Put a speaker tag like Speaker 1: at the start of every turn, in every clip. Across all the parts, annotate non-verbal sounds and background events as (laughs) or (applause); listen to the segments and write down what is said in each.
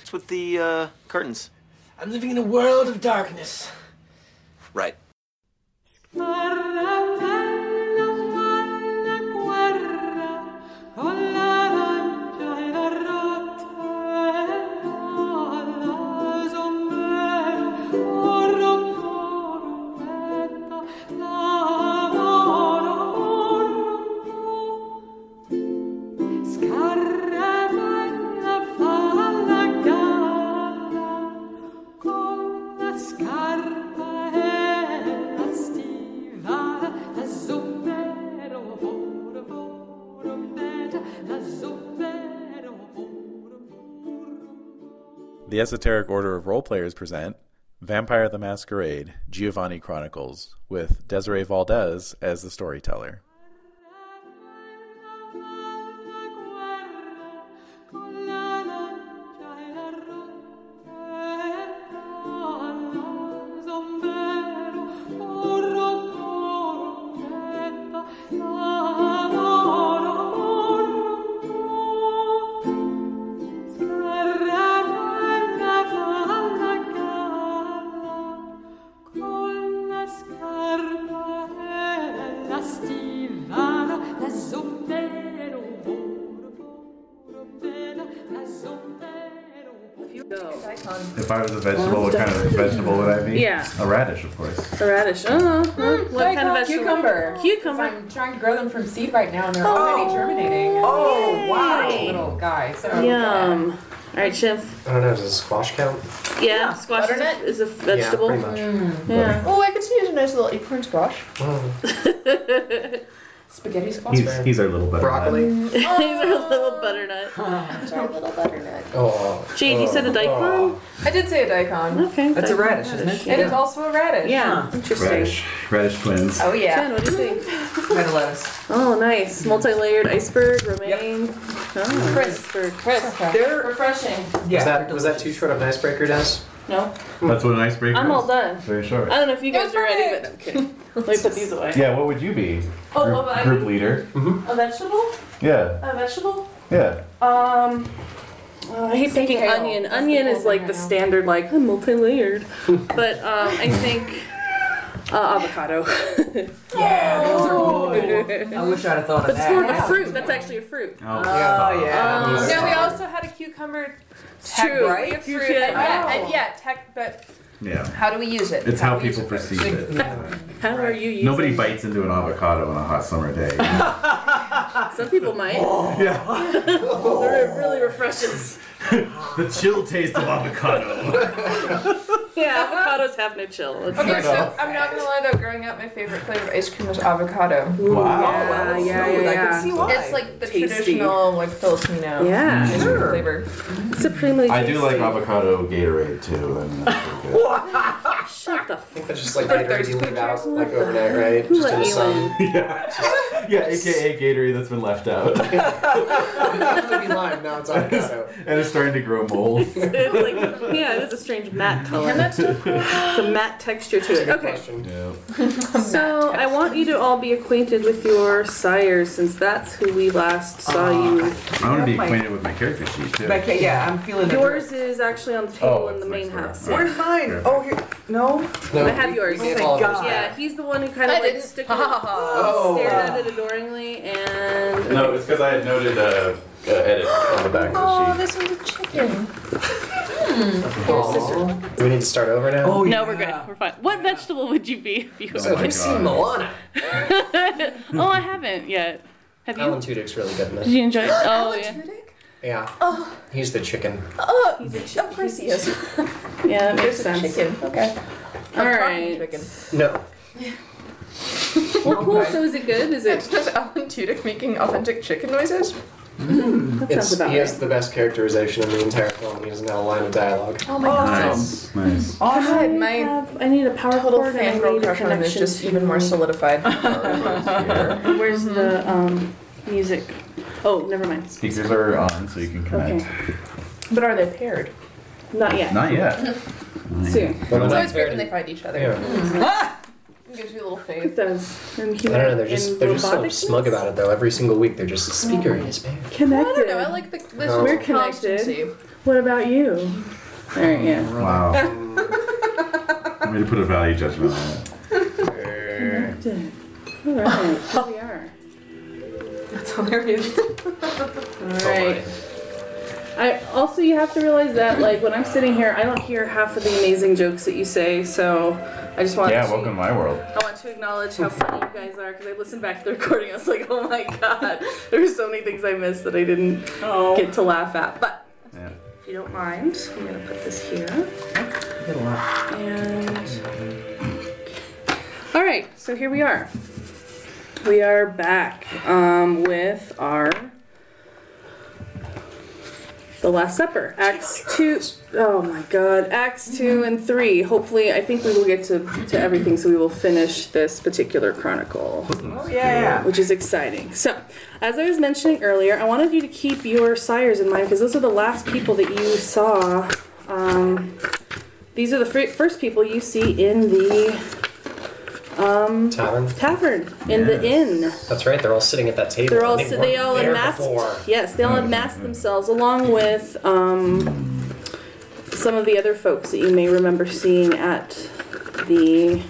Speaker 1: what's with the uh, curtains?
Speaker 2: I'm living in a world of darkness.
Speaker 1: Right.
Speaker 3: e
Speaker 4: The Esoteric Order of Role Players present Vampire the Masquerade Giovanni Chronicles with Desiree Valdez as the storyteller.
Speaker 5: If I was a vegetable, what kind of vegetable would I be?
Speaker 6: Yeah.
Speaker 5: A radish, of course.
Speaker 6: The radish. Oh, what
Speaker 7: I
Speaker 6: kind of
Speaker 7: call
Speaker 6: vegetable?
Speaker 7: cucumber.
Speaker 6: Cucumber. Oh.
Speaker 7: 'Cause I'm trying to grow them from seed right now, and they're already germinating. Oh wow! Little guy. So uh,
Speaker 6: Yum. All right, chef.
Speaker 8: I don't know, does a squash count?
Speaker 6: Yeah, squash is a,
Speaker 7: butternut?
Speaker 6: is a vegetable.
Speaker 8: Yeah, pretty much.
Speaker 6: Yeah.
Speaker 3: Oh, I could use a nice little acorn squash.
Speaker 6: (laughs)
Speaker 7: spaghetti squash.
Speaker 5: He's, he's our little better.
Speaker 6: Mm.
Speaker 8: Broccoli.
Speaker 6: (laughs) These are little
Speaker 7: Oh.
Speaker 6: butternut.
Speaker 3: Sorry, little butternut.
Speaker 8: Oh.
Speaker 6: Gee, you said a daikon?
Speaker 7: I did say a daikon.
Speaker 6: Oh. Okay.
Speaker 2: That's a radish, isn't it?
Speaker 7: It is also a radish.
Speaker 6: Yeah. Interesting.
Speaker 5: Radish. Radish twins.
Speaker 7: Oh yeah.
Speaker 6: Jen, what do you think?
Speaker 2: Kind of lettuce.
Speaker 6: Oh, nice. Multi-layered iceberg, romaine. Oh,
Speaker 7: Chris.
Speaker 6: iceberg.
Speaker 7: Chris,
Speaker 2: They're-
Speaker 7: refreshing.
Speaker 2: Yeah.
Speaker 8: Was that, was that too short of an icebreaker, Dennis?
Speaker 6: No,
Speaker 5: That's what an icebreaker is.
Speaker 6: I'm all done.
Speaker 5: Very short.
Speaker 6: I don't know if you guys
Speaker 7: That's
Speaker 6: are ready, but okay. Let me put these away.
Speaker 5: Yeah, what would you be?
Speaker 6: Oh,
Speaker 5: group,
Speaker 6: what would I
Speaker 5: group
Speaker 6: be?
Speaker 5: leader.
Speaker 6: A vegetable?
Speaker 5: Yeah.
Speaker 6: A vegetable?
Speaker 5: Yeah.
Speaker 6: Um, oh, I hate picking
Speaker 7: kale.
Speaker 6: onion.
Speaker 7: That's the
Speaker 6: onion
Speaker 7: kale
Speaker 6: is like the
Speaker 7: right now.
Speaker 6: standard, like I'm multi-layered. but um, I think uh, avocado. (laughs)
Speaker 2: Yeah, those are good. I wish I'd have thought of
Speaker 6: but it's more of
Speaker 2: that.
Speaker 6: a fruit. That's actually a fruit.
Speaker 5: Oh,
Speaker 2: Oh yeah.
Speaker 6: Um,
Speaker 7: Now we also had a cucumber
Speaker 6: it's
Speaker 7: tech,
Speaker 6: true.
Speaker 7: right?
Speaker 6: You
Speaker 7: fruit.
Speaker 6: should-
Speaker 7: And yeah, and yeah, tech, but
Speaker 5: Yeah.
Speaker 7: how do we use it?
Speaker 5: It's how
Speaker 7: do we use
Speaker 5: people
Speaker 7: it?
Speaker 5: perceive it.
Speaker 6: How are you using?
Speaker 5: Nobody bites into an avocado on a hot summer (laughs) day.
Speaker 6: Some people might.
Speaker 5: Oh. yeah.
Speaker 6: They're really refreshes.
Speaker 5: The chill taste of (laughs) avocado.
Speaker 6: (laughs) Yeah, avocados have no chill. It's
Speaker 7: Okay,
Speaker 6: like-
Speaker 7: so I'm not gonna lie though. Growing up, my favorite flavor of ice cream was avocado.
Speaker 5: wow.
Speaker 6: yeah, yeah,
Speaker 2: Ooh,
Speaker 6: yeah.
Speaker 2: I can see why.
Speaker 7: It's like the
Speaker 6: Tasty.
Speaker 7: traditional like Filipino
Speaker 6: Yeah.
Speaker 7: ice cream
Speaker 2: Sure.
Speaker 7: flavor.
Speaker 6: Supremely
Speaker 5: I do like
Speaker 6: tasty.
Speaker 5: avocado Gatorade too. I mean, that's pretty good.
Speaker 6: Shut the f-
Speaker 8: That's just like Gatorade you leave out like overnight,
Speaker 6: (laughs)
Speaker 8: right?
Speaker 6: Who
Speaker 8: Just
Speaker 6: let
Speaker 8: in the
Speaker 6: you
Speaker 8: (laughs) sun.
Speaker 6: in?
Speaker 5: (laughs) yeah. yeah, aka Gatorade that's been left out. (laughs)
Speaker 8: It used to be lime, now
Speaker 6: (laughs)
Speaker 8: it's avocado.
Speaker 5: and it's starting to grow mold.
Speaker 6: It's like, yeah, it is a strange matte color. It's a matte texture to it. Okay.
Speaker 5: (laughs)
Speaker 8: Question.
Speaker 5: yeah.
Speaker 6: So I want you to all be acquainted with your sires, since that's who we last saw you.
Speaker 5: I want to be
Speaker 2: my-
Speaker 5: acquainted with my character sheet too.
Speaker 2: Like, yeah, I'm feeling it.
Speaker 6: Yours is actually on the table
Speaker 5: Oh,
Speaker 6: in the
Speaker 5: it's
Speaker 6: main
Speaker 5: next door. Alright.
Speaker 6: house.
Speaker 2: Where's mine?
Speaker 5: Yeah.
Speaker 2: Oh, here. No.
Speaker 6: (laughs)
Speaker 8: No,
Speaker 6: I have yours.
Speaker 2: Oh
Speaker 8: We gave
Speaker 2: my
Speaker 8: all of
Speaker 2: God.
Speaker 8: us.
Speaker 6: Yeah, he's the one who kind
Speaker 7: I
Speaker 6: of like (laughs)
Speaker 7: didn't.
Speaker 6: sticking
Speaker 8: Oh.
Speaker 6: stared at it adoringly and
Speaker 5: No, it's because I had noted uh, uh, edit on the back of the sheet.
Speaker 7: this one's a chicken. Hmm.
Speaker 8: Aw. Do we need to start over now?
Speaker 2: Oh,
Speaker 6: No,
Speaker 2: yeah.
Speaker 6: we're good. We're fine. What vegetable would you be if (laughs) you
Speaker 5: Oh my
Speaker 8: I've seen
Speaker 5: God.
Speaker 8: Moana.
Speaker 6: oh, I haven't yet. Have you?
Speaker 8: Alan Tudyk's really good in
Speaker 6: Did
Speaker 8: this.
Speaker 6: you (laughs) enjoy it? Oh, yeah.
Speaker 8: Yeah.
Speaker 6: Oh.
Speaker 8: He's the chicken.
Speaker 3: Of course he is.
Speaker 6: Yeah, that makes sense.
Speaker 3: Chicken. Okay.
Speaker 6: All right.
Speaker 7: Chicken.
Speaker 8: No.
Speaker 6: Well, cool. So is it good? Is
Speaker 7: It's
Speaker 6: it?
Speaker 7: just Alan Tudyk making authentic chicken noises.
Speaker 8: It's,
Speaker 6: about
Speaker 8: he has the best characterization in the entire film. He doesn't have a line of dialogue.
Speaker 7: Oh my god.
Speaker 5: Nice, nice.
Speaker 7: God, my
Speaker 6: I need a power
Speaker 7: total
Speaker 6: cord and I
Speaker 7: fangirl
Speaker 6: need a
Speaker 7: crush on him is
Speaker 6: connection.
Speaker 7: just even more solidified.
Speaker 5: Here.
Speaker 6: Where's the
Speaker 7: Mm-hmm.
Speaker 6: um, music? Oh, never mind.
Speaker 5: Speakers are on, so you can connect.
Speaker 6: Okay.
Speaker 7: but are they paired?
Speaker 6: Not yet.
Speaker 5: Not yet.
Speaker 6: Soon.
Speaker 8: Well,
Speaker 7: It's
Speaker 8: not
Speaker 7: always weird
Speaker 8: paired
Speaker 7: when they
Speaker 8: in-
Speaker 7: find each other.
Speaker 8: Yeah.
Speaker 7: Gives you a little
Speaker 6: It
Speaker 7: fade.
Speaker 6: does. Mm. And
Speaker 8: I don't know. They're just they're just so smug about it though. Every single week they're just speaker is paired.
Speaker 6: Connected.
Speaker 7: I don't know. I like the this
Speaker 8: We're
Speaker 6: connected.
Speaker 7: consistency.
Speaker 6: What about you? All right, yeah.
Speaker 5: (laughs)
Speaker 9: Wow. I need to put a value judgment on it.
Speaker 8: Mm-hmm.
Speaker 6: Connected. All right, here we are.
Speaker 2: That's
Speaker 7: (laughs)
Speaker 2: hilarious.
Speaker 6: All right. I also you have to realize that like when I'm sitting here, I don't hear half of the amazing jokes that you say. So I just want
Speaker 9: Yeah,
Speaker 6: to,
Speaker 9: welcome to my world.
Speaker 6: I want to acknowledge how funny you guys are because I listened back to the recording. I was like, oh my god, (laughs) there were so many things I missed that I didn't
Speaker 2: Oh.
Speaker 6: get to laugh at. But
Speaker 9: Yeah.
Speaker 6: if you don't mind, I'm gonna put this here.
Speaker 10: Get a lot.
Speaker 6: And all right, so here we are. We are back um, with our the Last Supper, Acts two. Oh my God, Acts two and three. Hopefully, I think we will get to to everything, so we will finish this particular chronicle
Speaker 10: Oh, yeah.
Speaker 6: which is exciting. So, as I was mentioning earlier, I wanted you to keep your sires in mind because those are the last people that you saw. Um, these are the fir- first people you see in the
Speaker 8: Tavern.
Speaker 6: tavern, in the inn.
Speaker 8: That's right. They're all sitting at that table.
Speaker 6: They're all
Speaker 8: and
Speaker 6: so they
Speaker 8: weren't
Speaker 6: all
Speaker 8: there
Speaker 6: unmasked.
Speaker 8: before. Mm.
Speaker 6: Yes, they all unmasked themselves along with um, some of the other folks that you may remember seeing at the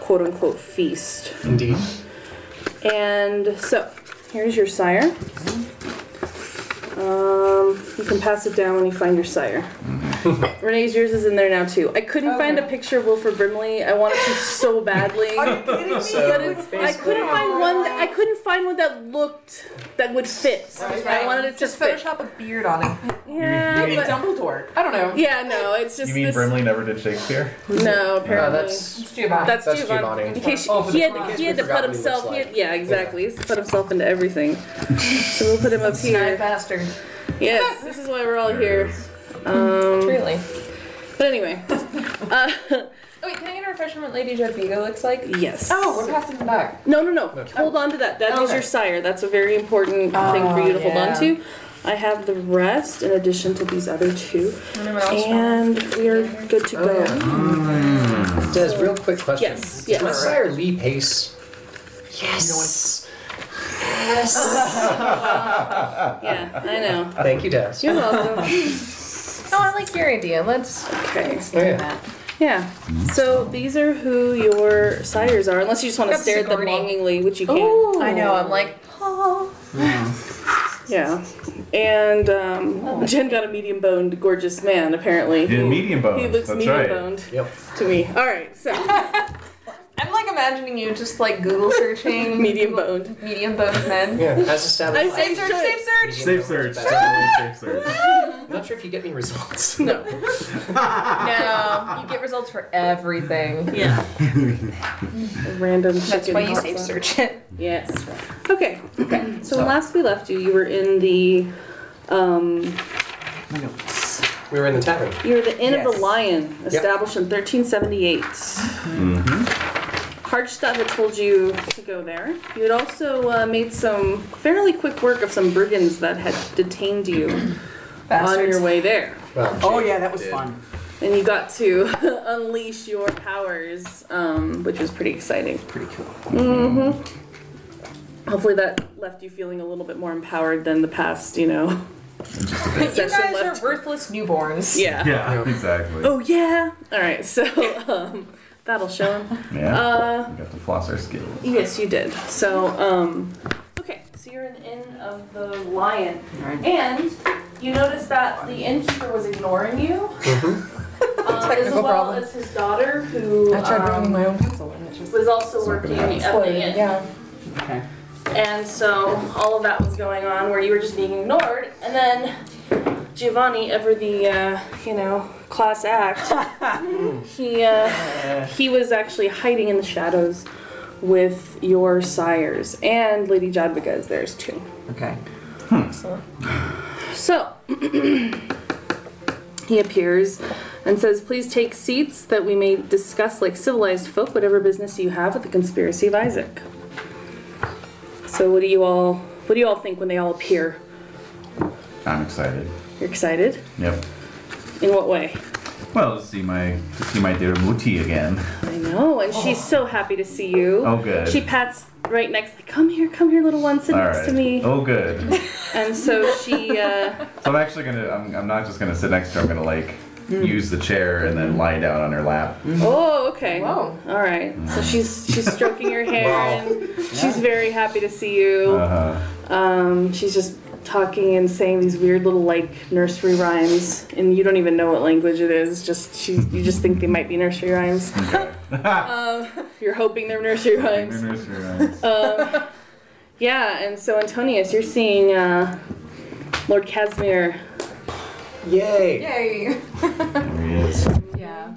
Speaker 6: quote unquote feast. (laughs)
Speaker 8: Indeed.
Speaker 6: And so, here's your sire. Um, you can pass it down when you find
Speaker 9: (laughs)
Speaker 6: your sire. Renee's yours is in there now too. I couldn't find a picture of Wilford Brimley. I wanted to so badly, but it's, I couldn't find one. That, I couldn't find one that looked that would fit. I wanted it to
Speaker 2: just
Speaker 6: fit.
Speaker 2: Photoshop a beard on him.
Speaker 6: Yeah,
Speaker 9: mean-
Speaker 6: but,
Speaker 2: Dumbledore. I don't know.
Speaker 6: yeah, no, it's just
Speaker 9: You mean
Speaker 6: this.
Speaker 9: Brimley never did Shakespeare?
Speaker 6: No, apparently.
Speaker 8: Uh, that's
Speaker 2: It's Giovanni.
Speaker 6: That's,
Speaker 8: That's
Speaker 6: Giovanni.
Speaker 8: Giovanni.
Speaker 6: In case
Speaker 2: Oh,
Speaker 6: he had,
Speaker 8: case
Speaker 6: he
Speaker 8: we
Speaker 6: had to put
Speaker 8: forgot what he
Speaker 6: himself,
Speaker 8: looks
Speaker 6: he had-
Speaker 8: like.
Speaker 6: yeah, exactly. He's put himself into everything. so we'll put him up
Speaker 2: Snide
Speaker 6: here.
Speaker 2: bastard.
Speaker 6: Yes, this is why we're all
Speaker 9: There it
Speaker 6: here. Um,
Speaker 9: is.
Speaker 3: Really?
Speaker 6: But anyway, uh,
Speaker 3: Oh, wait, can I get a refresher on what Lady Jadwiga looks like?
Speaker 6: yes.
Speaker 2: Oh, we're passing him back.
Speaker 6: No, no, no. Hold on to that. That is
Speaker 2: Okay.
Speaker 6: your sire. That's a very important thing for you to hold on
Speaker 2: yeah.
Speaker 6: to. I have the rest in addition to these other two,
Speaker 3: Anyone else?
Speaker 6: and we are good to go.
Speaker 8: Des. Real quick question.
Speaker 6: Yes,
Speaker 8: Does my
Speaker 6: yes.
Speaker 8: sire Lee Pace? Yes.
Speaker 6: Yeah, I know.
Speaker 8: Thank you, Des.
Speaker 6: You're welcome.
Speaker 3: No, I like your idea. Let's.
Speaker 6: okay.
Speaker 8: Oh, yeah.
Speaker 6: Yeah. So these are who your sires are, unless you just want to
Speaker 3: That's
Speaker 6: stare at them
Speaker 3: Sigourney.
Speaker 6: longingly, which you can.
Speaker 3: I know. I'm like, oh.
Speaker 6: Yeah. And um, Jen got a medium boned, gorgeous man, apparently.
Speaker 9: Yeah, medium bones.
Speaker 6: He looks
Speaker 9: That's
Speaker 6: medium
Speaker 9: right.
Speaker 6: boned
Speaker 8: Yep.
Speaker 6: to me. All right, so
Speaker 3: I'm like imagining you just like Google searching (laughs)
Speaker 6: medium boned.
Speaker 3: medium boned men.
Speaker 8: Yeah. As
Speaker 6: I
Speaker 8: established.
Speaker 6: say
Speaker 3: Safe search, safe search.
Speaker 9: Safe search. Safe search.
Speaker 5: (laughs)
Speaker 8: I'm not sure if you get me
Speaker 6: (laughs)
Speaker 8: results.
Speaker 6: No.
Speaker 3: No, you get results for everything.
Speaker 6: Yeah. Random chicken.
Speaker 3: That's why you
Speaker 6: pops
Speaker 3: safe
Speaker 6: up.
Speaker 3: search it.
Speaker 6: Yes. Okay. Okay. So when last we left you, you were in the. Um,
Speaker 8: We were in the tavern.
Speaker 6: you were the Inn of the
Speaker 2: Yes.
Speaker 6: Lion, established in 1378. Hardstadt had told you to go there. You had also uh, made some fairly quick work of some brigands that had detained you on
Speaker 2: Bastards.
Speaker 6: your way there.
Speaker 8: Well,
Speaker 10: Oh, yeah, that was fun.
Speaker 6: and you got to (laughs) unleash your powers, um, which was pretty exciting. Pretty cool. hmm Hopefully, that left you feeling a little bit more empowered than the past, you know,
Speaker 3: You
Speaker 6: session
Speaker 3: guys
Speaker 6: left.
Speaker 3: are worthless newborns.
Speaker 6: yeah.
Speaker 9: Yeah, exactly.
Speaker 6: Oh yeah. All right. So (laughs) um, that'll show him.
Speaker 9: Yeah.
Speaker 6: Uh,
Speaker 9: you got the flosser skills.
Speaker 6: Yes, you did. So, um, okay, so you're in the Inn of the Lion, and you notice that the innkeeper was ignoring you, (laughs) um, as
Speaker 2: Technical
Speaker 6: well
Speaker 2: problem.
Speaker 6: as his daughter, who um,
Speaker 2: own pencil and it just.
Speaker 6: was also working at the inn.
Speaker 2: Yeah.
Speaker 10: Okay.
Speaker 6: And so all of that was going on, where you were just being ignored, and then Giovanni, ever the uh, you know class act, he uh, he was actually hiding in the shadows with your sires, and Lady Jadwiga is theirs too.
Speaker 10: Okay.
Speaker 6: So (clears throat) he appears and says, "Please take seats that we may discuss like civilized folk whatever business you have with the conspiracy of Isaac." So what do you all what do you all think when they all appear?
Speaker 9: I'm excited.
Speaker 6: You're excited?
Speaker 9: Yep.
Speaker 6: In what way?
Speaker 5: Well, to see my to see my dear Muti again.
Speaker 6: I know, and she's so happy to see you.
Speaker 5: Oh, good.
Speaker 6: She pats right next, like, come here, come here, little one, sit
Speaker 5: All
Speaker 6: (laughs) next
Speaker 5: right.
Speaker 6: to me.
Speaker 5: Oh, good.
Speaker 6: And so she, uh,
Speaker 5: So I'm actually gonna. I'm, I'm not just gonna sit next to her. I'm gonna like
Speaker 6: Mm.
Speaker 5: use the chair and then lie down on her lap.
Speaker 6: oh, okay.
Speaker 2: Whoa.
Speaker 6: All right. So she's she's stroking your hair, and she's very happy to see you.
Speaker 5: Uh-huh.
Speaker 6: Um, she's just talking and saying these weird little like nursery rhymes, and you don't even know what language it is. Just she, you just think they might be nursery rhymes. (laughs) um, you're hoping they're nursery rhymes. Um, yeah, and so Antonius, you're seeing uh, Lord Casimir.
Speaker 8: Yay!
Speaker 2: Yay.
Speaker 5: There he is.
Speaker 2: Yeah.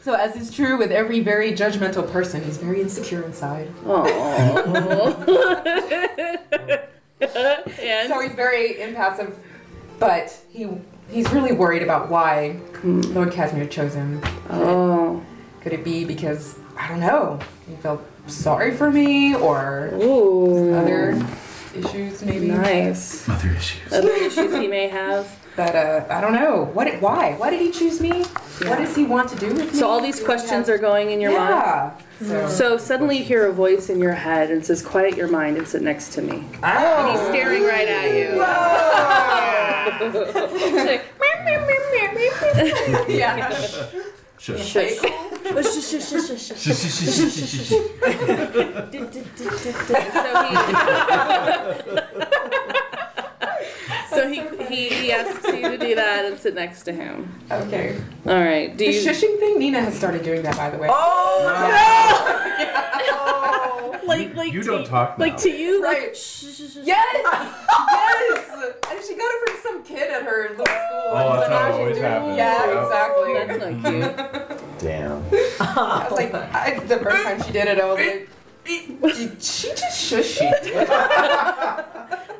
Speaker 2: So as is true with every very judgmental person, he's very insecure inside.
Speaker 6: Oh. and
Speaker 2: So he's very impassive, but he he's really worried about why Lord Casimir chose him.
Speaker 6: oh,
Speaker 2: Could it be because I don't know? He felt sorry for me, or
Speaker 6: ooh,
Speaker 2: other issues maybe
Speaker 6: nice.
Speaker 5: Other issues.
Speaker 6: (laughs) Other issues he may have.
Speaker 2: that uh, I don't know. What? Why? Why did he choose me? What does he want to do with me?
Speaker 6: So all these questions are going in your mind.
Speaker 2: yeah. So,
Speaker 6: So suddenly you hear a voice in your head and says, "Quiet your mind and sit next to me." And he's staring right at you.
Speaker 2: yeah.
Speaker 5: Shush.
Speaker 6: Shush. (laughs) So he, he he asks you to do that and sit next to him.
Speaker 2: Okay.
Speaker 6: All right. Do
Speaker 2: The
Speaker 6: you Oh,
Speaker 2: shushing thing. Nina has started doing that, by the way.
Speaker 6: like like
Speaker 5: You
Speaker 6: to,
Speaker 5: don't talk now.
Speaker 6: like to you like
Speaker 2: (laughs) Right. Yes!
Speaker 6: (laughs)
Speaker 2: yes! And she got it from some kid at her little school.
Speaker 5: Oh, that's
Speaker 2: So now
Speaker 5: how it
Speaker 2: she's
Speaker 5: always
Speaker 2: doing-
Speaker 5: happens.
Speaker 2: Yeah,
Speaker 5: Yep.
Speaker 2: exactly.
Speaker 6: that's not cute.
Speaker 8: Damn.
Speaker 2: I was like, I, the first time she did it, I was like, did she just shush it?
Speaker 6: (laughs)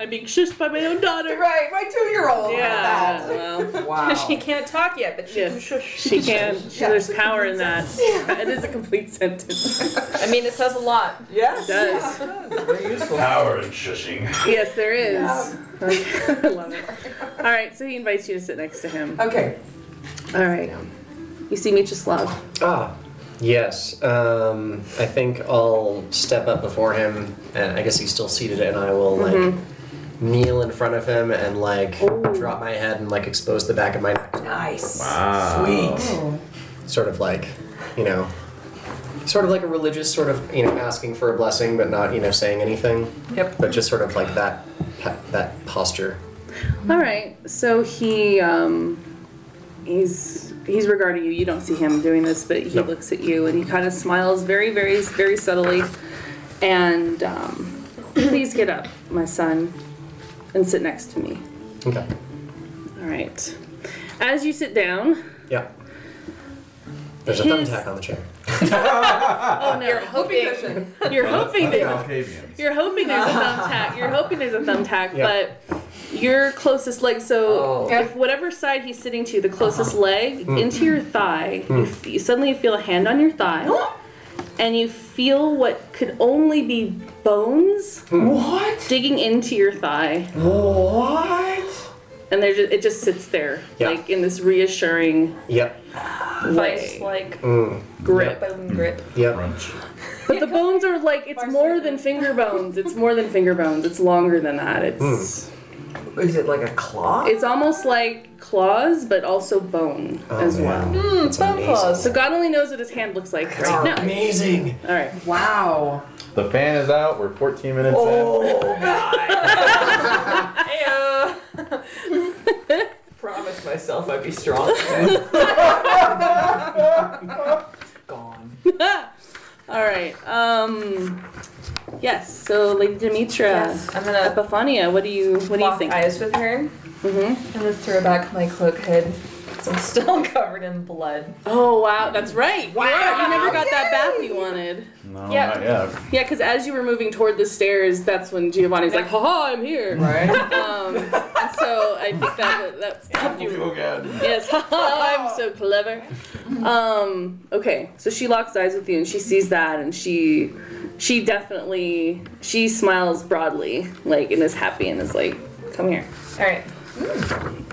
Speaker 6: I'm being shushed by my own daughter.
Speaker 2: Right, my two year old.
Speaker 6: Yeah. (laughs) Well,
Speaker 2: Wow.
Speaker 3: She can't talk yet, but she
Speaker 6: Oh. yes.
Speaker 3: can shush.
Speaker 6: She can.
Speaker 2: Yeah.
Speaker 6: There's power in that. It is a complete sentence.
Speaker 3: I mean, it says a lot.
Speaker 6: It
Speaker 2: yes.
Speaker 6: does.
Speaker 5: Power and shushing.
Speaker 6: Yes, there is. (laughs) I love it. All right. So he invites you to sit next to him.
Speaker 2: Okay.
Speaker 6: All right. You see Mieczysław.
Speaker 8: Ah, yes. Um, I think I'll step up before him, and I guess he's still seated, and I will like kneel in front of him and like drop my head and like expose the back of my neck,
Speaker 2: Nice.
Speaker 5: Wow.
Speaker 8: Sweet.
Speaker 6: Oh.
Speaker 8: sort of like, you know, sort of like a religious sort of you know asking for a blessing, but not you know saying anything,
Speaker 2: Yep.
Speaker 8: but just sort of like that that posture.
Speaker 6: All right. So he um, he's he's regarding you. You don't see him doing this, but he
Speaker 8: No.
Speaker 6: looks at you and he kind of smiles very, very, very subtly. And um, please get up, my son, and sit next to me.
Speaker 8: Okay.
Speaker 6: All right. As you sit down,
Speaker 8: Yeah. There's a
Speaker 6: His-
Speaker 8: thumbtack on the chair.
Speaker 6: oh no, you're hoping you're hoping that
Speaker 5: Octavians.
Speaker 6: you're hoping there's a thumbtack. You're hoping there's a thumbtack,
Speaker 8: Yeah.
Speaker 6: but your closest leg. So
Speaker 8: Oh.
Speaker 6: if whatever side he's sitting to, the closest leg
Speaker 8: Mm.
Speaker 6: into your thigh, you, f- you suddenly feel a hand on your thigh, and you feel what could only be bones
Speaker 8: Mm.
Speaker 2: What?
Speaker 6: digging into your thigh,
Speaker 2: What?
Speaker 6: and they're just, it just sits there,
Speaker 8: Yeah.
Speaker 6: like in this reassuring
Speaker 8: Yep.
Speaker 3: Vice,
Speaker 6: way.
Speaker 3: like
Speaker 8: Mm.
Speaker 6: grip.
Speaker 3: bone grip.
Speaker 8: Yep.
Speaker 5: Crunch.
Speaker 6: But the bones are like it's more than finger bones. It's more than finger bones. It's longer than that. It's
Speaker 8: Mm.
Speaker 10: Is it like a claw?
Speaker 6: It's almost like claws, but also bone as well.
Speaker 8: Mm,
Speaker 3: bone claws.
Speaker 6: So God only knows what his hand looks like right now.
Speaker 8: Amazing.
Speaker 6: All right.
Speaker 2: Wow.
Speaker 5: The fan is out. We're 14 minutes
Speaker 10: Promised myself I'd be strong.
Speaker 6: (laughs)
Speaker 10: Gone.
Speaker 6: All right. Um. Yes. So, Lady Demetra,
Speaker 3: Yes, I'm gonna
Speaker 6: Epiphania, what do you what do you
Speaker 3: lock
Speaker 6: think?
Speaker 3: eyes with her.
Speaker 6: Mhm.
Speaker 7: Mm-hmm.
Speaker 3: I'm gonna throw back my cloak hood. 'cause I'm still covered in blood.
Speaker 6: Oh wow, that's right. Wow. You never got that bath you wanted.
Speaker 5: No,
Speaker 3: Yeah.
Speaker 5: not yet.
Speaker 6: Yeah, because as you were moving toward the stairs, that's when Giovanni's like, "Haha, I'm here."
Speaker 2: Right?
Speaker 6: Um. and so I think that that stopped you
Speaker 5: again.
Speaker 6: Yes, (laughs) I'm so clever. Um, okay, so she locks eyes with you and she sees that and she she definitely she smiles broadly, like and is happy and is like, come here.
Speaker 3: All right.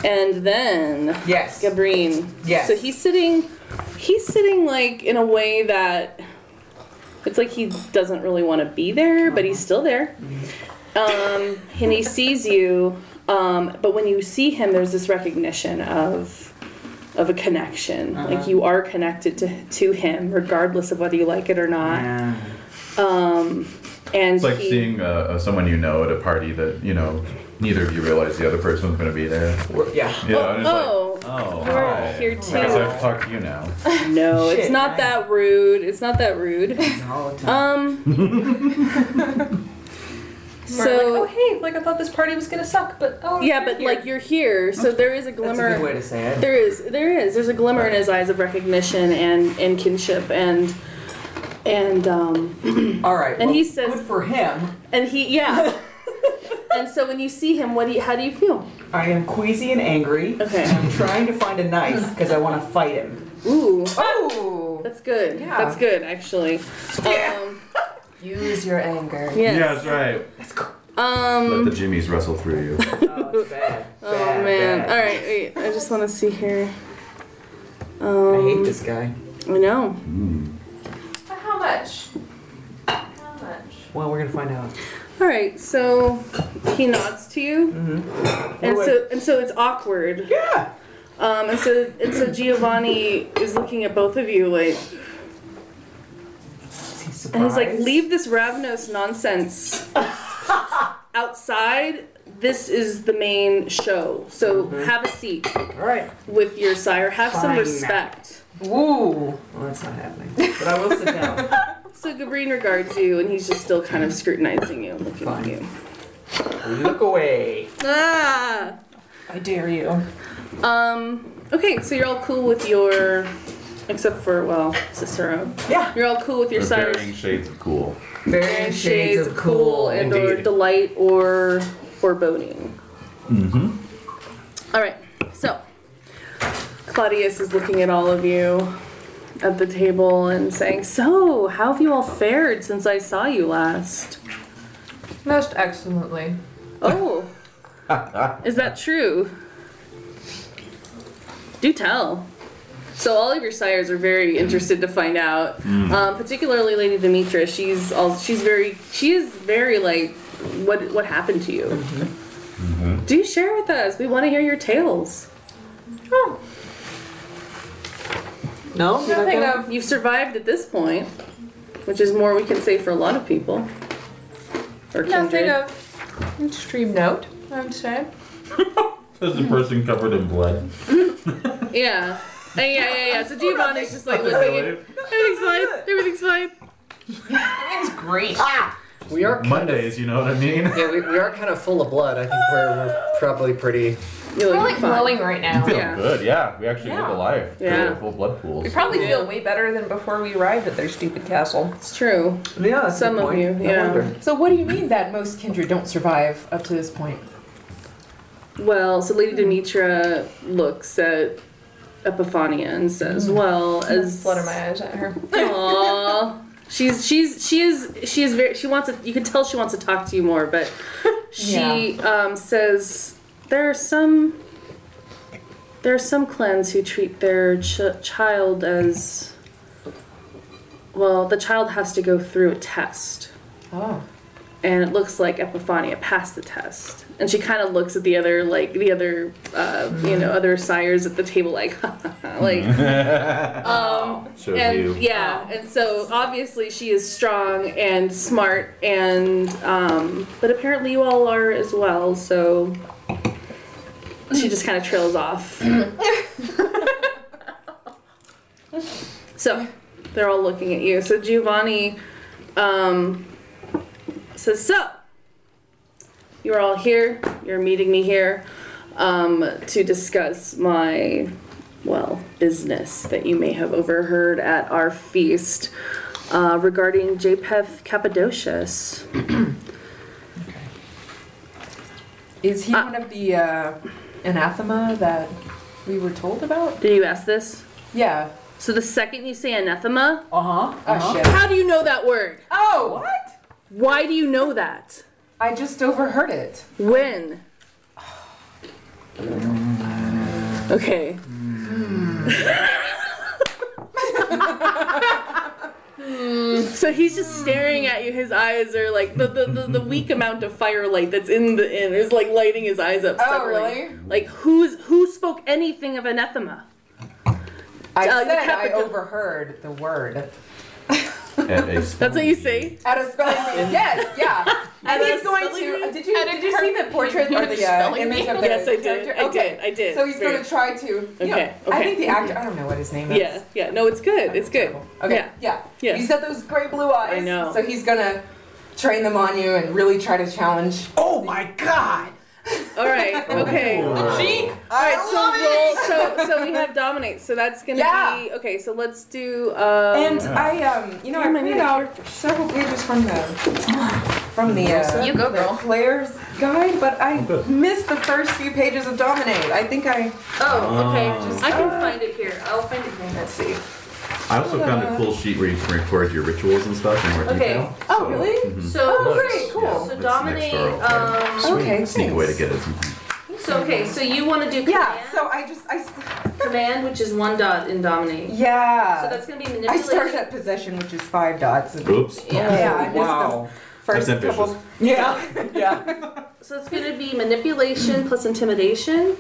Speaker 6: And then
Speaker 2: Yes.
Speaker 6: Gabrine.
Speaker 2: Yes.
Speaker 6: So he's sitting he's sitting like in a way that it's like he doesn't really want to be there, but he's still there. Um, and he sees you, um, but when you see him, there's this recognition of of a connection. Like you are connected to to him, regardless of whether you like it or not. Um, and
Speaker 5: It's like
Speaker 6: he,
Speaker 5: seeing uh, uh, someone you know at a party that you know neither of you realize the other person's going to be there.
Speaker 10: Yeah.
Speaker 5: Yeah, and it's like,
Speaker 6: oh,
Speaker 5: oh,
Speaker 6: we're
Speaker 5: hi.
Speaker 6: here
Speaker 5: I guess I have
Speaker 6: too.
Speaker 5: to talk to you now.
Speaker 6: No, it's
Speaker 10: Shit,
Speaker 6: not
Speaker 10: right.
Speaker 6: that rude. It's not that rude.
Speaker 10: All the time.
Speaker 6: Um.
Speaker 3: So,
Speaker 6: so
Speaker 3: oh hey, like I thought this party was gonna suck, but oh
Speaker 6: yeah, but like you're here, so there is a
Speaker 10: That's a good way
Speaker 6: glimmer.
Speaker 10: to say it.
Speaker 6: There is, there is, there's a glimmer in his eyes of recognition and and kinship and and um
Speaker 10: All right.
Speaker 6: And
Speaker 10: well,
Speaker 6: he says-
Speaker 10: good for him.
Speaker 6: and he
Speaker 10: (laughs)
Speaker 6: yeah. and so when you see him, what do you, how do you feel?
Speaker 10: I am queasy and angry.
Speaker 6: Okay.
Speaker 10: And I'm trying to find a knife because I want to fight him.
Speaker 6: Ooh,
Speaker 2: Oh!
Speaker 6: that's good.
Speaker 2: Yeah.
Speaker 6: That's good actually. Um,
Speaker 2: Use your anger.
Speaker 5: (laughs)
Speaker 6: yes.
Speaker 5: Yeah, that's right.
Speaker 6: Um.
Speaker 5: Let the jimmies wrestle through (laughs) you.
Speaker 10: Oh, it's bad.
Speaker 6: Oh
Speaker 10: Bad,
Speaker 6: man.
Speaker 10: bad.
Speaker 6: All right. Wait. I just want to see here.
Speaker 10: I
Speaker 6: Um,
Speaker 10: hate this guy.
Speaker 6: I know.
Speaker 3: But how much? How much?
Speaker 10: Well, we're gonna find out.
Speaker 6: All right, so he nods to you, and
Speaker 10: Mm-hmm. Oh, Wait,
Speaker 6: so and so it's awkward.
Speaker 10: Yeah.
Speaker 6: Um, and so and so Giovanni is looking at both of you like,
Speaker 10: Is he
Speaker 6: and he's like,
Speaker 10: surprised?
Speaker 6: "Leave this ravenous nonsense
Speaker 10: (laughs)
Speaker 6: outside. This is the main show. So have a seat
Speaker 10: All right.
Speaker 6: with your sire. Have some
Speaker 10: Mm-hmm. Fine.
Speaker 6: respect."
Speaker 10: Ooh. Well, that's not happening. But I will sit down.
Speaker 6: So Gabrine regards you, and he's just still kind of scrutinizing you, and looking at you.
Speaker 10: Look away.
Speaker 6: Ah.
Speaker 10: I dare you.
Speaker 6: Um. Okay, so you're all cool with your, except for well, Cicero.
Speaker 10: Yeah.
Speaker 6: You're all cool with your
Speaker 5: They're
Speaker 6: sires.
Speaker 5: varying shades of cool.
Speaker 2: Varying shades of cool.
Speaker 6: and or
Speaker 8: indeed.
Speaker 6: delight or foreboding. Mm-hmm. right, so Claudius is looking at all of you at the table and saying, "So, how have you all fared since I saw you last?"
Speaker 2: Most excellently.
Speaker 6: Oh, is that true? Do tell. So all of your sires are very interested to find out, um, particularly Lady Demetra. She's all she's very she is very like what what happened to you. Do share with us. We want to hear your tales.
Speaker 10: No. You're not
Speaker 2: Nothing
Speaker 10: gonna-
Speaker 2: of.
Speaker 6: You've survived at this point, which is more we can say for a lot of people. Or
Speaker 2: Nothing
Speaker 6: kindred.
Speaker 2: of. Extreme note, I would say.
Speaker 9: There's a person covered in blood.
Speaker 6: Yeah. Uh, Yeah, yeah, yeah, yeah. So Giovanni's just like looking. at- Everything's fine. Everything's fine.
Speaker 2: That's great.
Speaker 8: We are kind of,
Speaker 5: Mondays, (laughs) you know what I mean?
Speaker 8: yeah, we, we are kind of full of blood. I think we're, we're probably pretty. oh,
Speaker 6: You're
Speaker 3: We're
Speaker 6: like,
Speaker 3: like
Speaker 6: fine.
Speaker 3: glowing right now.
Speaker 5: Feel
Speaker 6: Yeah.
Speaker 5: good, yeah. We actually
Speaker 3: Yeah.
Speaker 5: live alive.
Speaker 6: Yeah.
Speaker 5: Full blood pools.
Speaker 3: We probably
Speaker 6: Yeah.
Speaker 3: feel way better than before we arrived at their stupid castle.
Speaker 6: It's true.
Speaker 10: Yeah. that's a
Speaker 6: Some
Speaker 10: good
Speaker 6: of
Speaker 10: point.
Speaker 6: you,
Speaker 10: No
Speaker 6: yeah.
Speaker 10: wonder.
Speaker 2: So, what do you mean that most kindred don't survive up to this point?
Speaker 6: Well, so Lady Demetra looks at Epiphania and says, "Well, as
Speaker 3: Flutter my eyes at her.
Speaker 6: Aw. she's she's she is she is very she wants to you can tell she wants to talk to you more, but she um, says there are some there are some clans who treat their ch- child as well. The child has to go through a test."
Speaker 2: Oh.
Speaker 6: and it looks like Epiphania passed the test. And she kind of looks at the other, like the other, uh, you know, other sires at the table, like, (laughs) like, um,
Speaker 5: Shows you.
Speaker 6: and yeah, and so obviously she is strong and smart, and um, but apparently you all are as well. So she just kind of trails off. (laughs) so they're all looking at you. So Giovanni um, says, "So you are all here. You're meeting me here um, to discuss my well business that you may have overheard at our feast uh, regarding Japheth Cappadocius."
Speaker 2: Is he one of the uh, anathema that we were told about?
Speaker 6: Did you ask this?
Speaker 2: Yeah.
Speaker 6: So the second you say anathema,
Speaker 10: Uh huh.
Speaker 2: Oh, shit.
Speaker 6: how do you know that word?
Speaker 2: Oh, what?
Speaker 6: Why do you know that?
Speaker 2: I just overheard it.
Speaker 6: When?
Speaker 10: Okay.
Speaker 2: Hmm.
Speaker 6: So he's just staring at you. His eyes are like the, the, the, the weak amount of firelight that's in the inn is like lighting his eyes up.
Speaker 2: Oh,
Speaker 6: suddenly.
Speaker 2: really?
Speaker 6: Like who's who spoke anything of anathema?
Speaker 2: I
Speaker 6: Uh, you
Speaker 2: said I
Speaker 6: capital-
Speaker 2: overheard the word.
Speaker 5: (laughs)
Speaker 6: That's what you say.
Speaker 2: At a spelling bee. Yes,
Speaker 3: (laughs)
Speaker 2: yeah. And he's going to. uh, Did you
Speaker 3: At a
Speaker 2: did you see the portrait or the uh,
Speaker 3: spelling
Speaker 2: image of the
Speaker 6: Yes, I did.
Speaker 2: character?
Speaker 6: I
Speaker 2: Okay.
Speaker 6: did. I did.
Speaker 2: So he's
Speaker 6: Very-
Speaker 2: going to try to. You know,
Speaker 6: Okay,
Speaker 2: I
Speaker 6: okay.
Speaker 2: think the actor. I don't know what his name is.
Speaker 6: Yeah, yeah. No, it's good. It's good.
Speaker 2: Okay.
Speaker 6: Yeah.
Speaker 2: Yeah.
Speaker 6: Yeah.
Speaker 2: You said those great blue eyes.
Speaker 6: I know.
Speaker 2: So he's gonna train them on you and really try to challenge.
Speaker 10: Oh my god!
Speaker 6: All right. Okay.
Speaker 2: (laughs) I
Speaker 6: so roll- so so we have dominate. So that's gonna
Speaker 2: Yeah.
Speaker 6: be okay. So let's do. Um,
Speaker 2: And I um, you know, I
Speaker 6: Damn, I
Speaker 2: printed
Speaker 6: need a
Speaker 2: out several pages from the from the uh,
Speaker 3: You go,
Speaker 2: the
Speaker 3: girl.
Speaker 2: player's guide, but I missed the first few pages of Dominate. I think I Ah.
Speaker 6: oh, okay. I can find it here. I'll find it here.
Speaker 2: let's see.
Speaker 9: I also found a cool sheet where you can record your rituals and stuff in more
Speaker 6: Okay.
Speaker 9: detail.
Speaker 2: Oh really?
Speaker 6: So
Speaker 2: Oh great, cool.
Speaker 6: So
Speaker 9: It's next
Speaker 6: dominate.
Speaker 9: door.
Speaker 6: Um,
Speaker 2: Okay.
Speaker 9: Sneak way to
Speaker 2: thanks.
Speaker 9: get it. sometimes.
Speaker 6: so okay. So you want to do
Speaker 2: Yeah.
Speaker 6: command,
Speaker 2: So I just I s-
Speaker 6: command, which is one dot in dominate.
Speaker 2: yeah.
Speaker 6: So that's gonna be
Speaker 2: I
Speaker 6: manipulation.
Speaker 2: started at possession, which is five dots.
Speaker 9: Oops.
Speaker 6: yeah.
Speaker 2: yeah, I missed
Speaker 10: wow.
Speaker 2: the first
Speaker 9: That's ambitious.
Speaker 2: couple.
Speaker 10: Yeah,
Speaker 2: (laughs)
Speaker 10: yeah.
Speaker 6: So it's gonna be manipulation plus intimidation.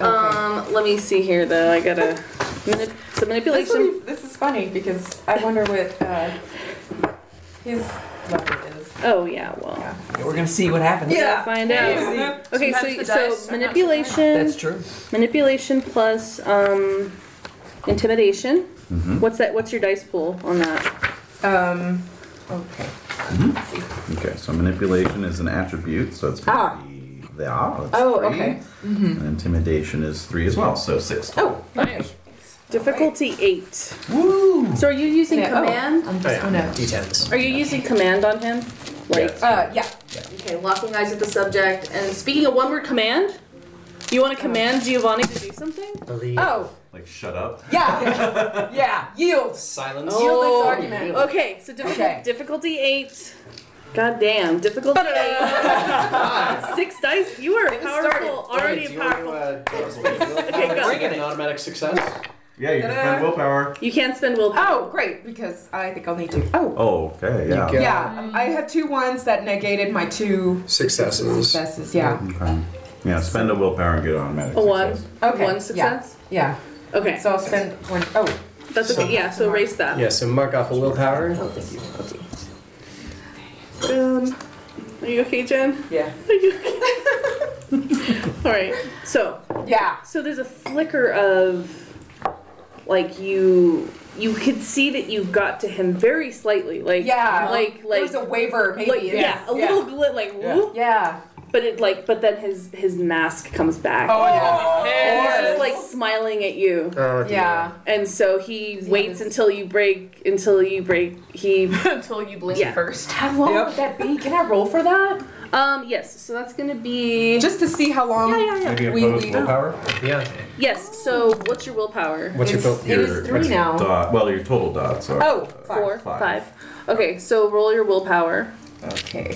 Speaker 2: Okay.
Speaker 6: Um, let me see here though. I gotta. Manip- so
Speaker 2: This,
Speaker 6: manipulation.
Speaker 2: would be- this is funny because I wonder what uh, his level is.
Speaker 6: Oh yeah. Well.
Speaker 10: We're gonna see what happens.
Speaker 6: We'll find out. Okay, so,
Speaker 3: Sometimes the dice
Speaker 6: so
Speaker 3: are not
Speaker 6: manipulation,
Speaker 10: true.
Speaker 6: manipulation plus um, intimidation. What's that? What's your dice pool on that?
Speaker 2: Um, okay.
Speaker 5: Okay, so manipulation is an attribute, so it's going to
Speaker 2: Ah.
Speaker 5: be the ah, that's
Speaker 2: Oh,
Speaker 5: three.
Speaker 2: okay.
Speaker 5: And intimidation is three as well, so six.
Speaker 2: Oh,
Speaker 6: Difficulty eight.
Speaker 5: Woo!
Speaker 6: So are you using
Speaker 2: Yeah, oh.
Speaker 6: command?
Speaker 2: I'm
Speaker 8: Right.
Speaker 2: just gonna.
Speaker 8: D10s.
Speaker 6: Are you using command on him? Like
Speaker 2: Uh, yeah.
Speaker 6: okay, locking eyes with the subject and speaking a one-word command. You want to command Giovanni to do something?
Speaker 8: Believe.
Speaker 2: Oh,
Speaker 5: Like, shut up.
Speaker 2: yeah.
Speaker 10: Yeah.
Speaker 2: Yield.
Speaker 8: Silence.
Speaker 2: Yield this argument.
Speaker 6: Oh. Okay, so difficult,
Speaker 2: Okay.
Speaker 6: difficulty eight. God damn,
Speaker 2: (laughs)
Speaker 6: difficulty eight. Six dice. You are powerful, already
Speaker 8: Hey, do you want to,
Speaker 6: powerful.
Speaker 8: uh, give us a little bit of
Speaker 6: Okay, go.
Speaker 8: Bring it. An automatic success.
Speaker 5: Yeah, you can spend willpower.
Speaker 6: You can't spend willpower.
Speaker 2: Oh, great, because I think I'll need to. Oh.
Speaker 5: Oh, okay, yeah.
Speaker 8: You
Speaker 2: Yeah, um, I have two ones that negated my two
Speaker 8: Successes.
Speaker 2: successes. Yeah.
Speaker 5: Okay. Yeah, spend a willpower and get automatic.
Speaker 6: A one.
Speaker 5: success.
Speaker 2: Okay.
Speaker 6: One success.
Speaker 2: Yeah.
Speaker 6: Okay.
Speaker 2: yeah. So I'll spend one. Oh,
Speaker 6: that's okay. Yeah. So erase that.
Speaker 8: Yeah, so mark off a willpower.
Speaker 6: Oh,
Speaker 2: um,
Speaker 6: Are you okay, Jen?
Speaker 10: Yeah.
Speaker 6: Are you
Speaker 2: (laughs)
Speaker 6: okay? All right. So
Speaker 2: yeah.
Speaker 6: so there's a flicker of like you you could see that you got to him very slightly like
Speaker 2: Yeah.
Speaker 6: like
Speaker 2: There
Speaker 6: like
Speaker 2: was a waiver, maybe.
Speaker 6: like yeah, a little glit like whoop,
Speaker 2: Yeah.
Speaker 6: but it like but then his his mask comes back
Speaker 2: Oh,
Speaker 6: and
Speaker 2: yeah.
Speaker 6: he's like smiling at you
Speaker 8: Oh, dear.
Speaker 2: Yeah.
Speaker 6: and so he
Speaker 2: he
Speaker 6: waits
Speaker 2: have his-
Speaker 6: until you break until you break
Speaker 2: (laughs)
Speaker 6: he
Speaker 3: Until you blink
Speaker 6: Yeah.
Speaker 3: first.
Speaker 2: How long
Speaker 10: Yep.
Speaker 2: would that be? Can I roll for that?
Speaker 6: um yes so that's gonna be
Speaker 2: Just to see how long.
Speaker 6: yeah yeah yeah
Speaker 5: Maybe
Speaker 2: We-
Speaker 5: opposed
Speaker 2: we-
Speaker 5: willpower?
Speaker 8: Yeah.
Speaker 6: Yes. So, what's your willpower?
Speaker 8: What's your
Speaker 2: It's-
Speaker 8: vote?
Speaker 2: it is
Speaker 5: Your-
Speaker 2: three
Speaker 5: what's your
Speaker 2: now.
Speaker 5: Dot, well, your total dots are.
Speaker 2: Oh, four.
Speaker 6: Four, five.
Speaker 5: Five.
Speaker 6: Okay. So roll your willpower.
Speaker 2: Okay.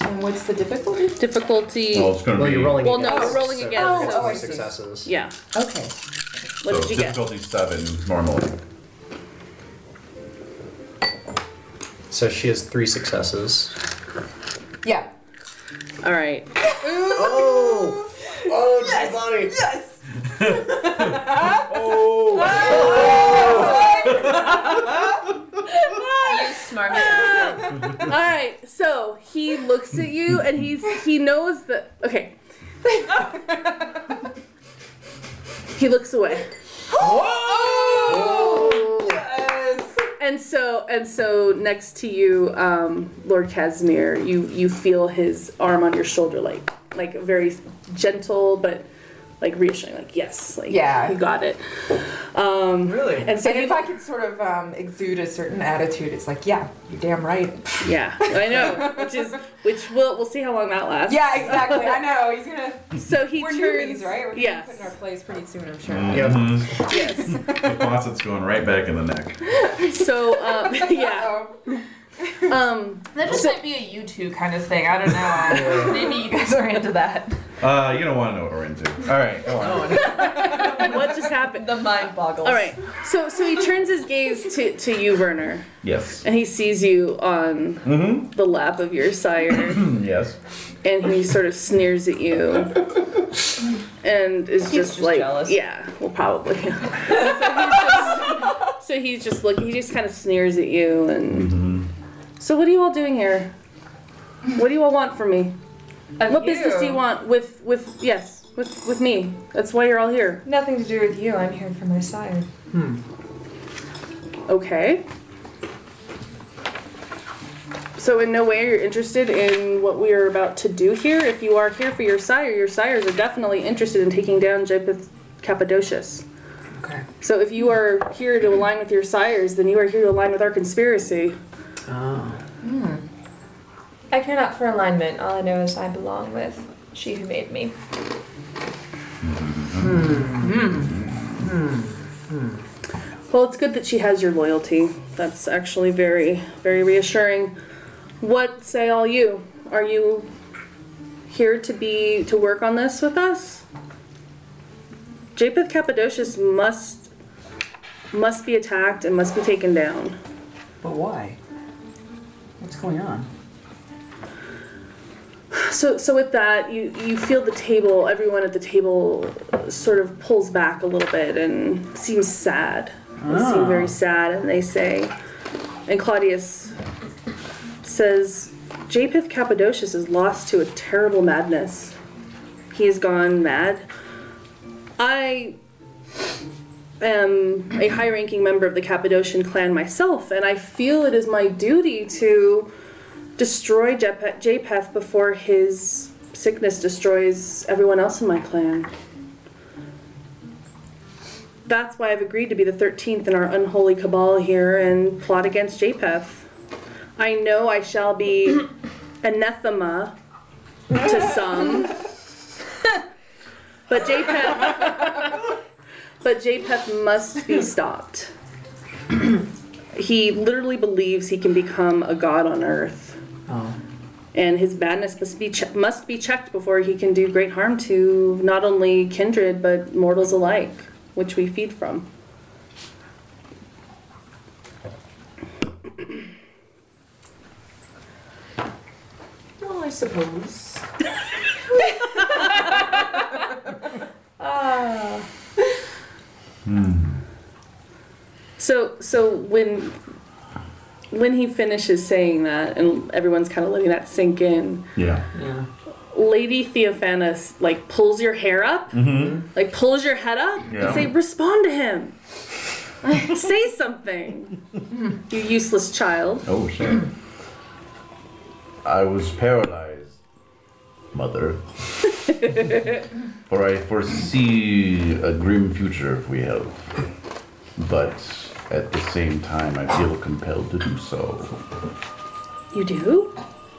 Speaker 2: And what's the difficulty?
Speaker 6: Difficulty.
Speaker 5: Well, it's going to
Speaker 8: Well,
Speaker 5: be.
Speaker 8: you're rolling
Speaker 6: Well,
Speaker 8: again.
Speaker 6: no, we're rolling
Speaker 8: so
Speaker 6: again,
Speaker 8: that's
Speaker 2: so-
Speaker 8: three
Speaker 2: Oh, I see.
Speaker 8: successes.
Speaker 6: Yeah.
Speaker 2: Okay.
Speaker 6: What
Speaker 5: so
Speaker 6: did you get?
Speaker 5: difficulty seven normally.
Speaker 8: So she has three successes.
Speaker 2: Yeah.
Speaker 6: All right.
Speaker 8: Oh! Oh, Giovanni!
Speaker 2: Yes.
Speaker 5: Oh!
Speaker 3: Smart.
Speaker 6: All right. So he looks at you and he's he knows that. Okay. (laughs) he looks away,
Speaker 2: Yes.
Speaker 6: and so and so next to you, um, Lord Casimir, you you feel his arm on your shoulder, like like very gentle but like reassuring, like yes, like
Speaker 2: Yeah.
Speaker 6: you got it. Um,
Speaker 8: Really?
Speaker 6: And so
Speaker 2: And
Speaker 6: he
Speaker 2: if I could sort of um, exude a certain attitude, it's like, yeah, you're damn right.
Speaker 6: Yeah, I know. Which is which we'll we'll see how long that lasts.
Speaker 2: Yeah, exactly. I know. He's gonna.
Speaker 6: So (laughs) he
Speaker 2: We're
Speaker 6: turns.
Speaker 2: newbies, right? We're gonna
Speaker 6: yes.
Speaker 2: be put in our place pretty soon, I'm sure.
Speaker 8: Yeah. Oh,
Speaker 6: yes.
Speaker 5: The faucet's going right back in the neck.
Speaker 6: So um, yeah. (laughs)
Speaker 2: Uh-oh.
Speaker 6: Um, (laughs)
Speaker 3: That just might be a you two kind of thing. I don't know. Maybe you guys are into that.
Speaker 5: Uh, you don't want to know what we're into. All right, go
Speaker 8: Oh,
Speaker 5: on.
Speaker 6: what just happened?
Speaker 3: The mind boggles.
Speaker 6: All right. So so he turns his gaze to to you, Werner,
Speaker 5: Yes.
Speaker 6: and he sees you on
Speaker 5: Mm-hmm.
Speaker 6: the lap of your sire,
Speaker 5: Yes.
Speaker 6: and he sort of sneers at you, and is just,
Speaker 3: just
Speaker 6: like,
Speaker 3: jealous.
Speaker 6: yeah, well, probably. (laughs) so, he's just, so he's just looking. He just kind of sneers at you, and so what are you all doing here? What do you all want from me?
Speaker 3: Of
Speaker 6: What business do you
Speaker 3: you.
Speaker 6: want with with yes with with me? That's why you're all here.
Speaker 7: Nothing to do with you. I'm here for my sire.
Speaker 6: Okay. So in no way are you interested in what we are about to do here. If you are here for your sire, your sires are definitely interested in taking down Japheth Cappadocius.
Speaker 10: Okay.
Speaker 6: So if you are here to align with your sires, then you are here to align with our conspiracy.
Speaker 10: Oh.
Speaker 7: I care not for alignment. All I know is I belong with she who made me.
Speaker 6: Well, it's good that she has your loyalty. That's actually very, very reassuring. What say all you? Are you here to be to work on this with us? Japheth Cappadocius must must be attacked and must be taken down.
Speaker 10: But why? What's going on?
Speaker 6: So, so with that, you you feel the table. Everyone at the table sort of pulls back a little bit and seems sad. They seem very sad, and they say, and Claudius says, Japheth Cappadocius is lost to a terrible madness. He has gone mad. I am a high-ranking member of the Cappadocian clan myself, and I feel it is my duty to destroy Jep- Japheth before his sickness destroys everyone else in my clan. That's why I've agreed to be the 13th in our unholy cabal here and plot against Japheth. I know I shall be (clears throat) anathema to some. (laughs) But Japheth, (laughs) but Japheth must be stopped. (clears throat) he literally believes he can become a god on earth,
Speaker 10: Oh.
Speaker 6: and his madness must be che- must be checked before he can do great harm to not only kindred but mortals alike, which we feed from.
Speaker 2: Well, I
Speaker 6: (laughs)
Speaker 2: suppose.
Speaker 6: So so when when he finishes saying that, and everyone's kind of letting that sink in,
Speaker 9: Yeah.
Speaker 10: Yeah.
Speaker 6: Lady Theophanis like pulls your hair up, like pulls your head up,
Speaker 9: Yeah.
Speaker 6: and say, "Respond to him. (laughs) say something, (laughs) you useless child."
Speaker 5: Oh shit. I was paralyzed, mother. For I foresee a grim future if we help. But at the same time, I feel compelled to do so.
Speaker 6: You do.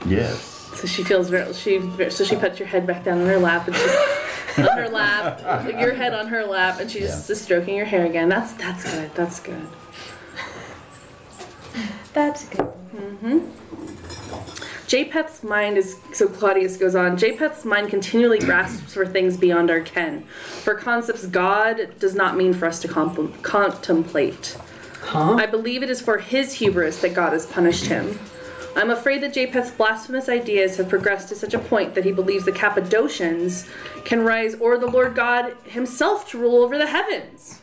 Speaker 5: Yes.
Speaker 6: So she feels very. She so she puts your head back down on her lap and she's on her lap, your head on her lap, and she just is stroking your hair again. That's that's good. That's good.
Speaker 7: That's good.
Speaker 6: Japheth's Mm-hmm. mind is so Claudius goes on. Japheth's mind continually grasps for things beyond our ken, for concepts God does not mean for us to compl- contemplate.
Speaker 10: Huh?
Speaker 6: I believe it is for his hubris that God has punished him. I'm afraid that Japheth's blasphemous ideas have progressed to such a point that he believes the Cappadocians can rise or the Lord God himself to rule over the heavens.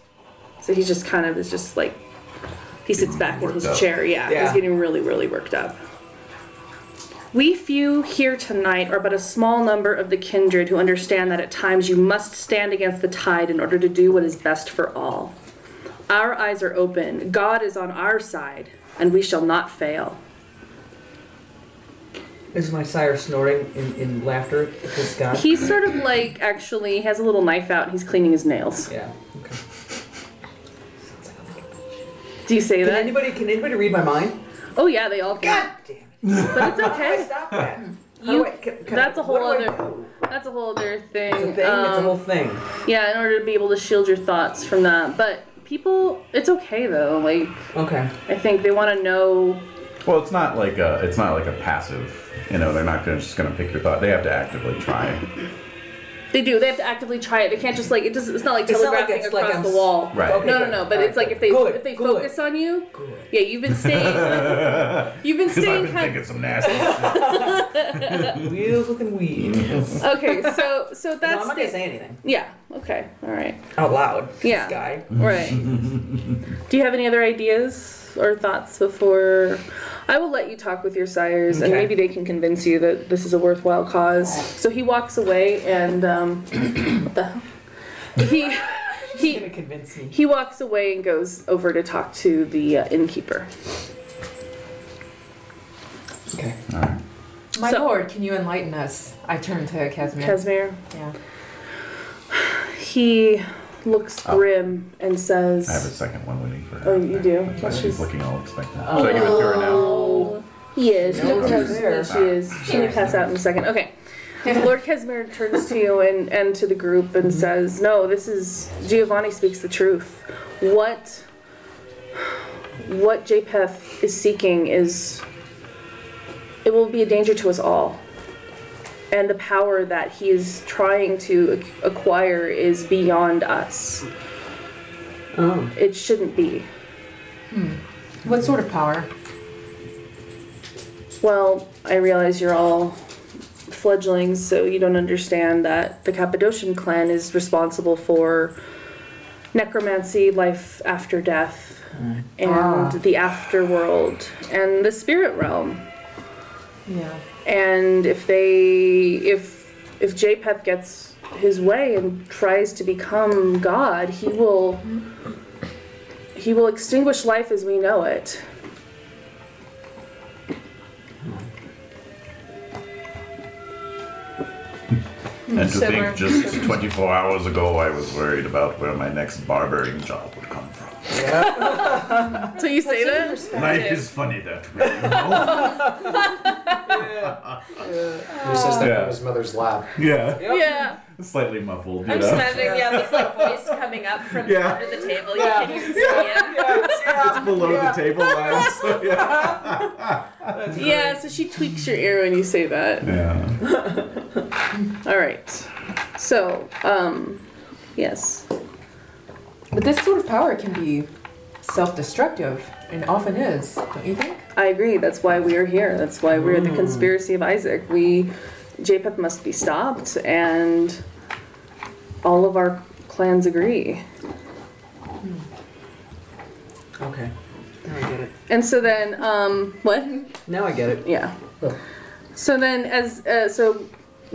Speaker 6: So he's just kind of is just like he sits back in his
Speaker 5: up.
Speaker 6: chair. Yeah, he's
Speaker 10: Yeah.
Speaker 6: getting really, really worked up. We few here tonight are but a small number of the kindred who understand that at times you must stand against the tide in order to do what is best for all. Our eyes are open, God is on our side, and we shall not fail.
Speaker 10: Is my sire snorting in, in laughter at this guy?
Speaker 6: He's sort of like actually he has a little knife out and he's cleaning his nails.
Speaker 10: yeah. Okay.
Speaker 6: Do you say
Speaker 10: Can
Speaker 6: that?
Speaker 10: anybody can anybody read my mind?
Speaker 6: Oh yeah, they all can.
Speaker 10: damn it!
Speaker 6: But it's okay.
Speaker 10: Stop that. How do
Speaker 6: You-
Speaker 10: I- can- can
Speaker 6: that's
Speaker 10: I-
Speaker 6: a whole
Speaker 10: what do I
Speaker 6: other-
Speaker 10: do?
Speaker 6: That's a whole other
Speaker 10: It's a
Speaker 6: thing.
Speaker 10: thing. it's a
Speaker 6: Um,
Speaker 10: whole thing.
Speaker 6: yeah, in order to be able to shield your thoughts from that. But people, it's okay though. Like
Speaker 10: Okay.
Speaker 6: I think they want to know
Speaker 5: Well, it's not like a
Speaker 7: (laughs)
Speaker 5: it's not like a passive. You know, they're not gonna, just going to pick your thought. They have to actively try
Speaker 6: They do. They have to actively try it. They can't just like it. Doesn't, it's not like
Speaker 2: It's not like
Speaker 6: telegraphing
Speaker 2: it's like
Speaker 6: across
Speaker 2: I'm
Speaker 6: the wall.
Speaker 2: s- Right. Okay,
Speaker 6: no, no,
Speaker 2: good.
Speaker 6: no. But
Speaker 2: All
Speaker 6: it's like if they if they focus on you. Yeah, you've
Speaker 2: (laughs)
Speaker 6: been staying. you've been
Speaker 5: 'Cause I've
Speaker 6: staying
Speaker 5: been
Speaker 6: kind.
Speaker 5: thinking some
Speaker 7: (laughs)
Speaker 5: nasty.
Speaker 10: Wheels looking weak.
Speaker 2: (laughs)
Speaker 6: okay, so so that's.
Speaker 10: I'm not
Speaker 6: the-
Speaker 10: gonna say anything
Speaker 6: Yeah. Okay. All right.
Speaker 10: out loud.
Speaker 6: Yeah.
Speaker 10: This guy.
Speaker 5: (laughs)
Speaker 6: Right. Do you have any other ideas or thoughts before? I will let you talk with your sires, and
Speaker 10: Okay.
Speaker 6: maybe they can convince you that this is a worthwhile cause. So he walks away, and um, (coughs) what the he
Speaker 10: He's
Speaker 6: he
Speaker 10: gonna convince me.
Speaker 6: he walks away and goes over to talk to the uh, innkeeper.
Speaker 10: Okay.
Speaker 2: My
Speaker 6: So-
Speaker 2: lord, can you enlighten us? I turn to Casimir.
Speaker 6: Casimir.
Speaker 2: yeah.
Speaker 6: He looks grim and says,
Speaker 5: Oh. I have a second one waiting for her.
Speaker 6: "Oh, you do."
Speaker 5: That's why
Speaker 6: Well,
Speaker 5: she's
Speaker 6: she's- Oh.
Speaker 5: looking all expectant. Should I give it to her now?
Speaker 6: Yeah, she
Speaker 2: No,
Speaker 6: looks
Speaker 2: she's
Speaker 6: out. Yeah, she is. She may pass out in a second. Okay. Lord Casimir turns to you and, and to the group and says, No, this is Giovanni speaks the truth. What what JPEF is seeking is it will be a danger to us all. And the power that he is trying to ac- acquire is beyond us.
Speaker 10: Oh.
Speaker 6: It shouldn't be.
Speaker 2: What sort of power?
Speaker 6: Well, I realize you're all fledglings, so you don't understand that the Cappadocian clan is responsible for necromancy, life after death, and the afterworld, and the spirit realm.
Speaker 2: Yeah.
Speaker 6: And if they, if if Japheth gets his way and tries to become God, he will he will extinguish life as we know it. Hmm.
Speaker 5: And to
Speaker 7: Simmer.
Speaker 5: think just 24 hours ago I was worried about where my next barbering job would come from.
Speaker 6: So you say that?
Speaker 5: Life is funny that way, (laughs) you know?
Speaker 8: He says that
Speaker 5: Yeah.
Speaker 8: from his mother's lap.
Speaker 5: yeah.
Speaker 6: Yeah.
Speaker 5: Slightly muffled, you
Speaker 7: I'm just
Speaker 5: know?
Speaker 7: imagining, yeah,
Speaker 5: (laughs)
Speaker 7: this like voice coming up from
Speaker 5: Yeah.
Speaker 7: under the table.
Speaker 10: Yeah.
Speaker 7: You can't even see it.
Speaker 5: It's below the table line, so yeah.
Speaker 6: Yeah, so she tweaks your ear when you say that.
Speaker 5: Yeah.
Speaker 6: All right. So, um, yes.
Speaker 2: But this sort of power can be self-destructive, and often is, don't you think?
Speaker 6: I agree. That's why we are here. That's why we're the conspiracy of Isaac. We, Japheth must be stopped, and all of our clans agree.
Speaker 10: Okay. Now I get it.
Speaker 6: And so then, um, what?
Speaker 10: Now I get it.
Speaker 6: Yeah. So then, as uh, so,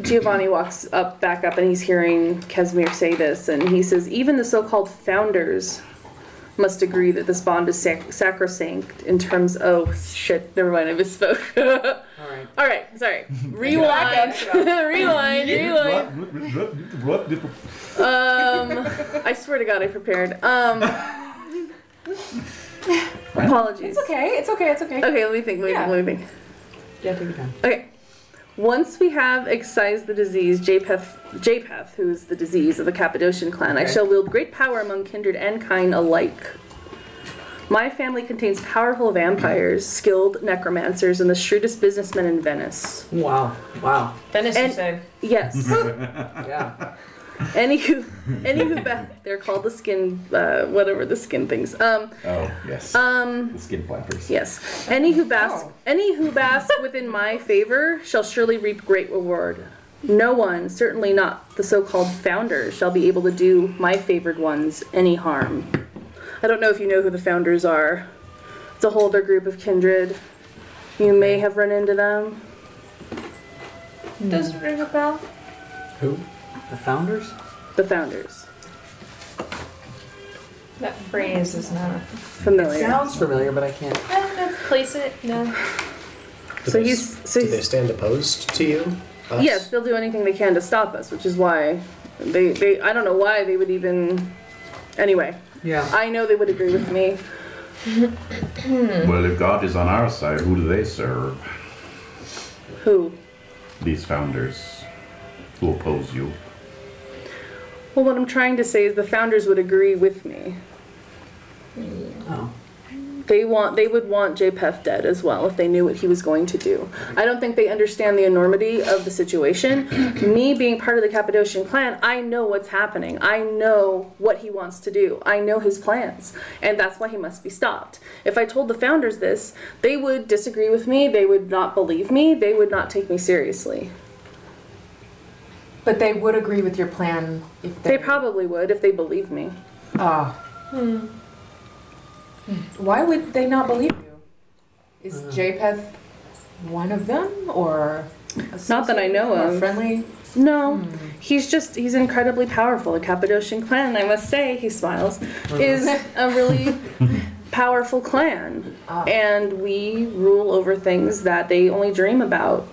Speaker 6: Giovanni walks up, back up, and he's hearing Casimir say this, and he says, "Even the so-called founders must agree that this bond is sac- sacrosanct in terms." Oh shit! Never mind, I misspoke. (laughs)
Speaker 10: All right.
Speaker 6: All right, sorry. Rewind, (laughs) rewind, rewind. Um, I swear to God, I prepared. Um, apologies.
Speaker 2: It's okay. It's okay. It's okay.
Speaker 6: Okay, let me think. Let me think. Let me think.
Speaker 10: Yeah, take your time.
Speaker 6: Okay. Once we have excised the disease, Japheth, Japheth who is the disease of the Cappadocian clan, I
Speaker 10: Okay.
Speaker 6: shall wield great power among kindred and kind alike. My family contains powerful vampires, skilled necromancers, and the shrewdest businessmen in Venice.
Speaker 10: Wow. Wow.
Speaker 7: Venice, you
Speaker 6: And-
Speaker 7: say.
Speaker 6: Yes.
Speaker 10: Yeah.
Speaker 6: (laughs) any who, any who, ba- they're called the skin, uh, whatever the skin things. Um,
Speaker 5: Oh, yes.
Speaker 6: um,
Speaker 5: the skin flappers.
Speaker 6: yes. Any who bask,
Speaker 2: Oh.
Speaker 6: any who bask within my favor shall surely reap great reward. No one, certainly not the so-called founders, shall be able to do my favored ones any harm. I don't know if you know who the founders are. It's a whole other group of kindred. You may have run into them.
Speaker 7: Does it ring a bell?
Speaker 10: Who? The founders?
Speaker 6: The founders,
Speaker 7: That phrase is not.
Speaker 6: familiar.
Speaker 10: Sounds familiar, but I can't.
Speaker 7: Place it. No.
Speaker 8: Do
Speaker 6: So
Speaker 8: they-
Speaker 6: he's so
Speaker 8: do they
Speaker 6: he's-
Speaker 8: stand opposed to you? Us?
Speaker 6: Yes, they'll do anything they can to stop us, which is why they, they I don't know why they would even anyway.
Speaker 10: Yeah.
Speaker 6: I know they would agree with me.
Speaker 5: Well, if God is on our side, who do they serve?
Speaker 6: Who?
Speaker 5: These founders who oppose you.
Speaker 6: Well what I'm trying to say is the founders would agree with me.
Speaker 10: Oh.
Speaker 6: They want they would want JPEF dead as well if they knew what he was going to do. I don't think they understand the enormity of the situation. (clears throat) Me being part of the Cappadocian clan, I know what's happening. I know what he wants to do. I know his plans, and that's why he must be stopped. If I told the founders this, they would disagree with me. They would not believe me. They would not take me seriously.
Speaker 2: But they would agree with your plan if
Speaker 6: They probably would if they believed me.
Speaker 2: Ah.
Speaker 6: Hmm.
Speaker 2: Hmm. Why would they not believe you? Is JPEG one of them, or
Speaker 6: Not that I know
Speaker 2: More
Speaker 6: of.
Speaker 2: friendly?
Speaker 6: No, he's just he's incredibly powerful. The Cappadocian clan, I must say, he smiles, is a really powerful clan, and we rule over things that they only dream about.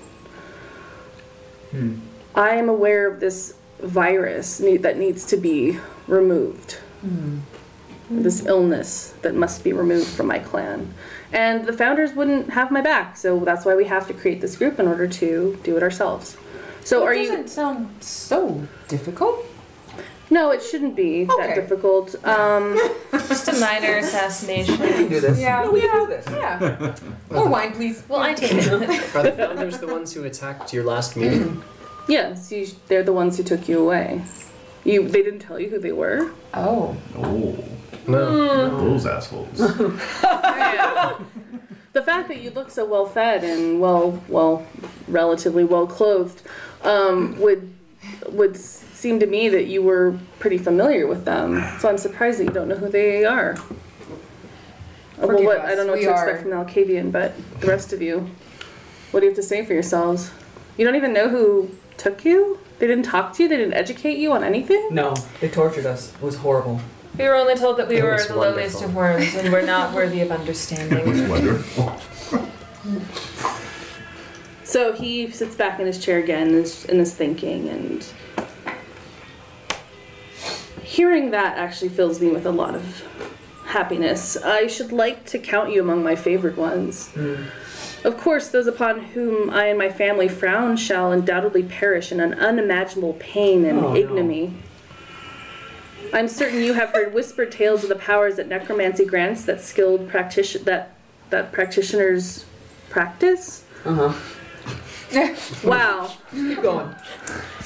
Speaker 10: Hmm.
Speaker 6: I am aware of this virus need, that needs to be removed. This illness that must be removed from my clan. And the founders wouldn't have my back, so that's why we have to create this group in order to do it ourselves. So
Speaker 2: That
Speaker 6: are you
Speaker 2: doesn't sound so difficult?
Speaker 6: No, it shouldn't be that difficult. Um
Speaker 7: Just a minor assassination.
Speaker 8: do this.
Speaker 2: Yeah, we can do this. Yeah. More wine, please.
Speaker 7: Well, I take it.
Speaker 8: Are the founders the ones who attacked your last meeting?
Speaker 6: (clears throat) yes, you, they're the ones who took you away. You they didn't tell you who they were?
Speaker 2: Oh.
Speaker 5: Oh,
Speaker 6: Mm.
Speaker 8: No.
Speaker 5: those
Speaker 6: (laughs)
Speaker 5: assholes.
Speaker 6: the fact that you look so well fed and well well relatively well clothed um, would would s- seem to me that you were pretty familiar with them so i'm surprised that you don't know who they are Uh, well
Speaker 2: Forgive
Speaker 6: what
Speaker 2: us,
Speaker 6: i don't know what
Speaker 2: we
Speaker 6: to
Speaker 2: are-
Speaker 6: expect from the alcavian but the rest of you what do you have to say for yourselves you don't even know who took you they didn't talk to you they didn't educate you on anything
Speaker 10: No, they tortured us. It was horrible.
Speaker 7: We were only told that we
Speaker 8: It
Speaker 7: were
Speaker 8: was
Speaker 7: the lowliest
Speaker 8: wonderful.
Speaker 7: of worms and we're not worthy of
Speaker 5: (laughs)
Speaker 7: understanding.
Speaker 5: Wonderful.
Speaker 6: So he sits back in his chair again and is, and is thinking, and hearing that actually fills me with a lot of happiness. I should like to count you among my favored ones.
Speaker 10: Hmm.
Speaker 6: Of course, those upon whom I and my family frown shall undoubtedly perish in an unimaginable pain and
Speaker 10: Oh, no.
Speaker 6: ignominy. I'm certain you have heard whispered tales of the powers that necromancy grants that skilled practitioner that that practitioners practice.
Speaker 10: Uh huh.
Speaker 6: Wow.
Speaker 10: Keep going.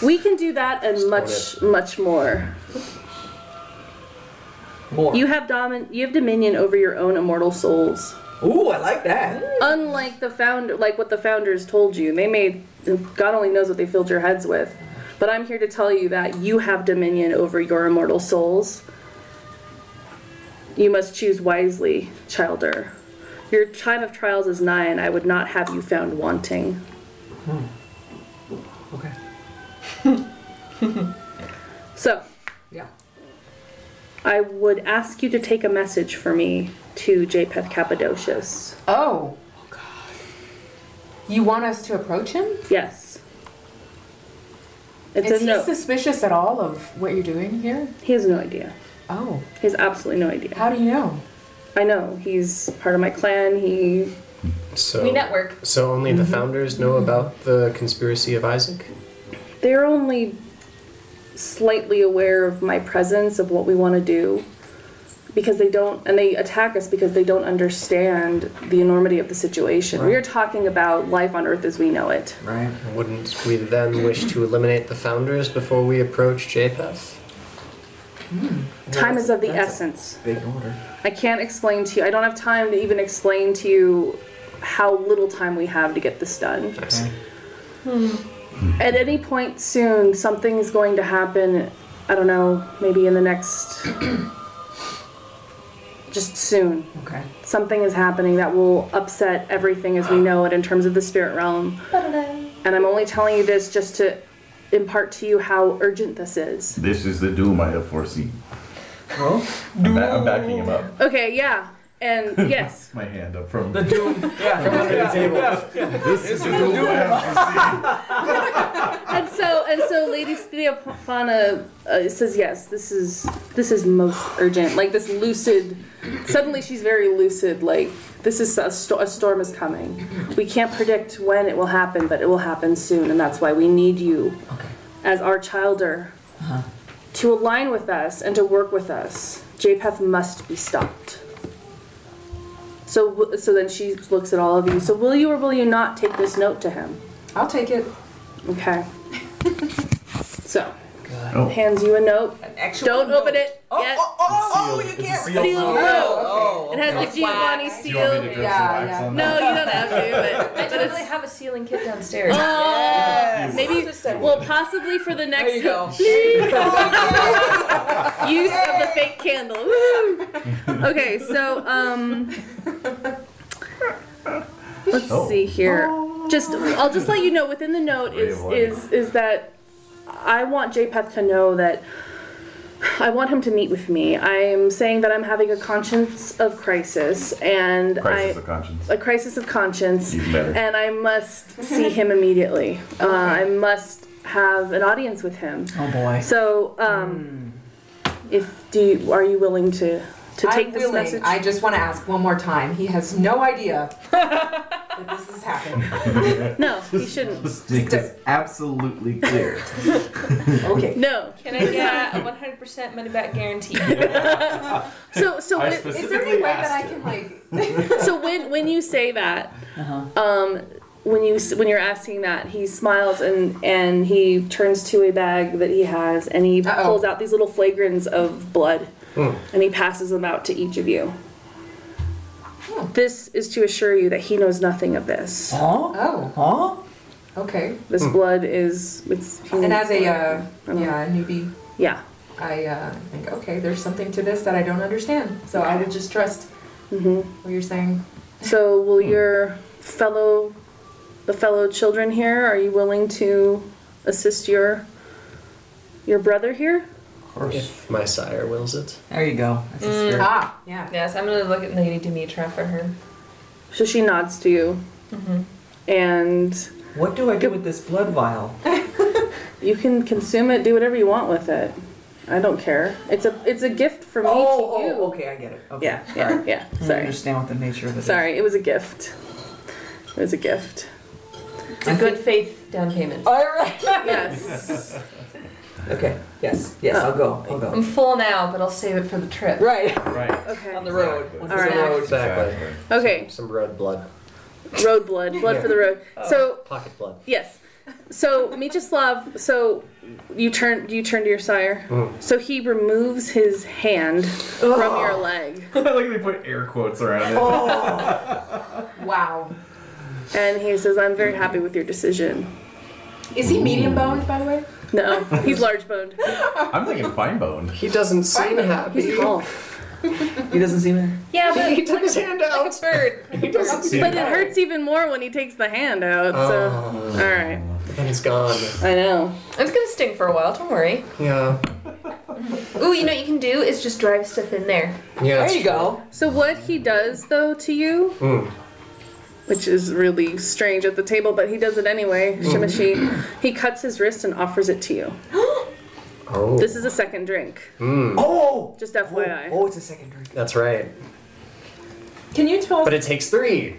Speaker 6: We can do that and much, much more.
Speaker 10: More.
Speaker 6: You have domin- you have dominion over your own immortal souls.
Speaker 10: Ooh, I like that.
Speaker 6: Unlike the founder, like what the founders told you, they made God only knows what they filled your heads with. But I'm here to tell you that you have dominion over your immortal souls. You must choose wisely, Childer. Your time of trials is nigh, and I would not have you found wanting.
Speaker 10: Okay.
Speaker 6: So,
Speaker 10: Yeah.
Speaker 6: I would ask you to take a message for me to E JPEF Cappadocius.
Speaker 2: Oh. You want us to approach him?
Speaker 6: Yes. It's
Speaker 2: Is
Speaker 6: a
Speaker 2: he
Speaker 6: no.
Speaker 2: suspicious at all of what you're doing here?
Speaker 6: He has no idea.
Speaker 2: Oh.
Speaker 6: He has absolutely no idea.
Speaker 2: How do you know?
Speaker 6: I know. He's part of my clan. He.
Speaker 8: So
Speaker 7: We network.
Speaker 8: So only the founders know about the conspiracy of Isaac?
Speaker 6: They're only slightly aware of my presence, of what we want to do, because they don't. And they attack us because they don't understand the enormity of the situation. We are talking about life on Earth as we know it.
Speaker 10: Right.
Speaker 8: Wouldn't we then wish to eliminate the founders before we approach JPEF?
Speaker 6: Time is of the
Speaker 10: that's a-
Speaker 6: essence.
Speaker 10: Big order.
Speaker 6: I can't explain to you. I don't have time to even explain to you how little time we have to get this done.
Speaker 8: I see.
Speaker 6: At any point soon, something is going to happen. I don't know, maybe in the next. (clears throat) just soon.
Speaker 10: Okay.
Speaker 6: Something is happening that will upset everything as we know it in terms of the spirit realm. And I'm only telling you this just to impart to you how urgent this is.
Speaker 5: This is the doom I have foreseen.
Speaker 10: Oh.
Speaker 5: I'm, ba- I'm backing him up.
Speaker 6: Okay, yeah.
Speaker 10: (laughs)
Speaker 6: And yes.
Speaker 5: My hand up from
Speaker 10: The doom. Yeah. yeah, yeah, yeah.
Speaker 5: this is the doom I have foreseen.
Speaker 6: and so and so lady theophana uh, says yes this is this is most urgent like this lucid suddenly she's very lucid like this is a, sto- a storm is coming we can't predict when it will happen but it will happen soon and that's why we need you as our childer to align with us and to work with us jpeth must be stopped So, w- so then she looks at all of you. So, will you or will you not take this note to him?
Speaker 2: I'll take it. (laughs)
Speaker 6: Okay. so,
Speaker 5: Oh.
Speaker 6: hands you a note.
Speaker 2: actual
Speaker 6: Don't
Speaker 2: note.
Speaker 6: open it.
Speaker 2: Oh,
Speaker 6: yet.
Speaker 2: oh, oh, oh, you
Speaker 6: It's
Speaker 2: can't
Speaker 6: a sealed
Speaker 2: read
Speaker 6: note.
Speaker 2: Oh,
Speaker 6: It has the Giovanni
Speaker 9: Do you want me to
Speaker 6: seal.
Speaker 9: drip some
Speaker 2: Yeah,
Speaker 9: wax
Speaker 2: yeah.
Speaker 9: on
Speaker 6: No,
Speaker 9: that?
Speaker 6: you don't have
Speaker 9: (laughs)
Speaker 6: to. But,
Speaker 7: I
Speaker 6: but
Speaker 7: totally
Speaker 6: it's.
Speaker 7: have a ceiling kit downstairs.
Speaker 6: Oh, maybe. Well, possibly for the next. (laughs) use of the fake
Speaker 2: (laughs)
Speaker 6: candle. Woo! okay, so um, let's
Speaker 5: Oh.
Speaker 6: see here. Just I'll just let you know within the note
Speaker 5: Ray
Speaker 6: is
Speaker 5: of light.
Speaker 6: is is that I want JPeth to know that I want him to meet with me. I'm saying that I'm having a conscience of crisis and
Speaker 5: Crisis
Speaker 6: I
Speaker 5: of conscience.
Speaker 6: a crisis of conscience,
Speaker 5: Even better.
Speaker 6: and I must see him immediately. Uh, I must have an audience with him.
Speaker 10: Oh boy.
Speaker 6: So, um, if do you, are you willing to to
Speaker 2: Hmm.
Speaker 6: take
Speaker 2: I'm
Speaker 6: this
Speaker 2: willing.
Speaker 6: message?
Speaker 2: I just want to ask one more time. He has no idea that this is happening.
Speaker 6: no, you
Speaker 5: (laughs)
Speaker 6: shouldn't.
Speaker 9: Let's make this absolutely
Speaker 6: (laughs)
Speaker 9: clear.
Speaker 2: Okay.
Speaker 6: No.
Speaker 7: Can I get a 100% money back guarantee?
Speaker 6: So so
Speaker 9: I
Speaker 6: when,
Speaker 2: Is there any way
Speaker 9: specifically
Speaker 2: that I
Speaker 9: asked
Speaker 2: can
Speaker 9: it.
Speaker 2: like?
Speaker 6: so when when you say that, um, when you s- when you're asking that, he smiles and and he turns to a bag that he has and he
Speaker 2: Uh-oh. Hmm.
Speaker 6: pulls out these little flagrons of blood, and he passes them out to each of you.
Speaker 2: Hmm.
Speaker 6: This is to assure you that he knows nothing of this.
Speaker 10: Huh?
Speaker 2: Oh,
Speaker 10: Huh?
Speaker 2: okay.
Speaker 6: This blood is it's
Speaker 2: And as a uh, yeah a newbie,
Speaker 6: yeah.
Speaker 2: I uh, think okay, there's something to this that I don't understand. So I would just trust what you're saying.
Speaker 6: So will
Speaker 2: Hmm.
Speaker 6: your fellow the fellow children here are you willing to assist your your brother here?
Speaker 8: Of course. My sire wills it.
Speaker 10: There you go. That's the spirit.
Speaker 2: Ah, yeah.
Speaker 7: yes, I'm gonna look at Lady Demetra for her.
Speaker 6: So she nods to you.
Speaker 10: Mm-hmm.
Speaker 6: And
Speaker 10: What do I do with this blood vial?
Speaker 6: you can consume it, do whatever you want with it. I don't care. It's a it's a gift from me to you.
Speaker 10: Oh, okay, I get it. Okay. Mm-hmm.
Speaker 6: Yeah, yeah, yeah.
Speaker 10: I don't
Speaker 6: Sorry.
Speaker 10: understand what the nature of it is.
Speaker 6: Sorry, it was a gift. It was a gift.
Speaker 7: It's a good faith down payment.
Speaker 10: All right. (laughs)
Speaker 6: Yes.
Speaker 10: Okay. Yes. Yes. I'll go. I'll go.
Speaker 7: I'm full now, but I'll save it for the trip.
Speaker 10: Right.
Speaker 11: Right.
Speaker 6: Okay.
Speaker 10: the road.
Speaker 11: Exactly.
Speaker 9: (laughs)
Speaker 6: All right.
Speaker 8: Exactly.
Speaker 6: Okay.
Speaker 8: Some red blood.
Speaker 6: Road blood. Blood for the road.
Speaker 10: Oh.
Speaker 6: So
Speaker 8: Pocket blood.
Speaker 6: Yes. So Mieczslav, so you turn you turn to your sire. So he removes his hand from your leg,
Speaker 9: like they put air quotes around it.
Speaker 6: Oh.
Speaker 2: Wow.
Speaker 6: and he says, "I'm very happy with your decision."
Speaker 2: Is he medium boned, by the way?
Speaker 6: No, he's large boned.
Speaker 5: I'm thinking fine boned.
Speaker 8: He doesn't seem
Speaker 2: Fine.
Speaker 8: happy.
Speaker 7: (laughs)
Speaker 6: He's tall,
Speaker 10: He doesn't seem it.
Speaker 7: Yeah, but
Speaker 8: He took his hand
Speaker 7: like
Speaker 8: out.
Speaker 7: a bird.
Speaker 8: (laughs) He doesn't seem
Speaker 6: but it
Speaker 8: happy.
Speaker 6: hurts even more when he takes the hand out. So, all right,
Speaker 8: And it's gone.
Speaker 6: I know.
Speaker 7: It's gonna sting for a while. Don't worry.
Speaker 8: Yeah.
Speaker 7: Ooh, you know what you can do is just drive stuff in there.
Speaker 8: Yeah.
Speaker 10: There
Speaker 8: it's
Speaker 10: you go.
Speaker 6: So what he does though to you, which is really strange at the table, but he does it anyway. Shimishi, he cuts his wrist and offers it to you.
Speaker 8: Oh,
Speaker 6: This is a second drink.
Speaker 10: Oh.
Speaker 6: Just FYI.
Speaker 10: Oh, it's a second drink.
Speaker 8: that's right.
Speaker 2: Can you tell us?
Speaker 8: But it takes three.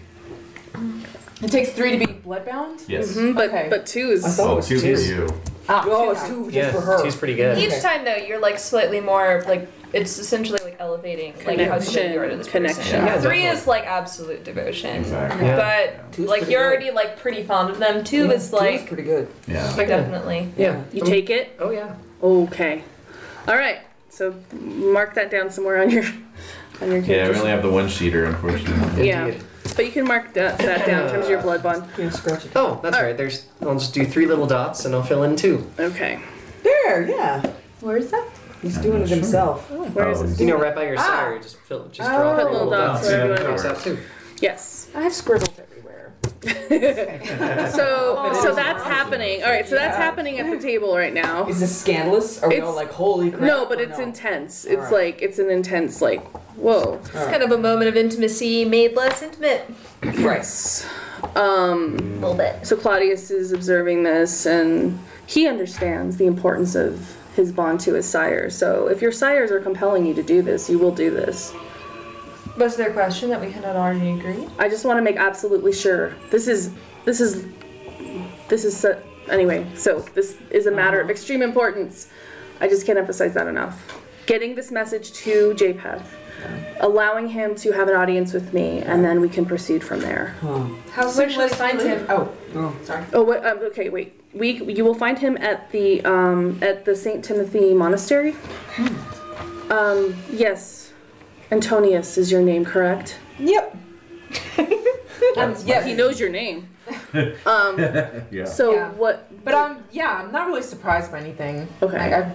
Speaker 2: It takes three to be bloodbound.
Speaker 9: Yes.
Speaker 6: Mm, But
Speaker 2: Okay.
Speaker 6: but two is
Speaker 9: Oh,
Speaker 8: it's
Speaker 9: two for
Speaker 8: two.
Speaker 9: you.
Speaker 2: Ah,
Speaker 10: Oh,
Speaker 2: two
Speaker 10: it's
Speaker 2: times.
Speaker 10: two just
Speaker 8: Yeah,
Speaker 10: for her.
Speaker 8: she's pretty good.
Speaker 7: Each time though, you're like slightly more like it's essentially like elevating like how committed you are to this person.
Speaker 6: Connection.
Speaker 8: Yeah,
Speaker 7: Three
Speaker 8: definitely.
Speaker 7: is like absolute devotion,
Speaker 9: Exactly.
Speaker 8: Yeah.
Speaker 7: but
Speaker 10: Two's
Speaker 7: like
Speaker 10: pretty
Speaker 7: you're
Speaker 10: good.
Speaker 7: already like pretty fond of them. Two is
Speaker 10: Two's
Speaker 7: like
Speaker 10: pretty good.
Speaker 9: Yeah.
Speaker 7: definitely.
Speaker 8: Yeah.
Speaker 6: you take it.
Speaker 8: Oh yeah.
Speaker 6: Okay. All right. So mark that down somewhere on your on your
Speaker 9: Yeah,
Speaker 6: character.
Speaker 9: we only have the one sheeter, unfortunately.
Speaker 6: Yeah.
Speaker 8: Indeed.
Speaker 6: But you can mark that, that down in terms of your blood bond.
Speaker 10: Can't scratch it.
Speaker 8: Oh, that's right. There's. I'll just do three little dots, and I'll fill in two.
Speaker 6: Okay.
Speaker 10: There. Yeah.
Speaker 2: Where is that?
Speaker 10: He's doing it himself.
Speaker 6: Where is it?
Speaker 8: You know, right by your sire, just fill, just draw
Speaker 2: Oh.
Speaker 8: three
Speaker 6: Put little dots
Speaker 9: dots,
Speaker 6: wherever you
Speaker 9: yeah.
Speaker 6: want to
Speaker 8: Cross out two.
Speaker 6: Yes. (laughs)
Speaker 2: I have scribbles everywhere.
Speaker 6: So
Speaker 10: (laughs)
Speaker 6: so that's happening. All right. So that's
Speaker 10: Yeah.
Speaker 6: happening at the table right now.
Speaker 10: Is this scandalous? Are we all
Speaker 6: It's-
Speaker 10: like, holy crap?
Speaker 6: No, but
Speaker 10: or
Speaker 6: it's intense.
Speaker 10: All
Speaker 6: It's
Speaker 10: right.
Speaker 6: like it's an intense like whoa.
Speaker 7: It's kind of a moment of intimacy made less intimate
Speaker 6: Yes. Um.
Speaker 7: a little bit.
Speaker 6: So Claudius is observing this and he understands the importance of his bond to his sire. So if your sires are compelling you to do this, you will do this.
Speaker 7: Was there a question that we had not already agreed?
Speaker 6: I just want to make absolutely sure. This is this is this is so,
Speaker 7: Uh-huh.
Speaker 6: anyway, so this is a matter of extreme importance. I just can't emphasize that enough. getting this message to JPEG,
Speaker 7: Uh-huh.
Speaker 6: allowing him to have an audience with me, and then we can proceed from there.
Speaker 2: How soon will find him? Oh, sorry.
Speaker 6: Oh, wait, um, okay, wait. We you will find him at the um, at the Saint Timothy Monastery. Um, yes, Antonius is your name, correct?
Speaker 2: (laughs) Yep.
Speaker 6: Um, yeah, he knows your name. Um,
Speaker 9: yeah.
Speaker 6: so
Speaker 2: Yeah.
Speaker 6: what?
Speaker 2: But um, yeah, I'm not really surprised by anything.
Speaker 6: Okay.
Speaker 2: Like, I,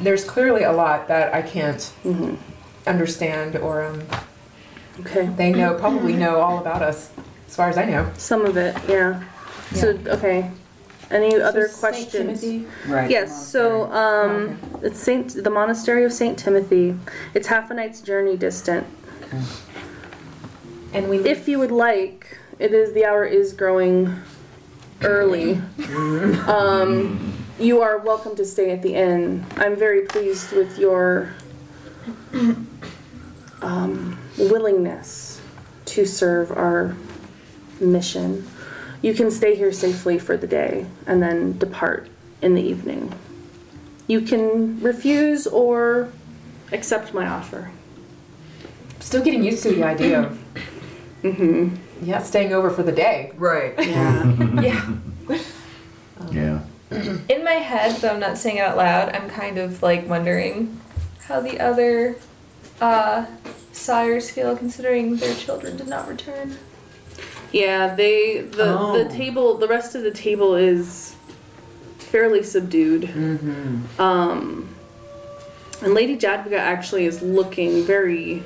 Speaker 2: there's clearly a lot that I can't Mm-hmm. understand, or um,
Speaker 6: Okay.
Speaker 2: they know (clears throat) probably know all about us, as far as I know.
Speaker 6: Some of it, yeah. So okay. Any other
Speaker 2: Saint
Speaker 6: questions?
Speaker 2: Timothy?
Speaker 10: Right.
Speaker 6: Yes. So um, it's Saint the Monastery of Saint Timothy. It's half a night's journey distant.
Speaker 2: And we
Speaker 6: If you would like, it is the hour is growing early. um, you are welcome to stay at the inn. I'm very pleased with your um, willingness to serve our mission. You can stay here safely for the day and then depart in the evening. You can refuse or accept my offer.
Speaker 2: still getting used to the idea of
Speaker 6: Mm-hmm.
Speaker 2: yeah staying over for the day.
Speaker 10: Right.
Speaker 6: Yeah.
Speaker 7: yeah.
Speaker 5: Yeah.
Speaker 7: In my head, though I'm not saying it out loud, I'm kind of like wondering how the other uh, sires feel considering their children did not return.
Speaker 6: Yeah, they the
Speaker 10: Oh.
Speaker 6: the table the rest of the table is fairly subdued. Um and Lady Jadviga actually is looking very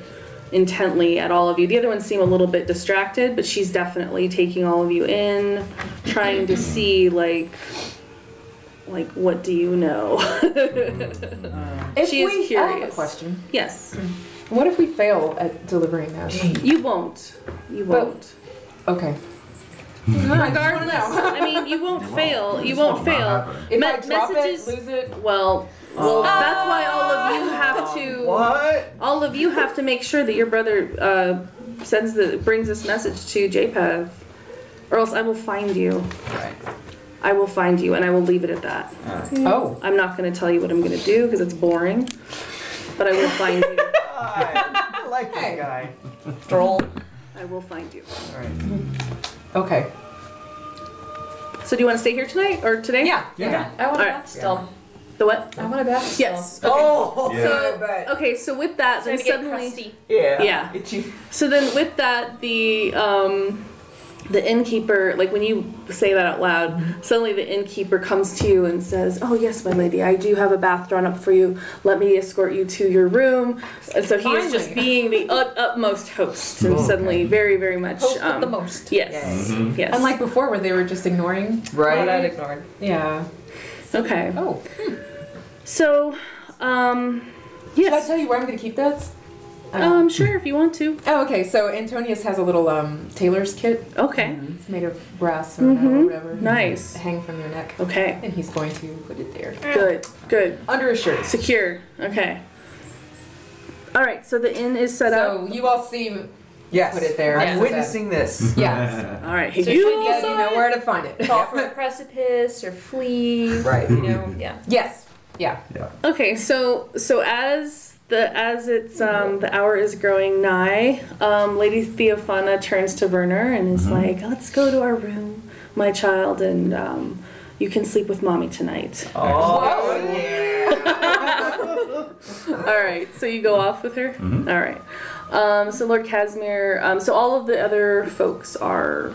Speaker 6: intently at all of you. The other ones seem a little bit distracted, but she's definitely taking all of you in, trying to see like like what do you know? (laughs)
Speaker 2: If
Speaker 6: She is
Speaker 2: we, I have a
Speaker 6: curious.
Speaker 2: question.
Speaker 6: yes.
Speaker 2: What if we fail at delivering those?
Speaker 6: You won't. You
Speaker 2: But-
Speaker 6: won't.
Speaker 2: Okay.
Speaker 6: Regardless, (laughs) I mean, you won't fail. You
Speaker 9: It's
Speaker 6: won't
Speaker 9: not (laughs)
Speaker 6: fail.
Speaker 9: happening.
Speaker 2: If
Speaker 6: Me-
Speaker 2: I drop
Speaker 6: messages-
Speaker 2: it, lose it,
Speaker 6: Well, well, that's why all of you have to.
Speaker 10: What?
Speaker 6: All of you have to make sure that your brother uh, sends the brings this message to JPEG, or else I will find you.
Speaker 10: Right.
Speaker 6: I will find you, and I will leave it at that. Mm.
Speaker 2: Oh.
Speaker 6: I'm not going to tell you what I'm going to do because it's boring, but I will find you.
Speaker 10: I like this guy.
Speaker 7: Droll.
Speaker 6: I will find you.
Speaker 10: All right.
Speaker 2: Okay.
Speaker 6: So, do you want to stay here tonight or today?
Speaker 2: Yeah.
Speaker 10: Yeah.
Speaker 7: I want a
Speaker 6: Alright.
Speaker 7: bath still.
Speaker 6: The what?
Speaker 7: I want a bath still.
Speaker 6: Yes.
Speaker 10: Oh.
Speaker 9: Yeah.
Speaker 10: I bet.
Speaker 6: Okay. So with that, then
Speaker 7: Starting to get
Speaker 6: suddenly.
Speaker 7: crusty.
Speaker 10: Yeah.
Speaker 6: Yeah.
Speaker 10: Itchy.
Speaker 6: So then, with that, the um, the innkeeper, like when you say that out loud, suddenly the innkeeper comes to you and says, "Oh yes, my lady, I do have a bath drawn up for you. Let me escort you to your room." And so he is just
Speaker 2: Finally.
Speaker 6: being the ut- utmost host, and suddenly, very, very much
Speaker 7: Host with
Speaker 6: um,
Speaker 7: the most.
Speaker 6: Yes. Yes.
Speaker 2: Unlike before, where they were just ignoring.
Speaker 10: Right.
Speaker 7: What I'd ignored.
Speaker 2: Yeah.
Speaker 6: okay.
Speaker 2: Oh.
Speaker 6: So, um,
Speaker 2: Should I
Speaker 6: yes.
Speaker 2: tell you where I'm going to keep this?
Speaker 6: Um, sure, if you want to.
Speaker 2: Oh, okay. So Antonius has a little um, tailor's kit.
Speaker 6: Okay.
Speaker 2: It's made of brass or metal or
Speaker 6: Mhm.
Speaker 2: whatever.
Speaker 6: Nice.
Speaker 2: Hang from your neck.
Speaker 6: Okay.
Speaker 2: And he's going to put it there.
Speaker 6: Good. Good.
Speaker 2: Under his shirt.
Speaker 6: Secure. Okay. All right. So the inn is set up.
Speaker 2: So you all see.
Speaker 10: Yes.
Speaker 2: Put it there.
Speaker 10: I'm
Speaker 2: Yeah.
Speaker 10: witnessing this.
Speaker 2: Yes.
Speaker 6: All right.
Speaker 7: So
Speaker 6: you
Speaker 7: should we
Speaker 2: Yeah,
Speaker 6: also-
Speaker 2: you know where to find it.
Speaker 7: Fall from a precipice or flee.
Speaker 10: Right.
Speaker 7: You know, yeah.
Speaker 2: (laughs) Yes. Yeah.
Speaker 6: Okay, so so as the as it's um the hour is growing nigh, um Lady Theophana turns to Werner and is like, "Let's go to our room, my child, and um you can sleep with mommy tonight."
Speaker 10: Oh. Yeah.
Speaker 6: (laughs) All right, so you go off with her. All right. Um, so Lord Casimir, um, so all of the other folks are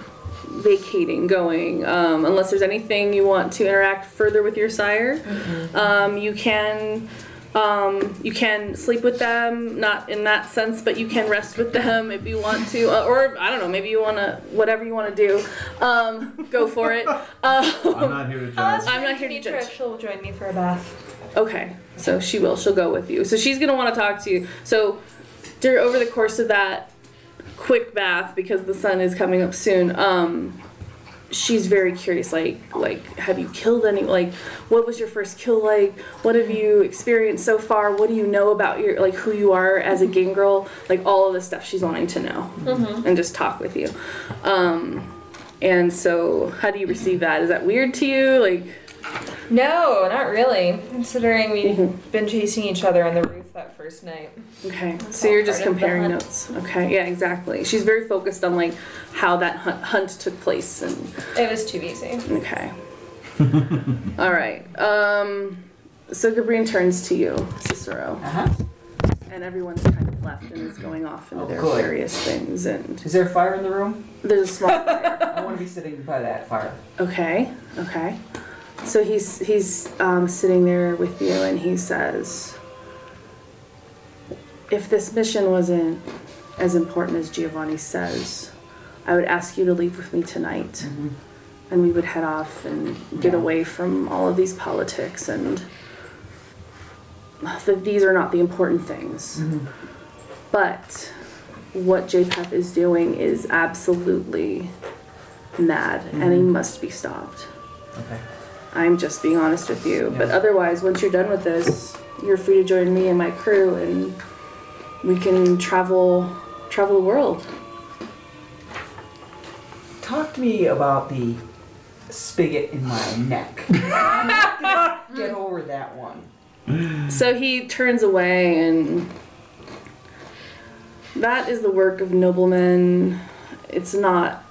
Speaker 6: vacating, going. Um, unless there's anything you want to interact further with your sire, um, you can. Um, you can sleep with them, not in that sense, but you can rest with them if you want to, uh, or I don't know, maybe you want to, whatever you want to do, um, go for it.
Speaker 9: I'm
Speaker 6: Um,
Speaker 9: not here to judge.
Speaker 6: I'm not here to
Speaker 7: Demetra,
Speaker 6: judge.
Speaker 7: She'll join me for a bath.
Speaker 6: Okay, so she will. She'll go with you. So she's gonna want to talk to you. So, dur over the course of that quick bath, because the sun is coming up soon, um, she's very curious. Like, like, have you killed any? Like, what was your first kill like? What have you experienced so far? What do you know about your like who you are as a game girl? Like all of this stuff she's wanting to know and just talk with you. Um, and so, how do you receive that? Is that weird to you? Like, Mm-hmm.
Speaker 7: No, not really. Considering we've been chasing each other on the roof that first night.
Speaker 6: Okay,
Speaker 7: It's
Speaker 6: so
Speaker 7: all
Speaker 6: you're just
Speaker 7: part of the
Speaker 6: comparing
Speaker 7: hunt.
Speaker 6: notes. Okay, yeah, exactly. She's very focused on like how that hunt, hunt took place and
Speaker 7: It was too easy.
Speaker 10: (laughs)
Speaker 6: okay. All right. Um, so Gabrine turns to you, Cicero,
Speaker 10: Uh-huh.
Speaker 6: and everyone's kind of left and is going off into
Speaker 10: Oh,
Speaker 6: their
Speaker 10: good.
Speaker 6: various things. And
Speaker 10: Is there a fire in the room? (laughs)
Speaker 6: There's a small.
Speaker 10: I want to be sitting by that fire.
Speaker 6: Okay, okay. So he's he's um, sitting there with you, and he says, "If this mission wasn't as important as Giovanni says, I would ask you to leave with me tonight, and we would head off and get away from all of these politics and." The, these are not the important things. But what JPEF is doing is absolutely mad and he must be stopped.
Speaker 10: Okay.
Speaker 6: I'm just being honest with you. But otherwise, once you're done with this, you're free to join me and my crew and we can travel travel the world.
Speaker 10: Talk to me about the spigot in my (laughs) neck. I'm not gonna get over that one.
Speaker 6: So he turns away and that is the work of noblemen. It's not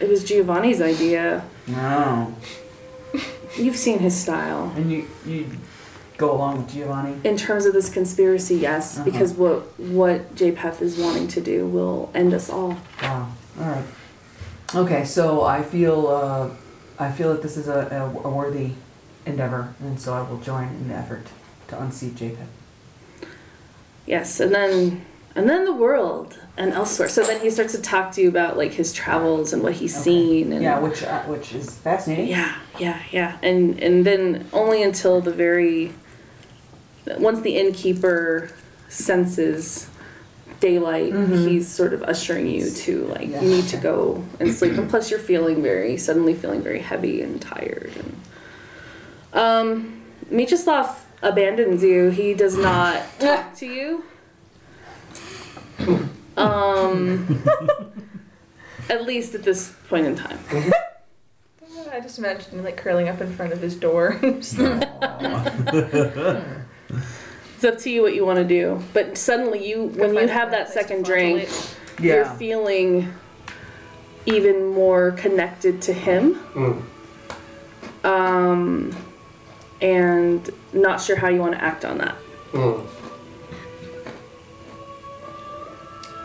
Speaker 6: it was Giovanni's idea.
Speaker 10: No.
Speaker 6: You've seen his style.
Speaker 10: And you you go along with Giovanni.
Speaker 6: In terms of this conspiracy, yes,
Speaker 10: Uh-huh.
Speaker 6: because what what JPEF is wanting to do will end us all.
Speaker 10: Wow. All right. Okay, so I feel uh, I feel that this is a, a, a worthy endeavor, and so I will join in the effort to unseat Jacob.
Speaker 6: Yes, and then and then the world and elsewhere. So then he starts to talk to you about like his travels and what he's seen. And
Speaker 10: Yeah, which uh, which is fascinating.
Speaker 6: Yeah, yeah, yeah. And and then only until the very once the innkeeper senses daylight, he's sort of ushering you to like you need to go and sleep. and plus you're feeling very suddenly feeling very heavy and tired and um Mieczysław abandons you. He does (laughs) not talk to you. (laughs) Um at least at this point in time.
Speaker 7: I just imagined him like curling up in front of his door. (laughs) Just like-
Speaker 6: It's up to you what you want to do. But suddenly, you when you have that second drink, you're
Speaker 10: Yeah.
Speaker 6: feeling even more connected to him, um, and not sure how you want to act on that.
Speaker 8: Mm.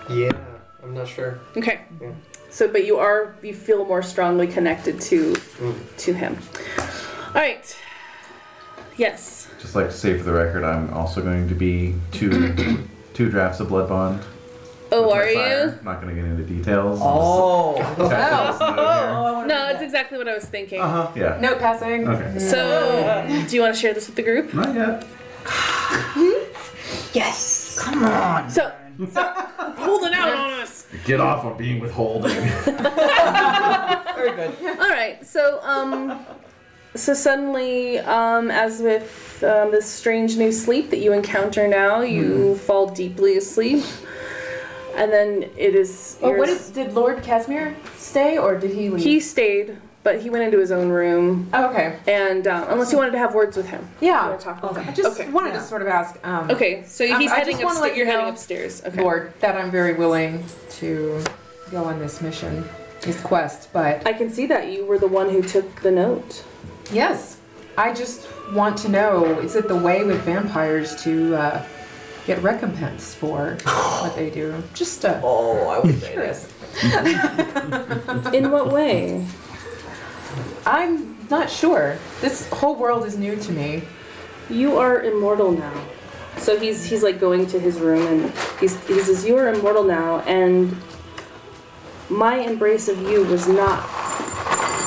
Speaker 8: Yeah, I'm not sure.
Speaker 6: Okay.
Speaker 8: Yeah.
Speaker 6: So, but you are you feel more strongly connected to to him. All right. Yes.
Speaker 5: Just like to say for the record, I'm also going to be two two drafts of Blood Bond.
Speaker 6: Oh, are
Speaker 5: Fire.
Speaker 6: you?
Speaker 5: I'm not going to get into details.
Speaker 10: Oh.
Speaker 9: (laughs)
Speaker 6: No, it's exactly what I was thinking.
Speaker 5: Uh-huh, yeah.
Speaker 2: Note passing.
Speaker 5: Okay.
Speaker 6: So, do you want to share this with the group?
Speaker 5: Not yet.
Speaker 6: Yes.
Speaker 10: Come on.
Speaker 6: So, stop holding out on us.
Speaker 5: Get off of being (laughs) withholding.
Speaker 10: Very good.
Speaker 6: All right. So, um, so suddenly, um, as with um, this strange new sleep that you encounter now, you fall deeply asleep, and then it is.
Speaker 2: Well, Oh, what
Speaker 6: you're-
Speaker 2: is, did Lord Casimir stay or did he leave?
Speaker 6: he stayed, but he went into his own room,
Speaker 2: oh, okay.
Speaker 6: and um, unless you wanted to have words with him.
Speaker 2: Yeah.
Speaker 6: talk with
Speaker 2: I
Speaker 6: him.
Speaker 2: just
Speaker 6: Okay.
Speaker 2: wanted to sort of ask. Um,
Speaker 6: Okay, so
Speaker 2: Um,
Speaker 6: he's
Speaker 2: I
Speaker 6: heading
Speaker 2: just wanna
Speaker 6: upstairs.
Speaker 2: let you
Speaker 6: you're heading
Speaker 2: know-
Speaker 6: upstairs. Okay.
Speaker 2: Lord, that I'm very willing to go on this mission, this quest. But
Speaker 6: I can see that you were the one who took the note.
Speaker 2: yes, I just want to know: is it the way with vampires to uh, get recompense (gasps) for what they do? Just uh,
Speaker 8: Oh, I was curious.
Speaker 6: In
Speaker 2: (laughs)
Speaker 6: what way?
Speaker 2: I'm not sure. This whole world is new to me.
Speaker 6: You are immortal now. So he's he's like going to his room and he's, he says, You are immortal now, and my embrace of you was not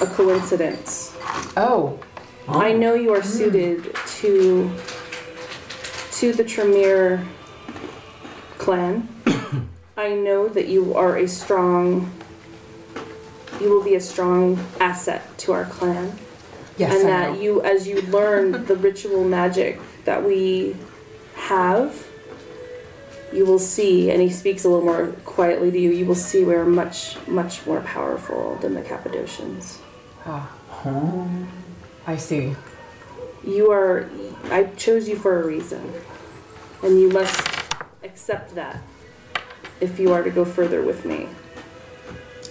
Speaker 6: a coincidence.
Speaker 2: Oh,
Speaker 6: I know you are suited to to the Tremere clan. I know that you are a strong you will be a strong asset to our clan
Speaker 2: yes,
Speaker 6: and
Speaker 2: I
Speaker 6: that
Speaker 2: know.
Speaker 6: you as you learn the ritual magic that we have you will see and he speaks a little more quietly to you you will see we're much much more powerful than the cappadocians
Speaker 2: Ah. I see.
Speaker 6: you are i chose you for a reason and you must accept that if you are to go further with me.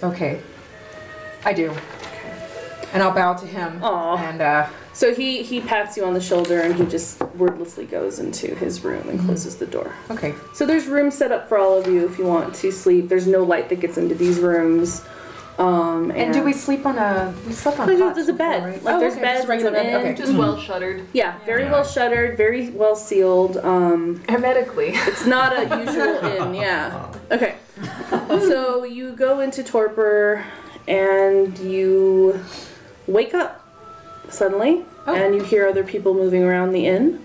Speaker 2: Okay. I do. And I'll bow to him. And uh,
Speaker 6: so he he pats you on the shoulder and he just wordlessly goes into his room
Speaker 2: Mm-hmm.
Speaker 6: and closes the door.
Speaker 2: Okay.
Speaker 6: So there's rooms set up for all of you if you want to sleep. There's no light that gets into these rooms. Um, and,
Speaker 2: And do we sleep on a? We slept on.
Speaker 6: Like,
Speaker 2: cots
Speaker 6: there's a
Speaker 2: before,
Speaker 6: bed.
Speaker 2: right?
Speaker 6: Like
Speaker 2: Oh,
Speaker 6: there's
Speaker 2: okay,
Speaker 6: beds.
Speaker 2: Just regular
Speaker 6: it's an
Speaker 2: bed.
Speaker 6: inn.
Speaker 2: Okay.
Speaker 6: shuttered. Yeah, very well shuttered, very well sealed. Um,
Speaker 7: Hermetically.
Speaker 6: It's not a
Speaker 2: (laughs)
Speaker 6: usual inn. Yeah. Okay. So you go into torpor, and you wake up suddenly,
Speaker 2: Oh.
Speaker 6: and you hear other people moving around the inn.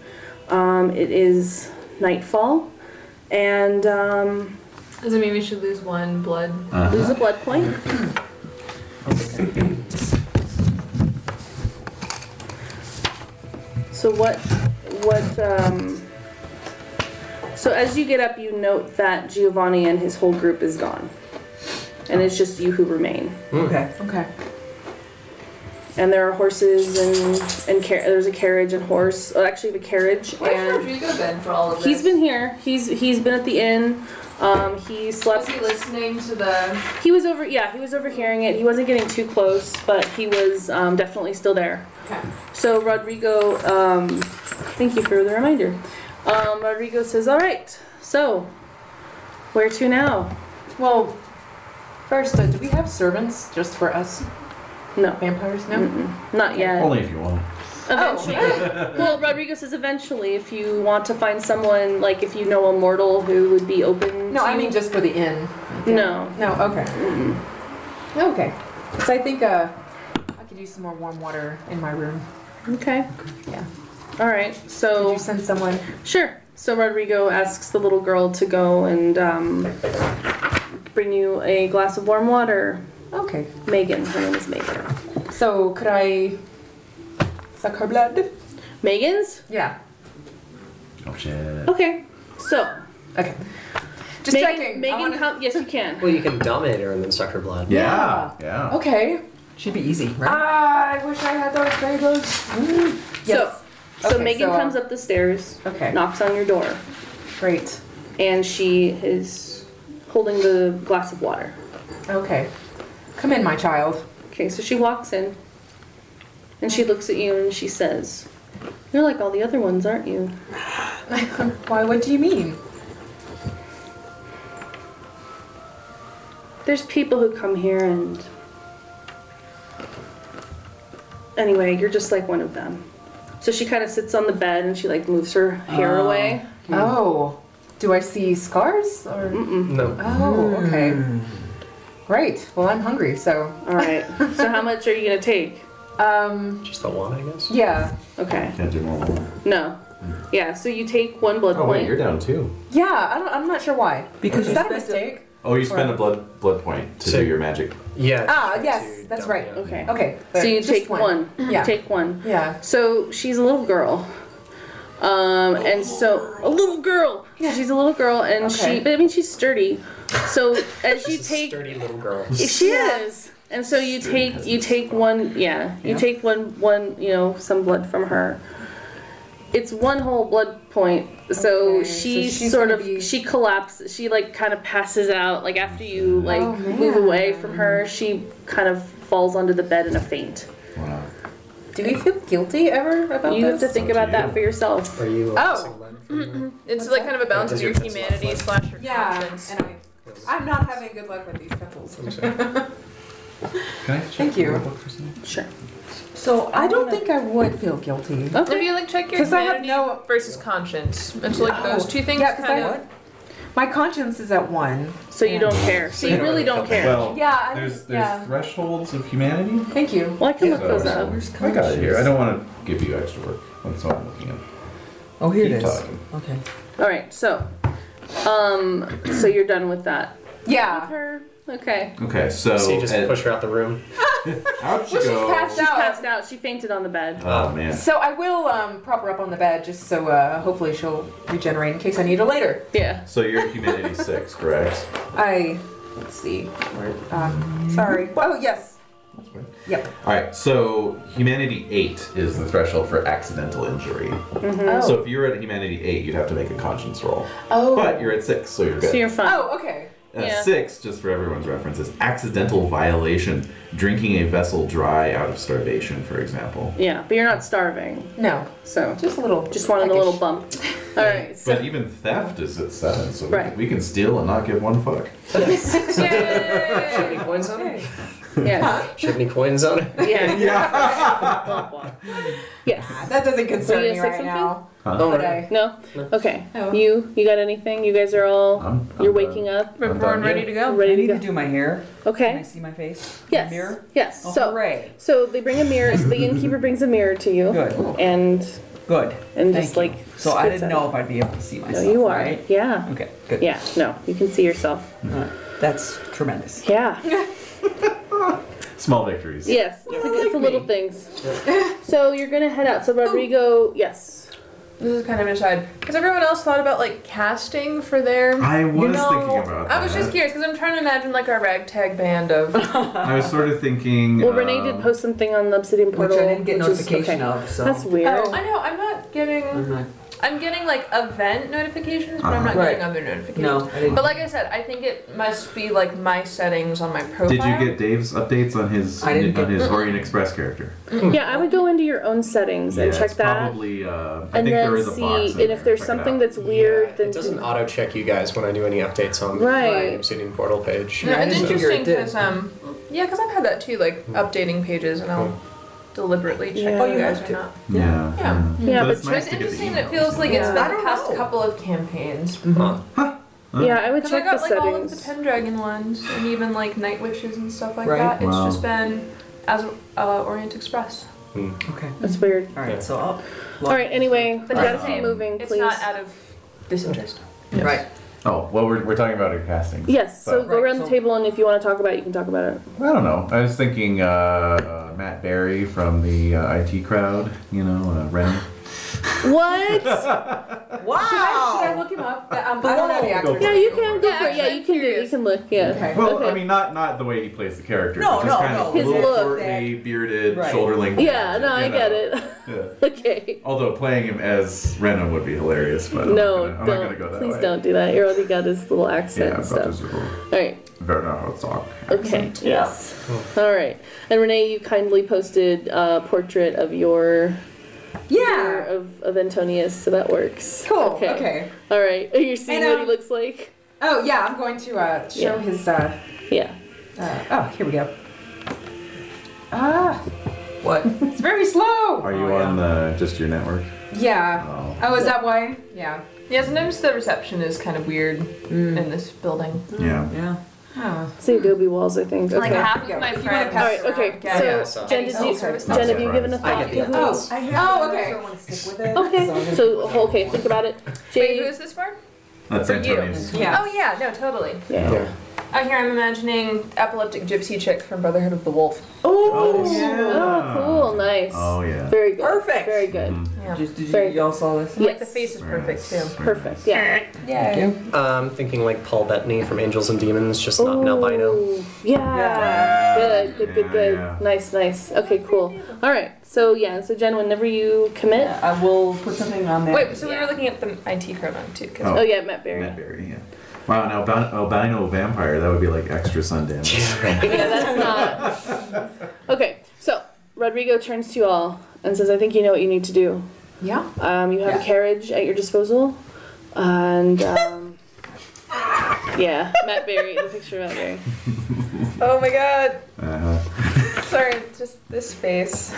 Speaker 6: Um, it is nightfall, and um,
Speaker 7: Does it mean we should lose one blood?
Speaker 6: lose a blood point. So what, what, um, so as you get up, you note that Giovanni and his whole group is gone. And it's just you who remain.
Speaker 10: Okay.
Speaker 2: Okay.
Speaker 6: And there are horses and, and car- there's a carriage and horse, oh, actually the carriage
Speaker 7: Where's
Speaker 6: and
Speaker 7: Rodrigo been for all of this?
Speaker 6: he's been here. He's, he's been at the inn. Um, he slept.
Speaker 7: Was he listening to the?
Speaker 6: He was over, yeah, he was overhearing it. He wasn't getting too close, but he was um, definitely still there.
Speaker 7: Okay.
Speaker 6: So Rodrigo, um, thank you for the reminder. Um, Rodrigo says, "All right, so where to now?"
Speaker 2: Well, first, uh, do we have servants just for us?
Speaker 6: No.
Speaker 2: Vampires? No.
Speaker 6: Mm-mm. Not yet.
Speaker 5: Only if you want.
Speaker 6: Eventually.
Speaker 7: Oh.
Speaker 6: (laughs)
Speaker 7: (laughs)
Speaker 6: well, Rodrigo says eventually, if you want to find someone, like if you know a mortal who would be open.
Speaker 2: No,
Speaker 6: to
Speaker 2: I mean just for the inn.
Speaker 6: No.
Speaker 2: No. Okay.
Speaker 6: Mm-hmm.
Speaker 2: Okay. So I think uh, I could use some more warm water in my room.
Speaker 6: Okay.
Speaker 2: Yeah.
Speaker 6: All right. So.
Speaker 2: Could you send someone?
Speaker 6: Sure. So Rodrigo asks the little girl to go and um, bring you a glass of warm water.
Speaker 2: Okay.
Speaker 6: Megan, her name is Megan.
Speaker 2: So could I suck her blood?
Speaker 6: Megan's?
Speaker 2: Yeah.
Speaker 5: Oh shit.
Speaker 6: Okay. So.
Speaker 2: Okay. Just
Speaker 6: Megan,
Speaker 2: checking.
Speaker 6: Megan, come. Yes, you can.
Speaker 8: Well, you can dominate her and then suck her blood.
Speaker 5: Yeah. Yeah.
Speaker 2: Okay.
Speaker 10: Should be easy,
Speaker 6: Uh,
Speaker 10: right?
Speaker 2: Ah, I wish I had those bagels. Mm. Yes.
Speaker 6: So, so
Speaker 2: Okay,
Speaker 6: Megan
Speaker 2: so, uh,
Speaker 6: comes up the stairs.
Speaker 2: Okay.
Speaker 6: Knocks on your door,
Speaker 2: Great.
Speaker 6: and she is holding the glass of water.
Speaker 2: Okay. Come in, my child.
Speaker 6: Okay. So she walks in, and she looks at you and she says, "You're like all the other ones, aren't you?"
Speaker 2: Why? What do you mean?
Speaker 6: There's people who come here and. Anyway, you're just like one of them. So she kind of sits on the bed and she like moves her hair
Speaker 2: Oh.
Speaker 6: away.
Speaker 2: Oh. Do I see scars or?
Speaker 8: No.
Speaker 2: Oh.
Speaker 6: Hmm.
Speaker 2: Okay. Great. Well, I'm hungry, so
Speaker 6: All right. so how much are you gonna take?
Speaker 2: um,
Speaker 8: Just the one, I guess.
Speaker 2: yeah,
Speaker 6: Okay.
Speaker 5: Can't do more water.
Speaker 6: No. Yeah. So you take one blood
Speaker 11: Oh wait,
Speaker 6: point.
Speaker 11: you're down too.
Speaker 2: yeah. I don't, I'm not sure why.
Speaker 10: Because
Speaker 2: Is
Speaker 10: you
Speaker 2: that a
Speaker 10: spent it-
Speaker 2: mistake?
Speaker 9: Oh, you spend a blood blood point to
Speaker 8: So-
Speaker 9: do your magic.
Speaker 8: Yeah.
Speaker 2: Ah,
Speaker 8: try
Speaker 2: yes,
Speaker 8: to
Speaker 2: that's
Speaker 8: dominate.
Speaker 2: right.
Speaker 6: okay.
Speaker 2: Okay.
Speaker 6: So you
Speaker 2: just
Speaker 6: take one. You
Speaker 2: Yeah.
Speaker 6: take one.
Speaker 2: Yeah.
Speaker 6: So she's a little girl. Um, and so a little girl. Yeah, she's a little girl, and
Speaker 2: Okay.
Speaker 6: she. But I mean, she's sturdy. So as you
Speaker 8: She's a
Speaker 6: take
Speaker 8: sturdy little girl.
Speaker 6: She is. And so you take you take one yeah, you
Speaker 10: Yeah.
Speaker 6: take one one, you know, some blood from her. It's one whole blood point. So
Speaker 2: Okay, so
Speaker 6: she
Speaker 2: she's
Speaker 6: sort
Speaker 2: gonna
Speaker 6: of
Speaker 2: be-
Speaker 6: she collapses. She like kind of passes out like after you like
Speaker 2: Oh,
Speaker 6: move away from her, she kind of falls onto the bed in a faint.
Speaker 5: Wow.
Speaker 2: Do we feel guilty ever about
Speaker 6: You have
Speaker 2: this?
Speaker 6: to think about that for yourself.
Speaker 8: Are you?
Speaker 2: Oh.
Speaker 7: It's like kind of a balance of
Speaker 8: Does
Speaker 7: your
Speaker 8: your pencil
Speaker 7: humanity
Speaker 8: have
Speaker 7: slash your
Speaker 2: yeah.
Speaker 7: conscience.
Speaker 2: And I, I'm not having good luck with these pencils.
Speaker 5: Can I check
Speaker 2: Thank you.
Speaker 5: your book for a second?
Speaker 6: Sure.
Speaker 10: So I
Speaker 2: I don't
Speaker 10: don't
Speaker 2: think I would feel guilty.
Speaker 7: If
Speaker 6: Okay.
Speaker 7: you like check your
Speaker 2: 'Cause I have
Speaker 7: humanity
Speaker 2: no-
Speaker 7: versus conscience, it's like those two things
Speaker 2: Oh, Yeah, 'cause
Speaker 7: kind
Speaker 2: I-
Speaker 7: of.
Speaker 2: My conscience is at one.
Speaker 6: So you don't care. So you really don't care.
Speaker 5: Well,
Speaker 2: Yeah, I-
Speaker 5: there's there's
Speaker 2: yeah.
Speaker 5: thresholds of humanity.
Speaker 2: Thank you.
Speaker 6: Well, I can look
Speaker 5: So-
Speaker 6: those up.
Speaker 5: I got it here. I don't want to give you extra work. That's all I'm looking at.
Speaker 10: Oh, here it
Speaker 5: Keep
Speaker 10: is.
Speaker 5: talking.
Speaker 10: Okay.
Speaker 6: All right. So um so you're done with that.
Speaker 2: Yeah.
Speaker 6: Her. Okay.
Speaker 9: Okay,
Speaker 5: Oh,
Speaker 9: so,
Speaker 8: So you just
Speaker 9: and-
Speaker 8: push her out the room.
Speaker 9: out you
Speaker 2: Well, she's
Speaker 9: go.
Speaker 2: passed
Speaker 6: She's
Speaker 2: out.
Speaker 6: passed out. She fainted on the bed.
Speaker 9: Oh man.
Speaker 2: So I will um, prop her up on the bed just so uh, hopefully she'll regenerate in case I need her later.
Speaker 6: Yeah.
Speaker 9: So you're
Speaker 5: (laughs)
Speaker 9: humanity six, correct?
Speaker 2: I let's see. Um, sorry. Oh yes,
Speaker 5: That's weird.
Speaker 10: Yep.
Speaker 5: All right, so humanity eight is the threshold for accidental injury.
Speaker 6: Oh.
Speaker 2: Mhm.
Speaker 5: So if you were at humanity eight, you'd have to make a conscience roll.
Speaker 2: Oh.
Speaker 5: But you're at six, so you're good.
Speaker 2: Oh, okay.
Speaker 5: Uh, Six, just for everyone's reference, is accidental violation. Drinking a vessel dry out of starvation, for example.
Speaker 6: Yeah, but you're not starving.
Speaker 2: No.
Speaker 6: So
Speaker 2: just a little.
Speaker 6: Just wanted a little
Speaker 2: (laughs)
Speaker 6: bump. All right.
Speaker 5: But even theft is at seven, so we-
Speaker 6: Right.
Speaker 5: we can steal and not give one fuck.
Speaker 6: (laughs)
Speaker 2: (laughs)
Speaker 8: Shouldn't he coins on it?
Speaker 6: Yes.
Speaker 8: Shouldn't he coins on it?
Speaker 6: Yeah.
Speaker 2: Yeah.
Speaker 6: (laughs) Yes.
Speaker 2: Ah, That doesn't
Speaker 6: Were
Speaker 2: concern
Speaker 6: you
Speaker 2: me
Speaker 6: gonna
Speaker 2: right
Speaker 6: say
Speaker 2: now.
Speaker 5: Huh?
Speaker 8: Oh,
Speaker 2: But
Speaker 8: no.
Speaker 2: I,
Speaker 6: No. Okay. You you got anything? You guys are all
Speaker 5: I'm-
Speaker 6: you're waking up.
Speaker 5: I'm We're done. ready to
Speaker 6: go. Ready to go.
Speaker 10: do my hair.
Speaker 6: Okay.
Speaker 10: Can I see my face?
Speaker 6: Yes.
Speaker 10: Mirror?
Speaker 6: Yes.
Speaker 10: Oh,
Speaker 6: so
Speaker 10: hooray.
Speaker 6: so they bring a mirror. So the innkeeper brings a mirror to you.
Speaker 10: Good.
Speaker 6: And
Speaker 10: Good.
Speaker 6: and
Speaker 10: Thank
Speaker 6: just like
Speaker 10: you. So I
Speaker 6: spits
Speaker 10: didn't
Speaker 6: at
Speaker 10: know if I'd be able to see
Speaker 6: it.
Speaker 10: myself.
Speaker 6: No, you are.
Speaker 10: right?
Speaker 6: Yeah.
Speaker 10: Okay. Good.
Speaker 6: Yeah. No, you can see yourself.
Speaker 10: All right. That's tremendous.
Speaker 6: Yeah.
Speaker 5: Small victories.
Speaker 6: Yes, it's, the- it's the little things. So you're gonna head out. So Rodrigo, yes.
Speaker 7: This is kind of an aside. Has everyone else thought about like casting for their?
Speaker 5: I was
Speaker 7: No.
Speaker 5: thinking about
Speaker 7: I was
Speaker 5: that.
Speaker 7: just curious because I'm trying to imagine like our ragtag band of.
Speaker 5: I was sort of thinking.
Speaker 6: Well, Renee did
Speaker 5: um,
Speaker 6: post something on the Obsidian
Speaker 10: Which
Speaker 6: Portal,
Speaker 10: I didn't get
Speaker 6: which is-
Speaker 10: notification
Speaker 6: okay.
Speaker 10: of, so.
Speaker 6: That's weird.
Speaker 7: Oh, I know. I'm not getting. I'm getting like event notifications, but I'm not
Speaker 10: Mm-hmm. Uh-huh.
Speaker 7: getting
Speaker 10: Right.
Speaker 7: other notifications.
Speaker 10: No, I didn't.
Speaker 7: But like I said, I think it must be like my settings on my profile.
Speaker 5: Did you get Dave's updates on his
Speaker 10: I didn't
Speaker 5: on
Speaker 10: get-
Speaker 5: his Orient Express character?
Speaker 6: (laughs) Yeah, I would go into your own settings and
Speaker 5: Yeah,
Speaker 6: check
Speaker 5: it's
Speaker 6: that,
Speaker 5: Probably. Uh, I
Speaker 6: and
Speaker 5: think there
Speaker 6: then
Speaker 5: is a
Speaker 6: see.
Speaker 5: box.
Speaker 6: And if there's something that's weird, then
Speaker 8: It doesn't auto check you guys when I do any updates on
Speaker 6: Right.
Speaker 8: the Obsidian Portal page.
Speaker 7: No, it's
Speaker 10: didn't figure it
Speaker 7: interesting
Speaker 10: did.
Speaker 7: because um, yeah, because I've had that too, like updating pages, and I'll deliberately check
Speaker 6: Yeah.
Speaker 7: if
Speaker 6: Oh,
Speaker 7: you
Speaker 6: you
Speaker 7: guys
Speaker 10: have
Speaker 7: are
Speaker 10: to.
Speaker 7: not.
Speaker 5: yeah. mm-hmm.
Speaker 7: Yeah.
Speaker 6: Yeah, but
Speaker 5: it's nice
Speaker 7: It's
Speaker 5: to get the
Speaker 7: interesting that it
Speaker 5: emails.
Speaker 7: feels like it's
Speaker 2: Yeah. I
Speaker 7: the
Speaker 2: don't
Speaker 7: past
Speaker 2: know.
Speaker 7: couple of campaigns.
Speaker 8: Huh.
Speaker 6: yeah, I would
Speaker 7: Because
Speaker 6: Mm-hmm.
Speaker 7: I
Speaker 6: check
Speaker 7: got
Speaker 6: the
Speaker 7: like all of the
Speaker 6: settings.
Speaker 7: Pendragon ones and even like Night Witches and stuff like
Speaker 10: Right.
Speaker 7: that. It's
Speaker 5: Wow.
Speaker 7: just been as uh, Orient Express.
Speaker 10: Okay.
Speaker 6: That's weird.
Speaker 10: All right. So I'll.
Speaker 6: All right. Anyway, we
Speaker 7: it's
Speaker 6: gotta
Speaker 7: the
Speaker 6: keep
Speaker 7: same.
Speaker 6: moving,
Speaker 7: It's
Speaker 6: please.
Speaker 7: not out of disinterest.
Speaker 5: Yes.
Speaker 10: Right.
Speaker 5: Oh well, we're, we're talking about it casting.
Speaker 6: Yes. So
Speaker 5: But-
Speaker 6: go
Speaker 10: Right,
Speaker 6: around the
Speaker 10: so-
Speaker 6: table, and if you want to talk about it, you can talk about it.
Speaker 5: I don't know. I was thinking uh, uh, Matt Berry from the uh, IT crowd. You know, uh, Ren.
Speaker 6: (laughs) What?
Speaker 10: Wow.
Speaker 2: should, I, should I look him up? Um, I don't know the actor.
Speaker 5: Go for
Speaker 6: yeah,
Speaker 5: it.
Speaker 6: you
Speaker 5: (laughs)
Speaker 6: can go for it.
Speaker 7: Yeah,
Speaker 6: Yeah, you can do. it. You can look. Yeah.
Speaker 2: Okay.
Speaker 5: Well,
Speaker 6: Okay.
Speaker 5: I mean, not not the way he plays the character.
Speaker 10: No,
Speaker 5: but
Speaker 10: no,
Speaker 5: just kind
Speaker 10: no.
Speaker 5: of
Speaker 10: His
Speaker 5: little
Speaker 6: look.
Speaker 5: portly, bearded,
Speaker 10: Right.
Speaker 5: shoulder length.
Speaker 6: Yeah. No, I
Speaker 5: you know.
Speaker 6: get it.
Speaker 5: Yeah.
Speaker 6: (laughs) okay.
Speaker 5: Although playing him as Renan would be hilarious, but I'm
Speaker 6: No,
Speaker 5: not gonna, I'm not gonna
Speaker 6: don't.
Speaker 5: go that
Speaker 6: Please
Speaker 5: way.
Speaker 6: don't do that. You already got his little accent
Speaker 5: Yeah,
Speaker 6: and
Speaker 5: I've got
Speaker 6: stuff.
Speaker 5: this little
Speaker 6: All right.
Speaker 5: Werner Herzog.
Speaker 6: Okay. Yes. All right. And Renee, you kindly posted a portrait of your your-
Speaker 2: Yeah.
Speaker 6: of, of Antonius, so that works.
Speaker 2: Cool. okay.
Speaker 6: All right. Are you seeing
Speaker 2: And,
Speaker 6: what he
Speaker 2: um,
Speaker 6: looks like?
Speaker 2: Oh yeah, I'm going to uh, show
Speaker 6: Yeah.
Speaker 2: his. Uh,
Speaker 6: Yeah.
Speaker 2: uh, oh, here we go. Ah,
Speaker 10: What?
Speaker 2: it's very slow.
Speaker 5: Are you
Speaker 10: Oh, yeah.
Speaker 5: on the just your network?
Speaker 2: Yeah.
Speaker 5: Oh.
Speaker 2: Oh, is that why? Yeah.
Speaker 7: Yeah, sometimes the reception is kind of weird in this building.
Speaker 5: Yeah.
Speaker 10: Yeah.
Speaker 2: Oh.
Speaker 6: It's the adobe walls, I think.
Speaker 7: Like
Speaker 6: Okay.
Speaker 7: half of my
Speaker 2: If you wanna
Speaker 7: friends.
Speaker 6: All
Speaker 2: pass
Speaker 6: right. Okay.
Speaker 7: Yeah,
Speaker 6: so,
Speaker 8: yeah, so-
Speaker 6: Jen, did you,
Speaker 7: Okay.
Speaker 6: Jen, have you given a
Speaker 8: I
Speaker 6: thought
Speaker 8: get
Speaker 6: to
Speaker 8: the
Speaker 6: who?
Speaker 8: updates.
Speaker 2: I have. Oh, okay.
Speaker 10: want to stick with it.
Speaker 6: Okay. So oh, okay, think about it.
Speaker 7: Wait, who
Speaker 6: Jay.
Speaker 7: is this for?
Speaker 5: That's
Speaker 7: For you.
Speaker 5: Antonio's.
Speaker 2: Yeah.
Speaker 7: Oh yeah, no, totally.
Speaker 6: Yeah.
Speaker 8: Yeah.
Speaker 7: Oh, here I'm imagining epileptic gypsy chick from Brotherhood of the Wolf.
Speaker 6: Oh.
Speaker 5: yeah.
Speaker 6: Oh, cool. Nice.
Speaker 5: Oh yeah. Mm-hmm.
Speaker 6: Very good.
Speaker 10: Perfect.
Speaker 6: Very good.
Speaker 7: Yeah.
Speaker 10: Just, did you,
Speaker 6: Very-
Speaker 10: y'all saw this?
Speaker 6: Yeah.
Speaker 7: Like the face is
Speaker 5: Very
Speaker 7: perfect
Speaker 5: nice,
Speaker 7: too.
Speaker 5: very
Speaker 6: Perfect. Yeah.
Speaker 2: Yay.
Speaker 8: Um, thinking like Paul Bettany from Angels and Demons, just not an albino.
Speaker 6: Ooh, Yeah. Good, good, good, good.
Speaker 5: Yeah, yeah.
Speaker 6: Nice, nice. Okay, cool. All right. So yeah. So Jen, whenever you commit.
Speaker 10: Yeah, I will put something on there.
Speaker 7: Wait, so we were looking at the IT cronum too. 'cause-
Speaker 6: Oh yeah, Matt
Speaker 5: nice.
Speaker 6: Berry.
Speaker 5: Matt Berry. Yeah. Wow, an albino, albino vampire. That would be like extra
Speaker 6: (laughs)
Speaker 5: Sundance.
Speaker 6: Yeah, that's not. Okay. So Rodrigo turns to you all and says, "I think you know what you need to do.
Speaker 2: Yeah.
Speaker 6: Um, you have a carriage at your disposal, and." Um, Yeah, Matt Berry, the picture of Matt Berry.
Speaker 7: Oh my god.
Speaker 5: Uh-huh.
Speaker 7: Sorry, just this face.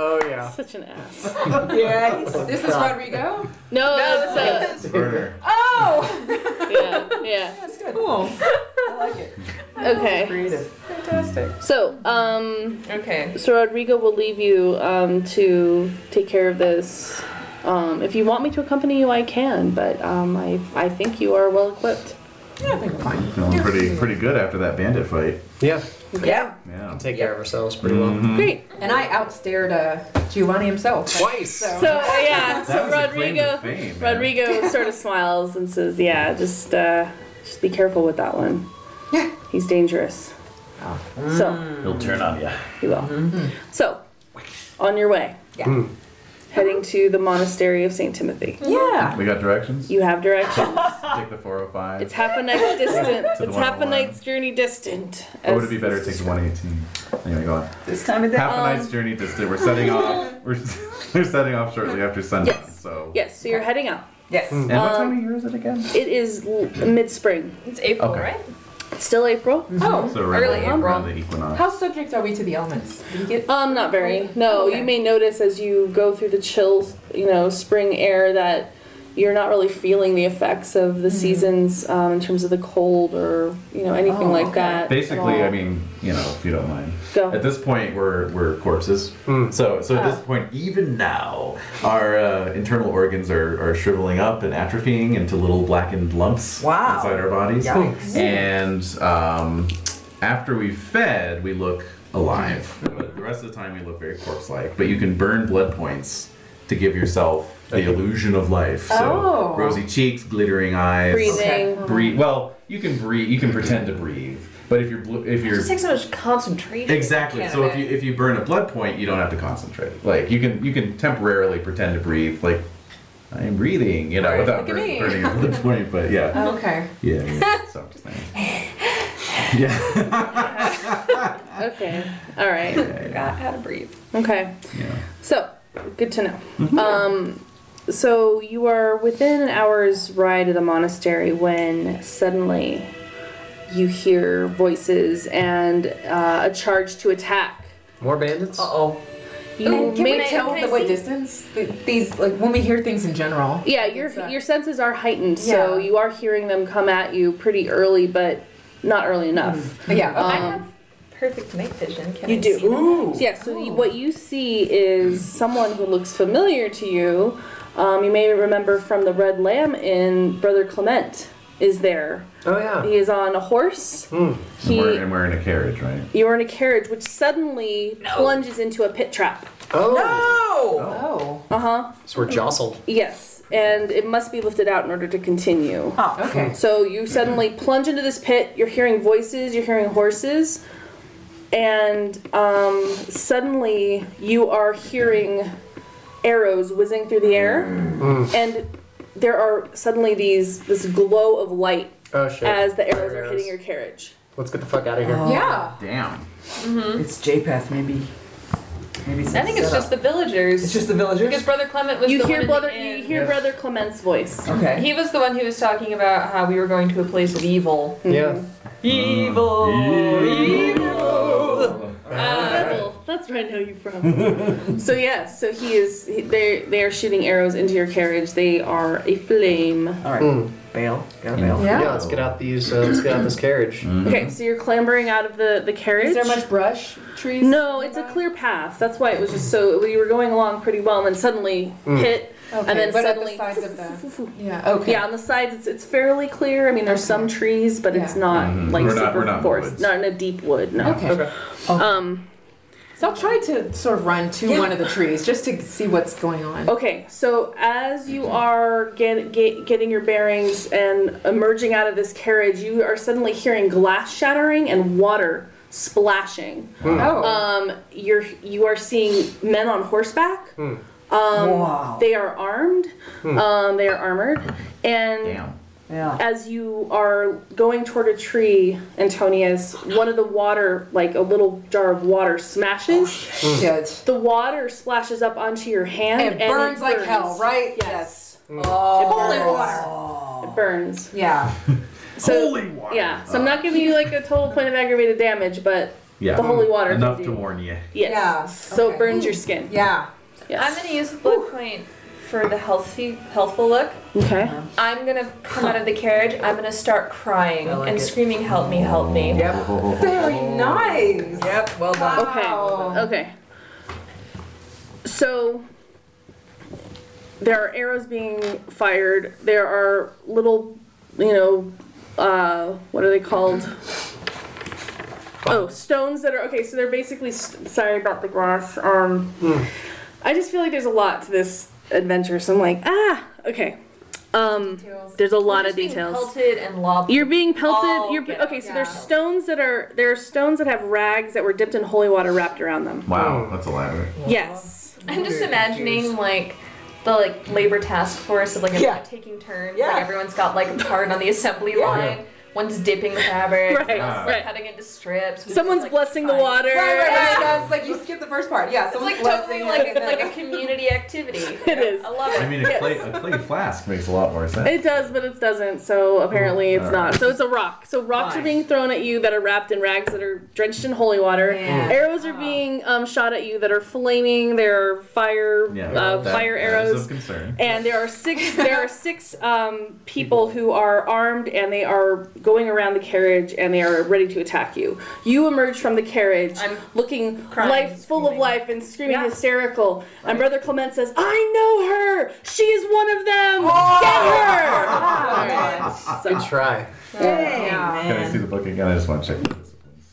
Speaker 8: Oh yeah.
Speaker 6: Such an ass.
Speaker 10: Yeah.
Speaker 2: This is Rodrigo.
Speaker 6: No, uh,
Speaker 7: No,
Speaker 6: that's
Speaker 7: it's
Speaker 5: Werner.
Speaker 2: Oh.
Speaker 6: uh, yeah, yeah.
Speaker 10: That's good.
Speaker 2: Cool.
Speaker 10: I like it.
Speaker 6: Okay,
Speaker 10: Creative.
Speaker 7: fantastic.
Speaker 6: so um,
Speaker 7: Okay.
Speaker 6: So Rodrigo will leave you um, to take care of this. Um, if you want me to accompany you, I can, but um, I, I think you are well equipped.
Speaker 5: Feeling pretty pretty good after that bandit fight.
Speaker 8: Yeah.
Speaker 2: Yeah.
Speaker 5: Yeah.
Speaker 8: Take care of ourselves pretty
Speaker 5: Mm.
Speaker 8: well.
Speaker 6: Great.
Speaker 2: And I outstared uh, Giovanni himself.
Speaker 8: Twice.
Speaker 6: So yeah,
Speaker 5: That
Speaker 6: so
Speaker 5: was a claim to
Speaker 6: Rodrigo
Speaker 5: fame, man.
Speaker 6: Rodrigo sort of smiles and says, "Yeah, just uh, just be careful with that one. He's dangerous."
Speaker 10: Ah.
Speaker 6: So
Speaker 5: He'll turn on you.
Speaker 6: you will.
Speaker 2: Mm-hmm.
Speaker 6: So on your way,
Speaker 5: Hmm.
Speaker 6: heading to the monastery of Saint Timothy.
Speaker 5: We got directions?
Speaker 6: You have directions.
Speaker 5: (laughs) Take the 405.
Speaker 6: It's half a night's distant.
Speaker 5: To the
Speaker 6: it's half a
Speaker 5: 101.
Speaker 6: night's journey distant.
Speaker 5: Or would
Speaker 6: as-
Speaker 5: it be better to take the 118? Anyway, go on.
Speaker 10: This time of day.
Speaker 5: Half a
Speaker 6: Um,
Speaker 5: night's journey distant. We're setting
Speaker 6: (laughs)
Speaker 5: off. We're, we're setting off shortly after sundown.
Speaker 6: Yes.
Speaker 5: So.
Speaker 6: Yes. Um, So you're heading out.
Speaker 10: Yes.
Speaker 5: And what time
Speaker 6: of
Speaker 5: year is it again?
Speaker 6: It is mid spring.
Speaker 7: It's April,
Speaker 5: Okay.
Speaker 7: right?
Speaker 6: It's still April.
Speaker 2: Oh,
Speaker 5: So around
Speaker 2: early
Speaker 5: the, around
Speaker 2: April.
Speaker 5: the equinox.
Speaker 2: How subject are we to the elements? Do we get
Speaker 6: Um, not very. No,
Speaker 2: Okay.
Speaker 6: you may notice as you go through the chill, you know, spring air that you're not really feeling the effects of
Speaker 2: Mm-hmm.
Speaker 6: the seasons um, in terms of the cold or you know anything
Speaker 2: Oh,
Speaker 6: like
Speaker 2: okay.
Speaker 6: that. at
Speaker 5: Basically,
Speaker 6: all.
Speaker 5: I mean, you know, if you don't mind.
Speaker 6: Go. Oh.
Speaker 5: At this point, we're we're corpses.
Speaker 10: Hmm.
Speaker 5: So so at this point, even now, our uh, internal organs are, are shriveling up and atrophying into little blackened lumps
Speaker 10: Wow.
Speaker 5: inside our bodies.
Speaker 6: Hmm.
Speaker 10: Yikes.
Speaker 5: And um, after we've fed, we look alive. But the rest of the time, we look very corpse-like. But you can burn blood points to give yourself the illusion of life.
Speaker 2: Oh.
Speaker 5: So rosy cheeks, glittering eyes,
Speaker 6: breathing.
Speaker 5: breathe. Well, you can breathe. You can pretend to breathe, but if you're bl- if
Speaker 7: It
Speaker 5: you're
Speaker 7: just takes so much concentration.
Speaker 5: exactly so if you if you burn a blood point, you don't have to concentrate. Like you can you can temporarily pretend to breathe. Like I am breathing, you know,
Speaker 2: Right,
Speaker 5: without
Speaker 2: look at
Speaker 5: burn-
Speaker 2: me. Oh.
Speaker 5: burning a blood point. But yeah,
Speaker 2: Okay.
Speaker 5: yeah. yeah. so I'm just saying. Yeah,
Speaker 6: Okay. All right.
Speaker 7: Forgot how to breathe.
Speaker 6: Okay.
Speaker 5: yeah.
Speaker 6: So good to know. Um, so you are within an hour's ride of the monastery when suddenly you hear voices and uh, a charge to attack.
Speaker 8: More bandits?
Speaker 10: oh.
Speaker 6: You
Speaker 2: And can
Speaker 6: may
Speaker 2: we
Speaker 6: tell
Speaker 2: tell the way distance? Th- These like when we hear things in general.
Speaker 6: Yeah, your
Speaker 2: It's, uh,
Speaker 6: your senses are heightened, so
Speaker 2: Yeah.
Speaker 6: you are hearing them come at you pretty early, but not early enough.
Speaker 2: But yeah.
Speaker 7: I
Speaker 2: Okay.
Speaker 7: have perfect night vision. Can
Speaker 6: Um, You
Speaker 7: I
Speaker 6: do.
Speaker 7: see them?
Speaker 6: Yeah, so you- what you see is someone who looks familiar to you. Um, you may remember from the Red Lamb in Brother Clement is there.
Speaker 8: Oh, yeah.
Speaker 6: He is on a horse.
Speaker 5: And we're,
Speaker 6: He,
Speaker 5: and we're in a carriage, right?
Speaker 6: you're in a carriage, which suddenly plunges into a pit trap.
Speaker 8: Oh.
Speaker 10: Oh.
Speaker 2: oh.
Speaker 6: Uh huh.
Speaker 8: So we're jostled.
Speaker 6: Yes, and it must be lifted out in order to continue.
Speaker 10: Oh,
Speaker 2: Okay.
Speaker 6: So you suddenly plunge into this pit. You're hearing voices. You're hearing horses, and um, suddenly you are hearing arrows whizzing through the air, and there are suddenly these this glow of light
Speaker 8: Oh, shit.
Speaker 6: as the arrows are
Speaker 8: Arrows.
Speaker 6: hitting your carriage.
Speaker 8: Let's get the fuck out of here.
Speaker 2: Yeah.
Speaker 5: Damn.
Speaker 10: It's JPath, maybe. Maybe it's
Speaker 7: I think it's
Speaker 10: set
Speaker 7: just
Speaker 10: up.
Speaker 7: the villagers.
Speaker 10: It's just the
Speaker 7: because
Speaker 10: villagers.
Speaker 7: Brother Clement was
Speaker 6: You
Speaker 7: the
Speaker 6: hear
Speaker 7: one
Speaker 6: brother
Speaker 7: in the
Speaker 6: you
Speaker 7: inn.
Speaker 6: hear brother Clement's
Speaker 10: (laughs)
Speaker 6: voice.
Speaker 10: Okay.
Speaker 7: He was the one who was talking about how we were going to a place of evil.
Speaker 8: Yeah.
Speaker 7: Evil.
Speaker 6: Rebel. That's where I know you from. (laughs) so yes, so he is. He, they they are shooting arrows into your carriage. They are a flame.
Speaker 10: All right. Bail. Gotta bail.
Speaker 2: Yeah.
Speaker 8: Mm. Yeah, let's get out these. Uh, let's get out this carriage.
Speaker 6: Okay, so you're clambering out of the the carriage.
Speaker 2: Is there much brush, trees?
Speaker 6: no, it's a clear path. That's why it was just so we were going along pretty well, and then suddenly
Speaker 5: Mm.
Speaker 6: hit,
Speaker 2: Okay,
Speaker 6: and then
Speaker 2: but at the
Speaker 6: suddenly
Speaker 2: sides of
Speaker 6: (laughs)
Speaker 2: the- Yeah. Okay.
Speaker 6: Yeah, on the sides it's it's fairly clear. I mean, there's some trees, but it's
Speaker 2: Yeah.
Speaker 6: not
Speaker 5: Mm-hmm.
Speaker 6: like
Speaker 5: We're not- we're
Speaker 6: super
Speaker 5: not in the
Speaker 6: forest,
Speaker 5: woods.
Speaker 6: not in a deep wood. No.
Speaker 2: Okay.
Speaker 10: Oh.
Speaker 6: Um.
Speaker 2: So I'll try to sort of run to one of the trees just to see what's going on.
Speaker 6: Okay, so as you are get, get, getting your bearings and emerging out of this carriage, you are suddenly hearing glass shattering and water splashing.
Speaker 2: Oh.
Speaker 6: Um, you're you are seeing men on horseback. Um,
Speaker 10: Wow.
Speaker 6: They are armed. Um, they are armored, and
Speaker 5: Damn.
Speaker 6: (laughs)
Speaker 10: Yeah.
Speaker 6: as you are going toward a tree, Antonius, one of the water, like a little jar of water, smashes.
Speaker 2: Shit.
Speaker 6: The water splashes up onto your hand
Speaker 2: And
Speaker 6: and
Speaker 2: it burns like hell,
Speaker 6: burns.
Speaker 2: right?
Speaker 6: Yes.
Speaker 2: Oh.
Speaker 6: Holy
Speaker 2: water.
Speaker 6: It burns.
Speaker 2: Yeah.
Speaker 6: So,
Speaker 5: Holy water.
Speaker 6: Yeah, so I'm not giving you like a total point of aggravated damage, but
Speaker 5: Yeah.
Speaker 6: the holy water. can
Speaker 5: Enough
Speaker 6: do-
Speaker 5: to warn you.
Speaker 6: Yes.
Speaker 2: Yeah,
Speaker 6: So
Speaker 2: okay.
Speaker 6: it burns your skin.
Speaker 2: Yeah.
Speaker 7: I'm
Speaker 6: Yes.
Speaker 7: gonna use the blood point for the healthy, healthful look.
Speaker 6: Okay.
Speaker 7: I'm gonna come out of the carriage. I'm gonna start crying
Speaker 10: I like
Speaker 7: and
Speaker 10: it.
Speaker 7: screaming, "Help me! Help me!"
Speaker 2: Very nice.
Speaker 10: Oh. Yep. Well done.
Speaker 6: Okay. Okay. So there are arrows being fired. There are little, you know, uh, what are they called? Oh, stones that are okay. So they're basically. St- sorry about the glass. Um, I just feel like there's a lot to this adventure, so I'm like, ah, okay. Um, there's a lot of
Speaker 7: Being
Speaker 6: details.
Speaker 7: pelted and lobbed.
Speaker 6: You're being pelted.
Speaker 7: All
Speaker 6: you're
Speaker 7: get-
Speaker 6: okay. So there's stones that are there are stones that have rags that were dipped in holy water wrapped around them.
Speaker 5: Wow, that's elaborate.
Speaker 6: Yes.
Speaker 7: I'm just imagining like the like labor task force of like everyone taking turns. Like everyone's got like a card on the assembly line. One's dipping fabric.
Speaker 6: Right,
Speaker 7: one's,
Speaker 5: Ah.
Speaker 7: like,
Speaker 6: right.
Speaker 7: Cutting into strips. one's,
Speaker 6: Someone's
Speaker 7: like,
Speaker 6: blessing the water.
Speaker 2: Right, right, right. No, it's like you skipped the first part. Yeah,
Speaker 7: It's
Speaker 2: someone's
Speaker 7: like totally
Speaker 2: blessing
Speaker 7: like
Speaker 2: it.
Speaker 7: a, like a community
Speaker 6: (laughs)
Speaker 7: activity.
Speaker 6: It is.
Speaker 7: I love it.
Speaker 5: I mean, a clay, a clay flask makes a lot more sense.
Speaker 6: It does, but it doesn't. So apparently, it's not. So it's a rock. So rocks are being thrown at you that are wrapped in rags that are drenched in holy water.
Speaker 5: Yeah.
Speaker 6: Arrows are being um, shot at you that are flaming. There are fire
Speaker 5: Yeah,
Speaker 6: uh,
Speaker 5: that-
Speaker 6: fire
Speaker 5: that is
Speaker 6: arrows.
Speaker 5: of concern.
Speaker 6: And there are
Speaker 7: (laughs)
Speaker 6: six. There are six um, people who are armed, and they are going around the carriage, and they are ready to attack you. You emerge from the carriage, looking
Speaker 7: crying,
Speaker 6: life full of life and screaming hysterical. And Brother Clement says, "I know her. She is one of them.
Speaker 7: Oh!
Speaker 6: Get her."
Speaker 8: Good try.
Speaker 5: Can I see the book again? I just want to check.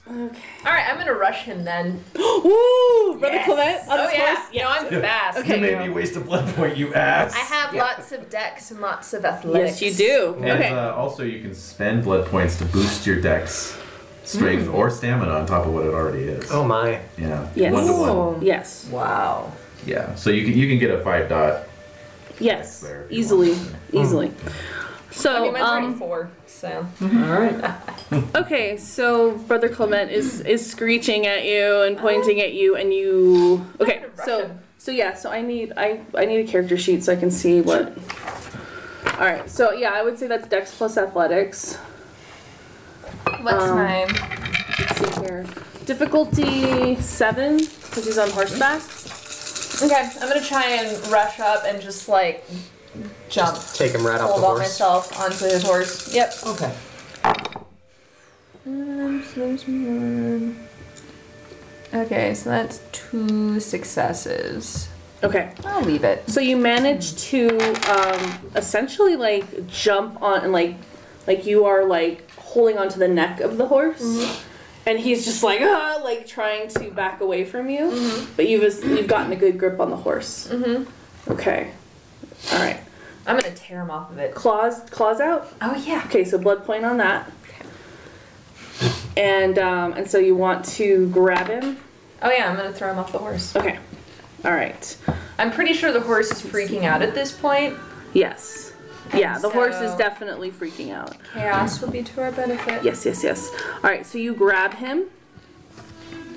Speaker 7: All right, I'm gonna rush him then.
Speaker 6: Woo, brother
Speaker 7: Yes.
Speaker 6: Clement. On
Speaker 7: Oh
Speaker 6: his
Speaker 7: yeah.
Speaker 6: horse?
Speaker 7: No, I'm fast.
Speaker 5: You made me waste a blood point, you ass.
Speaker 7: I have lots of decks and lots of athletics.
Speaker 6: Yes, you do.
Speaker 5: And uh, also, you can spend blood points to boost your dex strength or stamina on top of what it already is.
Speaker 8: Oh my.
Speaker 5: Yeah.
Speaker 6: Yes. Oh.
Speaker 5: One to one.
Speaker 6: Yes.
Speaker 2: Wow.
Speaker 5: Yeah. So you can you can get a five dot.
Speaker 6: Yes. Easily. Easily.
Speaker 7: I
Speaker 6: So,
Speaker 7: mean, mine's already
Speaker 6: um,
Speaker 7: four. So.
Speaker 6: okay, so Brother Clement is is screeching at you and pointing at you, and you. Okay, so so yeah, so I need I I need a character sheet so I can see what. All right, so yeah, I would say that's Dex plus Athletics.
Speaker 7: What's
Speaker 6: Um,
Speaker 7: my
Speaker 6: Let's see here, difficulty seven because he's on horseback.
Speaker 7: Okay, I'm gonna try and rush up and just like jump.
Speaker 8: Take him right off
Speaker 7: hold
Speaker 8: the
Speaker 7: on
Speaker 8: horse.
Speaker 7: myself onto his horse. Yep.
Speaker 2: Okay.
Speaker 7: Okay, so that's two successes.
Speaker 6: Okay.
Speaker 7: I'll leave it.
Speaker 6: So you manage to um, essentially like jump on and like like you are like holding onto the neck of the horse,
Speaker 7: Mm-hmm.
Speaker 6: and he's just like ah, like trying to back away from you, but you've you've gotten a good grip on the horse.
Speaker 7: Mm-hmm.
Speaker 6: Okay, all right.
Speaker 7: I'm gonna tear him off of it.
Speaker 6: Claws claws out.
Speaker 7: Oh yeah.
Speaker 6: Okay, so blood point on that. And um, and so you want to grab him.
Speaker 7: Oh yeah, I'm gonna throw him off the horse.
Speaker 6: Okay, all right.
Speaker 7: I'm pretty sure the horse is freaking out at this point.
Speaker 6: Yes. Yeah, the horse is
Speaker 7: So-
Speaker 6: definitely freaking out.
Speaker 7: Chaos will be to our benefit.
Speaker 6: Yes, yes, yes. All right, so you grab him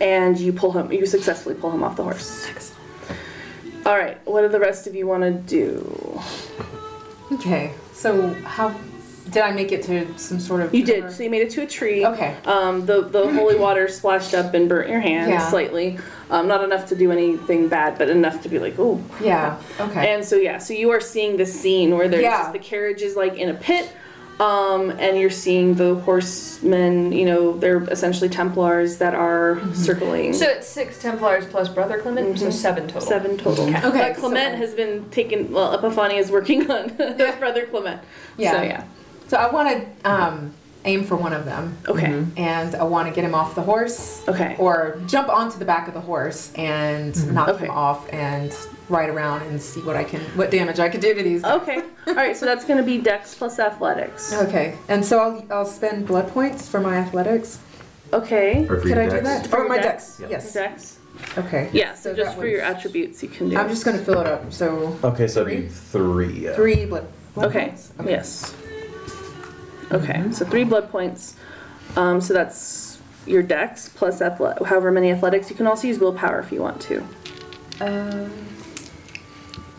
Speaker 6: and you pull him, you successfully pull him off the horse. Excellent. All right, what do the rest of you want to do?
Speaker 2: Okay. So how did I make it to some sort of?
Speaker 6: You did, so you made it to a tree.
Speaker 2: Okay.
Speaker 6: Um, the,
Speaker 2: (clears throat)
Speaker 6: the holy water splashed up and burnt your hand
Speaker 2: Yeah.
Speaker 6: slightly. Um, not enough to do anything bad, but enough to be like, oh.
Speaker 2: Yeah. Okay.
Speaker 6: And so, yeah, so you are seeing the scene where there's
Speaker 2: Yeah.
Speaker 6: just the carriage is like in a pit. Um, and you're seeing the horsemen, you know, they're essentially Templars that are
Speaker 2: Mm-hmm.
Speaker 6: circling.
Speaker 7: So it's six Templars plus Brother Clement, so seven total.
Speaker 6: Seven total.
Speaker 7: Okay.
Speaker 6: But Clement has been taken. Well, Epiphany is working on (laughs) brother Clement.
Speaker 2: Yeah.
Speaker 6: So yeah.
Speaker 2: So I want to um, aim for one of them.
Speaker 6: Okay.
Speaker 2: And I want to get him off the horse.
Speaker 6: Okay.
Speaker 2: Or jump onto the back of the horse and knock him off and ride around and see what I can, what damage I can do to these.
Speaker 6: Okay. All right. So that's going to be Dex plus Athletics.
Speaker 2: Okay. And so I'll, I'll spend blood points for my athletics.
Speaker 6: Okay.
Speaker 5: Or for
Speaker 2: Could
Speaker 5: your
Speaker 2: I do
Speaker 5: dex.
Speaker 2: that?
Speaker 6: For
Speaker 2: Or
Speaker 6: your
Speaker 2: my
Speaker 6: dex.
Speaker 2: dex. Yes.
Speaker 6: Dex.
Speaker 2: Okay.
Speaker 6: Yeah. So,
Speaker 2: So
Speaker 6: just
Speaker 2: that
Speaker 6: for your
Speaker 2: was-
Speaker 6: attributes, you can do.
Speaker 2: I'm just going to fill it up. So
Speaker 5: Okay, so it'd be three. yeah.
Speaker 2: three blood. blood
Speaker 6: Okay.
Speaker 2: points.
Speaker 6: Yes. Okay.
Speaker 2: Mm-hmm.
Speaker 6: So three blood points. Um, so that's your Dex plus athle- however many Athletics. You can also use Willpower if you want to
Speaker 2: Um,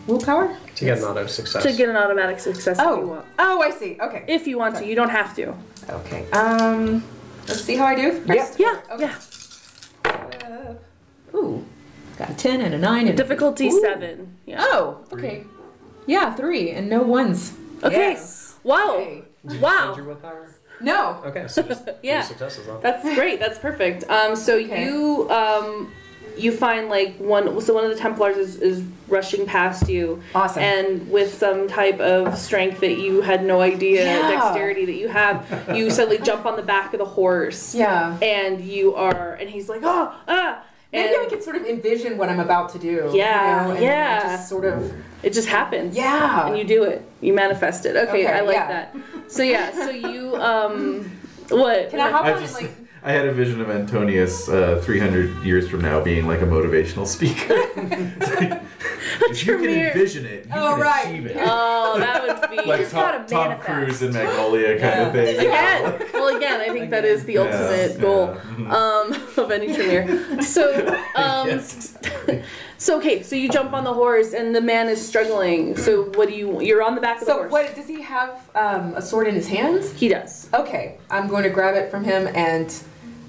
Speaker 2: willpower?
Speaker 8: To get an auto success.
Speaker 6: to get an automatic success if you
Speaker 2: Oh.
Speaker 6: want.
Speaker 2: Oh, I see. Okay.
Speaker 6: If you want to, you don't have to.
Speaker 2: Okay. Um, let's see how I do. First. uh,
Speaker 6: Yeah. Yeah.
Speaker 2: Ooh, got a ten and a nine and
Speaker 6: Difficulty
Speaker 2: Ooh.
Speaker 6: seven. Yeah.
Speaker 2: Oh, okay. Yeah, three and no ones. Oh.
Speaker 6: Okay. Wow.
Speaker 8: Spend your
Speaker 6: Wow.
Speaker 8: willpower.
Speaker 2: No.
Speaker 8: Okay, so just three
Speaker 6: Yeah.
Speaker 8: successes then.
Speaker 2: (laughs)
Speaker 6: That's great. That's perfect. Um, so
Speaker 2: Okay.
Speaker 6: you um, you find like one. So one of the Templars is, is rushing past you.
Speaker 2: Awesome.
Speaker 6: And with some type of strength that you had no idea,
Speaker 2: Yeah.
Speaker 6: dexterity that you have, you suddenly jump on the back of the horse.
Speaker 2: Yeah.
Speaker 6: And you are, and he's like, oh, ah.
Speaker 2: Maybe I could sort of envision what I'm about to do.
Speaker 6: Yeah,
Speaker 2: you know, and
Speaker 6: yeah.
Speaker 2: then I just sort of.
Speaker 6: It just happens.
Speaker 2: Yeah.
Speaker 6: And you do it. You manifest it. Okay,
Speaker 2: Okay,
Speaker 6: I like
Speaker 2: yeah.
Speaker 6: that. So yeah, so you
Speaker 2: (laughs)
Speaker 6: um what?
Speaker 2: Can I hop
Speaker 5: I
Speaker 2: on
Speaker 5: just-
Speaker 2: and like?
Speaker 5: I had a vision of Antonius uh, 300 years from now being like a motivational speaker. (laughs)
Speaker 6: (laughs)
Speaker 5: if you can
Speaker 6: Tremere.
Speaker 5: envision it, you
Speaker 2: Oh,
Speaker 5: can
Speaker 2: right.
Speaker 5: achieve it.
Speaker 6: Oh, that would be
Speaker 5: like Tom, Tom Cruise in Magnolia kind of thing. you know?
Speaker 6: Again. Well, again, I think that is the
Speaker 5: Yeah,
Speaker 6: ultimate goal um, of any Tremere.
Speaker 5: (laughs)
Speaker 6: So, um,
Speaker 5: Yes.
Speaker 6: so okay, so you jump on the horse and the man is struggling. So what do you? You're on the back of the
Speaker 2: So
Speaker 6: horse.
Speaker 2: what does he have? Um, a sword in his hand?
Speaker 6: He does.
Speaker 2: Okay, I'm going to grab it from him and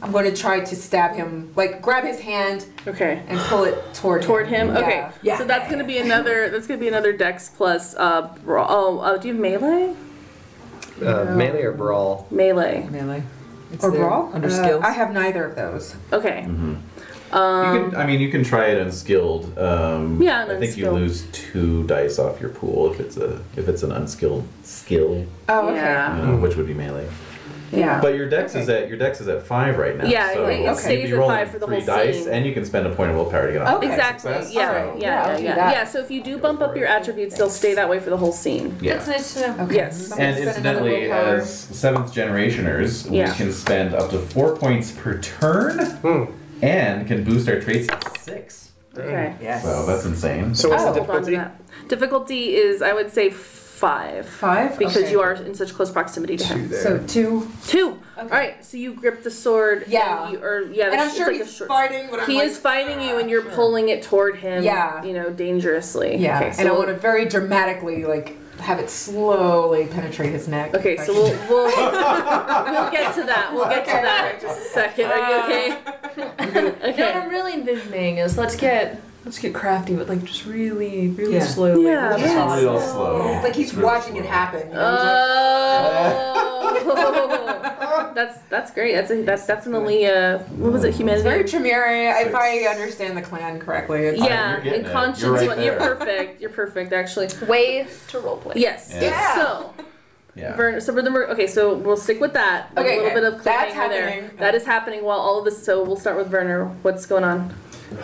Speaker 2: I'm going to try to stab him. Like grab his hand
Speaker 6: Okay.
Speaker 2: and pull it toward
Speaker 6: Toward him.
Speaker 2: Yeah.
Speaker 6: Okay.
Speaker 2: Yeah.
Speaker 6: So that's gonna be another. That's gonna be another Dex plus. Uh, brawl. Oh, uh, do you have melee?
Speaker 8: Uh, melee or brawl?
Speaker 6: Melee.
Speaker 10: melee. It's
Speaker 2: or
Speaker 10: there,
Speaker 2: brawl
Speaker 10: under
Speaker 2: Uh,
Speaker 10: skills.
Speaker 2: I have neither of those.
Speaker 6: Okay.
Speaker 5: Mm-hmm. you can, I mean, you can try it unskilled. Um,
Speaker 6: Yeah, an
Speaker 5: I think you
Speaker 6: unskilled.
Speaker 5: lose two dice off your pool if it's a if it's an unskilled skill,
Speaker 2: Oh, okay.
Speaker 6: Yeah.
Speaker 5: uh, which would be melee.
Speaker 2: Yeah.
Speaker 5: But your dex is at your dex is at five right now.
Speaker 6: Yeah,
Speaker 5: so
Speaker 6: it- it
Speaker 5: you'd
Speaker 6: stays
Speaker 5: be
Speaker 6: at
Speaker 5: rolling
Speaker 6: five for the
Speaker 5: three
Speaker 6: whole
Speaker 5: dice,
Speaker 6: scene.
Speaker 5: and you can spend a point of willpower to get on.
Speaker 2: Okay.
Speaker 6: Exactly.
Speaker 5: Success? Oh,
Speaker 6: Yeah.
Speaker 5: Alright.
Speaker 6: Yeah.
Speaker 2: Yeah,
Speaker 6: Yeah.
Speaker 2: I'll do
Speaker 6: Yeah.
Speaker 2: that.
Speaker 6: yeah. So if you do bump up your attributes, they'll stay that way for the whole scene.
Speaker 7: That's nice to know.
Speaker 2: Okay.
Speaker 6: Yes.
Speaker 5: And
Speaker 2: Spend another
Speaker 5: incidentally,
Speaker 2: willpower.
Speaker 5: as seventh generationers,
Speaker 6: Yeah.
Speaker 5: we can spend up to four points per turn, and can boost our traits to six.
Speaker 6: Okay.
Speaker 10: yes.
Speaker 5: So that's insane.
Speaker 8: So what's
Speaker 6: Oh,
Speaker 8: the
Speaker 6: hold on to
Speaker 8: difficulty?
Speaker 6: that. Difficulty is, I would say, five.
Speaker 2: Five?
Speaker 6: Because
Speaker 2: Okay.
Speaker 6: you are in such close proximity to him.
Speaker 2: So two.
Speaker 6: Two. All right. So you grip the sword.
Speaker 2: Yeah.
Speaker 6: And, you, or, yeah,
Speaker 2: And
Speaker 6: that's-
Speaker 2: I'm
Speaker 6: it's
Speaker 2: sure
Speaker 6: like a
Speaker 2: he's
Speaker 6: short-
Speaker 2: fighting, but I'm
Speaker 6: He
Speaker 2: like, "Ah,
Speaker 6: is fighting you, and you're pulling it toward him.
Speaker 2: Yeah.
Speaker 6: You know, dangerously.
Speaker 2: Yeah,
Speaker 6: Okay, so
Speaker 2: and I
Speaker 6: we'll-
Speaker 2: want to very dramatically like have it slowly penetrate his neck.
Speaker 6: Okay,
Speaker 2: if I
Speaker 6: so
Speaker 2: can.
Speaker 6: we'll
Speaker 2: (laughs)
Speaker 6: we'll, we'll get to that. We'll get to that in just a second.
Speaker 2: (laughs)
Speaker 6: Are you okay?
Speaker 7: You know what
Speaker 6: okay.
Speaker 7: I'm really envisioning is let's get let's get crafty with like just really really
Speaker 10: Yeah.
Speaker 7: slowly.
Speaker 6: Yeah,
Speaker 7: Like,
Speaker 5: It's real slow.
Speaker 2: like he's
Speaker 5: It's real
Speaker 2: watching it
Speaker 5: slow.
Speaker 2: happen. you know, he's
Speaker 6: Uh,
Speaker 2: like-
Speaker 6: Oh, Uh, (laughs) that's that's great. That's a, that's definitely uh what was it?
Speaker 2: It's very
Speaker 6: Humanity.
Speaker 2: Tremere, if I
Speaker 5: Six.
Speaker 2: understand the clan correctly. It's
Speaker 6: Yeah,
Speaker 5: You're getting
Speaker 6: in
Speaker 5: it.
Speaker 6: conscience.
Speaker 5: You're
Speaker 6: You're,
Speaker 5: right
Speaker 6: you're
Speaker 5: there.
Speaker 6: perfect. You're perfect, actually.
Speaker 7: Way to roleplay.
Speaker 6: Yes.
Speaker 5: Yeah.
Speaker 6: So,
Speaker 5: Yeah.
Speaker 6: Vern, so we're, the- we're- okay. So we'll stick with that. A
Speaker 2: Okay,
Speaker 6: little
Speaker 2: okay.
Speaker 6: bit of
Speaker 2: That's
Speaker 6: cliffhanger there.
Speaker 2: happening.
Speaker 6: That is happening while all of this. So we'll start with Werner. What's going on?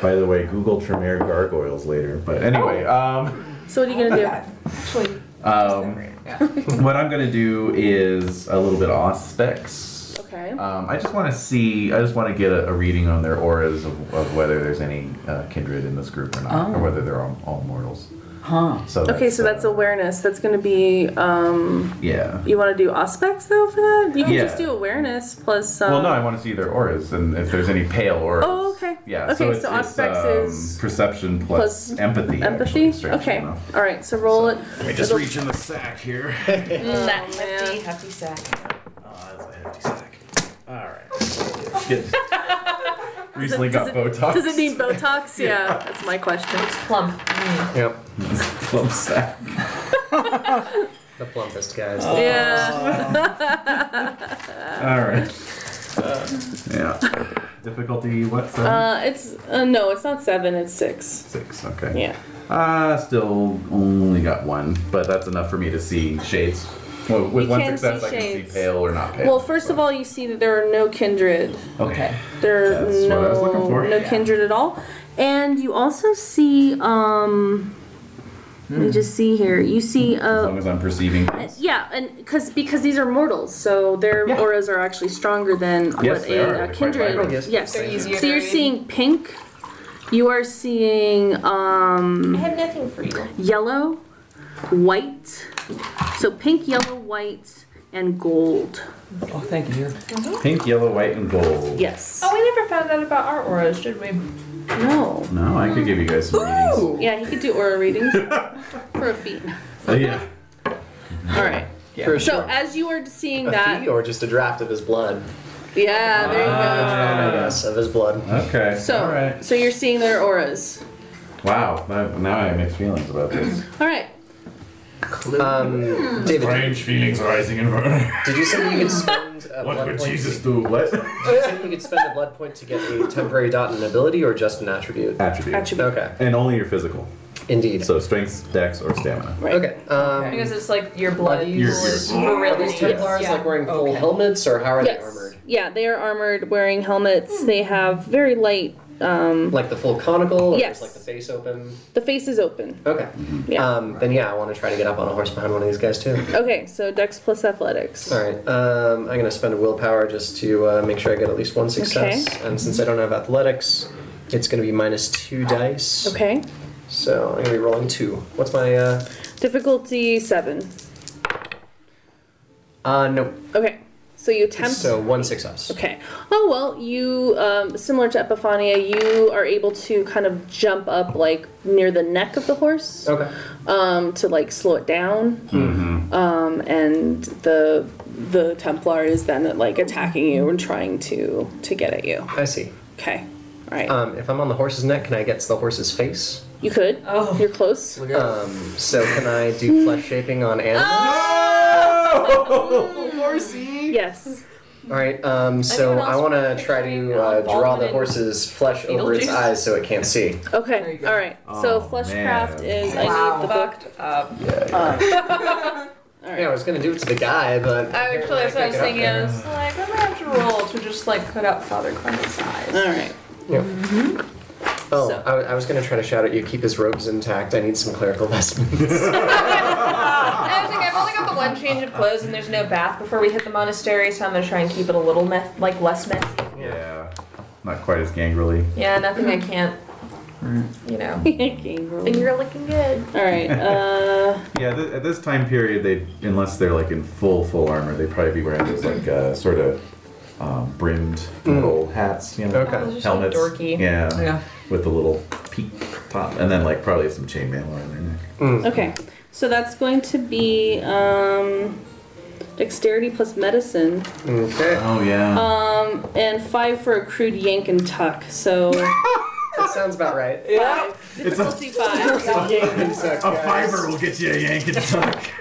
Speaker 5: By the way, Google Tremere gargoyles later. But anyway, um,
Speaker 6: So what are you gonna do?
Speaker 2: actually
Speaker 5: um,
Speaker 2: yeah.
Speaker 5: (laughs) what I'm gonna do is a little bit of aspects.
Speaker 6: Okay.
Speaker 5: Um, I just want to see. I just want to get a, a reading on their auras of, of whether there's any uh, kindred in this group or not, or whether they're all, all mortals.
Speaker 10: Huh.
Speaker 5: So
Speaker 6: Oh. Okay, so that's
Speaker 5: uh,
Speaker 6: awareness. That's going to be. Um,
Speaker 5: yeah.
Speaker 6: you want to do aspects though for that? You can
Speaker 5: Yeah.
Speaker 6: just do awareness plus. Um,
Speaker 5: Well, no, I want to see their auras and if there's any pale auras.
Speaker 6: Oh, okay.
Speaker 5: Yeah.
Speaker 6: Okay,
Speaker 5: so, it's,
Speaker 6: so
Speaker 5: it's,
Speaker 6: aspects
Speaker 5: um,
Speaker 6: is-
Speaker 5: perception plus,
Speaker 6: plus
Speaker 5: empathy.
Speaker 6: empathy.
Speaker 5: actually, strangely
Speaker 6: okay.
Speaker 5: enough.
Speaker 6: All right. So roll it.
Speaker 5: Let me just reach in the sack here. (laughs)
Speaker 6: Sack,
Speaker 7: hefty, hefty sack.
Speaker 5: Oh, that's a hefty sack. All right. Good. Recently
Speaker 6: Does
Speaker 5: got
Speaker 6: it-
Speaker 5: Botox.
Speaker 6: Does it mean
Speaker 5: (laughs)
Speaker 6: Botox? Yeah, that's my question.
Speaker 7: Plump. Mm.
Speaker 8: Yep.
Speaker 5: plump sack?
Speaker 8: The plumpest guys.
Speaker 5: Uh,
Speaker 6: Uh, Yeah.
Speaker 5: All right. yeah. Difficulty what? Seven?
Speaker 6: Uh, it's uh, no, it's not seven. It's six.
Speaker 5: Six. Okay.
Speaker 6: Yeah.
Speaker 5: Uh, still only got one, but that's enough for me to see shades. Well, with
Speaker 6: You
Speaker 5: one
Speaker 6: can
Speaker 5: success,
Speaker 6: see
Speaker 5: I can
Speaker 6: shades.
Speaker 5: see pale or not pale.
Speaker 6: Well, first of all, you see that there are no kindred.
Speaker 5: Okay.
Speaker 6: There are
Speaker 5: That's what I was looking
Speaker 6: no
Speaker 5: for.
Speaker 6: no kindred at all, and you also see. Um, Let
Speaker 5: Hmm.
Speaker 6: me just see here. You see.
Speaker 5: As
Speaker 6: Uh,
Speaker 5: long as I'm perceiving. things.
Speaker 6: Yeah, and because because these are mortals, so their
Speaker 5: Yeah.
Speaker 6: auras are actually stronger than
Speaker 5: Yes,
Speaker 6: what
Speaker 5: they are.
Speaker 6: a,
Speaker 5: They're
Speaker 6: a
Speaker 5: quite
Speaker 6: kindred.
Speaker 5: vibrant.
Speaker 6: yes,
Speaker 7: They're easier
Speaker 6: so
Speaker 7: to
Speaker 6: you're
Speaker 7: read.
Speaker 6: seeing pink. You are seeing um,
Speaker 7: I have nothing for you.
Speaker 6: yellow, white. So pink, yellow, white, and gold.
Speaker 10: Oh, thank you.
Speaker 5: Pink, yellow, white, and gold.
Speaker 6: Yes.
Speaker 7: Oh, we never found out about our auras, did we?
Speaker 6: No.
Speaker 5: No, I could give you guys some readings.
Speaker 2: Ooh.
Speaker 6: Yeah, he could do aura
Speaker 8: (laughs)
Speaker 6: readings for a feat.
Speaker 5: Oh, yeah.
Speaker 6: All right.
Speaker 8: For a
Speaker 6: So
Speaker 8: short-
Speaker 6: as you are seeing
Speaker 8: a
Speaker 6: that,
Speaker 8: fee or just a draft of his blood.
Speaker 6: yeah, there you go.
Speaker 8: I guess of his blood.
Speaker 5: Okay.
Speaker 6: So,
Speaker 5: All right.
Speaker 6: so you're seeing their auras.
Speaker 5: Wow. that- Now I have mixed feelings about this.
Speaker 6: All right.
Speaker 8: Um, David,
Speaker 12: Strange feelings arising in
Speaker 8: (laughs)
Speaker 12: Werner.
Speaker 8: did you
Speaker 6: (laughs)
Speaker 8: say you could spend a
Speaker 12: What
Speaker 8: blood
Speaker 12: would
Speaker 8: point?
Speaker 12: Jesus do? What?
Speaker 8: Did you say you could spend a blood point to get a temporary dot in an ability or just an attribute?
Speaker 5: Attribute.
Speaker 8: Okay.
Speaker 5: And only your physical.
Speaker 8: Indeed.
Speaker 5: So strength, dex, or stamina.
Speaker 8: okay. Um,
Speaker 7: Because it's like your blood
Speaker 8: Your-
Speaker 7: is
Speaker 5: your-
Speaker 7: for
Speaker 8: Are
Speaker 7: real.
Speaker 8: these Templars like wearing full helmets or how are they
Speaker 6: Yes.
Speaker 8: armored?
Speaker 6: Yeah, they are armored, wearing helmets. They have very light Um,
Speaker 8: Like the full conical? Or
Speaker 6: Yes.
Speaker 8: Just like the face open?
Speaker 6: the face is open.
Speaker 8: Okay.
Speaker 6: Yeah.
Speaker 8: Um, then yeah, I want to try to get up on a horse behind one of these guys too.
Speaker 6: Okay, so Dex plus athletics.
Speaker 8: All right. Um, I'm gonna spend a willpower just to uh, make sure I get at least one success.
Speaker 6: Okay.
Speaker 8: And since I don't have athletics, it's gonna be minus two dice.
Speaker 6: Okay.
Speaker 8: So I'm gonna be rolling two. What's my? Uh,
Speaker 6: Difficulty seven.
Speaker 8: uh no.
Speaker 6: Okay, so you attempt.
Speaker 8: So one success.
Speaker 6: Okay. Oh well, you um, similar to Epiphania, you are able to kind of jump up like near the neck of the horse
Speaker 8: Okay.
Speaker 6: um, to like slow it down,
Speaker 5: Mm-hmm.
Speaker 6: um, and the the Templar is then like attacking you and trying to to get at you.
Speaker 8: I see.
Speaker 6: Okay. All right.
Speaker 8: Um, if I'm on the horse's neck, can I get to the horse's face?
Speaker 6: you could. Oh. You're close.
Speaker 8: Um, so can I do
Speaker 7: (laughs)
Speaker 8: flesh shaping on animals? (laughs)
Speaker 6: Horsey. Yes.
Speaker 7: Oh.
Speaker 8: All right. Um, so I want to try to uh, draw the horse's flesh over its
Speaker 6: Beetlejuice?
Speaker 8: eyes so it can't see.
Speaker 6: Okay. All right. so
Speaker 8: Oh,
Speaker 6: fleshcraft
Speaker 8: man.
Speaker 6: is I
Speaker 7: Wow.
Speaker 6: need the book.
Speaker 7: up.
Speaker 8: Yeah, I was gonna do it to the guy, but
Speaker 7: I actually, that's what I was thinking. I was like, I'm gonna have to roll to just like put out Father Clement's eyes.
Speaker 6: (laughs)
Speaker 7: (laughs)
Speaker 6: All right.
Speaker 8: Yeah. Oh, I, I was gonna try to shout at you. Keep his robes intact. I need some clerical (laughs)
Speaker 7: (laughs)
Speaker 8: vestments.
Speaker 7: I was like, I've only got the one change of clothes, and there's no bath before we hit the monastery, so I'm gonna try and keep it a little me- like less messy.
Speaker 5: Yeah. Not quite as gangrely.
Speaker 7: Yeah, nothing I can't, you know. and you're looking good.
Speaker 6: All right.
Speaker 5: (laughs)
Speaker 6: Uh,
Speaker 5: Yeah, th- at this time period, they unless they're like in full full armor, they'd probably be wearing those like uh, sort of um, brimmed little hats, you know,
Speaker 8: Mm. Okay. Oh, those are so
Speaker 5: helmets,
Speaker 8: dorky.
Speaker 5: Yeah,
Speaker 8: Yeah.
Speaker 5: with the little peak top, and then like probably some chainmail around their neck.
Speaker 6: Okay, so that's going to be um, dexterity plus medicine,
Speaker 8: Okay.
Speaker 5: Oh yeah.
Speaker 8: Uh,
Speaker 6: um, and five for a crude yank and tuck. So
Speaker 8: that sounds about right.
Speaker 6: Yeah.
Speaker 5: (laughs) It's a,
Speaker 6: Difficulty five.
Speaker 5: a fiber will get you a
Speaker 8: (laughs)
Speaker 5: yank and tuck.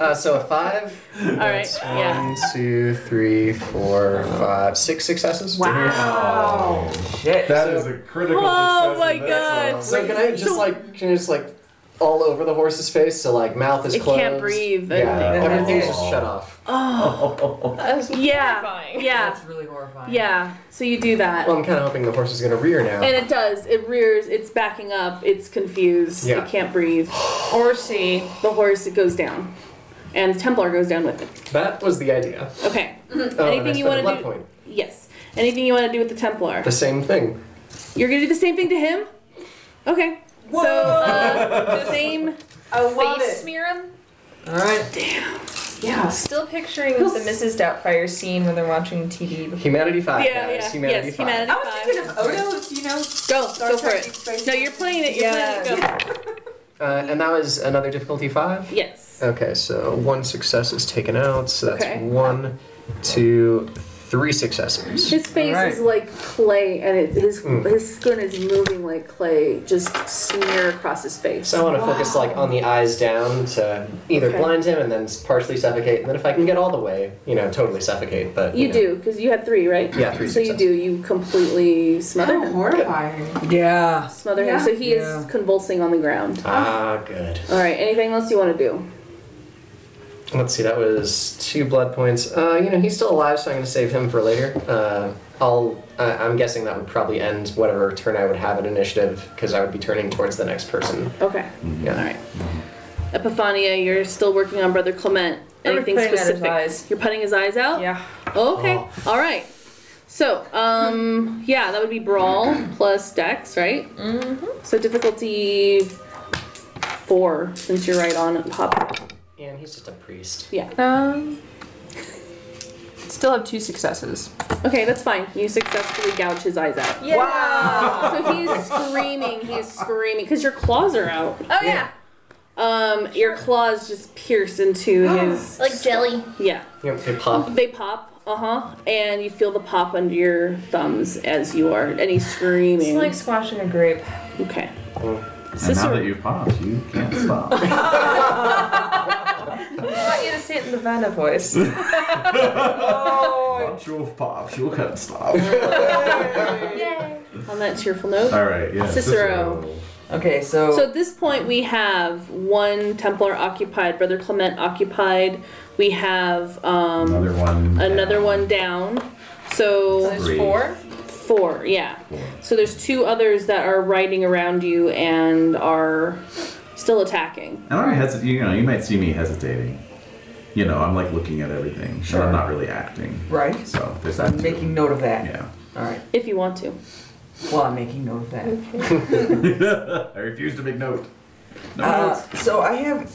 Speaker 8: Uh, so a five.
Speaker 6: All right.
Speaker 8: That's
Speaker 6: Yeah.
Speaker 8: One, two, three, four, five, six successes.
Speaker 6: Wow.
Speaker 8: Shit. That is
Speaker 5: a critical
Speaker 6: Oh my god.
Speaker 8: So can I just like can I just like all over the horse's face so like mouth is
Speaker 6: It
Speaker 8: closed?
Speaker 6: can't breathe.
Speaker 8: Yeah,
Speaker 6: And-
Speaker 8: everything's just shut off.
Speaker 6: Oh. yeah. Yeah. That's really horrifying. Yeah. So you do that.
Speaker 8: Well, I'm kind of hoping the horse is gonna rear now.
Speaker 6: And it does. It rears. It's backing up. It's confused.
Speaker 8: Yeah.
Speaker 6: It can't breathe. Horsey. The horse it goes down, and the Templar goes down with it.
Speaker 8: that was the idea.
Speaker 6: Okay.
Speaker 8: Oh, and I
Speaker 6: Hmm, Anything you
Speaker 8: spent
Speaker 6: want
Speaker 8: a
Speaker 6: to
Speaker 8: luck
Speaker 6: do?
Speaker 8: point.
Speaker 6: Yes. Anything you want to do with the Templar?
Speaker 8: The same thing.
Speaker 6: You're gonna do the same thing to him? Okay. So
Speaker 7: (laughs)
Speaker 6: uh, same.
Speaker 7: I
Speaker 6: love
Speaker 7: Face
Speaker 6: it.
Speaker 7: smear him.
Speaker 8: All right.
Speaker 7: Yeah. Still picturing the Mrs. Doubtfire scene when they're watching TV.
Speaker 8: Humanity five,
Speaker 6: yeah,
Speaker 8: guys.
Speaker 6: yeah.
Speaker 8: Humanity
Speaker 6: yes,
Speaker 8: five.
Speaker 6: humanity.
Speaker 7: I was thinking of
Speaker 2: Oh,
Speaker 6: Odo, you know. Go, go for it. No, you're playing it. You're playing it. Go.
Speaker 8: Uh, and that was another difficulty five.
Speaker 6: Yes.
Speaker 8: Okay, so one success is taken out. So that's
Speaker 6: Okay.
Speaker 8: one, two, three successes.
Speaker 6: His face
Speaker 8: All right.
Speaker 6: is like clay, and it, his
Speaker 8: Hmm.
Speaker 6: his skin is moving like clay, just smear across his face.
Speaker 8: So I want to focus like on the eyes down to either
Speaker 6: Okay.
Speaker 8: blind him and then partially suffocate, and then if I can get all the way, you know, totally suffocate. But
Speaker 6: You
Speaker 8: know.
Speaker 6: do, because you had three, right?
Speaker 8: Yeah, three
Speaker 6: So you do. You completely smother
Speaker 7: Oh.
Speaker 6: him.
Speaker 2: horrifying.
Speaker 10: Yeah.
Speaker 6: Smother
Speaker 2: Yeah.
Speaker 6: him. So he
Speaker 2: Yeah.
Speaker 6: is convulsing on the ground.
Speaker 8: Ah, good.
Speaker 6: All right. Anything else you want to do?
Speaker 8: Let's see, that was two blood points. Uh, you know, he's still alive, so I'm going to save him for later. Uh, I'll. I I'm guessing that would probably end whatever turn I would have at initiative because I would be turning towards the next person.
Speaker 6: Okay.
Speaker 8: Yeah.
Speaker 6: All right. Epiphania, you're still working on Brother Clement.
Speaker 7: I'm
Speaker 6: Anything
Speaker 7: putting out his
Speaker 6: specific?
Speaker 7: eyes.
Speaker 6: You're putting his eyes out?
Speaker 7: Yeah.
Speaker 6: Okay.
Speaker 8: Oh.
Speaker 6: All right. So, um, yeah, that would be brawl plus dex, right? Mm-hmm. So difficulty four, since you're right on it, pop.
Speaker 8: Yeah, and he's just a priest.
Speaker 6: Yeah.
Speaker 7: Um. Still have two successes.
Speaker 6: Okay, that's fine. You successfully gouge his eyes out.
Speaker 7: Yeah.
Speaker 6: So he's screaming. He's screaming because your claws are out.
Speaker 7: Oh yeah.
Speaker 6: Um, your claws just pierce
Speaker 7: (gasps)
Speaker 6: into his
Speaker 7: Like jelly.
Speaker 6: yeah.
Speaker 8: Yep, they pop.
Speaker 6: They pop, uh huh, and you feel the pop under your thumbs as you are, and he's screaming.
Speaker 7: It's like squashing a grape.
Speaker 6: okay.
Speaker 5: And now that you've popped, you can't (laughs) stop.
Speaker 7: I want you to say it in the Vanna voice.
Speaker 5: Once you've popped, you can't stop.
Speaker 6: On that cheerful note.
Speaker 5: (laughs) All right, yeah,
Speaker 6: Cicero.
Speaker 13: Okay, so,
Speaker 6: So at this point, we have one Templar occupied, Brother Clement occupied. We have um,
Speaker 5: Another one.
Speaker 6: another one down. So
Speaker 5: So there's Three. four?
Speaker 6: Four, yeah. So there's two others that are riding around you and are still attacking.
Speaker 5: And I'm hesitant. You know, you might see me hesitating. You know, I'm like looking at everything. Sure. I'm not really acting.
Speaker 10: Right.
Speaker 5: So there's
Speaker 10: I'm
Speaker 5: that. too.
Speaker 10: making note of that.
Speaker 5: Yeah.
Speaker 10: All right.
Speaker 6: If you want to.
Speaker 10: Well, I'm making note of that.
Speaker 5: I refuse to make note. No
Speaker 10: Uh,
Speaker 5: notes.
Speaker 10: so I have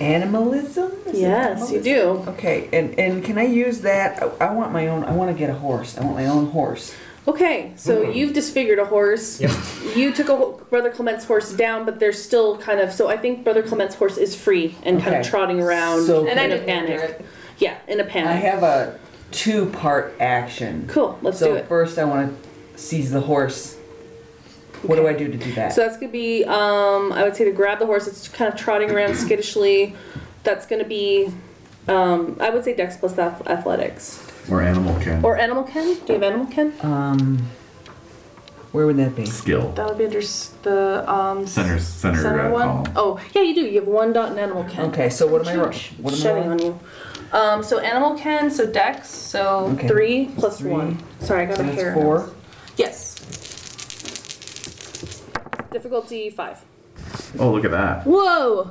Speaker 10: animalism. Is it
Speaker 6: Yes, you do.
Speaker 10: Okay, and and can I use that? I, I want my own. I want to get a horse. I want my own horse.
Speaker 6: Okay, so
Speaker 10: Mhm.
Speaker 6: you've disfigured a horse. You took a ho- Brother Clement's horse down, but they're still kind of. So I think Brother Clement's horse is free and kind of
Speaker 10: Okay.
Speaker 6: trotting around
Speaker 10: So
Speaker 6: in
Speaker 10: And I
Speaker 6: a
Speaker 10: didn't
Speaker 6: panic. Yeah, in a panic.
Speaker 10: I have a two-part action.
Speaker 6: Cool. Let's
Speaker 10: so
Speaker 6: do it.
Speaker 10: first, I want to seize the horse. What do I do to do that?
Speaker 6: So that's gonna be. Um, I would say to grab the horse. It's kind of trotting
Speaker 5: (clears throat)
Speaker 6: around skittishly. That's gonna be. Um, I would say Dex plus ath- athletics
Speaker 5: Or animal can.
Speaker 6: or animal ken. Do you have animal ken?
Speaker 10: um, where would that be?
Speaker 5: Skill.
Speaker 6: That would be under s- the um, s-
Speaker 5: Center- center, uh,
Speaker 6: one.
Speaker 5: column.
Speaker 6: Oh, yeah, you do. You have one dot in animal ken.
Speaker 10: Okay, so what am I? ro- What am I?
Speaker 6: Shedding
Speaker 10: rolling?
Speaker 6: on you. Um, so animal ken, so dex, so
Speaker 10: Okay.
Speaker 6: three plus
Speaker 10: Three.
Speaker 6: one. Sorry, I got
Speaker 10: So
Speaker 6: a
Speaker 10: that's
Speaker 6: hair.
Speaker 10: Four.
Speaker 6: Yes. Difficulty five.
Speaker 5: Oh, look at that.
Speaker 6: Whoa!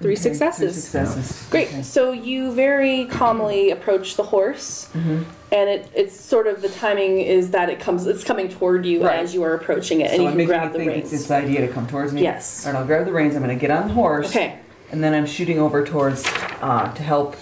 Speaker 6: Three successes.
Speaker 10: successes.
Speaker 6: Great. So you very calmly approach the horse,
Speaker 10: Mhm.
Speaker 6: and it, it's sort of the timing is that it comes, it's coming toward you
Speaker 10: Right.
Speaker 6: as you are approaching it, and you
Speaker 10: so I'm
Speaker 6: can
Speaker 10: making
Speaker 6: grab the
Speaker 10: you think it's
Speaker 6: reins.
Speaker 10: this idea to come towards me.
Speaker 6: Yes.
Speaker 10: All right, I'll grab the reins. I'm going to get on the horse.
Speaker 6: Okay.
Speaker 10: And then I'm shooting over towards uh, to help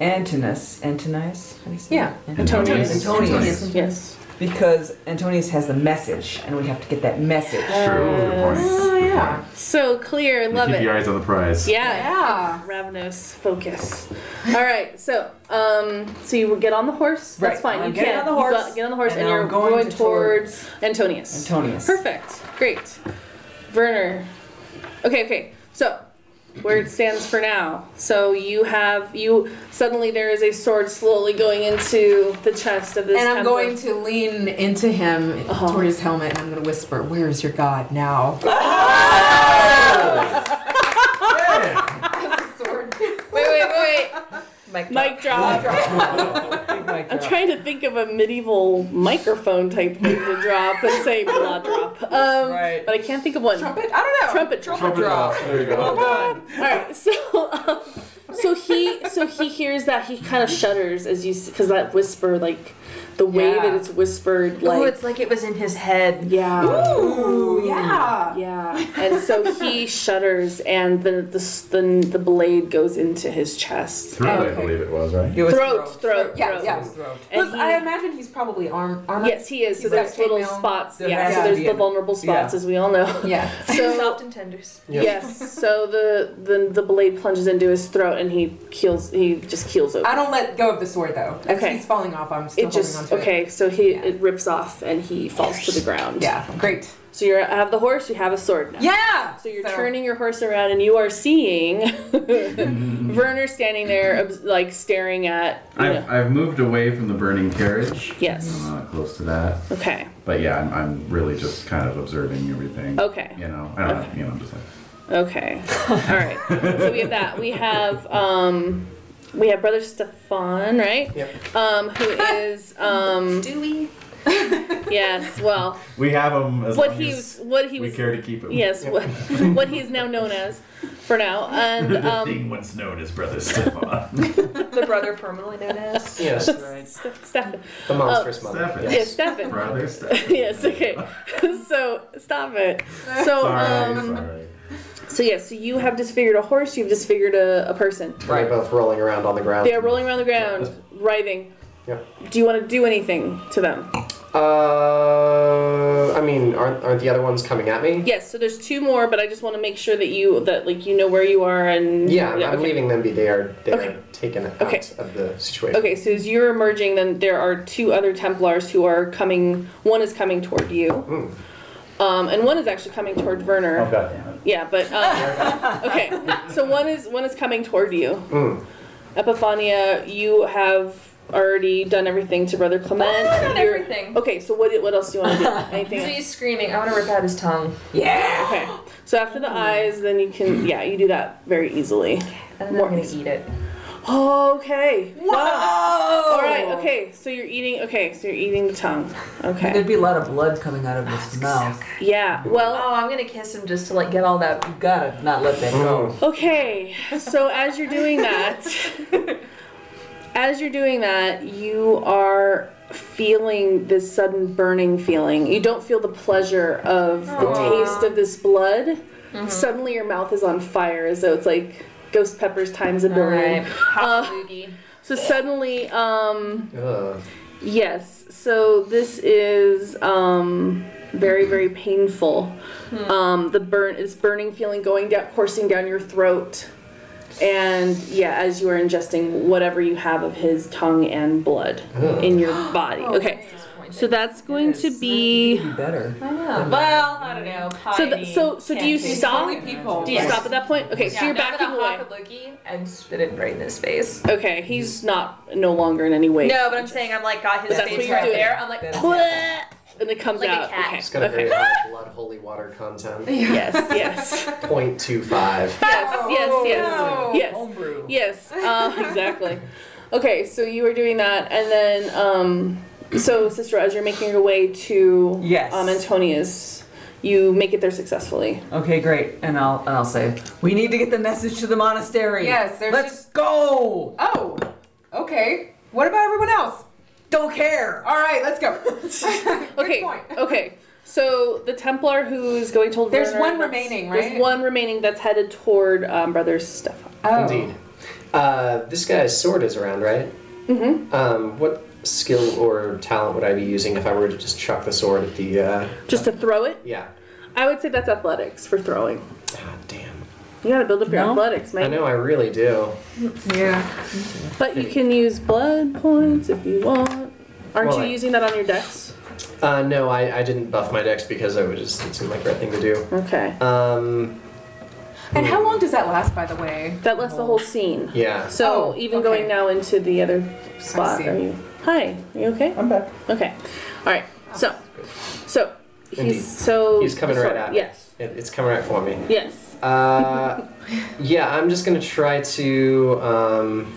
Speaker 10: Antinous. Antinous? How do you say
Speaker 2: Yeah.
Speaker 10: it?
Speaker 6: Antonius.
Speaker 10: Antonius.
Speaker 6: Antonius. Yes.
Speaker 10: Because Antonius has the message, and we have to get that message.
Speaker 5: True. Good point. Good point.
Speaker 6: So clear, Oh, love
Speaker 5: Keep
Speaker 6: it.
Speaker 5: your eyes on the prize.
Speaker 6: Yeah.
Speaker 2: Yeah.
Speaker 6: Ravenous focus. All right. So, um, so you would get on the horse. That's
Speaker 10: Right,
Speaker 6: fine.
Speaker 10: I'm
Speaker 6: you
Speaker 10: getting
Speaker 6: can
Speaker 10: on the
Speaker 6: You
Speaker 10: horse,
Speaker 6: got- get on the horse,
Speaker 10: and
Speaker 6: and,
Speaker 10: now
Speaker 6: you're
Speaker 10: I'm going
Speaker 6: going,
Speaker 10: to
Speaker 6: towards Antonius.
Speaker 10: Antonius.
Speaker 6: Perfect. Great. Werner. Okay. Okay. So. Where it stands for now. So you have you suddenly there is a sword slowly going into the chest of this.
Speaker 2: And I'm
Speaker 6: temple. Uh-huh.
Speaker 2: going to lean into him toward his helmet and I'm going to whisper, Where is your God
Speaker 8: (laughs)
Speaker 2: now?
Speaker 6: Wait, wait, wait.
Speaker 2: (laughs)
Speaker 6: Mic drop. I'm
Speaker 10: drop.
Speaker 6: trying to think of a medieval microphone type thing to drop and say
Speaker 2: (laughs)
Speaker 6: blah drop. Um,
Speaker 10: Right.
Speaker 6: But I can't think of one.
Speaker 2: Trumpet? I don't know.
Speaker 6: Trumpet drop.
Speaker 5: Trumpet off. There you go.
Speaker 6: All right. So, um, so he, so he hears that he kind of shudders as you, because that whisper, like the way
Speaker 2: Yeah.
Speaker 6: that it's whispered, like
Speaker 7: oh, it's like it was in his (laughs) head.
Speaker 6: yeah.
Speaker 2: Ooh, yeah.
Speaker 6: Yeah, and so he shudders, and the the s- the, the blade goes into his chest.
Speaker 5: Throat, I
Speaker 2: Okay.
Speaker 5: believe it was, right?
Speaker 10: It was
Speaker 6: Throat, throat,
Speaker 2: (laughs) Yeah,
Speaker 6: throat.
Speaker 2: yeah.
Speaker 6: And
Speaker 2: Look, I
Speaker 6: he-
Speaker 2: imagine he's probably arm, armored.
Speaker 6: Yes, he is. So
Speaker 2: He's
Speaker 6: there's
Speaker 2: got
Speaker 6: little
Speaker 2: chainmail.
Speaker 6: spots.
Speaker 10: There
Speaker 6: Yeah.
Speaker 10: has
Speaker 6: So
Speaker 10: to
Speaker 6: there's
Speaker 10: be
Speaker 6: the
Speaker 10: a-
Speaker 6: vulnerable spots,
Speaker 10: yeah.
Speaker 6: as we all know.
Speaker 2: Yeah.
Speaker 6: So
Speaker 7: Soft and tenders.
Speaker 6: yes. (laughs) So the, the the blade plunges into his throat, and he keels. He just keels
Speaker 2: I
Speaker 6: over.
Speaker 2: don't let go of the sword though. As
Speaker 6: Okay.
Speaker 2: he's falling off, I'm still
Speaker 6: It
Speaker 2: holding
Speaker 6: just
Speaker 2: onto it.
Speaker 6: okay. So he
Speaker 2: Yeah.
Speaker 6: it rips off, and he falls to the ground.
Speaker 2: Yeah, great.
Speaker 6: So you have the horse. You have a sword now.
Speaker 2: Yeah.
Speaker 6: So you're turning your horse around, and you are seeing Werner standing there, obs- like staring at. You
Speaker 5: I've,
Speaker 6: know.
Speaker 5: I've moved away from the burning carriage.
Speaker 6: Yes.
Speaker 5: I'm not close to that.
Speaker 6: Okay.
Speaker 5: But yeah, I'm, I'm really just kind of observing everything.
Speaker 6: Okay.
Speaker 5: You know, I don't know, you know, I'm just like,
Speaker 6: Okay. All right. So we have that. We have um, we have brother Stefan, right? Yep. Um, who is um,
Speaker 7: Do we?
Speaker 6: yes. Well,
Speaker 5: we have him as
Speaker 6: what
Speaker 5: long
Speaker 6: he
Speaker 5: as
Speaker 6: was, what he
Speaker 5: we
Speaker 6: was,
Speaker 5: care to keep him.
Speaker 6: yes, what, what he is now known as, for now,
Speaker 5: (laughs) (laughs)
Speaker 6: and
Speaker 5: The
Speaker 6: um,
Speaker 5: thing once known as Brother (laughs) Stefan.
Speaker 7: The brother formerly known (laughs)
Speaker 6: (laughs)
Speaker 7: as.
Speaker 8: Yes,
Speaker 6: Ste- Stefan.
Speaker 8: the monstrous
Speaker 6: Oh,
Speaker 8: mother.
Speaker 5: Stefan.
Speaker 6: Yes, Stefan.
Speaker 5: Brother Stefan.
Speaker 6: (laughs) Yes. Okay. (laughs) So stop it. So
Speaker 5: Sorry,
Speaker 6: um,
Speaker 5: sorry.
Speaker 6: so yes, so you have disfigured a horse. You've disfigured a, a person.
Speaker 8: They're both rolling around on the ground.
Speaker 6: They are rolling around the ground, writhing.
Speaker 8: Yep.
Speaker 6: Do you want to do anything to them?
Speaker 8: Uh, I mean, aren't, aren't the other ones coming at me?
Speaker 6: Yes, so there's two more, but I just want to make sure that you that like you know where you are and
Speaker 8: Yeah, I'm, I'm
Speaker 6: okay.
Speaker 8: leaving them be. They are they
Speaker 6: Okay.
Speaker 8: are taken out
Speaker 6: Okay.
Speaker 8: of the situation.
Speaker 6: Okay, so as you're emerging, then there are two other Templars who are coming. One is coming toward you,
Speaker 8: Mm,
Speaker 6: um, and one is actually coming toward Werner.
Speaker 5: Oh, God damn it.
Speaker 6: Yeah, but
Speaker 7: (laughs)
Speaker 6: um, okay. So one is one is coming toward you.
Speaker 8: Mm.
Speaker 6: Epiphania, you have already done everything to Brother Clement.
Speaker 7: Oh, not
Speaker 6: You're-
Speaker 7: everything.
Speaker 6: Okay, so what what else do you want
Speaker 7: (laughs)
Speaker 6: to do? Anything?
Speaker 7: So he's screaming. I want to rip out his tongue.
Speaker 2: Yeah.
Speaker 6: Okay. So after the eyes, then you can yeah, you do that very easily.
Speaker 7: And then
Speaker 6: More
Speaker 7: I'm gonna
Speaker 6: easy.
Speaker 7: eat it.
Speaker 6: Okay. Wow.
Speaker 10: Whoa!
Speaker 6: All right. Okay. So you're eating. Okay. So you're eating the tongue. Okay.
Speaker 10: There'd be a lot of blood coming
Speaker 6: Oh,
Speaker 10: out of his mouth.
Speaker 6: Yeah. Well.
Speaker 7: Oh, I'm gonna kiss him just to like get all that.
Speaker 10: You gotta not let that
Speaker 8: Oh,
Speaker 10: go.
Speaker 6: Okay, so as you're doing that, as you're doing that, you are feeling this sudden burning feeling. You don't feel the pleasure of the taste of this blood. Suddenly, your mouth is on fire as though it's like ghost peppers times a billion. Uh, so suddenly, um,
Speaker 8: Ugh.
Speaker 6: Yes. So this is um, very, very painful.
Speaker 7: Hmm.
Speaker 6: Um, the burn is burning feeling going down, coursing down your throat, and yeah, as you are ingesting whatever you have of his tongue and blood in your body.
Speaker 7: Oh,
Speaker 6: Okay. So that's going to be.
Speaker 10: Better.
Speaker 7: Ah, Well, I don't know.
Speaker 6: So, th- so, so do you stop?
Speaker 7: people.
Speaker 6: Do you stop at that point? Okay, so you're backing away.
Speaker 7: away. And spit it right in his face.
Speaker 6: Okay, he's not no longer in any way.
Speaker 7: No, but I'm saying I'm like got his
Speaker 6: That's what
Speaker 7: face
Speaker 6: you're
Speaker 7: right
Speaker 6: doing.
Speaker 7: there. I'm like, "Eh,
Speaker 6: and it comes
Speaker 7: Like a
Speaker 6: out.
Speaker 7: cat.
Speaker 6: Okay.
Speaker 8: It's got a
Speaker 6: okay. (laughs)
Speaker 8: very high blood holy water content.
Speaker 6: Yes, yes. (laughs)
Speaker 8: 0.25.
Speaker 6: Yes, yes, yes. Yes.
Speaker 10: Homebrew.
Speaker 6: Yes, uh, exactly. Okay, so you were doing that, and then, um, so, Sister, as you're making your way to
Speaker 10: Yes.
Speaker 6: um, Antonius, you make it there successly.
Speaker 10: Okay, great. And I'll and I'll say we need to get the message to the monastery.
Speaker 2: Yes, there's
Speaker 10: Let's go.
Speaker 2: Oh, okay. What about everyone else?
Speaker 10: Don't care.
Speaker 2: All right, let's go. (laughs) Good
Speaker 6: Okay,
Speaker 2: point. (laughs)
Speaker 6: okay. So the Templar who's going to
Speaker 2: There's
Speaker 6: Werner-
Speaker 2: one remaining, right?
Speaker 6: There's one remaining that's headed toward um, Brother Stefan.
Speaker 2: Oh.
Speaker 8: Indeed. Uh, this guy's sword is around, right? Mm-hmm. Um, what skill or talent would I be using if I were to just chuck the sword at the? Uh,
Speaker 6: Just to throw it,
Speaker 8: yeah.
Speaker 6: I would say that's athletics for throwing.
Speaker 8: God damn.
Speaker 6: You gotta build up your athletics,
Speaker 8: I
Speaker 6: man.
Speaker 8: know I really do.
Speaker 2: Oh, Yeah.
Speaker 6: But you can use blood points if you want. Aren't
Speaker 8: Well,
Speaker 6: you
Speaker 8: I-
Speaker 6: using that on your decks?
Speaker 8: Uh, no, I, I didn't buff my dex because I would just it seemed like the right thing to do.
Speaker 6: Okay.
Speaker 8: Um,
Speaker 2: And how long does that last, by the way?
Speaker 6: That lasts the whole scene.
Speaker 8: yeah.
Speaker 6: So
Speaker 2: Oh,
Speaker 6: even
Speaker 2: okay.
Speaker 6: going now into the other spot,
Speaker 2: see.
Speaker 6: are you? Hi, are you okay?
Speaker 9: I'm back.
Speaker 6: Okay. All right. So, so he's
Speaker 8: Indeed.
Speaker 6: so
Speaker 8: He's coming right
Speaker 6: sorry,
Speaker 8: at me.
Speaker 6: Yes.
Speaker 8: It, it's coming right for me.
Speaker 6: Yes. (laughs)
Speaker 8: Uh, yeah, I'm just gonna try to. Um,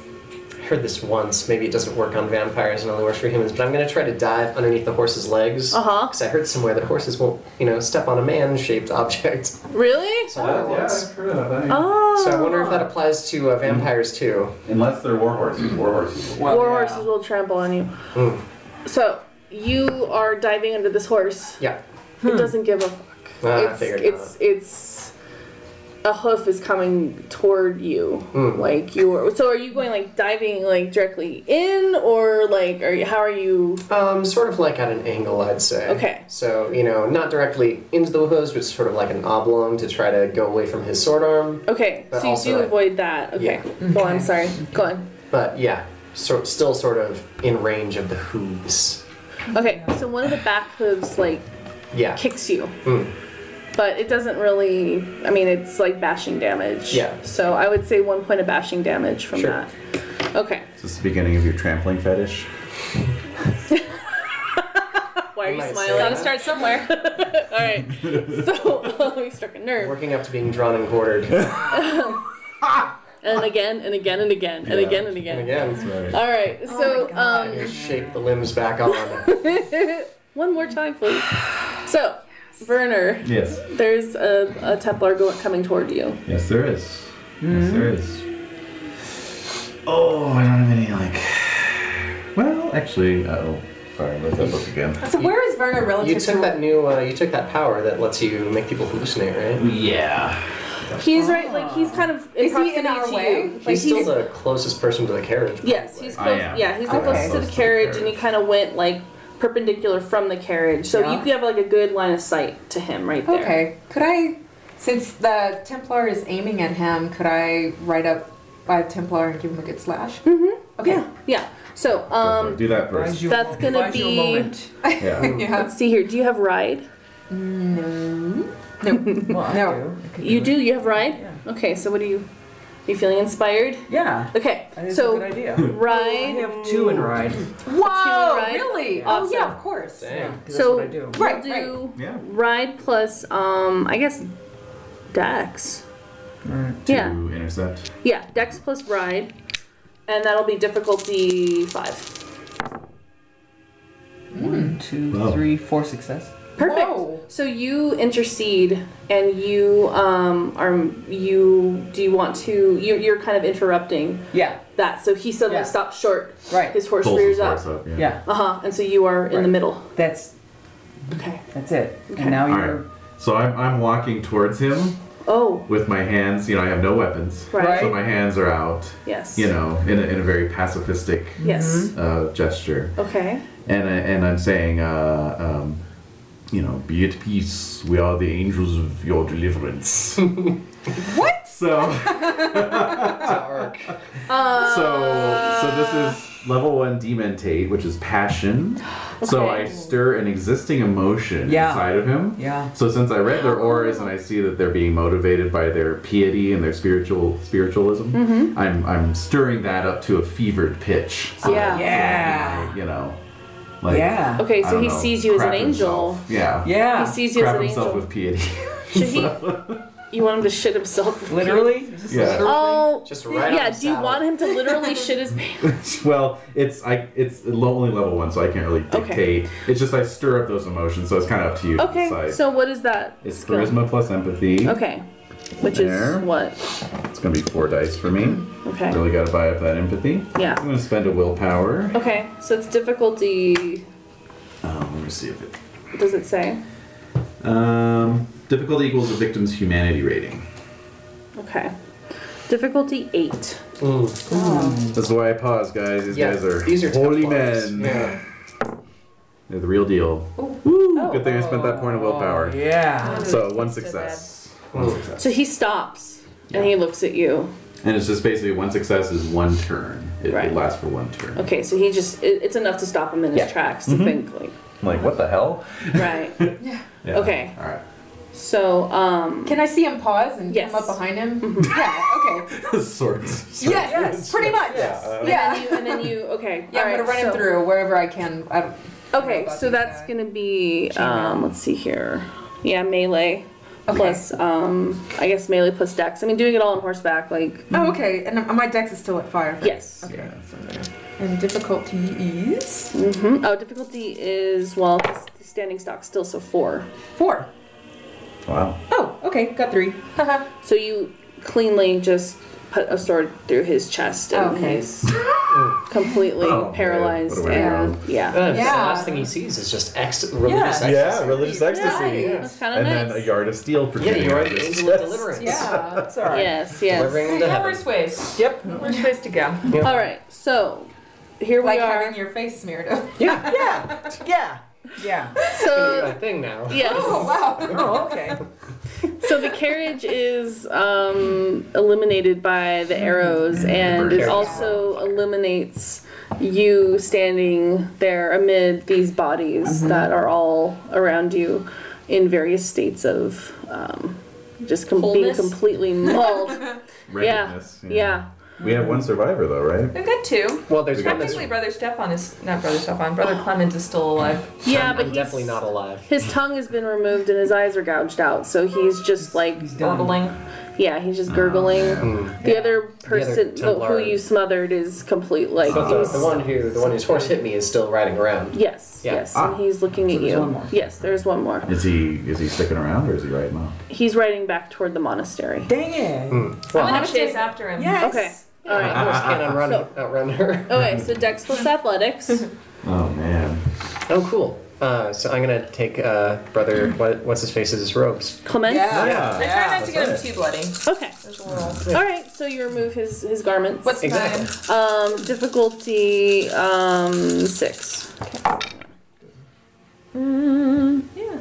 Speaker 8: I heard this once. Maybe it doesn't work on vampires and only works for humans. But I'm gonna try to dive underneath the horse's legs.
Speaker 6: Uh-huh.
Speaker 8: Because I heard somewhere that horses won't, you know, step on a man-shaped object. (laughs)
Speaker 6: Really?
Speaker 8: So,
Speaker 5: Oh,
Speaker 8: I was-
Speaker 6: Oh.
Speaker 8: so I wonder if that applies to uh, vampires too.
Speaker 5: Unless they're war horses. War horses.
Speaker 10: Well,
Speaker 6: War
Speaker 10: yeah.
Speaker 6: horses will trample on you.
Speaker 8: Mm.
Speaker 6: So you are diving under this horse.
Speaker 8: Yeah.
Speaker 6: It doesn't give a fuck.
Speaker 8: Uh, I
Speaker 6: it's
Speaker 8: figured
Speaker 6: it's it's a hoof is coming toward you.
Speaker 8: Hmm.
Speaker 6: Like you're so are you going like diving like directly in or like are you how are you
Speaker 8: Um, sort of like at an angle, I'd say.
Speaker 6: Okay.
Speaker 8: So you know, not directly into the hose, but sort of like an oblong to try to go away from his sword arm.
Speaker 6: Okay,
Speaker 8: But
Speaker 6: so you
Speaker 8: also
Speaker 6: do
Speaker 8: I-
Speaker 6: avoid that. Okay.
Speaker 8: Yeah.
Speaker 6: Go on, sorry. Go on.
Speaker 8: But yeah, sort still sort of in range of the hooves.
Speaker 6: Okay, so one of the back hooves like
Speaker 8: Yeah.
Speaker 6: kicks you.
Speaker 8: Mm.
Speaker 6: But it doesn't really I mean it's like bashing damage.
Speaker 8: Yeah.
Speaker 6: So I would say one point of bashing damage from
Speaker 8: Sure.
Speaker 6: that. Okay.
Speaker 5: Is this the beginning of your trampling fetish?
Speaker 6: Why are you
Speaker 8: Nice.
Speaker 6: smiling?
Speaker 8: Gotta start
Speaker 6: somewhere. (laughs) Alright. So (laughs) we struck a nerve.
Speaker 8: Working up to being drawn
Speaker 5: (laughs)
Speaker 8: and quartered.
Speaker 6: and again and again and again and
Speaker 5: Yeah.
Speaker 6: again and again.
Speaker 8: and again,
Speaker 6: All right, so um, (laughs)
Speaker 8: you shape the limbs back on.
Speaker 6: one more time, please. So, Werner,
Speaker 5: Yes.
Speaker 6: there's a, a Templar go- coming toward you.
Speaker 5: Yes, there is. Yes, there is. Oh, I don't have any like. Well, actually, oh, sorry, let that book again.
Speaker 2: So where is Werner relative
Speaker 8: You took
Speaker 2: to
Speaker 8: that new, uh, you took that power that lets you make people hallucinate, right?
Speaker 5: Yeah.
Speaker 6: He's right, like he's kind of in
Speaker 2: Is he
Speaker 6: proximity
Speaker 2: in our
Speaker 6: to
Speaker 2: way?
Speaker 6: you. Like
Speaker 8: He's still the closest person to the carriage.
Speaker 6: yes, he's
Speaker 5: I
Speaker 6: close.
Speaker 5: am.
Speaker 6: Yeah, he's the
Speaker 5: Okay. Oh, Close
Speaker 6: closest to the
Speaker 5: to the
Speaker 6: carriage, and
Speaker 5: carriage.
Speaker 6: he kind of went like perpendicular from the carriage, so
Speaker 10: Yeah.
Speaker 6: you could have like a good line of sight to him right there.
Speaker 2: Okay. Could I, since the Templar is aiming at him, could I write up by Templar and give him a good slash? Mm-hmm. Okay.
Speaker 6: Yeah, yeah. So um,
Speaker 5: Do that
Speaker 10: Buys
Speaker 5: first.
Speaker 10: you a
Speaker 6: That's
Speaker 10: moment.
Speaker 6: gonna
Speaker 10: Buys you a
Speaker 6: be-
Speaker 10: moment.
Speaker 2: (laughs)
Speaker 5: Yeah.
Speaker 2: Yeah.
Speaker 6: let's see here. Do you have ride?
Speaker 10: Well, I
Speaker 2: No.
Speaker 10: do. It could
Speaker 6: You
Speaker 10: be-
Speaker 6: do. You have ride.
Speaker 10: Mhm. Yeah.
Speaker 6: Okay, so what do you? Are you feeling inspired?
Speaker 10: Yeah.
Speaker 6: Okay,
Speaker 10: That is
Speaker 6: so
Speaker 10: a good idea.
Speaker 6: ride.
Speaker 10: I have two in ride.
Speaker 2: Whoa!
Speaker 6: right?
Speaker 2: Really? Oh
Speaker 6: Awesome.
Speaker 2: yeah, of course.
Speaker 8: Dang.
Speaker 10: That's
Speaker 6: So-
Speaker 10: what I do.
Speaker 2: Right.
Speaker 6: do
Speaker 2: Right.
Speaker 5: Yeah.
Speaker 6: ride plus um I guess Dex. Yeah.
Speaker 5: To intercept.
Speaker 6: Yeah, Dex plus ride. and that'll be difficulty five.
Speaker 10: One, two,
Speaker 13: Wow.
Speaker 10: three, four success.
Speaker 6: Perfect. So you intercede, and you um are you do you want to you you're kind of interrupting.
Speaker 10: Yeah.
Speaker 6: That so he suddenly stops short.
Speaker 10: Right.
Speaker 6: His horse
Speaker 10: Pulls
Speaker 6: rears
Speaker 10: his horse
Speaker 6: up.
Speaker 10: up, yeah. Yeah.
Speaker 6: Uh huh. And so you are in the
Speaker 10: Right.
Speaker 6: middle.
Speaker 10: That's
Speaker 6: okay.
Speaker 10: That's it.
Speaker 6: Okay.
Speaker 10: And now
Speaker 5: All
Speaker 10: you're
Speaker 5: right. So I'm, I'm walking towards him
Speaker 6: Oh.
Speaker 5: with my hands. You know, I have no weapons.
Speaker 6: Right.
Speaker 5: So my hands are out.
Speaker 6: Yes.
Speaker 5: You know, in a, in a very pacifistic
Speaker 6: Yes.
Speaker 5: uh, gesture.
Speaker 6: Okay.
Speaker 5: And, I, and I'm saying, uh, um, you know, be at peace. We are the angels of your deliverance.
Speaker 2: What?
Speaker 5: So. (laughs)
Speaker 6: Uh,
Speaker 5: So, so this is level one dementate, which is passion. So I
Speaker 6: Okay.
Speaker 5: stir an existing emotion
Speaker 10: Yeah.
Speaker 5: inside of him.
Speaker 10: Yeah.
Speaker 5: So since I read their auras and I see that they're being motivated by their piety and their spiritual spiritualism,
Speaker 6: Mhm.
Speaker 5: I'm I'm stirring that up to a fevered pitch. So that-
Speaker 6: Yeah.
Speaker 5: so that
Speaker 6: Yeah.
Speaker 5: he, you know. Like,
Speaker 10: Yeah.
Speaker 6: Okay,
Speaker 5: I
Speaker 6: so
Speaker 5: don't
Speaker 6: he
Speaker 5: know,
Speaker 6: sees you as an
Speaker 5: crap
Speaker 6: angel.
Speaker 5: himself. Yeah.
Speaker 6: Yeah. He sees you as
Speaker 5: crap
Speaker 6: an
Speaker 5: himself
Speaker 6: angel.
Speaker 5: with piety. (laughs)
Speaker 6: Should he? You want him to shit himself?
Speaker 10: Literally?
Speaker 5: Yeah.
Speaker 6: Oh.
Speaker 8: Just
Speaker 5: right on
Speaker 6: yeah.
Speaker 5: the
Speaker 6: Do you want him to literally
Speaker 5: (laughs)
Speaker 6: shit his pants?
Speaker 5: well, it's I it's only level one, so I can't really dictate. It's just I stir up those emotions, so it's kind of up to you. to
Speaker 6: Okay.
Speaker 5: decide.
Speaker 6: So what is that?
Speaker 5: it's
Speaker 6: skill?
Speaker 5: charisma plus empathy.
Speaker 6: Okay. Which
Speaker 5: There.
Speaker 6: is what?
Speaker 5: It's gonna be four dice for me.
Speaker 6: Okay.
Speaker 5: Really gotta buy up that empathy.
Speaker 6: Mm-hmm. Yeah.
Speaker 5: I'm gonna spend a willpower.
Speaker 6: Okay. So it's difficulty.
Speaker 5: Um, let me see if it.
Speaker 6: What does it say?
Speaker 5: Um, difficulty equals the victim's humanity rating.
Speaker 6: Okay. Difficulty eight.
Speaker 8: Hmm.
Speaker 5: That's why I pause, guys. These
Speaker 6: Yeah,
Speaker 5: guys are,
Speaker 6: these are tough
Speaker 5: holy
Speaker 6: bars.
Speaker 5: men.
Speaker 6: Yeah.
Speaker 5: They're the real deal.
Speaker 6: Oh.
Speaker 5: Woo! Good thing I spent that point of willpower.
Speaker 10: yeah.
Speaker 5: So one success. One success.
Speaker 6: So he stops and he looks at you.
Speaker 5: And it's just basically one success is one turn. It, it lasts for one turn.
Speaker 6: Okay. So he just it, it's enough to stop him in his
Speaker 5: Yeah.
Speaker 6: tracks to
Speaker 5: Mhm.
Speaker 6: think like
Speaker 5: I'm like, what the hell?
Speaker 6: right.
Speaker 5: Yeah. (laughs)
Speaker 6: Okay.
Speaker 5: All right.
Speaker 6: So um.
Speaker 2: Can I see him pause and come up behind him?
Speaker 6: Mm-hmm.
Speaker 2: Yeah.
Speaker 6: (laughs)
Speaker 2: Okay.
Speaker 5: Swords.
Speaker 2: Yes. Pretty much.
Speaker 6: And then you, and then you okay.
Speaker 2: (laughs) Yeah,
Speaker 6: all
Speaker 2: I'm gonna
Speaker 6: right,
Speaker 2: run him
Speaker 6: so-
Speaker 2: through wherever I can. I don't-
Speaker 6: Okay, so that's gonna be um, let's see here. Yeah, melee plus um, I guess melee plus dex. I mean, doing it all on horseback, like
Speaker 2: oh, okay. And my dex is still at fire.
Speaker 6: Yes.
Speaker 2: Okay. And difficulty is
Speaker 6: hmm Oh, difficulty is well he's standing stock still, so four.
Speaker 2: Four.
Speaker 5: Wow.
Speaker 2: Oh, okay. Got three. (laughs)
Speaker 6: (laughs) so you cleanly just put a sword through his chest, and
Speaker 2: Okay. (laughs)
Speaker 6: he's completely
Speaker 8: Oh, man.
Speaker 6: paralyzed,
Speaker 8: What a way to
Speaker 6: and
Speaker 8: go.
Speaker 6: yeah,
Speaker 8: Uh, it's The last thing he sees is just ext- religious
Speaker 6: Yeah.
Speaker 8: ecstasy.
Speaker 6: Yeah,
Speaker 5: religious
Speaker 6: ecstasy. Yeah, that's kinda
Speaker 5: and
Speaker 6: nice.
Speaker 5: then a yard of steel
Speaker 8: Yeah,
Speaker 5: protruding.
Speaker 8: you're
Speaker 5: out
Speaker 8: right.
Speaker 5: of
Speaker 8: The
Speaker 5: his
Speaker 8: angel of
Speaker 5: chest.
Speaker 8: deliverance.
Speaker 2: Yeah, that's
Speaker 8: uh,
Speaker 2: all right.
Speaker 6: Yes, yes.
Speaker 8: Delivering them to
Speaker 2: Yeah,
Speaker 8: heaven.
Speaker 2: worst ways. Yep. Worst ways to go.
Speaker 6: All right, so here we
Speaker 2: like
Speaker 6: are.
Speaker 2: having your face smeared.
Speaker 8: yeah. (laughs)
Speaker 2: Yeah. Yeah. Yeah.
Speaker 6: So
Speaker 8: a thing now.
Speaker 6: Yes.
Speaker 2: Oh wow. Oh okay.
Speaker 6: So the carriage is um, eliminated by the arrows,
Speaker 8: Mm-hmm.
Speaker 6: and it
Speaker 2: Carriage.
Speaker 6: also eliminates you standing there amid these bodies
Speaker 8: Mm-hmm.
Speaker 7: Mhm.
Speaker 6: that are all around you in various states of um, just com- being
Speaker 7: Wholeness?
Speaker 2: (laughs)
Speaker 6: completely mauled. yeah.
Speaker 5: Randomness,
Speaker 6: yeah,
Speaker 5: yeah. We have one survivor though, right?
Speaker 7: We've got two.
Speaker 8: Well, there's one that's-
Speaker 7: technically brother Stefan is not brother Stefan. (gasps) Brother Clement is still alive.
Speaker 6: Yeah, but
Speaker 8: I'm
Speaker 6: he's-
Speaker 8: definitely not alive.
Speaker 6: His tongue has been removed, and his eyes are gouged out, so he's just like
Speaker 7: Gurgling.
Speaker 6: Yeah, he's just gurgling. The other person
Speaker 8: Ah. The other
Speaker 6: who
Speaker 8: Templar.
Speaker 6: you smothered is complete like
Speaker 8: But the,
Speaker 6: he's-
Speaker 8: the one who the one whose horse hit me is still riding around.
Speaker 6: Yes,
Speaker 8: Yeah.
Speaker 6: yes,
Speaker 8: Ah.
Speaker 6: and he's looking
Speaker 8: So
Speaker 6: at
Speaker 8: there's
Speaker 6: you.
Speaker 8: one more.
Speaker 6: Yes, there's one more.
Speaker 5: Is he is he sticking around or is he riding off?
Speaker 6: He's riding back toward the monastery.
Speaker 10: Dang it!
Speaker 7: I'm gonna chase after him.
Speaker 6: Yes. Okay. All
Speaker 8: My horse
Speaker 6: right.
Speaker 8: can't outrun, outrun her.
Speaker 6: Okay, so Dex plus athletics.
Speaker 5: Oh man.
Speaker 8: Oh, cool. Uh, so I'm gonna take uh, brother. What, what's his face's robes?
Speaker 6: (laughs) Clement.
Speaker 8: Yeah. Yeah.
Speaker 7: I try not to get him
Speaker 8: That's
Speaker 7: too bloody.
Speaker 6: Okay.
Speaker 7: There's a little.
Speaker 6: All right. So you remove his his garments. What's
Speaker 8: the Exactly.
Speaker 6: Um, difficulty um six. Mm, yeah.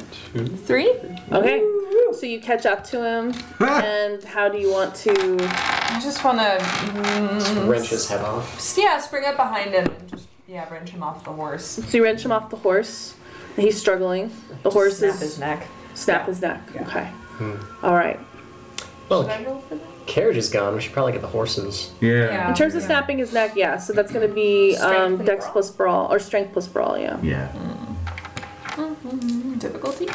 Speaker 7: Three.
Speaker 6: Okay. So you catch up to him, and how do you want to?
Speaker 7: I just want to. Mm,
Speaker 8: Wrench his head off.
Speaker 7: s- Yeah, spring up behind him and just yeah, wrench him off the horse.
Speaker 6: So you wrench him off the horse. and He's struggling. The horse
Speaker 7: snap
Speaker 6: is
Speaker 7: his neck.
Speaker 6: Snap his neck. Okay. All right.
Speaker 8: Well, carriage is gone. We should probably get the horses.
Speaker 5: Yeah.
Speaker 6: In terms of snapping his neck, yeah. So that's going to be um, Dex plus brawl or Strength plus brawl. Yeah.
Speaker 5: Yeah.
Speaker 7: Difficulty.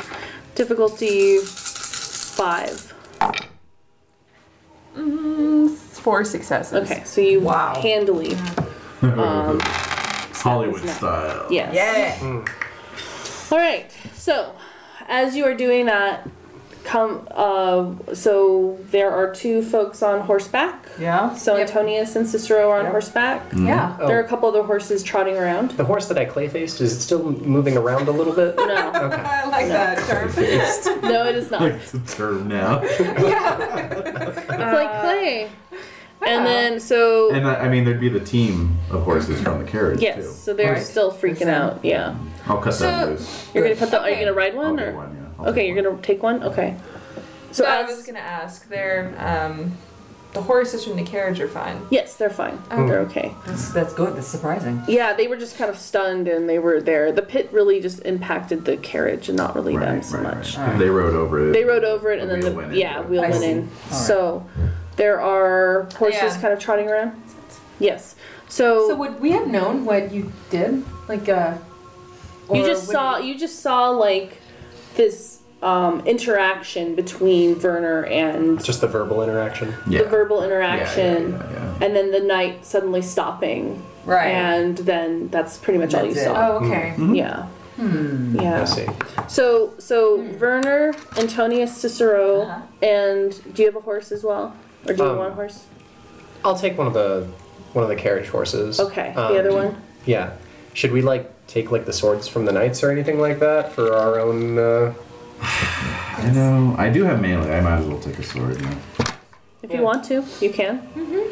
Speaker 6: Difficulty five.
Speaker 7: Mm,
Speaker 3: four successes.
Speaker 6: Okay, so you
Speaker 3: Wow.
Speaker 6: handily. Um,
Speaker 5: Hollywood
Speaker 6: snap.
Speaker 5: style.
Speaker 6: Yes. All right. So, as you are doing that, come. Uh, so there are two folks on horseback.
Speaker 10: Yeah.
Speaker 6: So Antonius and Cicero are on horseback.
Speaker 8: Mhm. Yeah.
Speaker 6: There are a couple other horses trotting
Speaker 8: (laughs)
Speaker 6: around.
Speaker 8: The horse that I clay faced, is it still moving around a little bit?
Speaker 6: No.
Speaker 8: Okay.
Speaker 3: I like
Speaker 6: No.
Speaker 3: that term.
Speaker 5: (laughs)
Speaker 6: no, it (laughs) is not.
Speaker 5: It's a term now.
Speaker 6: It's like clay. And then so
Speaker 5: And I, I mean, there'd be the team of horses from the carriage
Speaker 6: yes,
Speaker 5: too.
Speaker 6: so they're still freaking out. Yeah.
Speaker 5: I'll cut
Speaker 6: So-
Speaker 5: that loose.
Speaker 6: You're gonna cut the. Are you gonna ride one or? okay, you're gonna take one. Okay. So
Speaker 7: So I
Speaker 6: as
Speaker 7: was gonna ask, their um, the horses from the carriage are fine.
Speaker 6: yes, they're fine. They're okay.
Speaker 10: That's, that's good. That's surprising.
Speaker 6: Yeah, they were just kind of stunned and they were there. The pit really just impacted the carriage and not really them so much.
Speaker 5: They rode over it.
Speaker 6: They rode over it and then the
Speaker 5: went
Speaker 6: yeah, wheel
Speaker 10: I
Speaker 6: went
Speaker 10: see.
Speaker 6: in.
Speaker 10: All right.
Speaker 6: So there are horses
Speaker 7: Yeah.
Speaker 6: kind of trotting around. Yes. So,
Speaker 2: So would we have known what you did? Like, uh,
Speaker 6: you
Speaker 2: or
Speaker 6: just
Speaker 2: would-
Speaker 6: saw you just saw like this um, interaction between Werner and
Speaker 8: Just the verbal interaction.
Speaker 6: the verbal interaction and then the knight suddenly stopping.
Speaker 2: Right.
Speaker 6: And then that's pretty much all you
Speaker 10: That's it.
Speaker 6: saw.
Speaker 2: Oh, okay.
Speaker 8: Mm-hmm.
Speaker 2: Hmm.
Speaker 6: Yeah. Yeah.
Speaker 8: I see.
Speaker 6: So, so Werner, Antonius, Cicero,
Speaker 7: Uh-huh.
Speaker 6: and do you have a horse as well, or do you
Speaker 8: Um,
Speaker 6: want a horse?
Speaker 8: I'll take one of the one of the carriage horses.
Speaker 6: Okay,
Speaker 8: Um,
Speaker 6: the other one.
Speaker 8: Yeah. Should we like take like the swords from the knights or anything like that for our own? Uh...
Speaker 5: I know. I do have melee. I might as well take a sword now.
Speaker 6: If you want to, you can.
Speaker 2: Mm-hmm.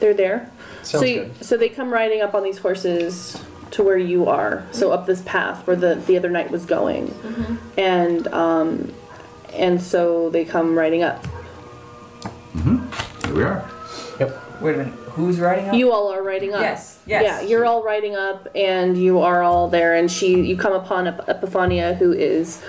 Speaker 6: They're there. so,
Speaker 8: Sounds
Speaker 6: you-
Speaker 8: good.
Speaker 6: so they come riding up on these horses to where you are. So up this path where the the other knight was going,
Speaker 10: Mm-hmm.
Speaker 6: and um, and so they come riding up.
Speaker 5: Here we are.
Speaker 8: Yep.
Speaker 10: Wait a minute. Who's riding up?
Speaker 6: You all are riding up.
Speaker 10: Yes, yes.
Speaker 6: Yeah, you're all riding up, and you are all there. And she, you come upon Ep- Epiphania, who is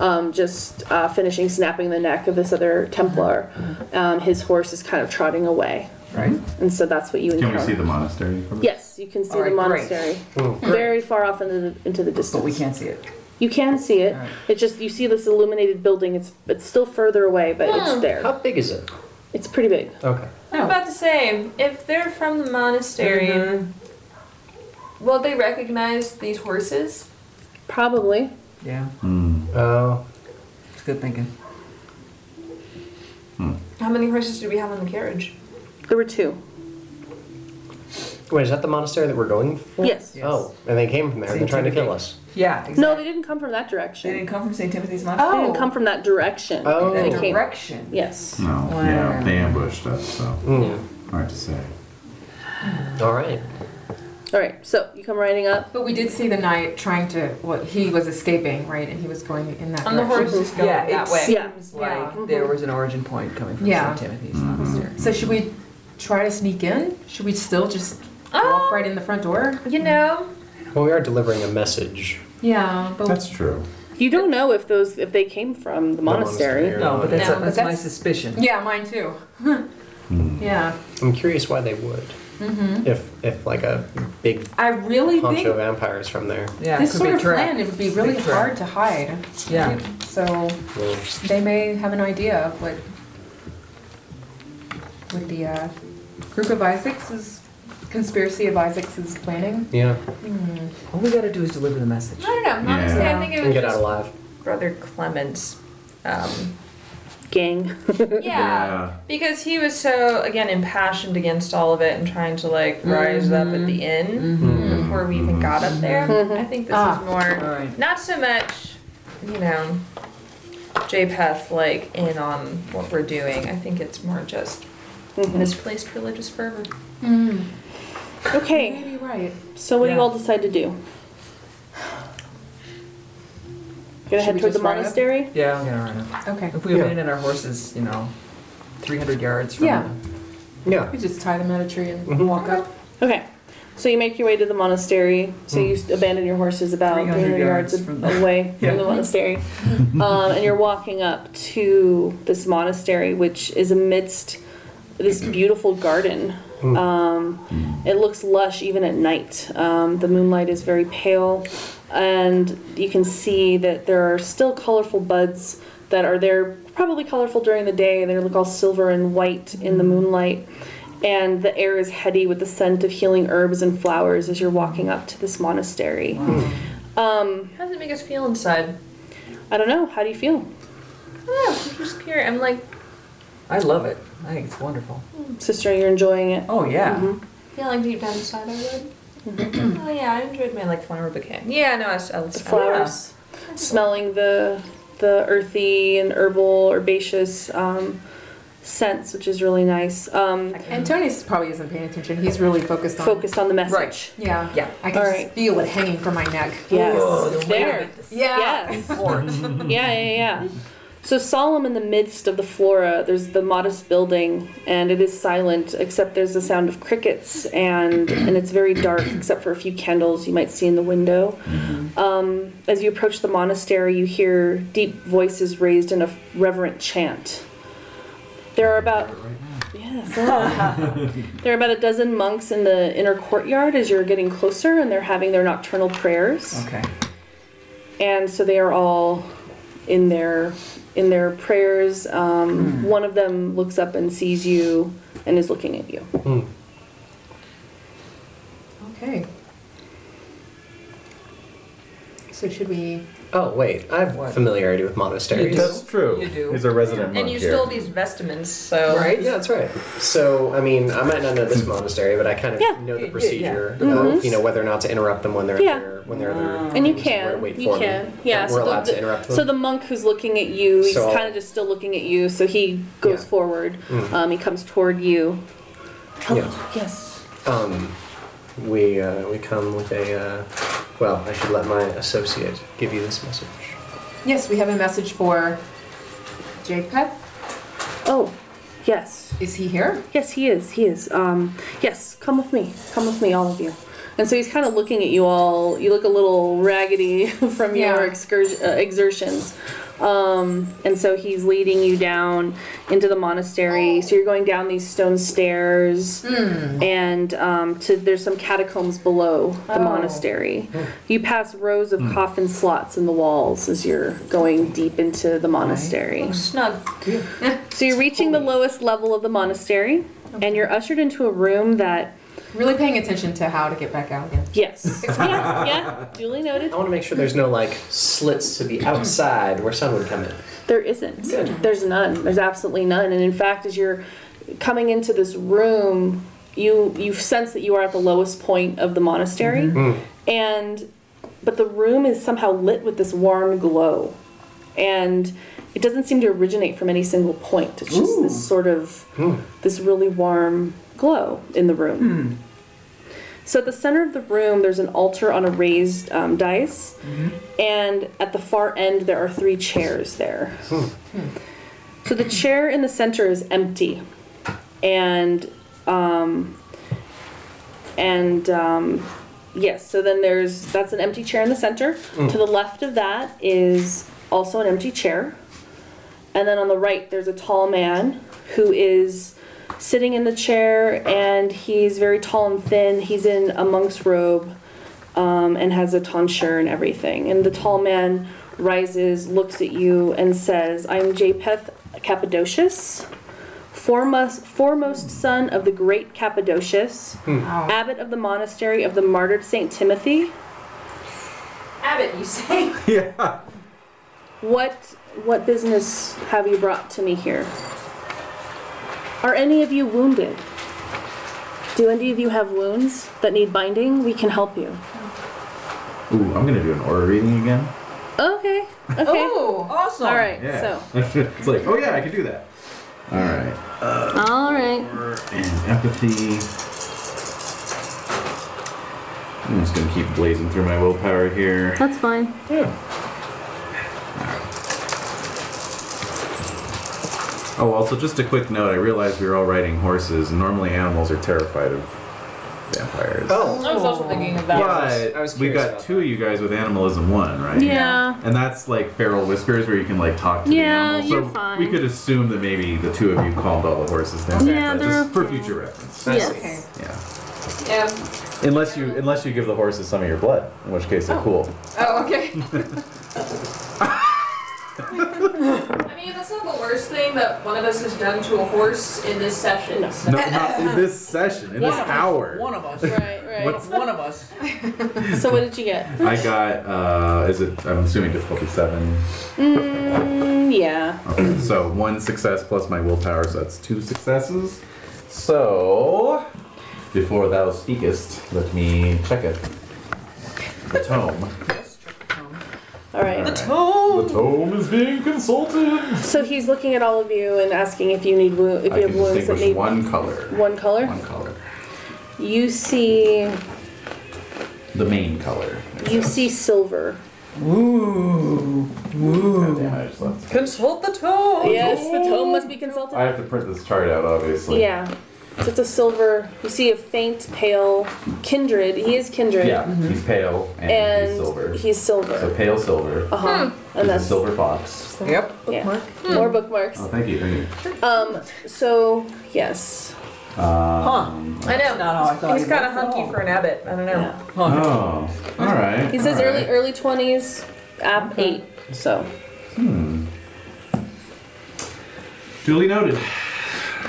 Speaker 6: um, just uh, finishing snapping the neck of this other Templar. Um, his horse is kind of trotting away,
Speaker 5: Right?
Speaker 6: and so that's what you
Speaker 5: Can
Speaker 6: encounter.
Speaker 5: we see the monastery? From
Speaker 6: Yes, you can see
Speaker 10: All right,
Speaker 6: the
Speaker 10: great.
Speaker 6: monastery
Speaker 8: Ooh.
Speaker 6: very far off into the, into the distance.
Speaker 10: But we can't see it.
Speaker 6: You can see it.
Speaker 10: All right.
Speaker 6: It's just you see this illuminated building. It's it's still further away, but it's
Speaker 8: How
Speaker 6: there.
Speaker 8: big is it?
Speaker 6: It's pretty big.
Speaker 8: Okay.
Speaker 6: Oh.
Speaker 7: I'm about to say, if they're from the monastery,
Speaker 6: Mm-hmm.
Speaker 7: will they recognize these horses?
Speaker 6: Probably.
Speaker 10: Yeah.
Speaker 5: Hmm.
Speaker 8: Oh.
Speaker 10: It's good thinking.
Speaker 7: How many horses do we have on the carriage?
Speaker 6: There were two.
Speaker 8: wait, is that the monastery that we're going? For?
Speaker 6: Yes.
Speaker 10: Yes.
Speaker 8: Oh, and they came from there.
Speaker 10: It's
Speaker 8: They're trying to kill
Speaker 10: intimidating.
Speaker 8: us.
Speaker 10: Yeah. Exactly.
Speaker 6: No, they didn't come from that direction.
Speaker 10: They didn't come from St. Timothy's
Speaker 6: They
Speaker 10: Monastery.
Speaker 6: didn't come from that direction.
Speaker 8: Oh.
Speaker 6: They
Speaker 10: That
Speaker 6: came-
Speaker 10: direction.
Speaker 6: Yes.
Speaker 5: No. Yeah. They ambushed us, so
Speaker 8: Mm.
Speaker 5: hard to say.
Speaker 8: All right.
Speaker 6: All right. So you come riding up.
Speaker 2: But we did see the knight trying to. Well, he was escaping, right? And he was going in that.
Speaker 7: On the
Speaker 2: direction.
Speaker 7: horse is going
Speaker 10: yeah,
Speaker 7: that
Speaker 10: it
Speaker 7: way.
Speaker 10: seems
Speaker 2: Yeah.
Speaker 10: like there was an origin point coming from
Speaker 2: Yeah.
Speaker 10: St. Timothy's Monastery.
Speaker 2: So should we try to sneak in? Should we still just
Speaker 7: Oh.
Speaker 2: walk
Speaker 6: Um,
Speaker 2: right in the front door?
Speaker 7: You know,
Speaker 8: Well, we are delivering a message.
Speaker 2: Yeah, but
Speaker 5: That's true.
Speaker 6: You don't know if those if they came from the monastery.
Speaker 8: monastery.
Speaker 10: No, but that's,
Speaker 7: No, but
Speaker 10: that's, my
Speaker 2: that's-
Speaker 10: suspicion.
Speaker 2: yeah, mine too. yeah,
Speaker 8: I'm curious why they would. Mm-hmm. If if like a big
Speaker 2: I really
Speaker 8: poncho
Speaker 2: think
Speaker 8: vampire is from there.
Speaker 10: Yeah,
Speaker 2: this
Speaker 10: could
Speaker 2: sort
Speaker 10: be
Speaker 2: of
Speaker 10: trap.
Speaker 2: plan it would be really
Speaker 10: Big trap.
Speaker 2: hard to hide.
Speaker 10: Yeah.
Speaker 2: So
Speaker 8: Well,
Speaker 2: they may have an idea of what what the uh, group of Isaacs is conspiracy of Isaacs is planning.
Speaker 8: yeah.
Speaker 10: All we gotta do is deliver the message.
Speaker 7: I don't know. Honestly,
Speaker 2: Yeah.
Speaker 7: I think it
Speaker 8: And
Speaker 7: was
Speaker 8: get
Speaker 7: just
Speaker 8: out alive.
Speaker 7: Brother Clement's. Um,
Speaker 6: Gang.
Speaker 7: yeah, because he was so again impassioned against all of it and trying to like rise up at the end before we even got up there. I think this
Speaker 2: Ah,
Speaker 7: is more
Speaker 10: all right.
Speaker 7: not so much, you know, JPEF like in on what we're doing. I think it's more just misplaced religious fervor.
Speaker 2: Mm.
Speaker 6: okay.
Speaker 2: Maybe right.
Speaker 6: So what do you
Speaker 2: Yeah.
Speaker 6: all decide to do? Gonna
Speaker 2: Should
Speaker 6: head
Speaker 2: we
Speaker 6: toward the
Speaker 2: just ride up?
Speaker 6: monastery.
Speaker 10: Yeah, I'm gonna run up.
Speaker 2: Okay.
Speaker 10: If we
Speaker 8: Yeah.
Speaker 10: abandon our horses, you know, 300 yards from
Speaker 2: Yeah.
Speaker 8: Yeah.
Speaker 2: We just tie them at a tree and walk up.
Speaker 6: Okay. So you make your way to the monastery. So you s- abandon your horses about 300,
Speaker 10: 300
Speaker 6: yards,
Speaker 10: yards from the-
Speaker 6: away from
Speaker 10: Yeah.
Speaker 6: the monastery, um, and you're walking up to this monastery, which is amidst this beautiful garden. Um, it looks lush even at night. Um, the moonlight is very pale, and you can see that there are still colorful buds that are there, probably colorful during the day. They look all silver and white in the moonlight. and the air is heady with the scent of healing herbs and flowers as you're walking up to this monastery. Um,
Speaker 7: How does it make us feel inside?
Speaker 6: I don't know. How do you feel?
Speaker 7: Oh, I'm just curious. I'm like,
Speaker 13: I love it. I think it's wonderful.
Speaker 6: Sister, you're enjoying it.
Speaker 13: Oh yeah.
Speaker 7: yeah, like deep down inside, I would. oh yeah, I enjoyed my like flower bouquet. Yeah, no, I was. I was
Speaker 6: the flowers, smelling the the earthy and herbal herbaceous um, scents, which is really nice. Um,
Speaker 2: And Tony's probably isn't paying attention. He's really focused on
Speaker 6: focused on the message.
Speaker 2: Right. Yeah. Yeah. I can
Speaker 6: All
Speaker 2: just
Speaker 6: right.
Speaker 2: feel it hanging from my neck.
Speaker 6: Yes,
Speaker 13: Oh,
Speaker 2: Ooh,
Speaker 6: it's
Speaker 2: Oh, the
Speaker 6: there.
Speaker 2: weight of it. Yeah.
Speaker 6: Yes. (laughs) yeah, yeah, yeah. So solemn in the midst of the flora, there's the modest building, and it is silent except there's the sound of crickets, and and it's very dark except for a few candles you might see in the window. Um, as you approach the monastery, you hear deep voices raised in a reverent chant. There are about yes. There are about a dozen monks in the inner courtyard as you're getting closer, and they're having their nocturnal prayers.
Speaker 10: Okay.
Speaker 6: And so they are all in their in their prayers.
Speaker 8: Hmm.
Speaker 6: Um, One of them looks up and sees you and is looking at you.
Speaker 8: Hmm.
Speaker 2: Okay. So should we?
Speaker 8: Oh wait, I have familiarity with monasteries.
Speaker 2: You do. That's
Speaker 8: true.
Speaker 2: You do.
Speaker 8: He's a resident
Speaker 7: And you stole these vestments, so
Speaker 8: Right? Yeah, that's right. So, I mean, I might not know this monastery, but I kind of know the
Speaker 7: yeah. Mm-hmm.
Speaker 8: procedure.
Speaker 6: Mhm.
Speaker 8: Of, you know whether or not to interrupt them when they're
Speaker 6: Yeah.
Speaker 8: at their, when they're at their
Speaker 6: And you can,
Speaker 8: wait
Speaker 6: you
Speaker 8: for them.
Speaker 6: can, yeah.
Speaker 8: We're
Speaker 6: so the-
Speaker 8: allowed
Speaker 6: the,
Speaker 8: to interrupt them?
Speaker 6: So the monk who's looking at you, he's
Speaker 8: So I'll-
Speaker 6: kind of just still looking at you. So he goes forward.
Speaker 8: Mhm.
Speaker 6: Um, he comes toward you. Hello.
Speaker 8: Yeah.
Speaker 6: Yes.
Speaker 8: Um, we uh, we come with a uh, well. I should let my associate give you this message.
Speaker 2: Yes, we have a message for Jade Pet.
Speaker 6: Oh, yes.
Speaker 2: Is he here?
Speaker 6: Yes, he is. He is. Um, yes, come with me. Come with me, all of you. And so he's kind of looking at you all. You look a little raggedy (laughs) from your excurs- uh, exertions. Um, and so he's leading you down into the monastery. So you're going down these stone stairs,
Speaker 2: Hmm.
Speaker 6: and um, to there's some catacombs below the
Speaker 2: Oh.
Speaker 6: monastery. You pass rows of coffin slots in the walls as you're going deep into the monastery.
Speaker 7: snug.
Speaker 6: So you're reaching the lowest level of the monastery, and you're ushered into a room that.
Speaker 2: Really paying attention to how to get back out again.
Speaker 6: Yes. yeah, (laughs) yeah, duly noted.
Speaker 8: I want to make sure there's no like slits to the outside where sun would come in.
Speaker 6: There isn't.
Speaker 8: Good.
Speaker 6: There's none. There's absolutely none. And in fact, as you're coming into this room, you you sense that you are at the lowest point of the monastery, and but the room is somehow lit with this warm glow, and it doesn't seem to originate from any single point. It's just this sort of this really warm glow in the room. So at the center of the room, there's an altar on a raised um, dais, and at the far end, there are three chairs there. So the chair in the center is empty, and um, and um, yes. So then there's that's an empty chair in the center.
Speaker 7: Mm.
Speaker 6: To the left of that is also an empty chair, and then on the right there's a tall man who is sitting in the chair, and he's very tall and thin. He's in a monk's robe um, and has a tonsure and everything. And the tall man rises, looks at you, and says, I am Japeth Cappadocius, foremost, foremost son of the great Cappadocius,
Speaker 7: Hmm. Wow.
Speaker 6: abbot of the monastery of the martyred St. Timothy.
Speaker 7: Abbott, you say?
Speaker 6: Yeah. What, what business have you brought to me here? Are any of you wounded? Do any of you have wounds that need binding? We can help you.
Speaker 9: Ooh, I'm gonna do an aura reading again.
Speaker 6: Okay. Okay.
Speaker 2: Oh,
Speaker 6: awesome. All right.
Speaker 9: Yeah.
Speaker 5: (laughs)
Speaker 6: So.
Speaker 9: it's like, oh yeah, I can do that. All right. Uh,
Speaker 6: All right.
Speaker 9: aura and empathy. I'm just gonna keep blazing through my willpower here.
Speaker 6: That's fine.
Speaker 9: Yeah. Oh, also, just a quick note. I realized we were all riding horses. and Normally, animals are terrified of vampires.
Speaker 8: Oh.
Speaker 7: I was also thinking of that.
Speaker 9: But we got two of you guys with Animalism 1, right?
Speaker 6: Yeah.
Speaker 9: And that's like feral whispers where you can like talk to the
Speaker 6: Yeah,
Speaker 9: animals.
Speaker 6: you're
Speaker 9: so
Speaker 6: fine.
Speaker 9: we could assume that maybe the two of you calmed all the horses down.
Speaker 6: Yeah,
Speaker 9: but
Speaker 6: they're
Speaker 9: just for future reference.
Speaker 6: Yes. Okay.
Speaker 9: Yeah.
Speaker 7: Yeah.
Speaker 9: Unless you unless you give the horses some of your blood, in which case they're cool.
Speaker 5: Oh, (laughs)
Speaker 7: Oh, okay. I mean, that's not the worst.
Speaker 3: worst thing that one of us has done to a horse in this session?
Speaker 5: No, not in this session, in
Speaker 3: One
Speaker 5: this
Speaker 3: of us.
Speaker 5: hour.
Speaker 3: One
Speaker 13: of us.
Speaker 6: Right, right.
Speaker 5: What's-
Speaker 13: One of us.
Speaker 6: So what did you get?
Speaker 5: I got, uh, is it, I'm assuming difficulty seven.
Speaker 6: Mm, yeah.
Speaker 5: Okay, so one success plus my willpower, so that's two successes. So, before thou speakest, let me check it. The tome.
Speaker 6: All right.
Speaker 5: The tome is being consulted.
Speaker 6: So he's looking at all of you and asking if you need wo- if
Speaker 5: I can
Speaker 6: you have wounds that
Speaker 5: distinguish
Speaker 6: need
Speaker 5: one color.
Speaker 6: one color.
Speaker 5: One color.
Speaker 6: You see,
Speaker 5: The main color.
Speaker 6: you see silver.
Speaker 5: Ooh. Ooh.
Speaker 13: Consult the tome.
Speaker 6: Oh, Yes, the tome must be consulted.
Speaker 5: I have to print this chart out, obviously.
Speaker 6: Yeah. So it's a silver. You see a faint, pale kindred. He is kindred.
Speaker 5: Yeah, he's pale and,
Speaker 6: And
Speaker 5: he's silver.
Speaker 6: he's silver.
Speaker 5: So pale silver.
Speaker 6: Uh huh.
Speaker 5: He's
Speaker 6: And
Speaker 5: a
Speaker 6: that's
Speaker 5: silver fox.
Speaker 13: Yep.
Speaker 6: yeah. More bookmarks.
Speaker 5: Oh, thank you, thank you.
Speaker 6: Um. So yes.
Speaker 5: Um,
Speaker 7: I know.
Speaker 13: not how I thought
Speaker 7: He's
Speaker 13: he
Speaker 7: kind of
Speaker 13: looked at
Speaker 7: hunky
Speaker 13: all.
Speaker 7: for an abbot. I don't know.
Speaker 5: Oh, all right.
Speaker 6: He says
Speaker 5: all
Speaker 6: early
Speaker 5: right.
Speaker 6: early twenties, app eight. So.
Speaker 5: Hmm. Duly noted.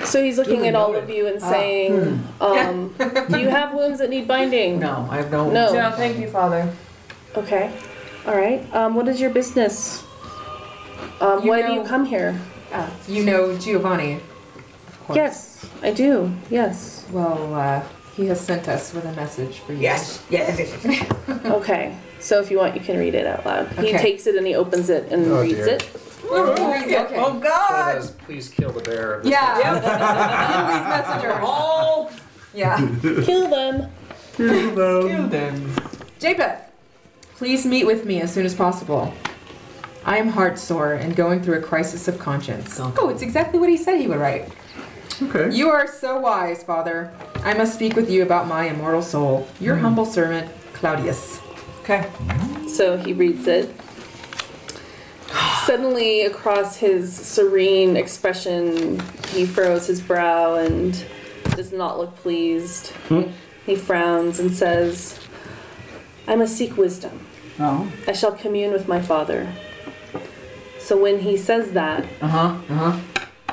Speaker 6: So he's looking
Speaker 13: Duly
Speaker 6: at all of you
Speaker 2: Ah,
Speaker 6: and saying,
Speaker 2: hmm. (laughs)
Speaker 6: um, "Do you have wounds that need binding?"
Speaker 13: No, I have no.
Speaker 2: Oh.
Speaker 6: No.
Speaker 7: No, thank you, Father.
Speaker 6: Okay. All right. Um, what is your business? Um,
Speaker 2: You
Speaker 6: why do
Speaker 2: know-
Speaker 6: you come here?
Speaker 2: Ah, you know Giovanni. course.
Speaker 6: Yes, I do.
Speaker 2: (laughs)
Speaker 6: Yes.
Speaker 2: Well, uh, he has sent us with a message for you. Yes.
Speaker 13: Yes.
Speaker 6: okay. So if you want, you can read it out loud. He
Speaker 2: Okay.
Speaker 6: takes it and he opens it and
Speaker 8: Oh,
Speaker 6: reads
Speaker 8: dear.
Speaker 6: it.
Speaker 2: Okay.
Speaker 13: Oh God.
Speaker 8: Says, Please kill the bearer. of this
Speaker 2: Yeah.
Speaker 8: message."
Speaker 2: (laughs) Please messenger. Oh. Yeah.
Speaker 6: Kill them.
Speaker 13: Kill them.
Speaker 2: Japheth, please meet with me as soon as possible. I am heartsore and going through a crisis of conscience. Oh, it's exactly what he said he would write.
Speaker 5: Okay.
Speaker 2: You are so wise, Father. I must speak with you about my immortal soul, your humble servant, Claudius.
Speaker 13: Okay.
Speaker 6: So he reads it. Suddenly, across his serene expression, he furrows his brow and does not look pleased. He frowns and says, I must seek wisdom.
Speaker 13: Oh.
Speaker 6: I shall commune with my father. So when he says that,
Speaker 13: Uh huh. Uh huh.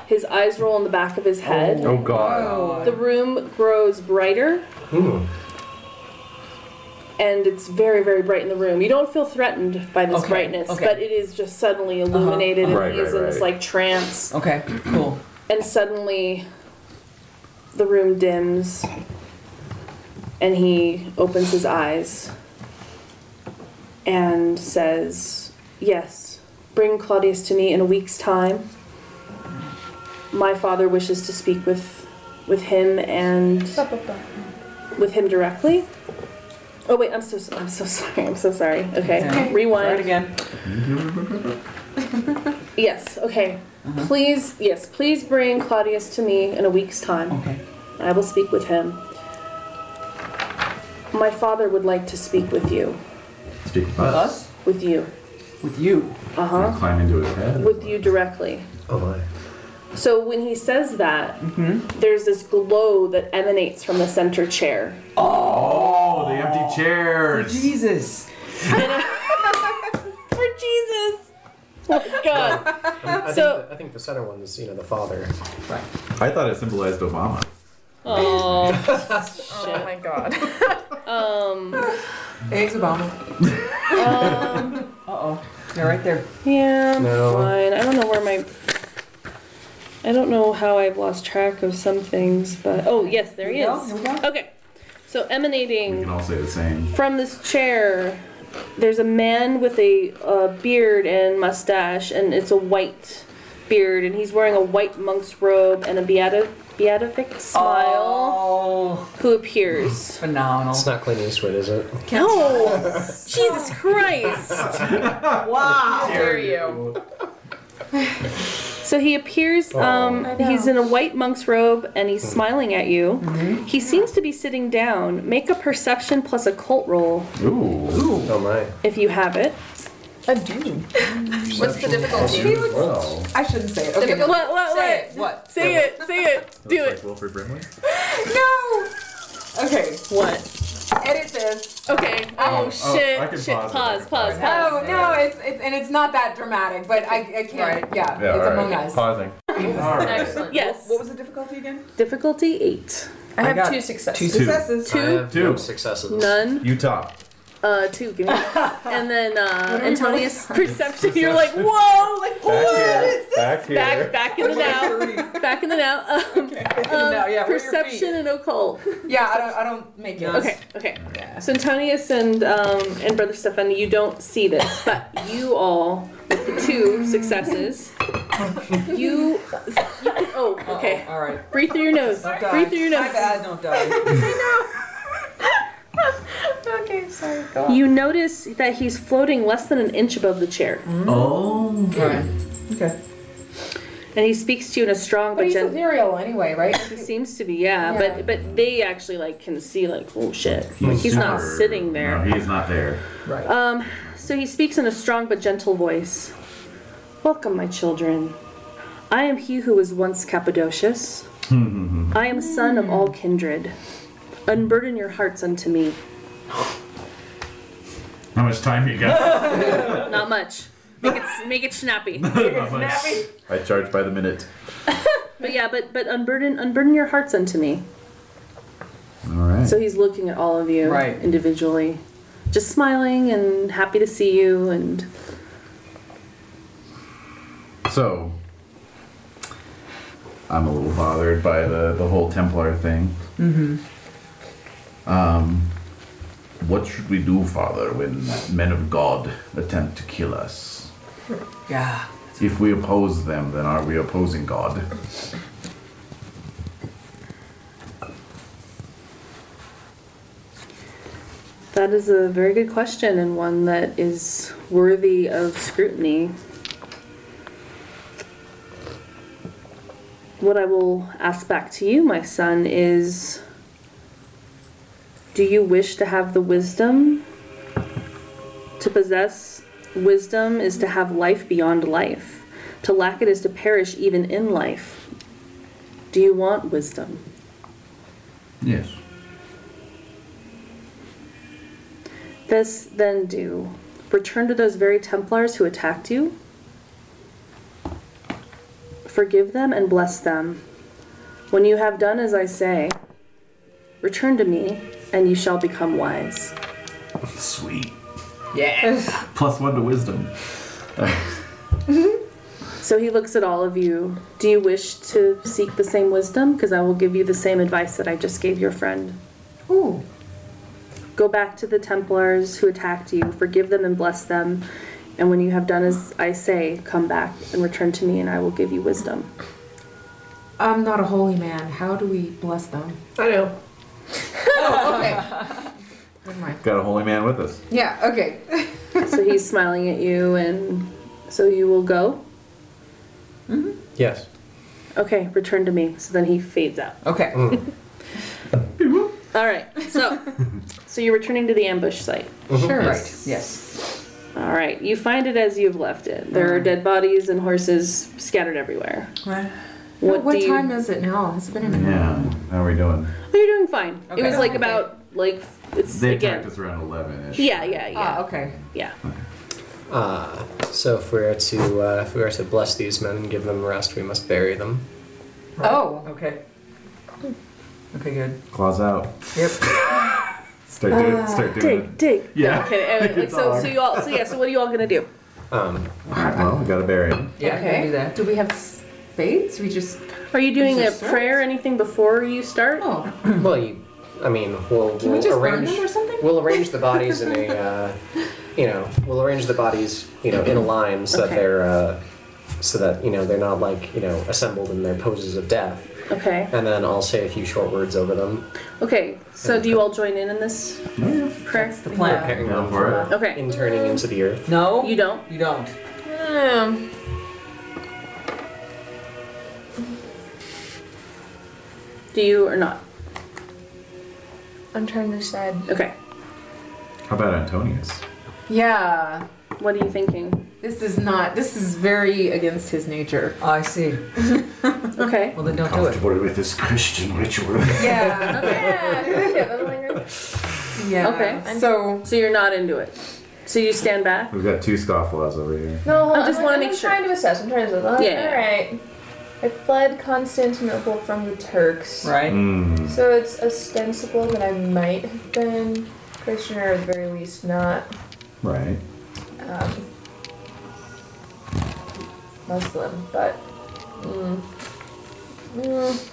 Speaker 6: his eyes roll in the back of his head.
Speaker 5: Oh God.
Speaker 6: The room grows brighter,
Speaker 13: Hmm.
Speaker 8: Ooh.
Speaker 6: and it's very, very bright in the room. You don't feel threatened by this
Speaker 13: Okay,
Speaker 6: brightness,
Speaker 13: okay.
Speaker 6: but it is just suddenly illuminated,
Speaker 5: uh-huh.
Speaker 6: and
Speaker 5: Right,
Speaker 6: he is
Speaker 5: right,
Speaker 6: in this
Speaker 5: right.
Speaker 6: like trance.
Speaker 13: Okay. Cool.
Speaker 6: And suddenly, the room dims, and he opens his eyes and says, Yes, bring Claudius to me in a week's time. My father wishes to speak with, with him and with him directly. Oh wait, I'm so I'm so (laughs) sorry. I'm so sorry. Okay,
Speaker 13: Okay. Try it
Speaker 6: rewind.
Speaker 13: again.
Speaker 6: Yes. Okay. Please, yes, please bring Claudius to me in a week's time.
Speaker 13: Okay.
Speaker 6: I will speak with him. My father would like to speak with you.
Speaker 5: Speak of
Speaker 13: Us
Speaker 6: With you.
Speaker 13: with you.
Speaker 6: Uh
Speaker 5: Gonna
Speaker 6: huh.
Speaker 5: Climb into his head.
Speaker 6: With you directly.
Speaker 8: Oh my.
Speaker 6: So when he says that,
Speaker 7: Mm-hmm.
Speaker 6: there's this glow that emanates from the center chair.
Speaker 5: Oh, the empty chairs.
Speaker 13: Jesus.
Speaker 6: For Jesus! Oh, God.
Speaker 7: (laughs)
Speaker 8: I, think
Speaker 6: So-
Speaker 8: the, I think the center one is, you know, the father.
Speaker 5: I thought it symbolized Obama.
Speaker 6: Oh.
Speaker 7: Oh my God.
Speaker 6: Um.
Speaker 2: Eggs Obama.
Speaker 6: um
Speaker 13: Uh oh. They're right there.
Speaker 6: Yeah, I'm
Speaker 8: No.
Speaker 6: fine. I don't know where my. I don't know how I've lost track of some things, but oh yes, there he
Speaker 13: Here we
Speaker 6: is.
Speaker 13: go, here we go.
Speaker 6: Okay, so
Speaker 5: We
Speaker 6: emanating
Speaker 5: can all say the same.
Speaker 6: from this chair, there's a man with a uh, beard and mustache, and it's a white beard, and he's wearing a white monk's robe and a beati- beatific smile.
Speaker 13: Oh,
Speaker 6: Who appears?
Speaker 13: phenomenal.
Speaker 8: It's not Clint Eastwood, is it?
Speaker 6: No, Jesus Christ!
Speaker 13: Wow.
Speaker 7: Dare you?
Speaker 6: So he appears, um,
Speaker 7: I know.
Speaker 6: he's in a white monk's robe and he's smiling at you. He seems to be sitting down. Make a perception plus a cult roll
Speaker 5: Ooh.
Speaker 8: Oh my.
Speaker 6: if you have it.
Speaker 13: I do.
Speaker 3: What's the difficulty?
Speaker 5: Well.
Speaker 2: I shouldn't say it. Okay.
Speaker 6: What, what,
Speaker 3: Say
Speaker 6: what?
Speaker 3: it.
Speaker 2: What?
Speaker 6: Say it, say it, do
Speaker 5: Like
Speaker 6: it.
Speaker 5: Wilfred Brimley?
Speaker 2: No. Okay.
Speaker 6: What?
Speaker 2: Edit this.
Speaker 6: Okay,
Speaker 2: I
Speaker 6: Oh, shit!
Speaker 5: I can
Speaker 6: shit!
Speaker 5: pause it.
Speaker 6: pause! Pause!
Speaker 2: No,
Speaker 6: pause.
Speaker 2: no, it's, it's and it's not that dramatic, but I, I can't. Yeah,
Speaker 5: Yeah,
Speaker 2: it's
Speaker 5: all
Speaker 2: among
Speaker 5: right.
Speaker 2: us.
Speaker 6: (laughs)
Speaker 5: Pausing.
Speaker 6: Excellent. Yes.
Speaker 2: What was the difficulty again?
Speaker 6: Oh. Difficulty eight.
Speaker 2: I I have got two successes. two successes.
Speaker 6: Two.
Speaker 8: I have
Speaker 5: Two.
Speaker 8: no successes.
Speaker 6: None.
Speaker 5: Utah.
Speaker 6: Uh, two. Give me. and then uh,
Speaker 2: What are we
Speaker 6: Antonius'
Speaker 2: rolling?
Speaker 6: perception. (laughs) You're like, whoa! Like what?
Speaker 5: Back here.
Speaker 6: Back, back in
Speaker 13: (laughs)
Speaker 6: the
Speaker 10: (laughs)
Speaker 6: now. Back in the now. (laughs) Um, um,
Speaker 2: now, yeah, where are your
Speaker 6: perception and occult.
Speaker 2: Yeah, I don't, I don't make it.
Speaker 6: Okay, okay. So Antonius and um, and Brother Stefan, you don't see this, but you all with the two successes. You, you can- oh, okay.
Speaker 13: All right.
Speaker 6: Breathe through your nose.
Speaker 13: Don't die.
Speaker 6: Breathe through your
Speaker 13: My
Speaker 6: nose.
Speaker 13: bad. Don't
Speaker 6: (laughs)
Speaker 13: die.
Speaker 7: okay, sorry. Go
Speaker 6: You notice that he's floating less than an inch above the chair,
Speaker 5: Oh.
Speaker 13: Okay.
Speaker 6: and he speaks to you in a strong
Speaker 2: But
Speaker 6: but
Speaker 2: he's
Speaker 6: gentle.
Speaker 2: ethereal anyway, right?
Speaker 6: He seems to be, yeah,
Speaker 2: Yeah.
Speaker 6: But but they actually like can see like oh shit, like he's not
Speaker 5: super-
Speaker 6: sitting there.
Speaker 5: No, he's not there.
Speaker 13: Right.
Speaker 6: Um, so he speaks in a strong but gentle voice. Welcome, my children. I am he who was once Cappadocius. I am son of all kindred. Unburden your hearts unto me.
Speaker 5: How much time you
Speaker 6: (laughs)
Speaker 5: got?
Speaker 6: Not much. Make it, make it snappy.
Speaker 5: Not much. I charge by the minute.
Speaker 6: But yeah, but but unburden unburden your hearts unto me.
Speaker 5: All right.
Speaker 6: So he's looking at all of you
Speaker 13: Right.
Speaker 6: individually, just smiling and happy to see you. And
Speaker 5: So, I'm a little bothered by the, the whole Templar thing.
Speaker 13: Mm-hmm.
Speaker 6: Mm-hmm.
Speaker 5: Um, what should we do, Father, when men of God attempt to kill us?
Speaker 13: Yeah.
Speaker 5: If we oppose them, then are we opposing God?
Speaker 6: that is a very good question and one that is worthy of scrutiny. What I will ask back to you, my son, is do you wish to have the wisdom? To possess wisdom is to have life beyond life. To lack it is to perish even in life. Do you want wisdom?
Speaker 5: Yes.
Speaker 6: This then do. Return to those very Templars who attacked you. Forgive them and bless them. When you have done as I say, return to me, and you shall become wise.
Speaker 5: Sweet.
Speaker 2: Yeah.
Speaker 5: (laughs) Plus one to wisdom.
Speaker 6: So he looks at all of you. Do you wish to seek the same wisdom? Because I will give you the same advice that I just gave your friend.
Speaker 2: Ooh.
Speaker 6: Go back to the Templars who attacked you, forgive them and bless them. And when you have done as I say, come back and return to me, and I will give you wisdom.
Speaker 2: I'm not a holy man. How do we bless them?
Speaker 3: I know.
Speaker 2: Oh, okay. Never mind.
Speaker 5: Got a holy man with us.
Speaker 2: Yeah. Okay.
Speaker 6: so he's smiling at you, and so you will go.
Speaker 8: Yes.
Speaker 6: Okay, return to me. So then he fades out.
Speaker 13: Okay.
Speaker 6: All right. So, (laughs) so you're returning to the ambush site.
Speaker 2: Sure. Right.
Speaker 13: Yes. Yes.
Speaker 6: All right. You find it as you've left it. There are
Speaker 2: Mm-hmm.
Speaker 6: dead bodies and horses scattered everywhere. What,
Speaker 2: What,
Speaker 6: do you?
Speaker 2: time is it now? Has it been a minute?
Speaker 5: Yeah. How are we doing?
Speaker 6: Oh, you're doing fine.
Speaker 2: Okay.
Speaker 6: It was like about like it's
Speaker 5: They attacked
Speaker 6: again.
Speaker 5: us around 11 ish.
Speaker 6: Yeah, yeah, yeah,
Speaker 2: Ah, okay.
Speaker 6: yeah.
Speaker 8: Uh, so if we are to uh, if we are to bless these men and give them rest, we must bury them.
Speaker 2: Oh.
Speaker 13: Okay. Okay. Good.
Speaker 5: Claws out.
Speaker 13: Yep.
Speaker 5: (laughs) Start doing,
Speaker 6: Ah,
Speaker 5: start doing it.
Speaker 6: Dig, dig.
Speaker 5: Yeah.
Speaker 6: No,
Speaker 5: (laughs)
Speaker 6: I'm kidding. Anyway, like,
Speaker 5: It's
Speaker 6: so,
Speaker 5: all-
Speaker 6: so you all, so yeah. So what are you all gonna do?
Speaker 8: Um,
Speaker 5: Well, we gotta bury him.
Speaker 13: Yeah.
Speaker 2: okay.
Speaker 13: Can do that.
Speaker 2: Do we have spades? We just.
Speaker 6: Are you doing
Speaker 2: there
Speaker 6: a
Speaker 2: swords?
Speaker 6: prayer or anything before you start?
Speaker 2: Oh.
Speaker 8: well, you, I mean, we'll,
Speaker 2: Can we
Speaker 8: we'll
Speaker 2: just burn
Speaker 8: arrange
Speaker 2: them or something?
Speaker 8: we'll arrange the bodies in a
Speaker 2: (laughs)
Speaker 8: uh, you know we'll arrange the bodies you know in a line so
Speaker 6: Okay.
Speaker 8: that they're uh, so that you know they're not like you know assembled in their poses of death.
Speaker 6: Okay.
Speaker 8: And then I'll say a few short words over them,
Speaker 6: Okay, so do you all join in in this prayer?
Speaker 13: That's the plan.
Speaker 8: preparing
Speaker 5: Go
Speaker 8: them
Speaker 5: for it.
Speaker 8: for
Speaker 6: Okay,
Speaker 8: interning into the earth.
Speaker 13: No.
Speaker 6: you don't.
Speaker 13: You don't.
Speaker 7: Um,
Speaker 6: Do you or not?
Speaker 7: I'm trying to decide.
Speaker 6: Okay,
Speaker 5: How about Antonius?
Speaker 2: Yeah.
Speaker 6: what are you thinking?
Speaker 2: This is not. This is very against his nature.
Speaker 13: Oh, I see.
Speaker 2: Uh-huh.
Speaker 6: Okay,
Speaker 13: Well, then don't do it.
Speaker 5: (laughs) with this Christian ritual.
Speaker 2: Yeah.
Speaker 7: yeah,
Speaker 2: (laughs) Yeah.
Speaker 6: Okay.
Speaker 2: So
Speaker 6: so you're not into it. So you stand back.
Speaker 5: We've got two scofflaws over here.
Speaker 7: No,
Speaker 6: I just
Speaker 7: I'm-
Speaker 6: wanna
Speaker 7: I'm
Speaker 6: make sure.
Speaker 7: trying to assess. I'm trying to assess. Like,
Speaker 6: Yeah.
Speaker 7: All right. I fled Constantinople from the Turks.
Speaker 13: Right. Mm.
Speaker 7: So it's ostensible that I might have been Christian, or at the very least not
Speaker 5: Right.
Speaker 7: um, Muslim. But mm, mm,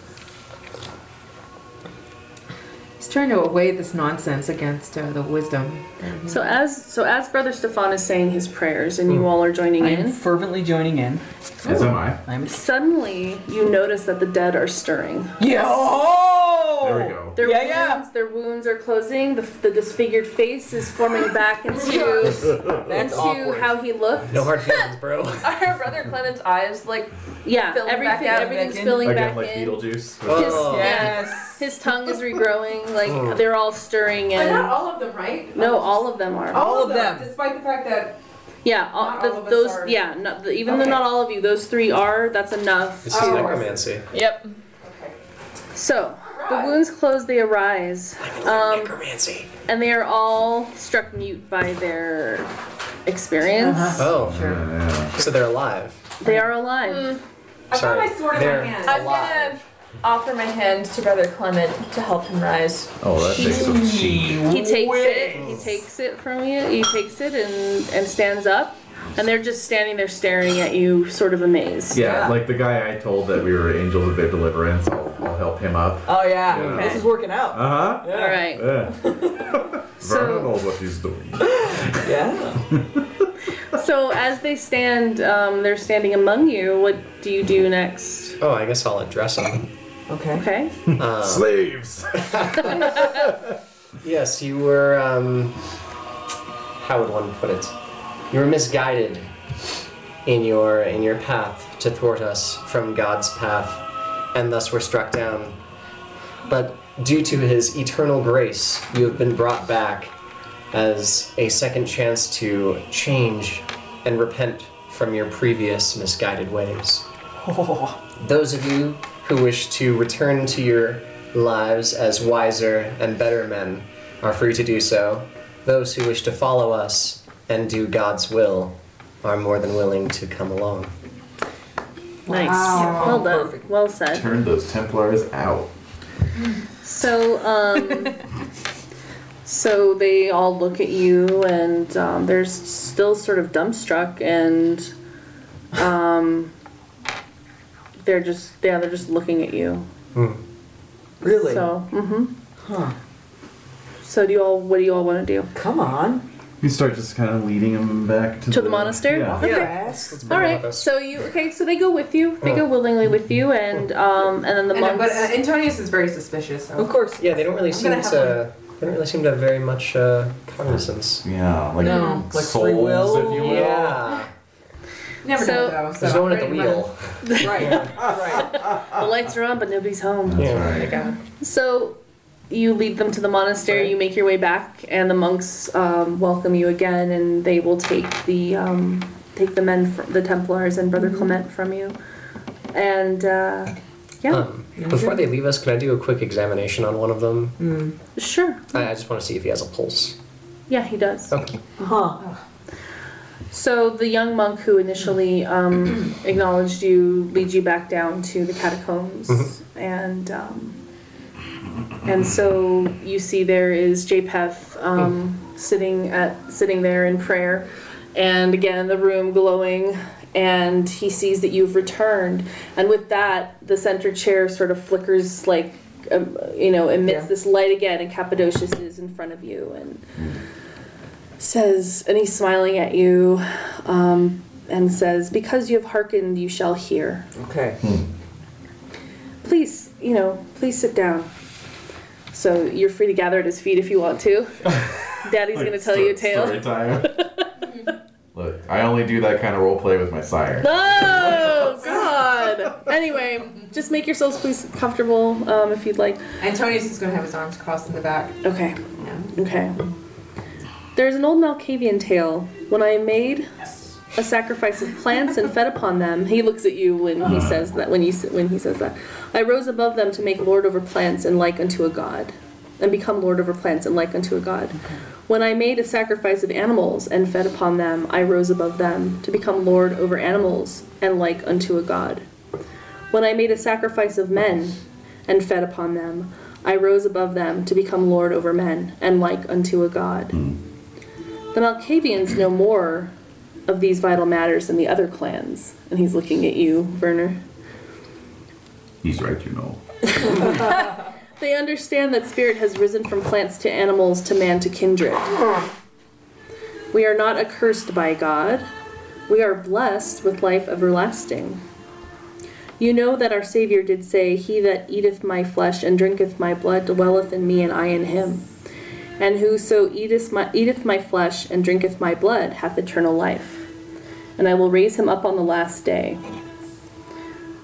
Speaker 2: He's trying to weigh this nonsense against uh, the wisdom.
Speaker 6: So as so as Brother Stefan is saying his prayers and you all are joining
Speaker 13: I am
Speaker 6: in,
Speaker 13: fervently joining in.
Speaker 5: As am I.
Speaker 13: I'm
Speaker 6: suddenly you notice that the dead are stirring.
Speaker 13: Yeah. Oh!
Speaker 5: There we go.
Speaker 6: Their wounds, their wounds are closing. The, the disfigured face is forming back into
Speaker 8: That's
Speaker 6: into
Speaker 8: awkward.
Speaker 6: how he looked.
Speaker 2: (laughs)
Speaker 8: No hard feelings, bro.
Speaker 7: our brother Clement's eyes like
Speaker 6: Yeah,
Speaker 7: filling
Speaker 6: everything
Speaker 7: back out
Speaker 6: everything's
Speaker 7: Vic.
Speaker 6: filling
Speaker 5: Again,
Speaker 6: back
Speaker 5: like
Speaker 6: in.
Speaker 5: Beetlejuice.
Speaker 6: His,
Speaker 8: Oh.
Speaker 6: yeah, his tongue is regrowing. Like
Speaker 5: Oh.
Speaker 6: they're all stirring
Speaker 2: But
Speaker 6: and
Speaker 2: not all of them, right?
Speaker 6: No, all of them are.
Speaker 2: All of them, despite the fact that
Speaker 6: Yeah, all,
Speaker 2: Not
Speaker 6: the,
Speaker 2: all of us
Speaker 6: those.
Speaker 2: are-
Speaker 6: Yeah, not, the, even
Speaker 2: Okay.
Speaker 6: though not all of you, those three are. That's enough.
Speaker 8: It's just necromancy.
Speaker 6: Yep. So the wounds close, they arise, um, and they are all struck mute by their experience.
Speaker 8: Oh. So they're alive.
Speaker 6: They are alive.
Speaker 8: Sorry. they're
Speaker 7: I'm
Speaker 8: alive.
Speaker 7: gonna offer my hand to Brother Clement to help him rise.
Speaker 5: Oh, that takes some cheek.
Speaker 6: He takes it. He takes it from you. He takes it and and stands up, and they're just standing there staring at you, sort of amazed.
Speaker 5: Yeah, like the guy I told that we were angels of their deliverance. I'll, I'll help him up.
Speaker 13: Oh yeah.
Speaker 5: Yeah.
Speaker 13: This is working out.
Speaker 5: Uh huh.
Speaker 13: Yeah.
Speaker 6: All right.
Speaker 5: Yeah. Vernon knows what he's doing.
Speaker 13: Yeah.
Speaker 6: So as they stand, um, they're standing among you. What do you do next?
Speaker 8: Oh, I guess I'll address them.
Speaker 13: Okay.
Speaker 6: Okay.
Speaker 5: (laughs)
Speaker 8: Um,
Speaker 5: Slaves.
Speaker 8: Yes, you were. Um, how would one put it? You were misguided in your in your path to thwart us from God's path, and thus were struck down. But due to His eternal grace, you have been brought back as a second chance to change and repent from your previous misguided ways those of you who wish to return to your lives as wiser and better men are free to do so. Those who wish to follow us and do God's will are more than willing to come along.
Speaker 6: Nice.
Speaker 13: Wow.
Speaker 6: Well done. Well said.
Speaker 5: Turn those Templars out.
Speaker 6: So, (laughs) um, so they all look at you, and um, they're s- still sort of dumbstruck, and um, they're just yeah, they're just looking at you.
Speaker 13: Hmm. Really?
Speaker 6: So, hmm
Speaker 13: Huh.
Speaker 6: so do you all? What do you all want to do?
Speaker 13: Come on.
Speaker 5: You start just kind of leading him back to,
Speaker 6: To the monastery?
Speaker 5: Yeah.
Speaker 6: Okay.
Speaker 13: Yes.
Speaker 6: All right. So you okay? So they go with you. They go willingly with you, and um, and then the monks.
Speaker 2: And, but uh, Antonius is very suspicious. So. Of
Speaker 13: course.
Speaker 8: Yeah, they don't really
Speaker 2: I'm
Speaker 8: seem
Speaker 2: gonna have
Speaker 8: to. They don't really seem to have very much uh, cognizance.
Speaker 5: Yeah, like
Speaker 2: No.
Speaker 13: Like free
Speaker 5: souls,
Speaker 13: will?
Speaker 5: if you will.
Speaker 8: Yeah.
Speaker 2: Never
Speaker 6: So-
Speaker 2: know though. So
Speaker 8: There's no one at the
Speaker 2: pretty
Speaker 8: wheel.
Speaker 2: much- Right.
Speaker 6: the lights are on, but nobody's home.
Speaker 5: That's
Speaker 8: Yeah.
Speaker 5: right.
Speaker 6: So you lead them to the monastery, you make your way back, and the monks um, welcome you again, and they will take the um, take the men, fr- the Templars, and Brother Clement from you, and uh, yeah,
Speaker 8: Um, before they leave us, can I do a quick examination on one of them?
Speaker 6: sure,
Speaker 8: I, I just want to see if he has a pulse.
Speaker 6: yeah, he does.
Speaker 8: Okay.
Speaker 13: Huh.
Speaker 6: So the young monk who initially um, acknowledged you leads you back down to the catacombs, and um, and so you see there is Japheth um, sitting at sitting there in prayer, and again the room glowing, and he sees that you've returned, and with that the center chair sort of flickers like um, you know emits
Speaker 13: Yeah.
Speaker 6: this light again, and Cappadocius is in front of you, and says, and he's smiling at you, um, and says, Because you have hearkened, you shall hear.
Speaker 13: Okay.
Speaker 6: Please, you know, please sit down. So you're free to gather at his feet if you want to. Daddy's
Speaker 5: Like,
Speaker 6: going to tell you a
Speaker 5: sto-
Speaker 6: tale.
Speaker 5: Story time. Look, I only do that kind of role play with my sire.
Speaker 6: (laughs) Oh, God. Anyway, just make yourselves please comfortable um, if you'd like.
Speaker 2: Antonius is going to have his arms crossed in the back.
Speaker 6: Okay. Okay. There's an old Malkavian tale. When I made a sacrifice of plants and fed upon them, he looks at you when he says that. When you s- when he says that, I rose above them to make lord over plants and like unto a god. and become lord over plants and like unto a god. When I made a sacrifice of animals and fed upon them, I rose above them to become lord over animals and like unto a god. When I made a sacrifice of men and fed upon them, I rose above them to become lord over men and like unto a god. The Malkavians know more of these vital matters than the other clans. And he's looking at you, Werner.
Speaker 5: He's right, you know.
Speaker 6: They understand that spirit has risen from plants to animals to man to kindred. We are not accursed by God. We are blessed with life everlasting. You know that our Savior did say, He that eateth my flesh and drinketh my blood dwelleth in me, and I in him. And whoso eateth my, eateth my flesh and drinketh my blood hath eternal life. And I will raise him up on the last day.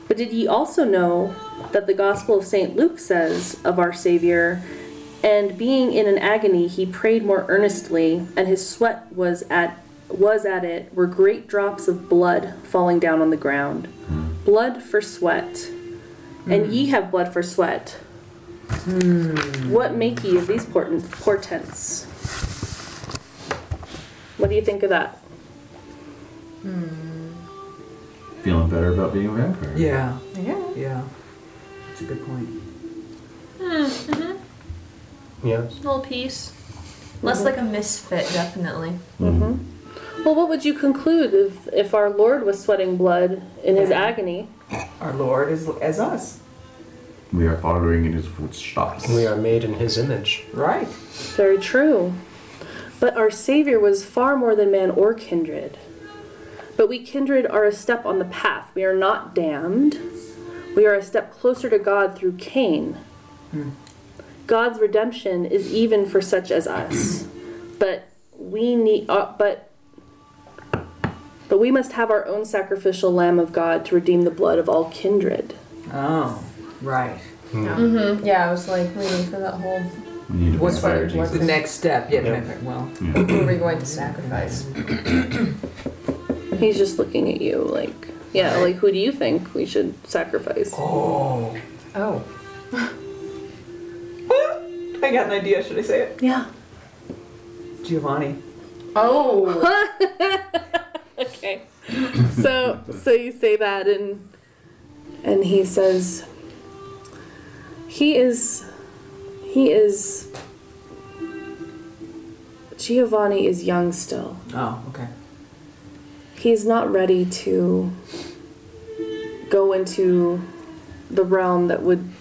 Speaker 6: But did ye also know that the Gospel of St. Luke says of our Savior, and being in an agony, he prayed more earnestly, and his sweat was at was at it were great drops of blood falling down on the ground. Blood for sweat. And ye have blood for sweat. What make ye of these portent- portents? What do you think of that?
Speaker 5: Feeling better about being a vampire.
Speaker 13: Yeah.
Speaker 2: Yeah.
Speaker 13: Yeah. That's a good point.
Speaker 7: Mm-hmm.
Speaker 8: Yeah.
Speaker 7: Little piece. Less like a misfit, definitely.
Speaker 6: Well, what would you conclude if, if our Lord was sweating blood in his agony?
Speaker 13: Our Lord is as us.
Speaker 5: We are following in his footsteps.
Speaker 8: We are made in his image.
Speaker 13: Right.
Speaker 6: Very true. But our Savior was far more than man or kindred. But we kindred are a step on the path. We are not damned. We are a step closer to God through Cain. God's redemption is even for such as us. But we need uh, but but we must have our own sacrificial lamb of God to redeem the blood of all kindred.
Speaker 13: Oh, right.
Speaker 2: Mm-hmm. Yeah, I was like waiting for that whole.
Speaker 5: We need to
Speaker 13: What's
Speaker 5: vampire
Speaker 13: what's the
Speaker 5: Jesus.
Speaker 13: next step? Yeah, remember- well,
Speaker 2: Who are we going to sacrifice?
Speaker 6: He's just looking at you like, yeah, like who do you think we should sacrifice?
Speaker 13: Oh.
Speaker 2: Oh.
Speaker 13: I got an idea. Should I say it?
Speaker 6: Yeah.
Speaker 13: Giovanni.
Speaker 2: Oh.
Speaker 6: okay. So so you say that and and he says he is he is Giovanni is young still.
Speaker 13: Oh, okay.
Speaker 6: He's not ready to go into the realm that would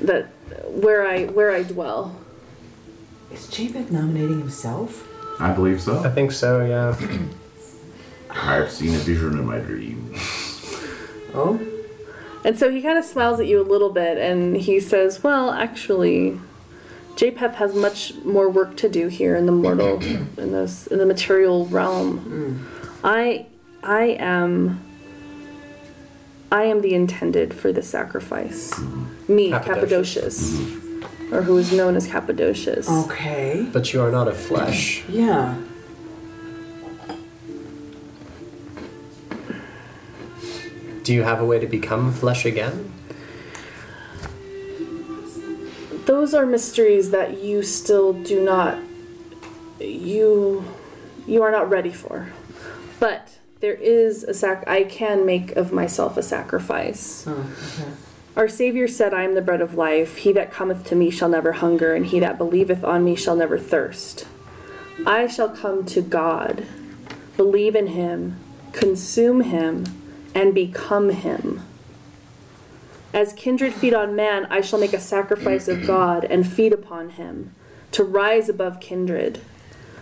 Speaker 6: that where I where I dwell.
Speaker 13: Is Chapek nominating himself?
Speaker 5: I believe
Speaker 8: I
Speaker 5: so.
Speaker 8: think so, yeah.
Speaker 5: I've seen a vision in my dream.
Speaker 13: Oh.
Speaker 6: And so he kind of smiles at you a little bit and he says, Well, actually, JPEF has much more work to do here in the mortal, in, this, in the material realm. I, I am. I am the intended for the sacrifice. Me, Cappadocius, or who is known as Cappadocius.
Speaker 10: Oh.
Speaker 13: Okay.
Speaker 8: But you are not of flesh.
Speaker 13: Yeah.
Speaker 8: Do you have a way to become flesh again?
Speaker 6: Those are mysteries that you still do not. You, you are not ready for. But there is a sac. I can make of myself a sacrifice.
Speaker 13: Oh, okay.
Speaker 6: Our Savior said, I am the bread of life. He that cometh to me shall never hunger, and he that believeth on me shall never thirst. I shall come to God, believe in him, consume him, and become him. As kindred feed on man, I shall make a sacrifice of God and feed upon him, to rise above kindred.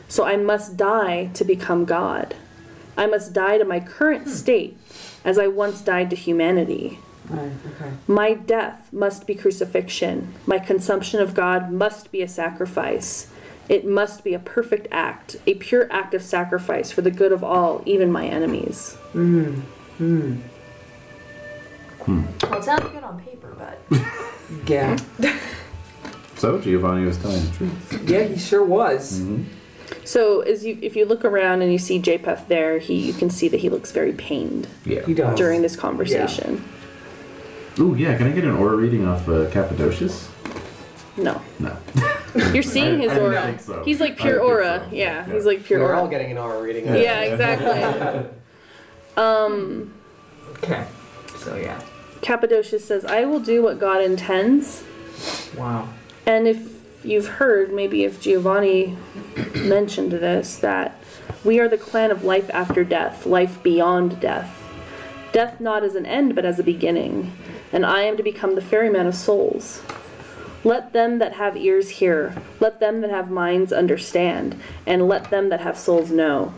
Speaker 6: So I must die to become God. I must die to my current state, as I once died to humanity.
Speaker 13: Right. Okay.
Speaker 6: My death must be crucifixion. My consumption of God must be a sacrifice. It must be a perfect act, a pure act of sacrifice for the good of all, even my enemies.
Speaker 7: Well, it sounded good on paper, but
Speaker 13: Yeah.
Speaker 5: So Giovanni was telling the truth.
Speaker 13: Yeah, he sure was.
Speaker 6: So, as you, if you look around and you see JPEF there, he, you can see that he looks very pained
Speaker 5: Yeah.
Speaker 13: He does.
Speaker 6: during this conversation.
Speaker 5: Ooh, yeah. Can I get an aura reading off uh, Cappadocius?
Speaker 6: No.
Speaker 5: No.
Speaker 6: You're seeing
Speaker 8: I-
Speaker 6: his
Speaker 8: I didn't
Speaker 6: aura.
Speaker 8: think so.
Speaker 6: He's like
Speaker 8: I
Speaker 6: pure
Speaker 8: think
Speaker 6: aura. Yeah, he's like pure
Speaker 8: We're
Speaker 6: aura.
Speaker 8: all getting an aura
Speaker 6: (laughs)
Speaker 8: reading.
Speaker 6: Yeah,
Speaker 8: (laughs)
Speaker 6: exactly. Um,
Speaker 13: Okay. So yeah.
Speaker 6: Cappadocius says, "I will do what God intends."
Speaker 13: Wow.
Speaker 6: And if you've heard, maybe if Giovanni mentioned this, that we are the clan of life after death, life beyond death. Death not as an end, but as a beginning. And I am to become the ferryman of souls. Let them that have ears hear, let them that have minds understand, and let them that have souls know.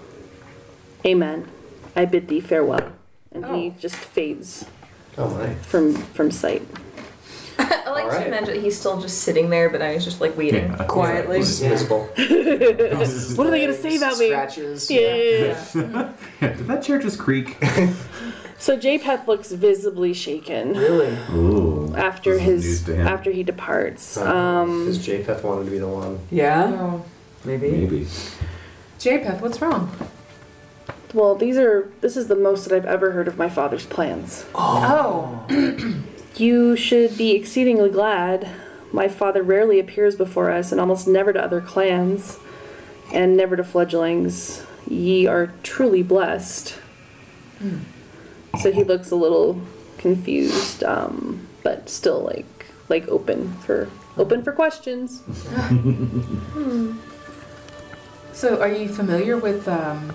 Speaker 6: Amen. I bid thee farewell. And he just fades
Speaker 8: Oh my.
Speaker 6: from from sight.
Speaker 7: (laughs) I like to imagine that he's still just sitting there, but I was just like waiting
Speaker 8: Quietly. He's
Speaker 5: (laughs)
Speaker 8: invisible.
Speaker 6: what are they gonna say about me?
Speaker 8: Scratches,
Speaker 6: Yeah, yeah, yeah.
Speaker 5: Did that chair just creak?
Speaker 6: So J-Peth looks visibly shaken.
Speaker 13: Really?
Speaker 5: Ooh.
Speaker 6: After his after he departs. Um,
Speaker 8: Because JPEF wanted to be the one.
Speaker 13: Yeah.
Speaker 2: um,
Speaker 8: Maybe.
Speaker 5: Maybe.
Speaker 6: J-Peth, what's wrong? Well, these are this is the most that I've ever heard of my father's plans.
Speaker 2: Oh.
Speaker 6: You should be exceedingly glad. My father rarely appears before us and almost never to other clans and never to fledglings. Ye are truly blessed.
Speaker 2: Hmm.
Speaker 6: So he looks a little confused, um, but still like like open for open for questions.
Speaker 2: Hmm. So, are you familiar with um,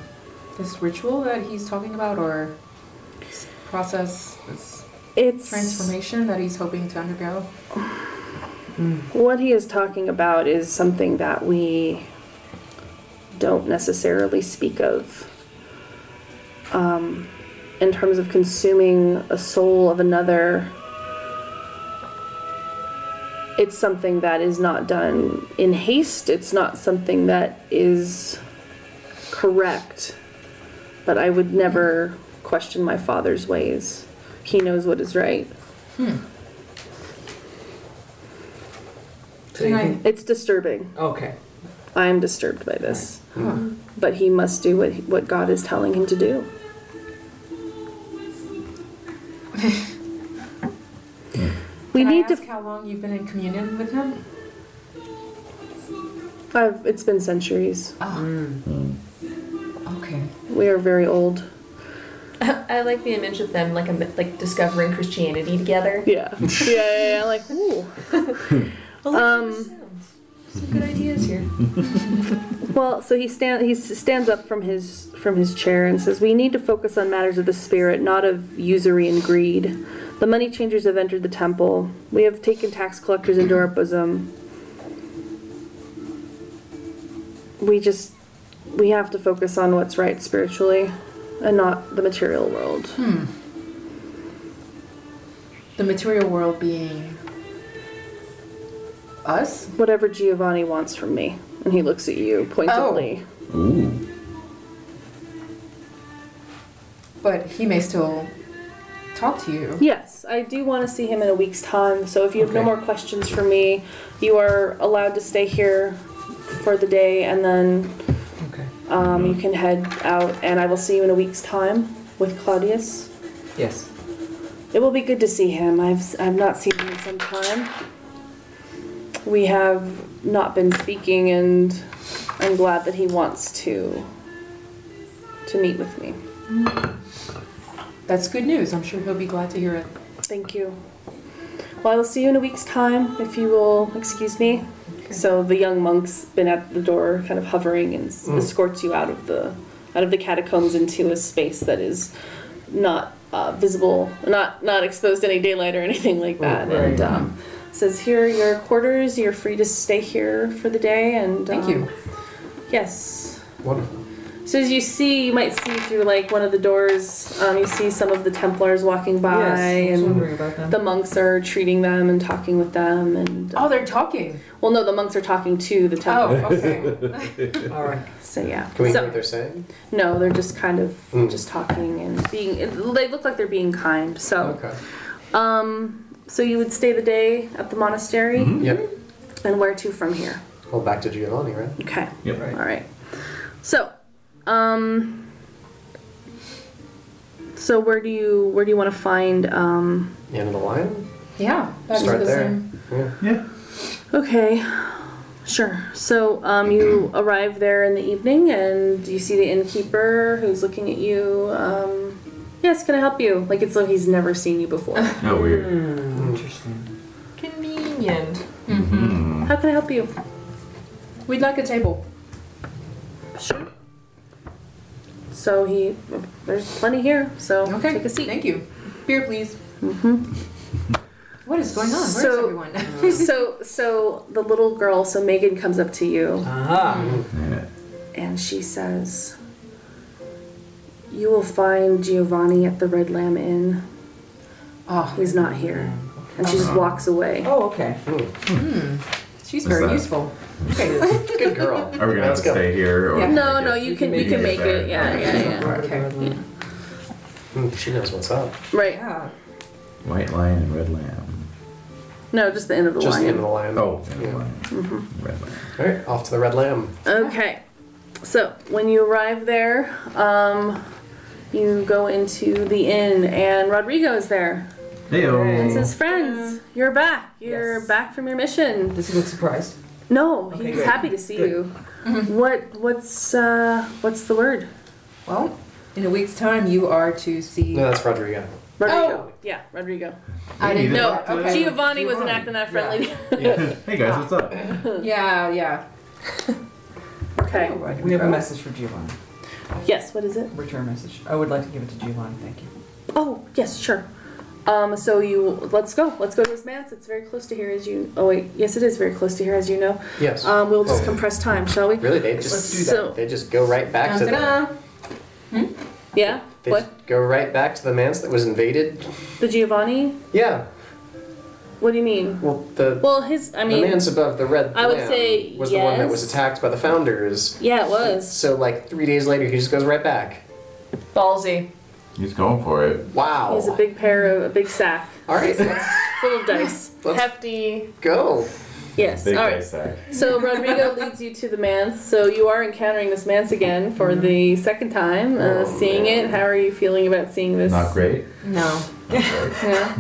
Speaker 2: this ritual that he's talking about, or this process, this
Speaker 6: It's
Speaker 2: transformation that he's hoping to undergo?
Speaker 6: What he is talking about is something that we don't necessarily speak of. Um, in terms of consuming a soul of another, it's something that is not done in haste. It's not something that is correct. But I would never question my father's ways. He knows what is right.
Speaker 13: So you think-
Speaker 6: It's disturbing.
Speaker 13: Okay.
Speaker 6: I am disturbed by this.
Speaker 13: Huh.
Speaker 6: But he must do what, what God is telling him
Speaker 2: (laughs)
Speaker 6: to do. we
Speaker 2: Can
Speaker 6: need
Speaker 2: I ask how long you've been in communion with him?
Speaker 6: to. I've, uh, it's been centuries.
Speaker 2: Okay.
Speaker 6: We are very old.
Speaker 7: (laughs) I like the image of them like a, like discovering Christianity together.
Speaker 6: Yeah. yeah, yeah, yeah. Like, ooh.
Speaker 7: um, some good ideas here.
Speaker 6: Well, so he stand he s- stands up from his from his chair and says, "We need to focus on matters of the spirit, not of usury and greed. The money changers have entered the temple. We have taken tax collectors into our bosom. We just we have to focus on what's right spiritually, and not the material world.
Speaker 2: Hmm. The material world being us.
Speaker 6: Whatever Giovanni wants from me." And he looks at you pointedly.
Speaker 5: Ooh.
Speaker 2: But he may still talk to you.
Speaker 6: Yes, I do want to see him in a week's time. So if you have no
Speaker 2: Okay.
Speaker 6: more questions for me, you are allowed to stay here for the day, and then um, you can head out. And I will see you in a week's time with Claudius.
Speaker 13: Yes.
Speaker 6: It will be good to see him. I've I've not seen him in some time. We have not been speaking, and I'm glad that he wants to to meet with me.
Speaker 2: That's good news. I'm sure he'll be glad to hear it.
Speaker 6: Thank you. Well, I will see you in a week's time, if you will excuse me. So the young monk's been at the door, kind of hovering, and s
Speaker 13: Mm.
Speaker 6: escorts you out of the out of the catacombs into a space that is not uh, visible, not not exposed to any daylight or anything like that. And um, says, "Here are your quarters. You're free to stay here for the day." And
Speaker 2: Thank you.
Speaker 6: um, Yes.
Speaker 8: Wonderful.
Speaker 6: So as you see, you might see through like one of the doors. Um, you see some of the Templars walking by,
Speaker 13: Yes, I was
Speaker 6: and
Speaker 13: wondering about them.
Speaker 6: the monks are treating them and talking with them. And uh,
Speaker 2: Oh, they're talking. Oh,
Speaker 6: well, no, the monks are talking to the Templars.
Speaker 8: okay.
Speaker 13: All right.
Speaker 6: So yeah.
Speaker 8: Can we hear
Speaker 6: so
Speaker 8: what they're saying?
Speaker 6: no, they're just kind of
Speaker 8: Mm.
Speaker 6: just talking and being. it- They look like they're being kind. So,
Speaker 8: Okay.
Speaker 6: um, so you would stay the day at the monastery,
Speaker 8: Yep.
Speaker 6: and where to from here?
Speaker 8: Well, back to Giovanni, right?
Speaker 6: Okay.
Speaker 5: Yep.
Speaker 6: All right. So, um, so where do you where do you want to find um?
Speaker 8: End of the line?
Speaker 2: (laughs) Yeah, that's
Speaker 8: Start
Speaker 2: the
Speaker 8: there.
Speaker 2: same.
Speaker 8: Yeah.
Speaker 5: Yeah.
Speaker 6: Okay, sure. So um, you arrive there in the evening and you see the innkeeper who's looking at you. Um, yes, can I help you? Like it's like he's never seen you before.
Speaker 5: Oh, weird.
Speaker 13: interesting.
Speaker 2: Convenient.
Speaker 6: How can I help you?
Speaker 2: We'd like a table.
Speaker 6: Sure. So he, there's plenty here. So
Speaker 2: Okay.
Speaker 6: take a seat. (laughs)
Speaker 2: Thank you. Beer, please.
Speaker 6: Mm-hmm.
Speaker 2: What is going on? Where's
Speaker 6: So-
Speaker 2: everyone? (laughs)
Speaker 6: so so the little girl so megan comes up to you
Speaker 13: Ah.
Speaker 6: Hmm. and she says you will find giovanni at the red lamb inn
Speaker 2: oh
Speaker 6: he's not here and she just
Speaker 13: Uh-huh.
Speaker 6: walks away
Speaker 13: Oh, okay.
Speaker 2: She's
Speaker 5: Is
Speaker 2: very
Speaker 5: that-
Speaker 2: useful.
Speaker 8: Good girl.
Speaker 5: Are we gonna have to stay here? Or
Speaker 2: Yeah.
Speaker 6: no no you can you can make it yeah
Speaker 5: (laughs)
Speaker 6: yeah yeah
Speaker 2: Okay.
Speaker 8: Mm, She knows what's up.
Speaker 6: right
Speaker 5: White lion and red lamb.
Speaker 6: no just the end of the
Speaker 8: Just the end
Speaker 6: line
Speaker 8: of the line.
Speaker 5: Oh, and
Speaker 8: Yeah.
Speaker 5: lion.
Speaker 6: Mhm.
Speaker 5: Red lamb.
Speaker 8: All right, off to the red lamb.
Speaker 6: Okay. So when you arrive there, um, you go into the inn, and Rodrigo is there.
Speaker 5: Heyo.
Speaker 6: It says, "Friends, you're back. You're
Speaker 13: Yes.
Speaker 6: back from your mission."
Speaker 13: Does he look surprised?
Speaker 6: No,
Speaker 13: Okay,
Speaker 6: he was
Speaker 13: good.
Speaker 6: happy to see
Speaker 13: Good.
Speaker 6: you. What? What's? Uh, what's the word?
Speaker 2: Well, in a week's time, you are to see.
Speaker 8: No, that's Rodrigo.
Speaker 6: Rodrigo. Yeah, Rodrigo.
Speaker 2: I didn't
Speaker 5: Hey,
Speaker 6: No,
Speaker 2: know. Okay.
Speaker 6: Giovanni wasn't acting that friendly.
Speaker 5: (laughs) Hey guys, what's
Speaker 6: (laughs)
Speaker 5: up?
Speaker 2: Yeah, yeah.
Speaker 6: okay.
Speaker 13: We have a message for Giovanni.
Speaker 6: Yes. What is it?
Speaker 13: Return message. I would like to give it to Giovanni. Thank you.
Speaker 6: Oh, yes, sure. Um, so you let's go. Let's go to this manse. It's very close to here, as you. Oh wait, yes, it is very close to here, as you know.
Speaker 8: Yes.
Speaker 6: Um, we'll just
Speaker 8: Oh.
Speaker 6: compress time, shall we?
Speaker 8: Really, they just
Speaker 6: Let's
Speaker 8: do that.
Speaker 6: do that.
Speaker 8: they just go right back to the.
Speaker 2: Ta-da.
Speaker 6: Yeah.
Speaker 8: They
Speaker 6: what
Speaker 8: just go right back to the manse that was invaded.
Speaker 6: the Giovanni?
Speaker 8: Yeah.
Speaker 6: What do you mean?
Speaker 8: Well, the
Speaker 6: Well, his. I mean.
Speaker 8: the manse above the red.
Speaker 6: I would
Speaker 8: lamb
Speaker 6: say
Speaker 8: was the one that was
Speaker 6: yes.
Speaker 8: attacked by the founders.
Speaker 6: yeah, it was.
Speaker 8: So like three days later, he just goes right back.
Speaker 3: Ballsy.
Speaker 5: He's going for it.
Speaker 8: Wow.
Speaker 6: He's a big pair of a big sack
Speaker 8: All right,
Speaker 6: full of dice.
Speaker 8: Let's-
Speaker 6: Hefty.
Speaker 8: go.
Speaker 6: Yes.
Speaker 5: Big
Speaker 6: All
Speaker 5: guy
Speaker 6: right.
Speaker 5: sack.
Speaker 6: So Rodrigo leads you to the manse. So you are encountering this manse again for the second time. Uh,
Speaker 8: Mm-hmm. Oh,
Speaker 6: seeing
Speaker 8: man.
Speaker 6: it. How are you feeling about seeing this?
Speaker 5: Not great.
Speaker 2: No.
Speaker 6: Yeah.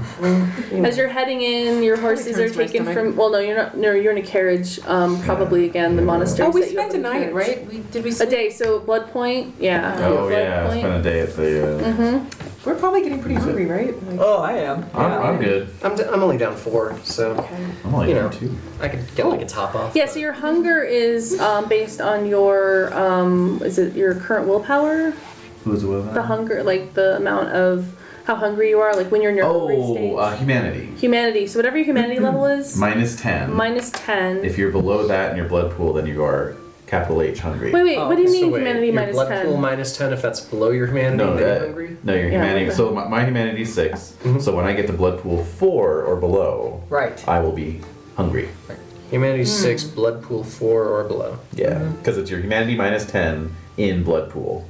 Speaker 6: As you're heading in, your horses are
Speaker 2: turns my
Speaker 6: taken
Speaker 2: stomach.
Speaker 6: from. Well, no, you're not. No, you're in a carriage. Um, probably again the monastery.
Speaker 2: Oh, we spent a night, right? We did we?
Speaker 6: A
Speaker 2: Sleep?
Speaker 6: day. So blood point. Yeah.
Speaker 5: Oh
Speaker 6: blood
Speaker 5: yeah, it's
Speaker 6: Point.
Speaker 5: been a day at the. Uh,
Speaker 6: Mm-hmm.
Speaker 2: We're probably getting pretty
Speaker 5: Use it.
Speaker 2: hungry, right? Like,
Speaker 13: Oh, I am.
Speaker 5: I'm, I'm good.
Speaker 8: I'm, d- I'm only down four, so
Speaker 5: I'm only
Speaker 8: You
Speaker 5: down
Speaker 8: know.
Speaker 5: two.
Speaker 8: I could get like a top off.
Speaker 6: Yeah. So your hunger is um, based on your um, is it your current willpower?
Speaker 5: Who's with
Speaker 6: The hunger, like the amount of how hungry you are, like when you're in your hungry
Speaker 5: Oh,
Speaker 6: state.
Speaker 5: uh, humanity.
Speaker 6: humanity. So whatever your humanity level is,
Speaker 5: Minus ten.
Speaker 6: minus ten.
Speaker 5: If you're below that in your blood pool, then you are capital H hungry.
Speaker 6: wait, wait.
Speaker 13: Oh,
Speaker 6: what do you mean
Speaker 8: so wait,
Speaker 6: humanity
Speaker 8: your
Speaker 6: minus
Speaker 8: blood
Speaker 6: ten?
Speaker 8: pool minus ten. If that's below your humanity,
Speaker 5: No,
Speaker 8: then you're
Speaker 5: that- Mm-hmm.
Speaker 8: hungry.
Speaker 5: no, your
Speaker 6: Yeah,
Speaker 5: humanity.
Speaker 6: what
Speaker 5: So my, my humanity is 6 So when I get to blood pool four or below,
Speaker 13: Right.
Speaker 5: I will be hungry.
Speaker 8: Humanity
Speaker 6: Hmm.
Speaker 8: six, blood pool four or below.
Speaker 5: Yeah,
Speaker 6: Mm-hmm.
Speaker 5: because it's your humanity minus ten in blood pool.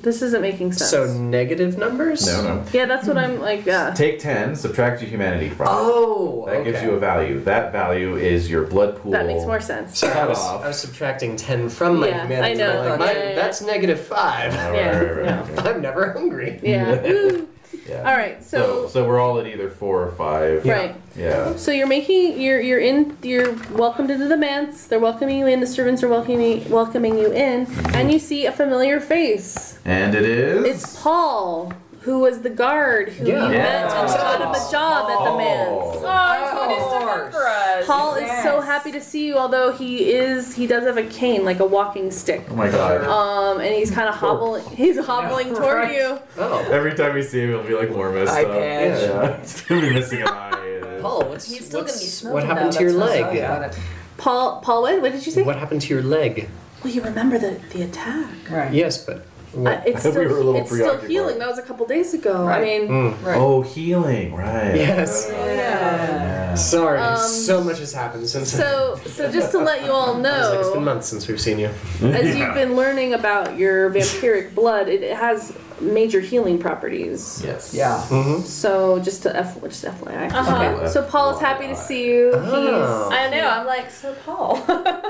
Speaker 6: This isn't making sense.
Speaker 8: So negative numbers.
Speaker 5: No, no.
Speaker 6: yeah, that's what I'm like. Uh,
Speaker 5: Take ten, subtract your humanity from. it.
Speaker 8: Oh,
Speaker 5: That gives
Speaker 8: okay.
Speaker 5: you a value. That value is your blood pool.
Speaker 6: that makes more sense.
Speaker 8: So I was,
Speaker 5: Cut off.
Speaker 8: I was subtracting 10 from my
Speaker 6: Yeah,
Speaker 8: humanity.
Speaker 6: I
Speaker 8: and
Speaker 6: know.
Speaker 8: I'm Like, my,
Speaker 6: Yeah, yeah, yeah.
Speaker 8: That's negative 5.
Speaker 5: All (laughs) right,
Speaker 6: Yeah,
Speaker 5: right, right, right, okay.
Speaker 8: I'm never hungry. (laughs)
Speaker 6: Yeah. Woo.
Speaker 5: Yeah.
Speaker 6: All right.
Speaker 5: So,
Speaker 6: So,
Speaker 5: so we're all at either four or five.
Speaker 6: right.
Speaker 5: Yeah.
Speaker 6: So you're making you're you're in you're welcomed into the manse. They're welcoming you in. The servants are welcoming welcoming you in, and you see a familiar face.
Speaker 5: And it is.
Speaker 6: It's Paul, who was the guard who
Speaker 8: Yeah.
Speaker 6: you met
Speaker 5: Yeah.
Speaker 6: and got him a job at the manse.
Speaker 5: Oh.
Speaker 3: Oh, he's doing this to for us.
Speaker 6: Paul is so
Speaker 13: Yes.
Speaker 6: happy to see you, although he is he does have a cane, like a walking stick.
Speaker 5: Oh my god.
Speaker 6: Um, and he's kind of hobbling. He's hobbling toward you.
Speaker 8: Oh.
Speaker 5: Every time we see him, he'll be like more messed
Speaker 13: I
Speaker 5: up.
Speaker 13: can't.
Speaker 5: Yeah. (laughs) He's gonna be missing an eye. and-
Speaker 8: Paul, what's,
Speaker 7: He's still gonna
Speaker 8: Oh, what's-
Speaker 7: be smelling
Speaker 8: what happened
Speaker 13: Now
Speaker 8: to your
Speaker 13: that's what I
Speaker 8: leg?
Speaker 13: thought about it.
Speaker 6: Paul, Paul, what, what did you say?
Speaker 8: What happened to your leg?
Speaker 6: Well, you remember the the attack.
Speaker 13: Right.
Speaker 8: Yes, but.
Speaker 6: Uh, it's
Speaker 5: We
Speaker 6: still,
Speaker 5: were a little
Speaker 6: it's still
Speaker 5: preoccupied.
Speaker 6: healing. That was a couple days ago. I
Speaker 13: Right.
Speaker 6: mean,
Speaker 8: Mm.
Speaker 13: Right.
Speaker 5: Oh, healing. Right.
Speaker 8: Yes.
Speaker 13: Yeah.
Speaker 5: Yeah.
Speaker 8: Sorry,
Speaker 6: Um,
Speaker 8: so much has happened
Speaker 6: (laughs)
Speaker 8: since.
Speaker 6: so so just to let you all
Speaker 8: I was like, it's been
Speaker 6: know,
Speaker 8: months since we've seen you.
Speaker 6: as you've been learning about your vampiric blood, it, it has major healing properties.
Speaker 5: Yes.
Speaker 13: Yeah.
Speaker 8: Mm-hmm.
Speaker 6: So just to F, just FYI.
Speaker 3: Uh-huh.
Speaker 6: Okay. So Paul is happy to see you.
Speaker 8: Oh.
Speaker 6: He's
Speaker 7: (laughs) I know. I'm like, so Paul.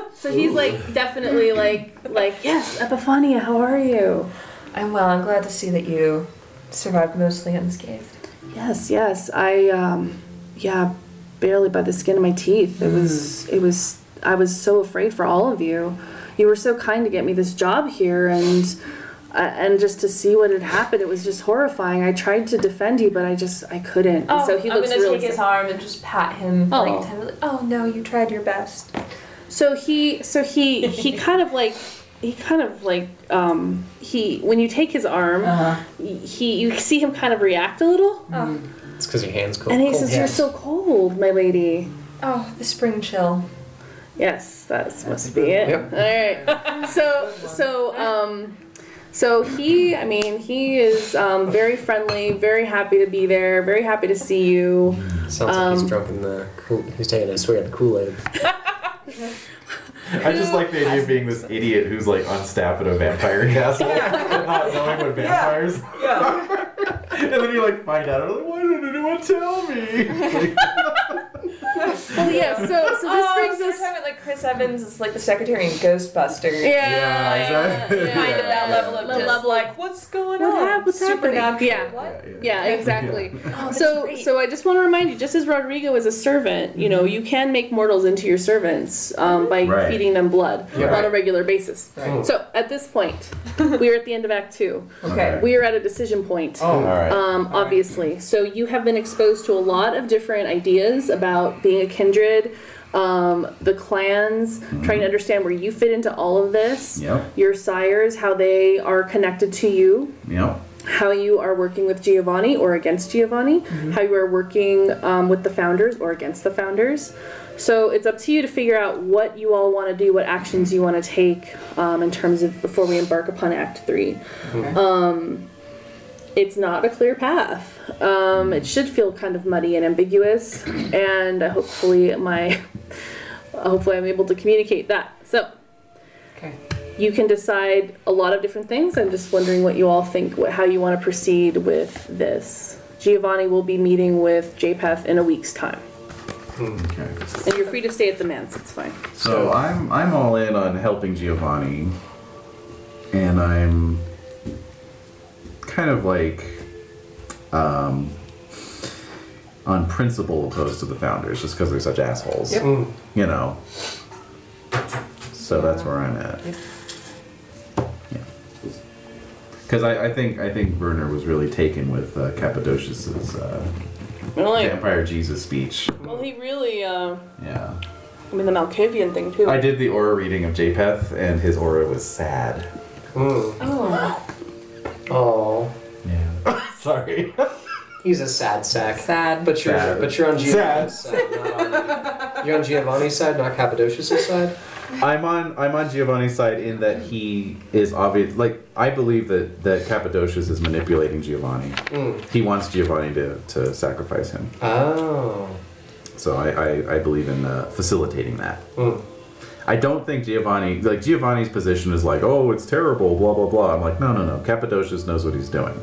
Speaker 7: (laughs)
Speaker 6: so he's like definitely like like yes, Epiphania, how are you?
Speaker 7: I'm well. I'm glad to see that you survived mostly unscathed.
Speaker 6: Yes, yes. I um yeah, barely by the skin of my teeth. It was it was I was so afraid for all of you. You were so kind to get me this job here and uh, and just to see what had happened, it was just horrifying. I tried to defend you, but I just I couldn't. And
Speaker 7: Oh,
Speaker 6: so he
Speaker 7: I'm
Speaker 6: looks
Speaker 7: gonna
Speaker 6: really
Speaker 7: take his
Speaker 6: sad.
Speaker 7: arm and just pat him.
Speaker 6: Oh.
Speaker 7: Like, tenderly. oh no, you tried your best.
Speaker 6: So he, so he,
Speaker 7: (laughs)
Speaker 6: he kind of like, he kind of like, um, he when you take his arm, he you see him kind of react a little,
Speaker 8: It's because your hands cold.
Speaker 6: and he
Speaker 8: cold
Speaker 6: says, "You're
Speaker 8: hands.
Speaker 6: so cold, my lady."
Speaker 7: Oh, the spring chill.
Speaker 6: Yes, that must be it. All right. So, so, um, so he, I mean, he is um, very friendly, very happy to be there, very happy to see you.
Speaker 8: Sounds like
Speaker 6: Um,
Speaker 8: he's drunk in the cool. He's taking a swig of the Kool Aid.
Speaker 5: I just like the idea of being this idiot who's like on staff at a vampire castle and not knowing what vampires are. (laughs) and then you like find out, like, why did anyone tell me? (laughs)
Speaker 6: Well, yeah. So, so this
Speaker 7: Oh,
Speaker 6: brings
Speaker 7: so we're
Speaker 6: us.
Speaker 7: talking about, like Chris Evans is like the secretary in
Speaker 6: (laughs)
Speaker 7: Ghostbusters.
Speaker 6: Yeah,
Speaker 7: exactly. Kind of that level of
Speaker 6: The
Speaker 7: just
Speaker 6: level-
Speaker 7: like what's going
Speaker 6: What
Speaker 7: on?
Speaker 6: hap- what's happening?
Speaker 7: Supernatural.
Speaker 6: Yeah.
Speaker 7: What?
Speaker 6: Yeah, exactly. So, so I just want to remind you, just as Rodrigo is a servant, you know, you can make mortals into your servants um, by
Speaker 14: Right.
Speaker 6: feeding them blood
Speaker 14: Yeah.
Speaker 6: on a regular basis.
Speaker 5: Oh,
Speaker 14: Right.
Speaker 6: So, at this point, we are at the end of Act Two.
Speaker 14: Okay.
Speaker 6: We are at a decision point.
Speaker 14: Oh, all right.
Speaker 6: Um, obviously, so you have been exposed to a lot of different ideas about being a kindred. Um, the clans,
Speaker 14: Mm-hmm.
Speaker 6: trying to understand where you fit into all of this,
Speaker 5: Yep.
Speaker 6: your sires, how they are connected to you,
Speaker 5: yep.
Speaker 6: how you are working with Giovanni or against Giovanni, how you are working um, with the founders or against the founders. So it's up to you to figure out what you all want to do, what actions you want to take um, in terms of before we embark upon Act Three. Um, it's not a clear path. Um, it should feel kind of muddy and ambiguous, and hopefully my hopefully I'm able to communicate that. So you can decide a lot of different things. I'm just wondering what you all think, what, how you want to proceed with this. Giovanni will be meeting with JPEF in a week's time.
Speaker 5: Okay.
Speaker 6: And you're free to stay at the manse, it's fine.
Speaker 5: So I'm I'm all in on helping Giovanni, and I'm kind of like um, on principle opposed to the founders just because they're such assholes.
Speaker 13: Yep. Mm.
Speaker 5: You know. So that's where I'm at. Yeah. Because I, I think I think Werner was really taken with uh, Cappadocius's uh,
Speaker 6: Really?
Speaker 5: vampire Jesus speech.
Speaker 6: Well, he really, uh,
Speaker 5: Yeah.
Speaker 6: I mean, the Malkavian thing too.
Speaker 5: I did the aura reading of JPEth, and his aura was sad.
Speaker 6: Oh.
Speaker 8: Oh.
Speaker 5: Yeah. (laughs) Sorry.
Speaker 8: He's a sad sack. Sad. But you're
Speaker 5: Sad.
Speaker 8: but you're on
Speaker 5: Sad.
Speaker 8: Giovanni's side, not on you're on Giovanni's side, not Cappadocius's side.
Speaker 5: I'm on I'm on Giovanni's side in that he is obvious. Like I believe that that Cappadocius is manipulating Giovanni.
Speaker 8: Mm.
Speaker 5: He wants Giovanni to, to sacrifice him.
Speaker 8: Oh.
Speaker 5: So I I, I believe in uh, facilitating that.
Speaker 8: Mm.
Speaker 5: I don't think Giovanni like Giovanni's position is like oh it's terrible blah blah blah. I'm like no no no Cappadocius knows what he's doing.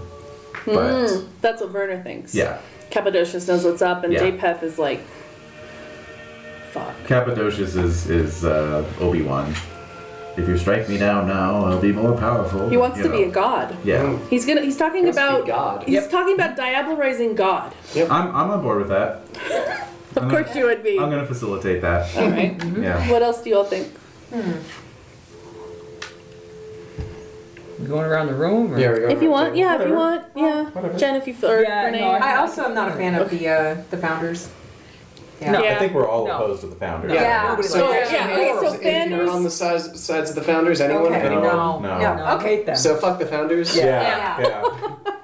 Speaker 5: But-
Speaker 6: Mm, that's what Werner thinks.
Speaker 5: Yeah.
Speaker 6: Cappadocius knows what's up, and
Speaker 5: Yeah.
Speaker 6: JPEF is like, fuck.
Speaker 5: Cappadocius is is uh, Obi Wan. If you strike me down now, I'll be more powerful.
Speaker 6: He wants
Speaker 5: you
Speaker 6: to be
Speaker 5: know.
Speaker 6: a god.
Speaker 5: Yeah.
Speaker 6: He's gonna. He's talking about
Speaker 8: God.
Speaker 6: He's talking about diabolizing God.
Speaker 5: I'm, I'm on board with that.
Speaker 6: Of course, you would be.
Speaker 5: I'm going to facilitate that.
Speaker 6: All right.
Speaker 5: Yeah.
Speaker 6: What else do you all think?
Speaker 13: Going around the room? Or?
Speaker 8: Yeah, we
Speaker 6: If you want, yeah. If you
Speaker 13: Whatever.
Speaker 6: want, yeah. Jen, if you feel, or
Speaker 13: Yeah,
Speaker 6: Renee.
Speaker 13: no, I also am not a fan of the uh, the founders. Yeah.
Speaker 6: No, I think
Speaker 5: we're all
Speaker 13: No.
Speaker 5: opposed to the founders.
Speaker 13: Yeah. Yeah. Nobody
Speaker 8: So,
Speaker 13: likes
Speaker 8: yeah.
Speaker 13: the okay, so
Speaker 8: if you're on the sides, sides of the founders, anyone?
Speaker 13: Okay.
Speaker 8: anyone?
Speaker 13: No, No, no. no. Okay, then.
Speaker 8: So fuck the founders.
Speaker 13: Yeah. Yeah.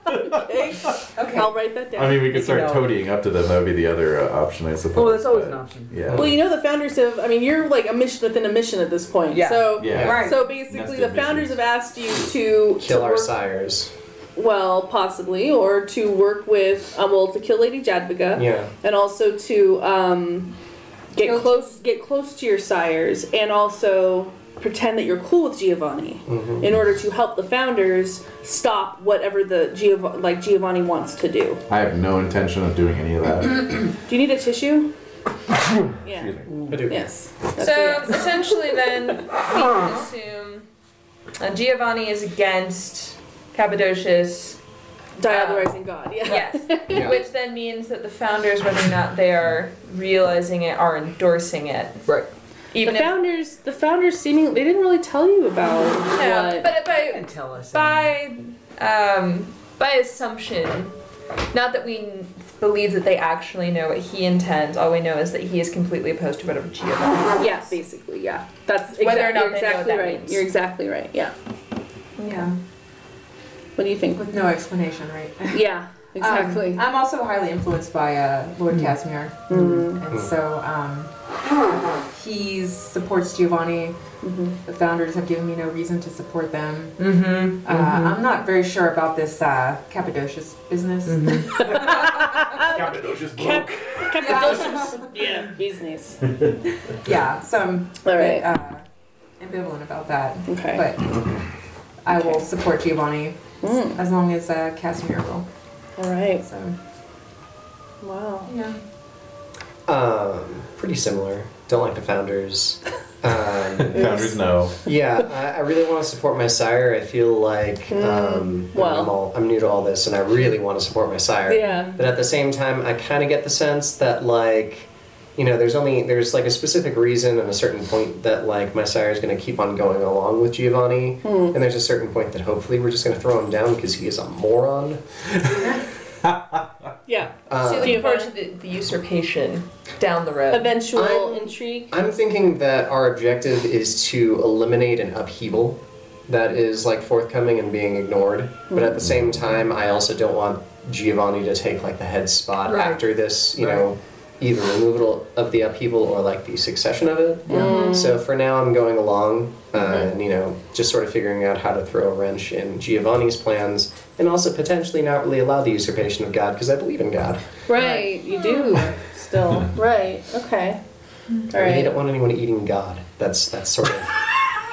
Speaker 6: okay. okay. I'll write that down.
Speaker 5: I mean, we could start
Speaker 6: No.
Speaker 5: todying up to them. That would be the other uh, option, I suppose.
Speaker 13: Well, that's always
Speaker 5: but-
Speaker 13: an option.
Speaker 5: Yeah.
Speaker 6: Well, you know the founders have. I mean, you're like a mission within a mission at this point.
Speaker 5: Yeah.
Speaker 6: So,
Speaker 5: Yeah. Right.
Speaker 6: So basically,
Speaker 5: Nested
Speaker 6: the founders have asked you to
Speaker 8: Kill
Speaker 6: to
Speaker 8: our
Speaker 6: work-
Speaker 8: sires.
Speaker 6: Well, possibly, or to work with um, well, to kill Lady Jadviga.
Speaker 8: Yeah.
Speaker 6: And also to um, get close, get close to your sires, and also pretend that you're cool with Giovanni.
Speaker 5: Mm-hmm.
Speaker 14: Mhm.
Speaker 6: in order to help the founders stop whatever the Giov- like Giovanni wants to do.
Speaker 5: I have no intention of doing any of that.
Speaker 6: do you need a (laughs) tissue? yeah.
Speaker 5: I do.
Speaker 6: Yes. That's a
Speaker 7: So
Speaker 6: (laughs) yes.
Speaker 7: essentially, then we
Speaker 6: (laughs)
Speaker 7: can assume uh, Giovanni is against Cappadocius.
Speaker 6: Diabolizing God, yeah.
Speaker 7: Yes. (laughs) Which then means that the founders, whether or not they are realizing it, are endorsing it.
Speaker 8: Right.
Speaker 7: Even
Speaker 6: the
Speaker 7: if-
Speaker 6: founders, the founders seemingly they didn't really tell you about
Speaker 7: No,
Speaker 6: what.
Speaker 7: but by by um, by assumption, not that we n- believe that they actually know what he intends. All we know is that he is completely opposed to whatever Giovanni.
Speaker 6: yeah, basically, yeah. That's exactly,
Speaker 7: Whether or not
Speaker 6: you're
Speaker 7: they know what
Speaker 6: exactly
Speaker 7: that
Speaker 6: right.
Speaker 7: means.
Speaker 6: You're exactly right. Yeah.
Speaker 2: Yeah.
Speaker 6: What do you think?
Speaker 2: With no explanation, right? (laughs)
Speaker 6: Yeah, exactly.
Speaker 2: Um, I'm also highly influenced by uh, Lord Casimir, and so um, he supports Giovanni. The founders have given me no reason to support them.
Speaker 10: Mm-hmm.
Speaker 2: Uh, I'm not very sure about this uh, Cappadocious business.
Speaker 11: Cappadocious book.
Speaker 2: Mm-hmm.
Speaker 6: Cappadocious, yeah, business.
Speaker 2: (laughs) yeah, so I'm a
Speaker 6: All
Speaker 2: bit,
Speaker 6: right.
Speaker 2: uh, ambivalent about that.
Speaker 6: Okay.
Speaker 2: But I will support Giovanni s-
Speaker 6: Mm.
Speaker 2: as long as uh, Casimir will.
Speaker 6: Hmm, All right.
Speaker 2: So.
Speaker 6: Wow.
Speaker 2: Yeah.
Speaker 8: Um, pretty similar. Don't like the founders. Um,
Speaker 9: Founders, no.
Speaker 8: Yeah, I, I really want to support my sire. I feel like um,
Speaker 6: well.
Speaker 8: I'm, all, I'm new to all this, and I really want to support my sire.
Speaker 6: Yeah.
Speaker 8: But at the same time, I kind of get the sense that like, you know, there's only there's like a specific reason and a certain point that like my sire is going to keep on going along with Giovanni,
Speaker 6: Hmm.
Speaker 8: and there's a certain point that hopefully we're just going to throw him down because he is a moron.
Speaker 6: Yeah. Um,
Speaker 8: Uh,
Speaker 7: so looking forward to the, the usurpation down the road.
Speaker 6: Eventual intrigue.
Speaker 8: I'm thinking that our objective is to eliminate an upheaval that is like forthcoming and being ignored. But at the same time, I also don't want Giovanni to take like the head spot
Speaker 7: Right.
Speaker 8: after this, you know, either removal of the upheaval or like the succession of it. So for now, I'm going along uh, and, you know, just sort of figuring out how to throw a wrench in Giovanni's plans and also potentially not really allow the usurpation of God because I believe in God.
Speaker 6: Right. You do (laughs) still. Right. Okay. All
Speaker 8: I really
Speaker 6: right.
Speaker 8: don't want anyone eating God. That's, that's
Speaker 6: (laughs)
Speaker 8: sort of.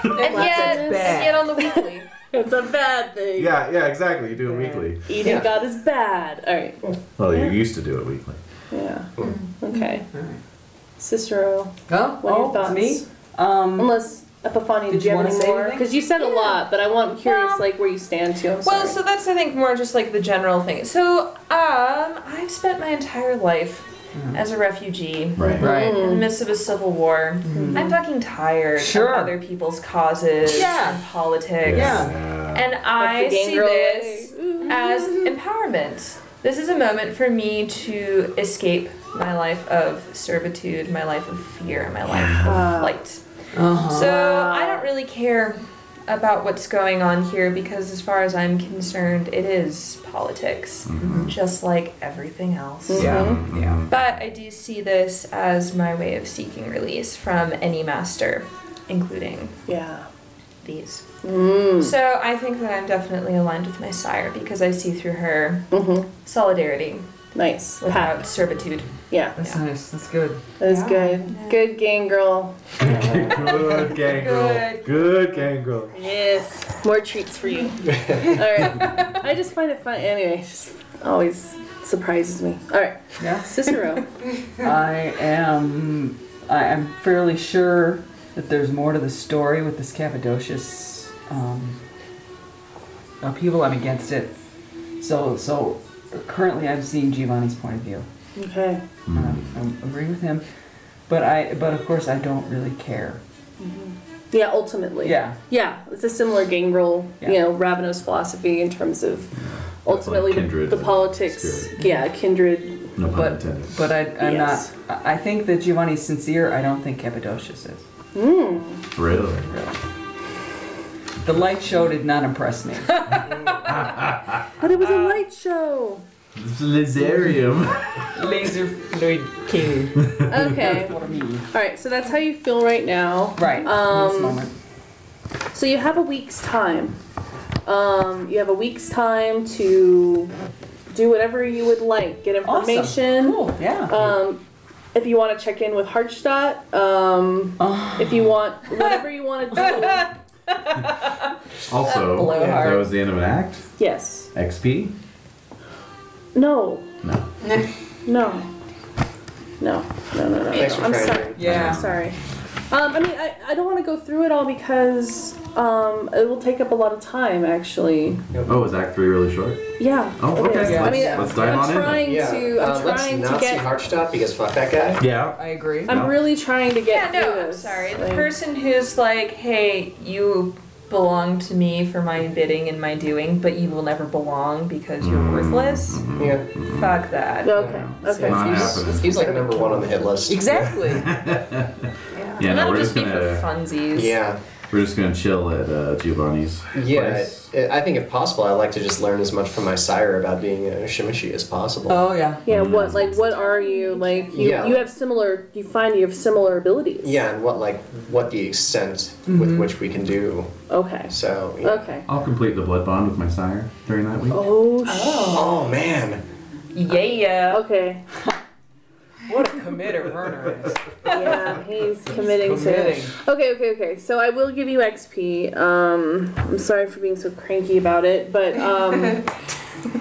Speaker 7: and yet, and yet on the weekly.
Speaker 6: It's a bad thing.
Speaker 5: Yeah, yeah, exactly. You do it weekly.
Speaker 6: Eating
Speaker 8: Yeah.
Speaker 6: God is bad. All right.
Speaker 5: Well, you used to do it weekly.
Speaker 6: Yeah. Okay. Cicero,
Speaker 10: Oh,
Speaker 6: what are your
Speaker 10: oh,
Speaker 6: thoughts?
Speaker 10: me? Um,
Speaker 6: Unless Epiphany, did
Speaker 10: Did
Speaker 6: you
Speaker 10: you
Speaker 6: have
Speaker 10: wanna
Speaker 6: any
Speaker 10: say
Speaker 6: more?
Speaker 10: anything?
Speaker 6: Because you said a lot, but I want I'm curious like where you stand to. I'm
Speaker 7: (laughs) Well,
Speaker 6: sorry.
Speaker 7: so that's I think more just like the general thing. So, um, I've spent my entire life as a refugee,
Speaker 5: Right.
Speaker 10: Right.
Speaker 7: in the midst of a civil war. I'm fucking tired
Speaker 10: Sure.
Speaker 7: of other people's causes
Speaker 10: Yeah.
Speaker 7: and politics.
Speaker 5: Yeah.
Speaker 7: And I
Speaker 6: That's the
Speaker 7: see
Speaker 6: gangrel
Speaker 7: this as empowerment. This is a moment for me to escape my life of servitude, my life of fear, and my life of flight.
Speaker 6: Uh-huh.
Speaker 7: So I don't really care about what's going on here because, as far as I'm concerned, it is politics, just like everything else.
Speaker 13: Mm-hmm.
Speaker 5: Yeah. Yeah.
Speaker 7: But I do see this as my way of seeking release from any master, including
Speaker 6: yeah.
Speaker 7: these. So I think that I'm definitely aligned with my sire because I see through her solidarity
Speaker 6: Nice.
Speaker 7: without servitude.
Speaker 6: Yeah.
Speaker 10: That's nice. That's good.
Speaker 6: That is good. Good gang girl.
Speaker 5: Good gangrel. Good gangrel.
Speaker 6: Yes. More treats for
Speaker 10: (laughs)
Speaker 6: you. All right. I just find it fun. Anyway, it just always surprises me. All right.
Speaker 10: Yeah. (laughs)
Speaker 6: Cicero.
Speaker 10: I am. I am fairly sure that there's more to the story with this Cappadocious um, upheaval. I'm against it. So, so currently, I'm seeing Giovanni's point of view.
Speaker 6: okay.
Speaker 10: Um, I'm agreeing with him, but I. But of course, I don't really care.
Speaker 6: Yeah, ultimately.
Speaker 10: Yeah.
Speaker 6: Yeah, it's a similar gangrel, you
Speaker 10: Yeah.
Speaker 6: know, Ravenous philosophy in terms of ultimately the-
Speaker 5: kindred
Speaker 6: the, politics.
Speaker 5: spirit.
Speaker 6: Yeah, kindred.
Speaker 5: No pun
Speaker 10: But
Speaker 5: intended.
Speaker 10: but I, I'm
Speaker 6: Yes.
Speaker 10: not. I I think that Giovanni's sincere. I don't think Cappadocious is.
Speaker 5: Really?
Speaker 10: The light show did not impress me.
Speaker 6: But it was a light show.
Speaker 5: It's Lizarium.
Speaker 10: Laser fluid king.
Speaker 5: (laughs)
Speaker 6: Okay. All
Speaker 10: For me.
Speaker 6: right, so that's how you feel right now.
Speaker 10: Right. in this
Speaker 6: Um,
Speaker 10: moment.
Speaker 6: So you have a week's time. Um, you have a week's time to do whatever you would like, get
Speaker 10: Awesome.
Speaker 6: information.
Speaker 10: Cool. Yeah.
Speaker 6: Um, if you want to check in with Hardstadt, um,
Speaker 10: Oh.
Speaker 6: if you
Speaker 10: (laughs)
Speaker 6: want whatever you want to do,
Speaker 5: Also,
Speaker 7: Blowhard.
Speaker 5: that was the end of an act.
Speaker 6: yes.
Speaker 5: XP?
Speaker 6: No,
Speaker 5: No.
Speaker 6: no, no, no, no, no. no.
Speaker 8: Thanks for
Speaker 6: I'm
Speaker 8: trying.
Speaker 6: sorry.
Speaker 10: yeah.
Speaker 6: I'm sorry. Um, I mean, I, I don't want to go through it all because um, it will take up a lot of time, actually.
Speaker 5: Oh, is Act Three really short?
Speaker 6: Yeah.
Speaker 5: Oh, okay,
Speaker 6: it is.
Speaker 5: let's-
Speaker 6: I mean,
Speaker 5: let's dive
Speaker 6: I'm
Speaker 5: on in then.
Speaker 6: trying
Speaker 5: Yeah,
Speaker 6: to. I'm
Speaker 8: uh, let's
Speaker 6: trying
Speaker 8: not
Speaker 6: to
Speaker 8: see
Speaker 6: get.
Speaker 8: Heartstop because fuck that guy.
Speaker 5: Yeah.
Speaker 10: I agree.
Speaker 6: I'm
Speaker 8: No.
Speaker 6: really trying to get.
Speaker 7: Yeah, no,
Speaker 6: through
Speaker 7: I'm
Speaker 6: this,
Speaker 7: sorry. The
Speaker 6: like-
Speaker 7: person who's like, hey, you belong to me for my bidding and my doing, but you will never belong because you're
Speaker 5: Mm-hmm.
Speaker 7: worthless.
Speaker 8: Yeah.
Speaker 7: Fuck that.
Speaker 6: Okay.
Speaker 8: Okay. He's, he's like number one on the hit list.
Speaker 10: Exactly.
Speaker 5: Yeah, no,
Speaker 7: and that'll
Speaker 5: we're
Speaker 7: just
Speaker 5: just
Speaker 7: be for
Speaker 5: gonna
Speaker 7: funsies.
Speaker 8: Yeah.
Speaker 5: we're just gonna chill at uh, Giovanni's.
Speaker 8: Yeah,
Speaker 5: place.
Speaker 8: I I think if possible, I'd like to just learn as much from my sire about being a shimishi as possible.
Speaker 10: Oh, yeah.
Speaker 6: Yeah. What like what are you like? You
Speaker 8: Yeah.
Speaker 6: you have similar. You find you have similar abilities.
Speaker 8: Yeah, and what like what the extent with which we can do.
Speaker 6: Okay.
Speaker 8: So. yeah.
Speaker 6: Okay.
Speaker 5: I'll complete the blood bond with my sire during that week.
Speaker 6: Oh. sh-
Speaker 8: Oh man.
Speaker 7: Yeah.
Speaker 6: Okay.
Speaker 10: What a committer (laughs) Werner is.
Speaker 6: Yeah, he's committing to.
Speaker 10: committing.
Speaker 6: Okay, okay, okay. So I will give you XP. Um, I'm sorry for being so cranky about it, but um,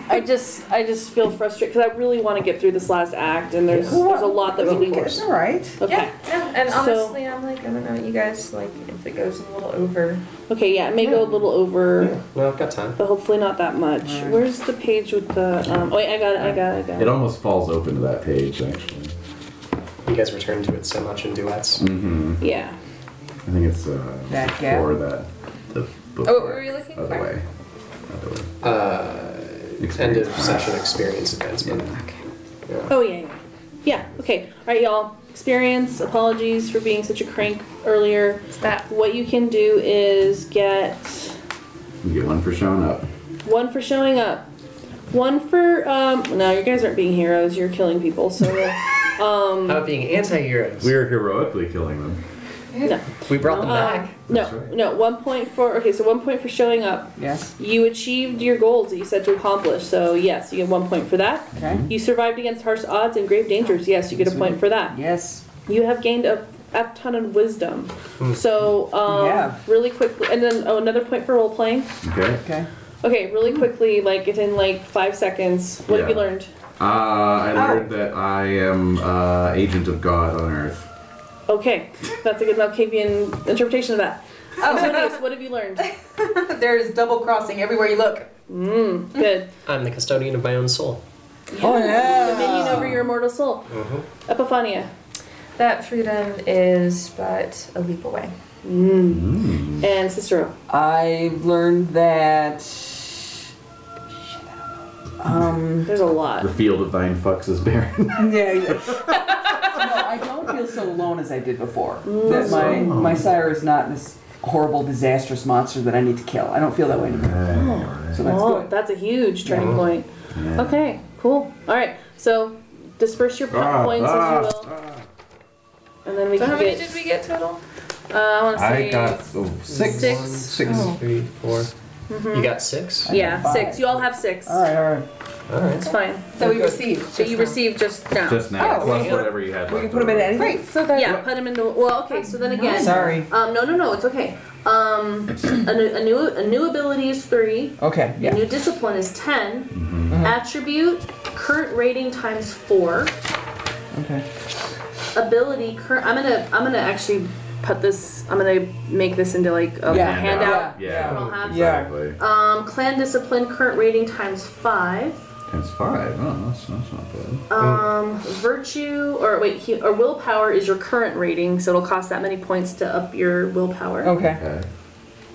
Speaker 6: I just I just feel frustrated because I really want to get through this last act, and there's there's a lot that we need.
Speaker 10: It's all right.
Speaker 6: Okay.
Speaker 7: Yeah, yeah, and
Speaker 6: So-
Speaker 7: honestly, I'm like, I don't know, you guys, like, if it goes a little over.
Speaker 6: Okay. Yeah, it may go a little over,
Speaker 8: No, I've got time.
Speaker 6: but hopefully not that much. Where's the page with the? Um, oh, wait, I got it. I got it. I got
Speaker 5: It
Speaker 6: it.
Speaker 5: almost falls open to that page, actually.
Speaker 8: You guys return to it so much in duets.
Speaker 5: Mm-hmm.
Speaker 6: Yeah.
Speaker 5: I think it's uh,
Speaker 10: That gap.
Speaker 5: for that the book.
Speaker 7: Oh, what were you looking
Speaker 5: Other
Speaker 7: for?
Speaker 5: way. Other way.
Speaker 8: Uh, end
Speaker 5: Experience
Speaker 8: of
Speaker 5: pass.
Speaker 8: session experience advancement.
Speaker 6: Oh yeah. yeah. Yeah. Okay. All right, y'all. Experience. Apologies for being such a crank earlier.
Speaker 7: It's that.
Speaker 6: What you can do is get.
Speaker 5: You get one for showing up.
Speaker 6: One for showing up. One for um no, you guys aren't being heroes, you're killing people, so
Speaker 10: (laughs)
Speaker 6: um
Speaker 8: About being anti-heroes.
Speaker 5: We are heroically killing them.
Speaker 6: no.
Speaker 8: We brought them
Speaker 6: Uh,
Speaker 8: back.
Speaker 5: That's
Speaker 6: no,
Speaker 5: right.
Speaker 6: no, one point for okay, so one point for showing up.
Speaker 10: Yes.
Speaker 6: You achieved your goals that you said to accomplish, so yes, you get one point for that.
Speaker 10: Okay.
Speaker 6: You survived against harsh odds and grave dangers, yes, you get a point for that.
Speaker 10: Yes.
Speaker 6: You have gained a F ton of wisdom.
Speaker 5: Hmm.
Speaker 6: So um
Speaker 10: Yeah.
Speaker 6: really quickly and then oh, another point for role playing.
Speaker 5: Okay.
Speaker 10: Okay.
Speaker 6: Okay,
Speaker 10: Hmm.
Speaker 6: really quickly, like within like five seconds, what have you
Speaker 5: Yeah.
Speaker 6: learned?
Speaker 5: Uh, I learned that I am uh, agent of God on Earth.
Speaker 6: Okay, that's a good Malkavian interpretation of that. Oh, so Denise, what have you learned?
Speaker 13: There's double crossing everywhere you look.
Speaker 6: Mm, good.
Speaker 8: I'm the custodian of my own soul.
Speaker 10: (laughs) Oh
Speaker 6: Dominion
Speaker 10: yeah.
Speaker 6: over your immortal soul.
Speaker 8: Mm-hmm.
Speaker 6: Epiphania.
Speaker 7: That freedom is but a leap away.
Speaker 6: And Cicero.
Speaker 10: I learned that. Um.
Speaker 6: There's a lot.
Speaker 5: The field of thine fucks is barren.
Speaker 10: Yeah. yeah. no, I don't feel so alone as I did before. That my my sire is not this horrible, disastrous monster that I need to kill. I don't feel that way anymore.
Speaker 5: Alright.
Speaker 10: So that's
Speaker 6: Oh,
Speaker 10: good.
Speaker 6: that's a huge turning
Speaker 5: Uh-huh.
Speaker 6: point. Okay, cool. All right, so disperse your po-
Speaker 5: Ah,
Speaker 6: points
Speaker 5: ah,
Speaker 6: as you will, and then we
Speaker 7: So,
Speaker 6: can
Speaker 7: how many
Speaker 6: get.
Speaker 7: did we get total?
Speaker 6: Uh, I want to
Speaker 5: I
Speaker 6: say.
Speaker 5: got oh, six.
Speaker 6: Six.
Speaker 8: One,
Speaker 6: Oh.
Speaker 8: three, four. You got six?
Speaker 6: yeah,
Speaker 10: five.
Speaker 6: six. You all have six.
Speaker 10: All right. All right.
Speaker 8: All right.
Speaker 6: It's fine.
Speaker 13: So we received.
Speaker 6: So you received just now.
Speaker 5: Just now.
Speaker 10: Oh,
Speaker 5: plus
Speaker 10: well,
Speaker 5: whatever you had.
Speaker 10: We can
Speaker 5: left
Speaker 10: put them in
Speaker 5: over.
Speaker 10: anything.
Speaker 13: Great. So that
Speaker 6: Yeah, put him into. Well, okay. So then again,
Speaker 10: Sorry.
Speaker 6: Um, no, no, no. It's okay. Um, a, new, a new a new ability is three.
Speaker 10: Okay.
Speaker 6: A
Speaker 10: Yeah. Mm-hmm.
Speaker 6: new discipline is 10 Attribute current rating times four.
Speaker 10: Okay.
Speaker 6: Ability current. I'm gonna I'm gonna actually put this. I'm gonna make this into like a
Speaker 10: Yeah.
Speaker 6: handout. I
Speaker 5: Yeah.
Speaker 6: don't have-
Speaker 10: Yeah.
Speaker 5: Exactly.
Speaker 6: Um, clan discipline current rating times five.
Speaker 5: Times five. Oh, that's, that's not bad.
Speaker 6: Um, virtue or wait he, or willpower is your current rating, so it'll cost that many points to up your willpower.
Speaker 10: Okay.
Speaker 5: Okay.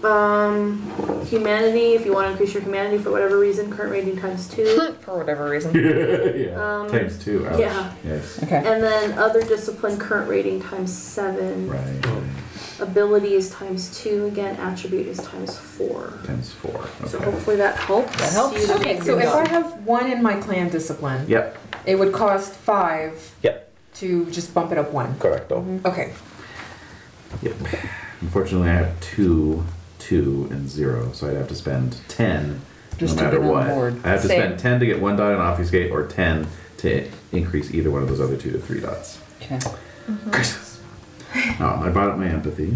Speaker 6: Um, humanity, if you want to increase your humanity for whatever reason, current rating times two.
Speaker 7: For whatever reason.
Speaker 5: yeah. Times two. ouch.
Speaker 6: yeah.
Speaker 5: Yes.
Speaker 10: Okay.
Speaker 6: and then other discipline, current rating times seven.
Speaker 5: Right.
Speaker 6: Ability is times two again, attribute is times four.
Speaker 5: Times four. Okay.
Speaker 6: So hopefully that helps. That
Speaker 10: helps.
Speaker 13: Okay, so if I have one in my clan discipline,
Speaker 5: Yep.
Speaker 13: it would cost five
Speaker 8: Yep.
Speaker 13: to just bump it up one.
Speaker 8: Correcto.
Speaker 13: Okay.
Speaker 5: Yep. Unfortunately, I have two, two, and zero, so I'd have to spend ten
Speaker 10: Just
Speaker 5: no
Speaker 10: to
Speaker 5: matter
Speaker 10: get on
Speaker 5: what.
Speaker 10: board.
Speaker 5: I have to
Speaker 7: Same.
Speaker 5: spend ten to get one dot and obfuscate, or ten to increase either one of those other two to three dots.
Speaker 10: Okay.
Speaker 5: Curses. Um, I brought up my empathy.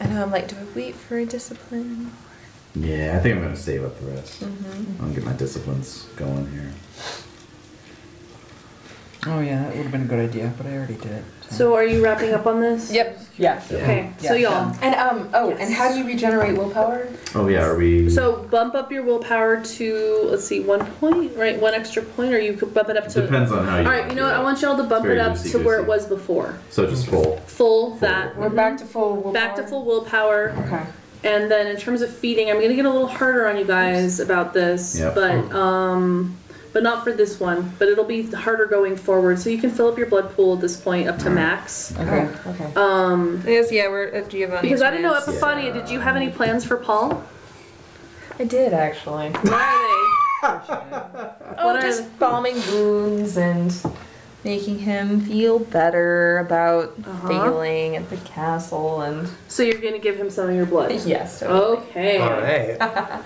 Speaker 7: I know, I'm like, do I wait for a discipline?
Speaker 5: Yeah, I think I'm going to save up
Speaker 6: Mm-hmm.
Speaker 5: the rest. I'll get my disciplines going here.
Speaker 10: Oh yeah, that would have been a good idea, but I already did it.
Speaker 6: So are you wrapping up on this?
Speaker 3: Yep.
Speaker 10: Yeah.
Speaker 6: Okay.
Speaker 10: Yeah.
Speaker 6: So y'all.
Speaker 2: And um oh, and how do you regenerate willpower?
Speaker 5: Oh yeah, are we?
Speaker 6: So bump up your willpower to let's see, one point, right? One extra point, or you could bump it up to.
Speaker 5: Depends on how you
Speaker 6: All right, you know what? I want y'all to bump
Speaker 5: It's
Speaker 6: it
Speaker 5: very
Speaker 6: up to where
Speaker 5: loosey-goosey.
Speaker 6: it was before.
Speaker 5: so just full.
Speaker 6: Full that.
Speaker 2: We're back to full willpower.
Speaker 6: Mm-hmm. Back to full willpower.
Speaker 2: Okay.
Speaker 6: And then in terms of feeding, I'm gonna get a little harder on you guys about this,
Speaker 5: Yep.
Speaker 6: but um, but not for this one. But it'll be harder going forward. So you can fill up your blood pool at this point up to max.
Speaker 10: Okay.
Speaker 13: Oh,
Speaker 2: Okay.
Speaker 6: Um,
Speaker 3: I guess, yeah, we're at Giovanni's.
Speaker 6: because I don't know,
Speaker 3: place.
Speaker 6: Epiphania, did you have any plans for Paul?
Speaker 7: I did
Speaker 6: (laughs)
Speaker 7: actually.
Speaker 6: Why are
Speaker 7: Oh,
Speaker 6: What are
Speaker 7: just
Speaker 6: the-
Speaker 7: bombing wounds and making him feel better about
Speaker 6: Uh-huh.
Speaker 7: failing at the castle and
Speaker 6: they? So you're gonna give him some of your blood.
Speaker 7: yes. totally.
Speaker 6: Okay.
Speaker 8: All
Speaker 6: Ah.
Speaker 8: right.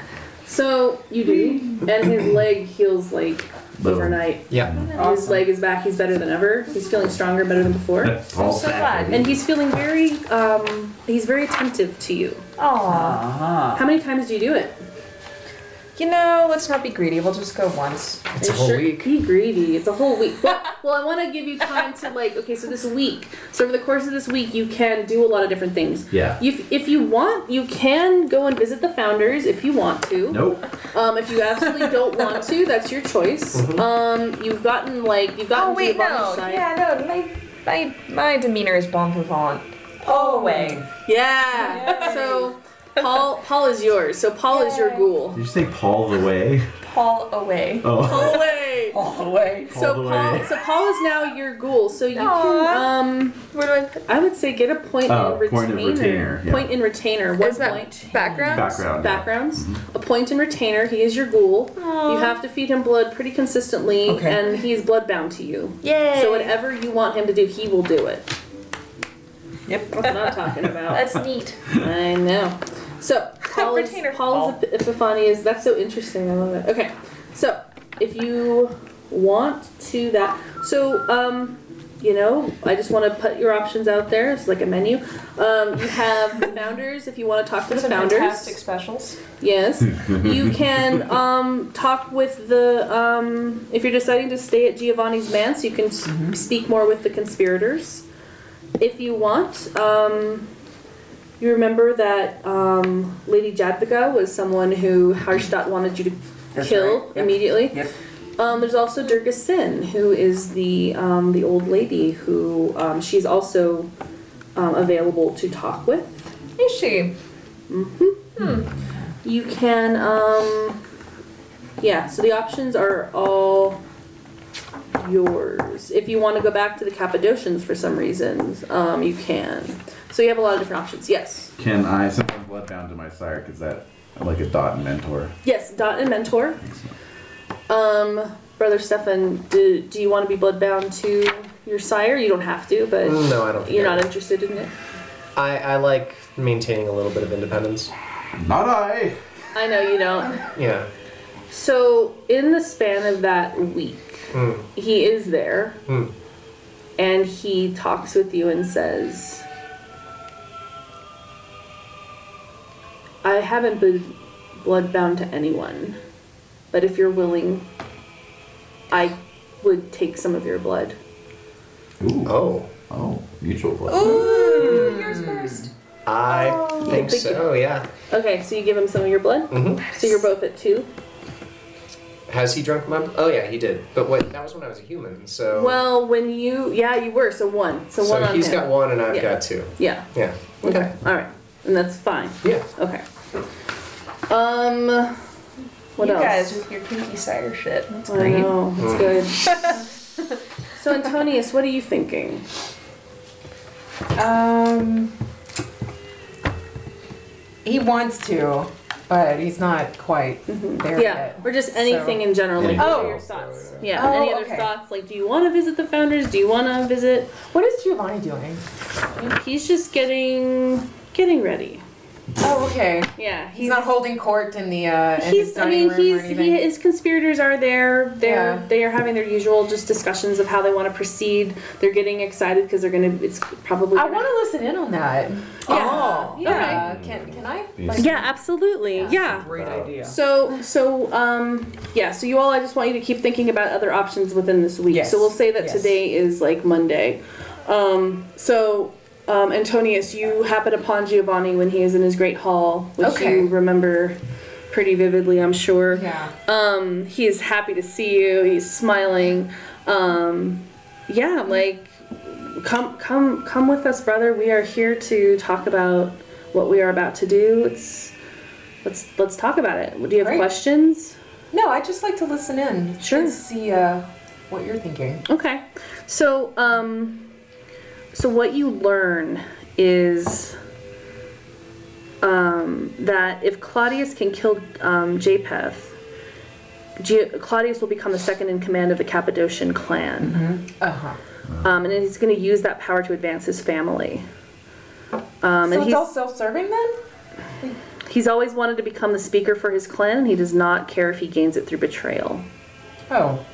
Speaker 6: So you do, and his leg heals like
Speaker 5: Boom.
Speaker 6: overnight.
Speaker 8: Yeah.
Speaker 6: His leg is back. He's better than ever. He's feeling stronger, better than before,
Speaker 5: All
Speaker 7: so
Speaker 5: back,
Speaker 7: glad.
Speaker 5: baby.
Speaker 6: and he's feeling very um, he's very attentive to you.
Speaker 7: Aw.
Speaker 8: Ah.
Speaker 10: Uh-huh.
Speaker 6: How many times do you do it?
Speaker 7: Uh, You know, let's not be greedy. We'll just go once.
Speaker 8: It's a
Speaker 6: It
Speaker 8: whole
Speaker 6: sure-
Speaker 8: week.
Speaker 6: Be greedy. It's a whole week. Well, (laughs) well, I want to give you time to like. Okay, so this week. So over the course of this week, you can do a lot of different things.
Speaker 5: Yeah.
Speaker 6: If, if you want, you can go and visit the founders if you want to.
Speaker 5: Nope.
Speaker 6: Um, if you
Speaker 8: (laughs)
Speaker 6: absolutely don't want to, that's your choice.
Speaker 8: Mm-hmm.
Speaker 6: Um, you've gotten like you've gotten
Speaker 7: Oh wait, no.
Speaker 6: Giovanni's side.
Speaker 7: Yeah, no. My my my demeanor is bon vivant. Always.
Speaker 6: Yeah. So Paul Paul is yours. So Paul is your ghoul.
Speaker 5: Did you say Paul the way?
Speaker 7: Paul away.
Speaker 5: Oh.
Speaker 6: Paul away.
Speaker 10: All the way.
Speaker 6: So
Speaker 5: All the
Speaker 6: Paul,
Speaker 5: way.
Speaker 6: so Paul is now your ghoul. So you
Speaker 7: Aw.
Speaker 6: can um.
Speaker 7: Where do I put?
Speaker 6: I would say get a point
Speaker 5: Oh,
Speaker 6: in retainer.
Speaker 5: point in retainer, yeah.
Speaker 6: Point in retainer. What
Speaker 3: Is that
Speaker 6: point?
Speaker 3: background?
Speaker 5: (laughs) Background.
Speaker 6: Backgrounds.
Speaker 5: Mm-hmm.
Speaker 6: A point in retainer. He is your ghoul. You have to feed him blood pretty consistently,
Speaker 10: Okay.
Speaker 6: and he is blood bound to you.
Speaker 7: Yay.
Speaker 6: So whatever you want him to do, he will do it.
Speaker 10: Yep.
Speaker 6: That's what I'm talking
Speaker 3: (laughs)
Speaker 6: about.
Speaker 7: That's neat.
Speaker 6: I know.
Speaker 7: (laughs)
Speaker 6: So Paul is,
Speaker 7: Retainer
Speaker 6: Paul is Epiphany is that's so interesting. I love it. Okay, so if you want to that, so um, you know, I just want to put your options out there. It's like a menu. Um, you have the founders if you want to talk to the
Speaker 7: Some
Speaker 6: founders.
Speaker 7: fantastic specials.
Speaker 6: Yes, you can um, talk with the um, if you're deciding to stay at Giovanni's manse. You can s
Speaker 10: Mm-hmm.
Speaker 6: speak more with the conspirators if you want. Um, you remember that um, Lady Jadvika was someone who Harstadt wanted you to
Speaker 10: That's
Speaker 6: kill
Speaker 10: right, yep.
Speaker 6: immediately.
Speaker 10: Yep.
Speaker 6: Um, there's also Durga Sin, who is the um, the old lady who um, she's also um, available to talk with.
Speaker 7: Is she?
Speaker 6: You can, um, yeah, so the options are all yours. If you want to go back to the Cappadocians for some reasons, um, you can. So you have a lot of different options. Yes.
Speaker 5: Can I send one bloodbound to my sire? Is that like a dot and mentor?
Speaker 6: Yes, Dot and Mentor. Um, Brother Stefan, do, do you want to be bloodbound to your sire? You don't have to, but
Speaker 8: No, I don't. think
Speaker 6: you're
Speaker 8: I-
Speaker 6: not interested in it.
Speaker 8: I I like maintaining a little bit of independence.
Speaker 5: Not I.
Speaker 6: I know you don't.
Speaker 8: Yeah.
Speaker 6: So, in the span of that week,
Speaker 8: Mm.
Speaker 6: he is there
Speaker 8: Hmm.
Speaker 6: and he talks with you and says, I haven't been bloodbound to anyone, but if you're willing, I would take some of your blood.
Speaker 5: Ooh.
Speaker 8: Oh.
Speaker 5: Oh, mutual blood.
Speaker 7: Ooh, yours first.
Speaker 8: I think
Speaker 6: Oh, Thank
Speaker 8: so. Yeah.
Speaker 6: Okay, so you give him some of your blood?
Speaker 8: hmm
Speaker 6: So you're both at two?
Speaker 8: Has he drunk my? Oh yeah, he did. But what? That was when I was a human. So.
Speaker 6: Well, when you, yeah, you were, so one. So,
Speaker 8: Oh. so
Speaker 6: one on
Speaker 8: he's
Speaker 6: him.
Speaker 8: got one and I've
Speaker 6: Yeah.
Speaker 8: got two.
Speaker 6: yeah.
Speaker 8: Yeah.
Speaker 6: Okay. All right. And that's fine.
Speaker 8: Yeah.
Speaker 6: Okay. Um, what
Speaker 7: you
Speaker 6: else?
Speaker 7: guys with your pinky cider shit. That's
Speaker 6: I
Speaker 7: great.
Speaker 6: know it's good. (laughs) so Antonius, what are you thinking?
Speaker 2: Um, he wants to, but he's not quite there
Speaker 6: Mm-hmm. yeah,
Speaker 2: yet.
Speaker 6: or just anything in general. Like,
Speaker 5: Anything.
Speaker 6: what are your thoughts? Yeah.
Speaker 2: Oh,
Speaker 6: any other
Speaker 2: okay.
Speaker 6: thoughts? Like, do you want to visit the founders? Do you want to visit?
Speaker 2: What is Giovanni doing?
Speaker 6: He's just getting getting ready.
Speaker 2: Oh, okay.
Speaker 6: Yeah,
Speaker 2: He's not holding court in the uh, in his
Speaker 6: He's. I
Speaker 2: dining
Speaker 6: mean,
Speaker 2: room or
Speaker 6: he's.
Speaker 2: anything.
Speaker 6: He, his conspirators are there. They're.
Speaker 2: Yeah.
Speaker 6: They are having their usual just discussions of how they want to proceed. They're getting excited because they're gonna. It's probably.
Speaker 2: I
Speaker 6: gonna-
Speaker 2: want to listen in on that.
Speaker 6: Yeah.
Speaker 2: Oh,
Speaker 6: Yeah.
Speaker 2: Can can I
Speaker 9: These-
Speaker 6: Yeah, absolutely. Yeah.
Speaker 10: Great idea.
Speaker 6: So, so, um, yeah. So you all, I just want you to keep thinking about other options within this week.
Speaker 10: Yes.
Speaker 6: So we'll say that
Speaker 10: Yes.
Speaker 6: today is like Monday. Um, so, um, Antonius, you happen upon Giovanni when he is in his great hall, which
Speaker 13: Okay.
Speaker 6: you remember pretty vividly, I'm sure.
Speaker 13: Yeah.
Speaker 6: Um, he is happy to see you. He's smiling. Um, yeah, like come come come with us brother we are here to talk about what we are about to do it's let's let's talk about it do you have
Speaker 2: Great.
Speaker 6: questions
Speaker 2: No, I just like to listen in. Sure. And see uh, what you're thinking.
Speaker 6: okay so um so what you learn is um that if claudius can kill um japheth G- claudius will become the second in command of the cappadocian clan
Speaker 2: Uh huh.
Speaker 6: um, and he's going to use that power to advance his family. Um,
Speaker 2: so
Speaker 6: and
Speaker 2: it's
Speaker 6: he's,
Speaker 2: all self-serving then?
Speaker 6: he's always wanted to become the speaker for his clan, and he does not care if he gains it through betrayal.
Speaker 2: Oh.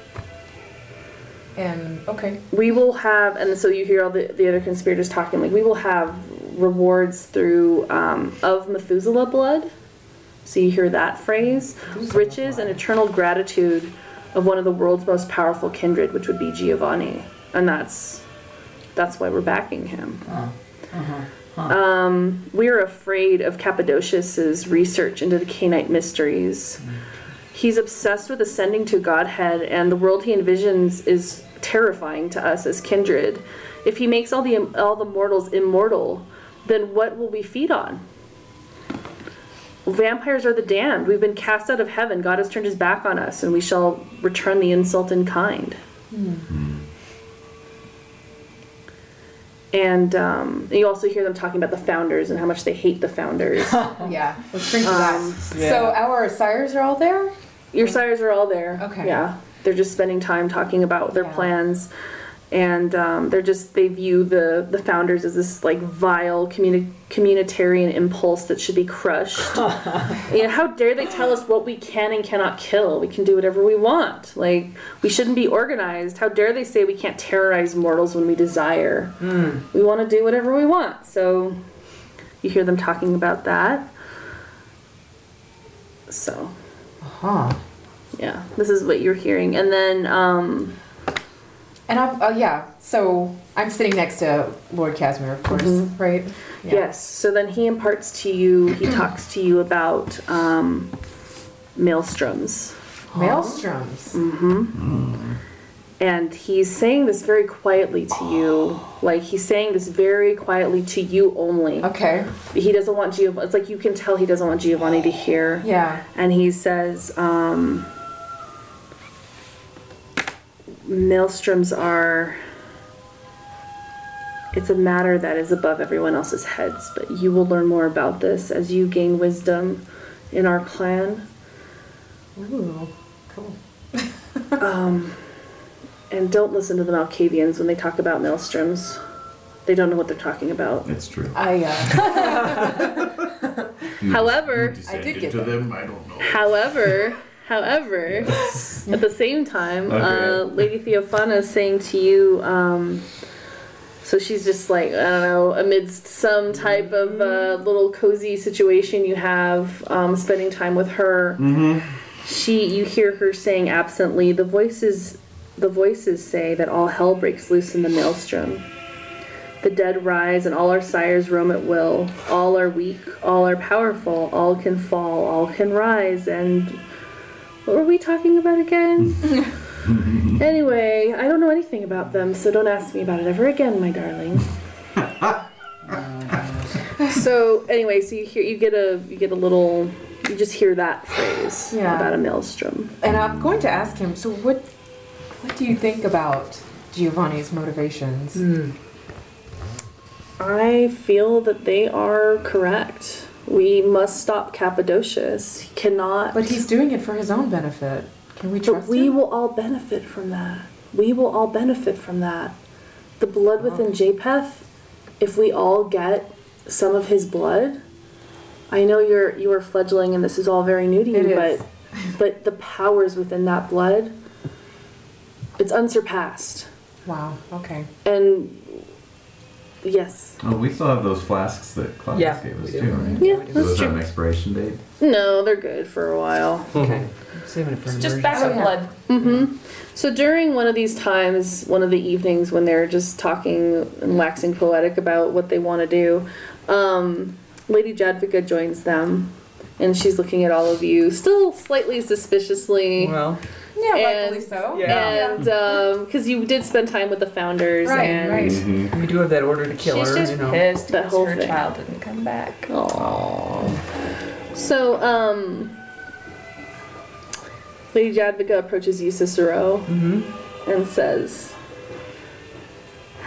Speaker 2: And okay.
Speaker 6: We will have, and so you hear all the, the other conspirators talking, like, we will have rewards through um, of Methuselah blood. So you hear that phrase riches and eternal gratitude of one of the world's most powerful kindred, which would be Giovanni. And that's that's why we're backing him. Um, we are afraid of Cappadocius's research into the Canaanite mysteries. He's obsessed with ascending to Godhead, and the world he envisions is terrifying to us as kindred. If he makes all the all the mortals immortal, then what will we feed on? Vampires are the damned. We've been cast out of heaven. God has turned his back on us, and we shall return the insult in kind. And um, you also hear them talking about the founders and how much they hate the founders.
Speaker 2: yeah. Let's drink to that. So our sires are all there.
Speaker 6: Your sires are all there.
Speaker 2: Okay.
Speaker 6: Yeah. They're just spending time talking about their plans. And um, they're just, they view the, the founders as this like vile communi- communitarian impulse that should be crushed. you know, how dare they tell us what we can and cannot kill? We can do whatever we want. Like, we shouldn't be organized. How dare they say we can't terrorize mortals when we desire? We want to do whatever we want. So you hear them talking about that. So
Speaker 2: Huh.
Speaker 6: yeah, this is what you're hearing. And then, um,
Speaker 2: And I'm uh, yeah. So I'm sitting next to Lord Casimir, of course, right? Mm-hmm. Yeah.
Speaker 6: yes, so then he imparts to
Speaker 2: (clears throat)
Speaker 6: you, he talks to you about um, maelstroms.
Speaker 2: Maelstroms.
Speaker 6: And he's saying this very quietly to
Speaker 2: (gasps)
Speaker 6: you. Like, he's saying this very quietly to you only.
Speaker 2: Okay.
Speaker 6: He doesn't want Giovanni, it's like you can tell he doesn't want Giovanni to hear.
Speaker 2: Yeah.
Speaker 6: And he says, um, maelstroms are. It's a matter that is above everyone else's heads, but you will learn more about this as you gain wisdom in our clan.
Speaker 2: Ooh. Cool. (laughs)
Speaker 6: Um, and don't listen to the Malkavians when they talk about maelstroms. They don't know what they're talking about.
Speaker 5: It's true.
Speaker 2: I uh,
Speaker 6: However,
Speaker 5: You
Speaker 2: I did
Speaker 5: said
Speaker 2: get
Speaker 5: to
Speaker 2: that.
Speaker 5: them, I don't know.
Speaker 6: However, however, at the same time, uh,
Speaker 5: Okay.
Speaker 6: Lady Theophana is saying to you, um, so she's just like, I don't know, amidst some type of uh, little cozy situation you have, um, spending time with her, she, you hear her saying absently, the voices, the voices say that all hell breaks loose in the maelstrom. The dead rise and all our sires roam at will. All are weak, all are powerful, all can fall, all can rise, and what were we talking about again? anyway, I don't know anything about them, so don't ask me about it ever again, my darling. so anyway, so you hear you get a you get a little you just hear that phrase
Speaker 2: Yeah.
Speaker 6: about a maelstrom.
Speaker 2: and I'm going to ask him. So what? What do you think about Giovanni's motivations?
Speaker 6: I feel that they are correct. We must stop Cappadocius. He cannot
Speaker 2: But he's doing it for his own benefit. Can we trust
Speaker 6: But we
Speaker 2: him?
Speaker 6: will all benefit from that. We will all benefit from that. The blood within Japheth, if we all get some of his blood, I know you're you are fledgling and this is all very new to you,
Speaker 2: It is.
Speaker 6: but but the powers within that blood, it's unsurpassed.
Speaker 2: Wow. Okay.
Speaker 6: And Yes.
Speaker 5: Oh, we still have those flasks that Claudius
Speaker 6: Yeah.
Speaker 5: gave us
Speaker 6: We do.
Speaker 5: too, right?
Speaker 6: Yeah,
Speaker 5: Do
Speaker 6: that's
Speaker 5: those have an
Speaker 6: true.
Speaker 5: expiration date?
Speaker 6: No, they're good for a while.
Speaker 8: Okay.
Speaker 10: Saving it for an
Speaker 6: Just
Speaker 10: emergency.
Speaker 6: backup blood. Mm-hmm. So during one of these times, one of the evenings when they're just talking and waxing poetic about what they want to do, um, Lady Jadvika joins them, and she's looking at all of you, still slightly suspiciously.
Speaker 10: Well.
Speaker 6: Yeah, rightfully
Speaker 2: so.
Speaker 10: Yeah.
Speaker 6: And because you did spend time with the founders
Speaker 10: Right,
Speaker 6: and
Speaker 10: right.
Speaker 5: Mm-hmm.
Speaker 10: We do have that order to kill
Speaker 7: She's
Speaker 10: her.
Speaker 7: just
Speaker 10: you know.
Speaker 7: pissed
Speaker 6: That
Speaker 7: because
Speaker 6: whole
Speaker 7: her
Speaker 6: thing.
Speaker 7: child didn't come back.
Speaker 6: So, um, Lady Jadvika approaches you, Cicero,
Speaker 10: Mm-hmm.
Speaker 6: and says,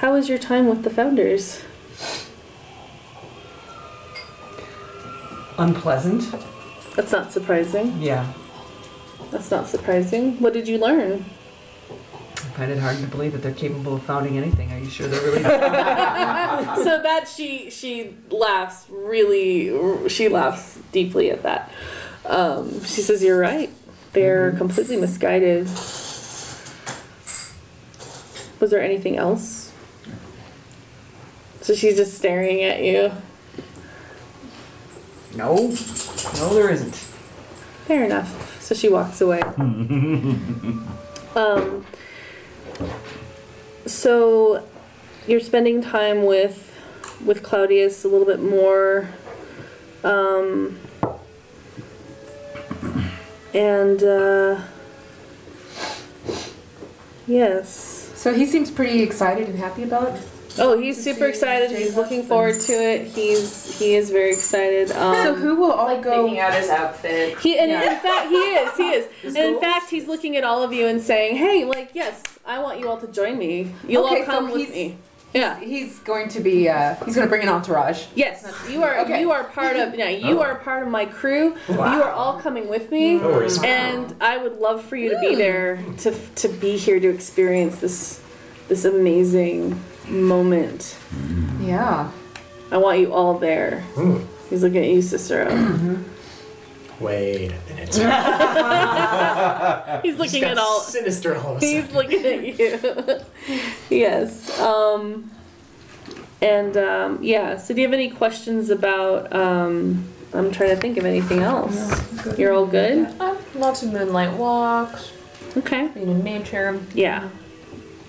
Speaker 6: How was your time with the founders?
Speaker 10: Unpleasant.
Speaker 6: That's not surprising.
Speaker 10: Yeah.
Speaker 6: That's not surprising. What did you learn?
Speaker 10: I find it hard to believe that they're capable of founding anything. Are you sure they're
Speaker 6: (laughs)
Speaker 10: really?
Speaker 6: so that she she laughs really she laughs deeply at that. Um, she says, "You're right. They're
Speaker 10: Mm-hmm.
Speaker 6: completely misguided." Was there anything else? So she's just staring at you.
Speaker 10: no. No, there isn't.
Speaker 6: Fair enough. So she walks away. Um, so you're spending time with with Claudius a little bit more, um, and uh, yes.
Speaker 2: So he seems pretty excited and happy about it.
Speaker 6: Oh, he's super excited. He's looking forward to it. He's he is very excited. Um,
Speaker 2: so who will all go?
Speaker 7: Picking out his outfit.
Speaker 6: He and
Speaker 7: Yeah.
Speaker 6: in fact he is he is and in fact he's looking at all of you and saying, "Hey, like yes, I want you all to join me. You'll
Speaker 2: Okay,
Speaker 6: all
Speaker 2: so
Speaker 6: come with
Speaker 2: he's-
Speaker 6: me." Yeah.
Speaker 2: He's going to be. Uh, he's going to bring an entourage.
Speaker 6: Yes, you are.
Speaker 2: Okay.
Speaker 6: You are part of. Yeah, you
Speaker 2: Oh.
Speaker 6: are part of my crew.
Speaker 2: Wow.
Speaker 6: You are all coming with me,
Speaker 2: No worries.
Speaker 6: and I would love for you to be there to to be here to experience this this amazing moment.
Speaker 2: Yeah.
Speaker 6: I want you all there.
Speaker 8: Mm-hmm.
Speaker 6: He's looking at you, Cicero.
Speaker 8: Wait a minute.
Speaker 6: He's looking
Speaker 8: got
Speaker 6: at all
Speaker 8: sinister all of a
Speaker 6: He's looking at you. (laughs) yes. Um, and um, yeah. So do you have any questions about? Um, I'm trying to think of anything else. You're all good.
Speaker 7: Um, lots of moonlight walks.
Speaker 6: Okay.
Speaker 7: Being in nature.
Speaker 6: Yeah.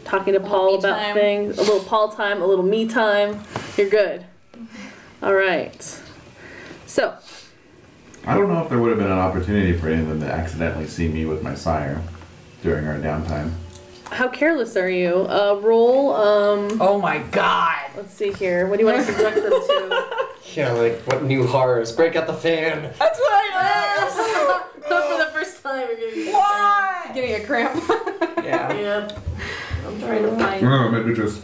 Speaker 6: Talking to Paul about
Speaker 7: time.
Speaker 6: things. A little Paul time, a little me time. You're good. All right. So,
Speaker 5: I don't know if there would have been an opportunity for any of them to accidentally see me with my sire during our downtime.
Speaker 6: how careless are you? Uh, roll. Um,
Speaker 10: oh my god.
Speaker 6: Let's see here. What do you want to direct them to?
Speaker 8: Yeah, like what new horrors? Break out the fan.
Speaker 6: That's what I asked. (laughs) For the first time, you're getting
Speaker 2: Why? Getting a cramp. (laughs)
Speaker 6: Yeah. I'm trying to find.
Speaker 5: Or maybe just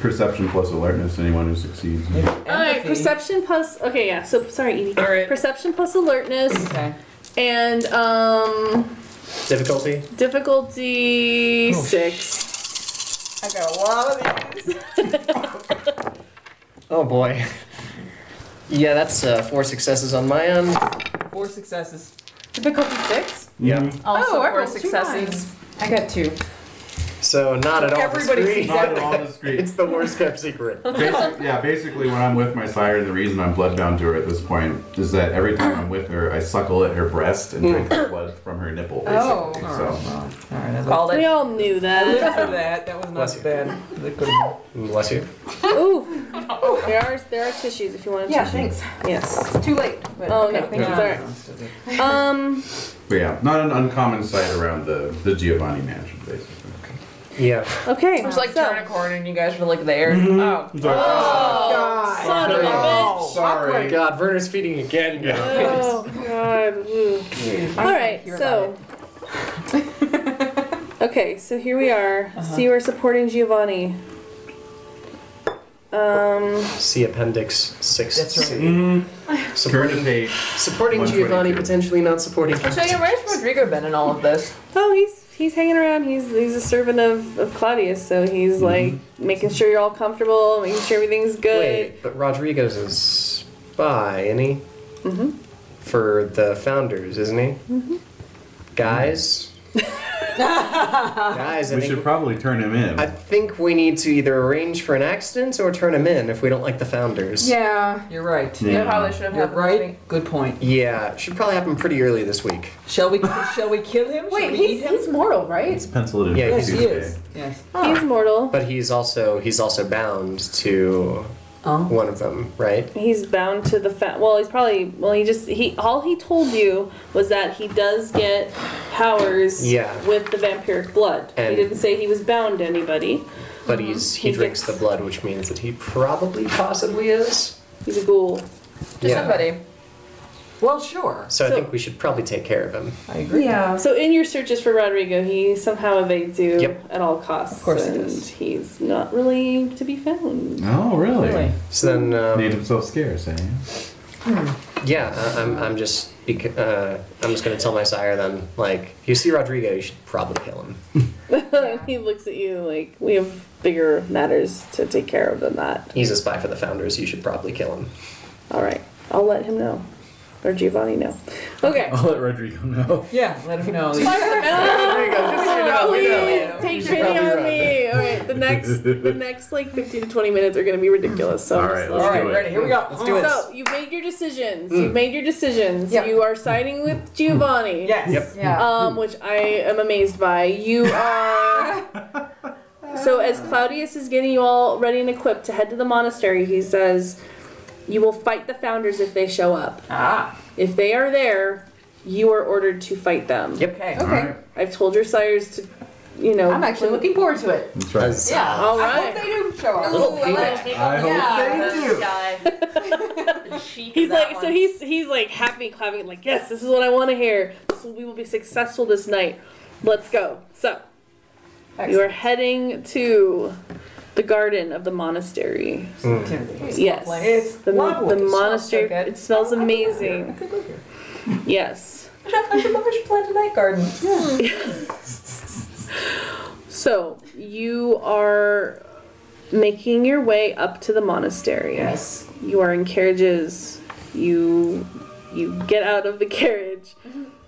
Speaker 5: perception plus alertness, anyone who succeeds.
Speaker 6: All right, perception plus. Okay, yeah. So sorry, Edie. All right. Perception plus alertness. Okay. And um,
Speaker 8: Difficulty?
Speaker 6: difficulty
Speaker 8: Oh,
Speaker 6: six.
Speaker 2: I got a lot of these.
Speaker 8: Oh boy. Yeah, that's uh, four successes on my end.
Speaker 10: Four successes.
Speaker 2: Difficulty six.
Speaker 8: Yeah.
Speaker 2: Also
Speaker 10: oh, I
Speaker 2: four
Speaker 10: rolled two
Speaker 2: successes.
Speaker 10: nines.
Speaker 2: I got two.
Speaker 8: So not at all.
Speaker 2: Everybody's
Speaker 8: discreet.
Speaker 5: Not at all discreet.
Speaker 8: (laughs) it's the worst kept secret.
Speaker 5: Basi- yeah, basically, when I'm with my sire, the reason I'm bloodbound to her at this point is that every time I'm with her, I suckle at her breast and drink her blood from her nipple.
Speaker 6: Oh.
Speaker 5: Basically. So, uh,
Speaker 2: Oh.
Speaker 10: Called
Speaker 6: We
Speaker 10: it.
Speaker 6: all knew
Speaker 10: I
Speaker 2: (laughs)
Speaker 10: lived
Speaker 6: that.
Speaker 10: for that. That was not so bad. That could have
Speaker 8: Bless you.
Speaker 6: Ooh. There are there are tissues if you want a
Speaker 2: Yeah,
Speaker 6: tissue.
Speaker 2: thanks.
Speaker 6: Yes.
Speaker 2: It's too late. But
Speaker 6: Oh
Speaker 2: okay,
Speaker 6: no,
Speaker 2: thank you.
Speaker 6: it's alright. Um.
Speaker 5: but yeah, not an uncommon sight around the, the Giovanni mansion, basically.
Speaker 8: Yeah.
Speaker 6: Okay.
Speaker 7: Just like turn a corner and you guys were like there. Oh.
Speaker 8: God.
Speaker 6: Son of a bitch.
Speaker 5: (laughs)
Speaker 8: Sorry. Oh my God, Werner's feeding again.
Speaker 6: Oh God. Ooh. All right. So. (laughs) okay, so here we are.
Speaker 8: Uh-huh.
Speaker 6: So you are supporting Giovanni. Um.
Speaker 8: See appendix six.
Speaker 10: That's right.
Speaker 8: C.
Speaker 5: Turn to
Speaker 8: Supporting,
Speaker 5: page.
Speaker 8: Mm-hmm. supporting Giovanni,
Speaker 5: 122.
Speaker 8: potentially not supporting.
Speaker 7: Actually, where's Rodrigo been in all of this?
Speaker 6: Oh, he's he's hanging around. He's he's a servant of, of Claudius, so he's like making sure you're all comfortable, making sure everything's good.
Speaker 8: Mm-hmm. Wait, but Rodrigo's a spy, isn't he?
Speaker 10: Mm-hmm.
Speaker 6: Mhm.
Speaker 10: (laughs)
Speaker 8: For the founders, isn't he? Guys, Guys, I
Speaker 5: we
Speaker 8: think-
Speaker 5: should probably turn him in.
Speaker 8: I think we need to either arrange for an accident or turn him in if we don't like the founders.
Speaker 2: Yeah.
Speaker 10: You're right.
Speaker 8: Yeah. That probably
Speaker 10: should have You're right. Good point.
Speaker 8: Yeah, should probably happen pretty early this week.
Speaker 10: Shall we? Shall we kill him?
Speaker 2: Wait, he's, he's mortal, right?
Speaker 8: Pencil it in. Yeah,
Speaker 10: yes,
Speaker 8: he's
Speaker 10: he is. Yes.
Speaker 6: He's mortal.
Speaker 8: But he's also he's also bound to
Speaker 10: Oh.
Speaker 8: one of them, right?
Speaker 6: He's bound to the fa- well. He's probably well. He just he all he told you was that he does get powers
Speaker 8: Yeah.
Speaker 6: with the vampiric blood. he
Speaker 8: And-
Speaker 6: didn't say he was bound to anybody.
Speaker 8: But he's he,
Speaker 6: He
Speaker 8: drinks the blood, which means that he probably possibly is.
Speaker 6: He's a ghoul.
Speaker 8: Yeah.
Speaker 10: Well, sure.
Speaker 8: So, I think we should probably take care of him. I
Speaker 6: So in your searches for Rodrigo, he somehow evades you
Speaker 8: Yep.
Speaker 6: at all costs. Of
Speaker 8: course he
Speaker 6: and he's not really to be found. (laughs)
Speaker 5: Oh, really?
Speaker 6: Really.
Speaker 8: So then, um,
Speaker 5: made himself scarce, eh?
Speaker 8: Yeah, I, I'm I'm just bec- uh, I'm just gonna tell my sire then, like, if you see Rodrigo, you should probably kill him.
Speaker 6: he looks at you like we have bigger matters to take care of than that.
Speaker 8: He's a spy for the founders. You should probably kill him.
Speaker 6: All right, I'll let him know, or Giovanni know. Okay.
Speaker 5: I'll let Rodrigo know.
Speaker 10: Yeah, let him know.
Speaker 6: Please take pity on me. All right, the next, the next like fifteen to twenty minutes are going to be ridiculous. So all right, Hmm.
Speaker 10: let's All right, do it. ready, here we go. Let's do it.
Speaker 6: So you've made your decisions.
Speaker 10: Mm.
Speaker 6: You've made your decisions. You are siding with Giovanni.
Speaker 10: Yes. Yep. Yeah.
Speaker 6: Um, which I am amazed by. You (laughs) are. So as Claudius is getting you all ready and equipped to head to the monastery, he says, "You will fight the founders if they show up.
Speaker 10: Ah.
Speaker 6: If they are there, you are ordered to fight them. Yep.
Speaker 10: Okay.
Speaker 5: Okay. Alright.
Speaker 6: I've told your sires to, you know.
Speaker 2: I'm actually looking forward to it.
Speaker 5: That's right.
Speaker 2: Yeah.
Speaker 6: All
Speaker 2: I
Speaker 6: right.
Speaker 2: hope they do show up.
Speaker 5: I hope
Speaker 6: He's like, so he's he's like happy clapping, like, yes, this is what I want to hear. This will, we will be successful this night. Let's go. So, you are heading to the garden of the monastery.
Speaker 10: Hmm.
Speaker 6: Yes, the, mo- the monastery. It smells amazing. Yes.
Speaker 3: I should, I should plant a night garden.
Speaker 6: (laughs) So you are making your way up to the monastery. Yes. You are in carriages. You you get out of the (laughs) carriage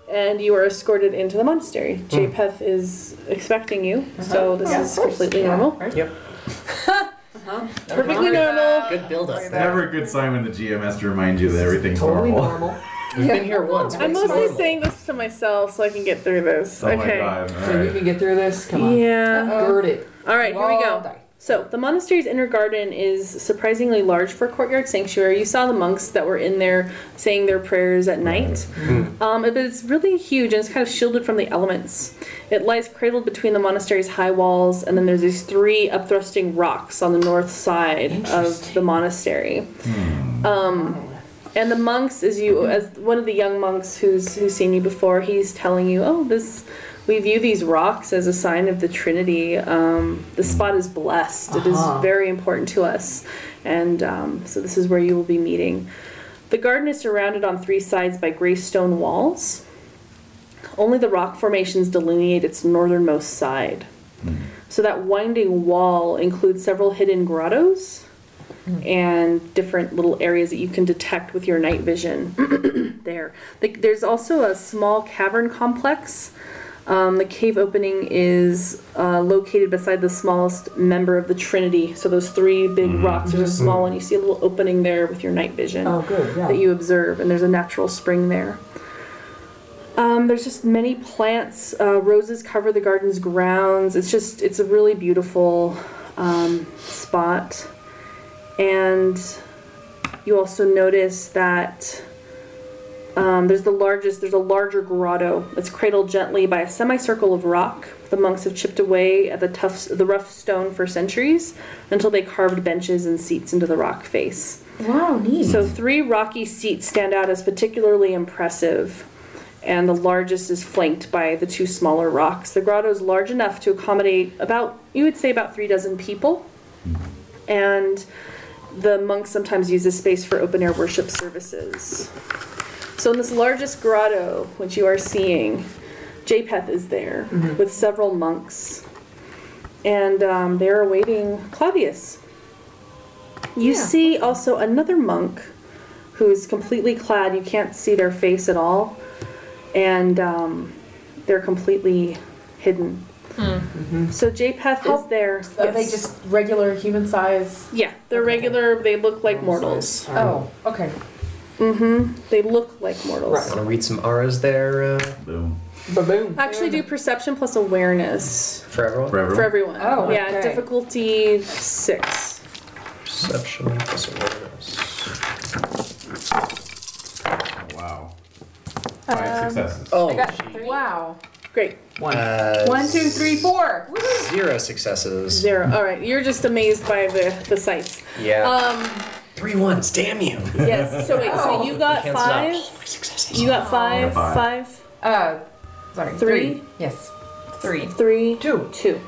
Speaker 6: and you are escorted into the monastery.
Speaker 13: Mm.
Speaker 6: Japheth is expecting you, so this
Speaker 13: Yeah,
Speaker 6: is
Speaker 13: of course.
Speaker 6: completely
Speaker 13: Yeah,
Speaker 6: normal.
Speaker 8: Yep.
Speaker 6: Perfectly normal.
Speaker 8: Good build up.
Speaker 5: Never a good sign when the GM has to remind you that everything's normal.
Speaker 8: We've been here once.
Speaker 6: I'm mostly saying this to myself so I can get through this.
Speaker 5: (laughs) Oh my
Speaker 6: okay.
Speaker 5: God, all
Speaker 10: So you
Speaker 5: (laughs)
Speaker 10: can get through this. Come on.
Speaker 6: Yeah.
Speaker 10: Gird it.
Speaker 6: All right, here we
Speaker 10: Well
Speaker 6: go.
Speaker 10: done.
Speaker 6: So, the monastery's inner garden is surprisingly large for a courtyard sanctuary. You saw the monks that were in there saying their prayers at night. Um, but it's really huge and it's kind of shielded from the elements. It lies cradled between the monastery's high walls, and then there's these three upthrusting rocks on the north side of the monastery. Um, and the monks, as you, as one of the young monks who's who's seen you before, he's telling you, "Oh, this, we view these rocks as a sign of the Trinity. Um, the spot is blessed. It
Speaker 13: Uh-huh.
Speaker 6: is very important to us, and um, so this is where you will be meeting." The garden is surrounded on three sides by gray stone walls. Only the rock formations delineate its northernmost side. So that winding wall includes several hidden grottos and different little areas that you can detect with your night vision (clears throat) there. The, there's also a small cavern complex. Um, the cave opening is uh, located beside the smallest member of the Trinity. So those three big rocks, there's a small one. You see a little opening there with your night vision
Speaker 10: Mm-hmm. Oh, good, yeah.
Speaker 6: that you observe, and there's a natural spring there. Um, there's just many plants. Uh, roses cover the garden's grounds. It's just, it's a really beautiful um, spot. And you also notice that um, there's the largest, there's a larger grotto that's cradled gently by a semicircle of rock. The monks have chipped away at the tough, the rough stone for centuries until they carved benches and seats into the rock face.
Speaker 13: Wow, neat.
Speaker 6: So three rocky seats stand out as particularly impressive, and the largest is flanked by the two smaller rocks. The grotto is large enough to accommodate about, you would say, about three dozen people, and the monks sometimes use this space for open air worship services. So in this largest grotto, which you are seeing, Japheth is there
Speaker 2: Mm-hmm.
Speaker 13: Mhm.
Speaker 6: with several monks, and um, they're awaiting Claudius. You see also another monk who's completely clad. You can't see their face at all. And um, they're completely hidden. So J-Path is there.
Speaker 2: Hmm. Are they
Speaker 6: yes.
Speaker 2: just regular human size?
Speaker 6: Yeah, they're regular. They look like mortals.
Speaker 2: Oh, okay.
Speaker 6: Mm-hmm. They look like mortals.
Speaker 8: Want to read some auras there? Uh,
Speaker 5: Boom.
Speaker 2: Boom.
Speaker 6: Actually, do perception plus awareness
Speaker 8: For everyone?
Speaker 6: for everyone.
Speaker 2: Oh,
Speaker 6: yeah.
Speaker 2: okay.
Speaker 6: Difficulty six.
Speaker 8: Perception plus awareness.
Speaker 5: Wow.
Speaker 6: Um,
Speaker 5: Five successes.
Speaker 8: Oh,
Speaker 2: Wow.
Speaker 6: Great.
Speaker 10: Oh, One.
Speaker 8: uh,
Speaker 2: One, two, three, four. Woo!
Speaker 8: Zero successes.
Speaker 6: Zero. All right. You're just amazed by the the sights.
Speaker 8: Yeah.
Speaker 6: Um.
Speaker 8: three ones, damn you.
Speaker 6: Yes. So wait.
Speaker 2: Oh.
Speaker 6: So you got
Speaker 8: Cancel out.
Speaker 6: five. You got five.
Speaker 5: Five.
Speaker 6: Five.
Speaker 2: Uh, sorry.
Speaker 6: Three.
Speaker 2: Yes.
Speaker 7: Three.
Speaker 6: Three. Two.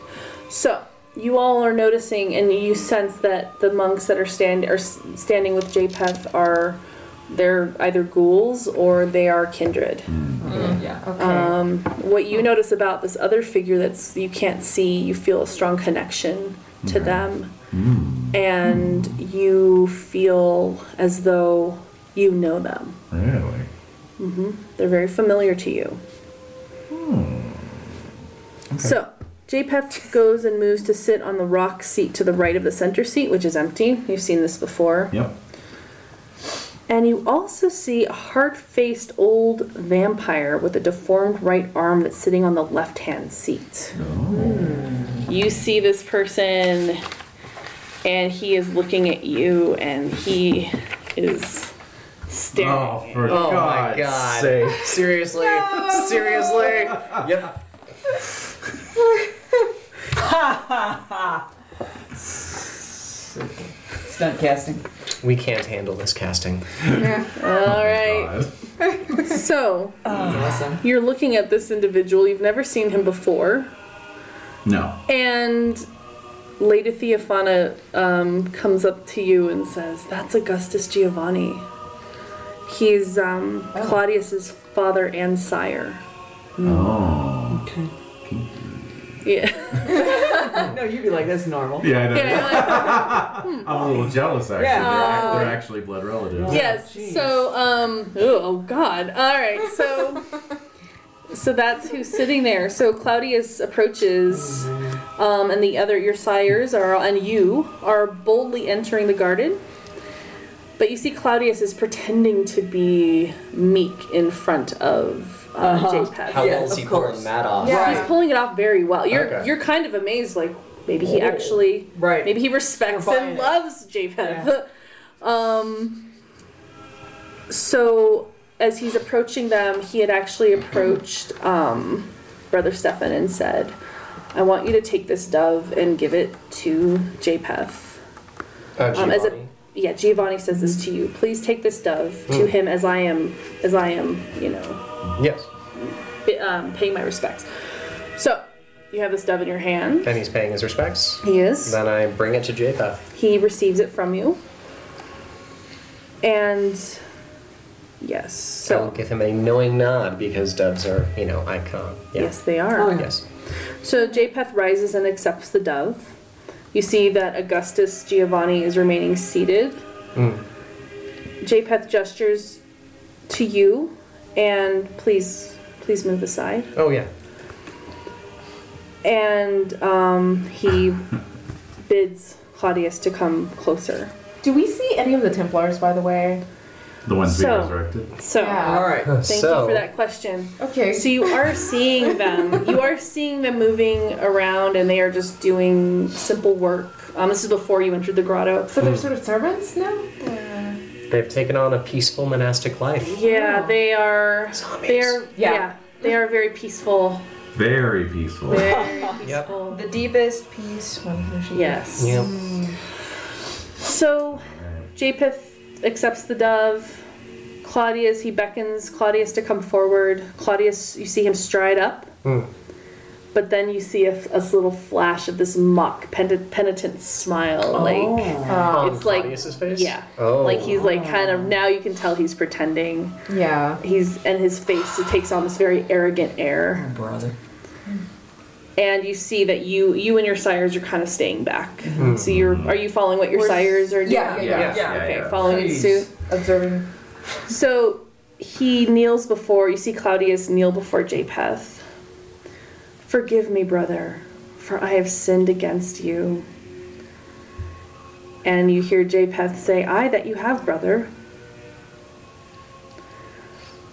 Speaker 6: So you all are noticing, and you sense that the monks that are stand are s- standing with Japheth are they're either ghouls or they are kindred.
Speaker 2: Mm, Yeah. Okay.
Speaker 6: Um, what you notice about this other figure that's you can't see, you feel a strong connection to them, and you feel as though you know them.
Speaker 5: Really?
Speaker 6: They're very familiar to you. So, JPEP goes and moves to sit on the rock seat to the right of the center seat, which is empty. You've seen this before.
Speaker 5: Yep.
Speaker 6: And you also see a hard faced old vampire with a deformed right arm that's sitting on the left hand seat. You see this person, and he is looking at you, and he is staring.
Speaker 5: Oh, for
Speaker 8: Oh
Speaker 5: God's
Speaker 8: my god.
Speaker 5: sake.
Speaker 8: Seriously? Seriously? Yep.
Speaker 10: Stunt casting.
Speaker 8: We can't handle this casting.
Speaker 6: All right.
Speaker 5: God.
Speaker 6: So,
Speaker 10: Awesome.
Speaker 6: you're looking at this individual. You've never seen him before.
Speaker 5: (laughs) No.
Speaker 6: And Lady Theophana um, comes up to you and says, That's Augustus Giovanni. He's um, Claudius's father and sire.
Speaker 5: Oh.
Speaker 6: Yeah.
Speaker 10: No, you'd be like, that's normal.
Speaker 5: Yeah, I know.
Speaker 6: (laughs) yeah
Speaker 5: I'm a little jealous, actually.
Speaker 10: Yeah.
Speaker 5: They're,
Speaker 6: Oh.
Speaker 5: act- they're actually blood relatives.
Speaker 6: yes. So, um, ooh, oh, God. All right. So, so that's who's sitting there. So Claudius approaches, um, and the other, your sires are, and you are boldly entering the garden. But you see, Claudius is pretending to be meek in front of uh, Japheth.
Speaker 8: How
Speaker 10: Yeah,
Speaker 8: well is
Speaker 10: of
Speaker 8: he
Speaker 10: course.
Speaker 8: pulling that off?
Speaker 6: Yeah, he's pulling it off very well. You're
Speaker 8: Okay.
Speaker 6: you're kind of amazed, like maybe he actually,
Speaker 10: Right.
Speaker 6: maybe he respects
Speaker 10: You're buying
Speaker 6: and
Speaker 10: it.
Speaker 6: loves Japheth. (laughs) um, so as he's approaching them, he had actually approached um, Brother Stefan and said, "I want you to take this dove and give it to Japheth."
Speaker 8: Uh,
Speaker 6: Um, as it,
Speaker 8: Giovanni.
Speaker 6: yeah, Giovanni says this to you. Please take this dove to him as I am, as I am, you know,
Speaker 8: Yes.
Speaker 6: bi- um, paying my respects. So, you have this dove in your hand.
Speaker 8: And he's paying his respects.
Speaker 6: He is.
Speaker 8: Then I bring it to Japheth.
Speaker 6: He receives it from you. And yes,
Speaker 8: So I will
Speaker 6: so
Speaker 8: give him a knowing nod because doves are, you know, icon. Yeah.
Speaker 6: yes, they are.
Speaker 8: Yes.
Speaker 6: So Japheth rises and accepts the dove. You see that Augustus Giovanni is remaining seated.
Speaker 8: Mm.
Speaker 6: Japheth gestures to you, and please, please move aside.
Speaker 8: Oh yeah.
Speaker 6: And um, he bids Claudius to come closer.
Speaker 2: Do we see any of the Templars, by the way?
Speaker 5: The ones we
Speaker 6: So-
Speaker 5: resurrected.
Speaker 6: So,
Speaker 2: Yeah.
Speaker 10: All right.
Speaker 6: thank you
Speaker 8: So-
Speaker 6: for that question.
Speaker 2: Okay.
Speaker 6: So you are seeing them. You are seeing them moving around, and they are just doing simple work. Um, this is before you entered the grotto.
Speaker 2: So they're sort of servants now?
Speaker 8: They've taken on a peaceful monastic life.
Speaker 6: Yeah, they are.
Speaker 8: Zombies.
Speaker 6: They are. Yeah.
Speaker 2: Yeah.
Speaker 6: they are very peaceful.
Speaker 5: Very peaceful.
Speaker 6: Very
Speaker 8: Yep.
Speaker 6: peaceful.
Speaker 7: The deepest peace one can achieve.
Speaker 6: Yes.
Speaker 8: Yep.
Speaker 6: So, Japheth accepts the dove. Claudius, he beckons Claudius to come forward. Claudius, you see him stride up. But then you see a, a little flash of this mock penitent, penitent smile, like
Speaker 2: Uh,
Speaker 8: On
Speaker 6: it's like-
Speaker 8: Claudius's face.
Speaker 6: yeah,
Speaker 8: Oh.
Speaker 6: like he's like kind of now you can tell he's pretending.
Speaker 2: Yeah.
Speaker 6: He's and his face it takes on this very arrogant air,
Speaker 10: Oh, Brother.
Speaker 6: and you see that you you and your sires are kind of staying back.
Speaker 10: Mm-hmm.
Speaker 6: So you're are you following what your sires are doing?
Speaker 2: Yeah, yeah, yeah.
Speaker 5: Yeah,
Speaker 6: Okay,
Speaker 5: yeah.
Speaker 6: following in
Speaker 10: Jeez.
Speaker 6: suit.
Speaker 2: Observing.
Speaker 6: So he kneels before you see Claudius kneel before Japheth. Forgive me, brother, for I have sinned against you. And you hear Japheth say, Aye, that you have, brother.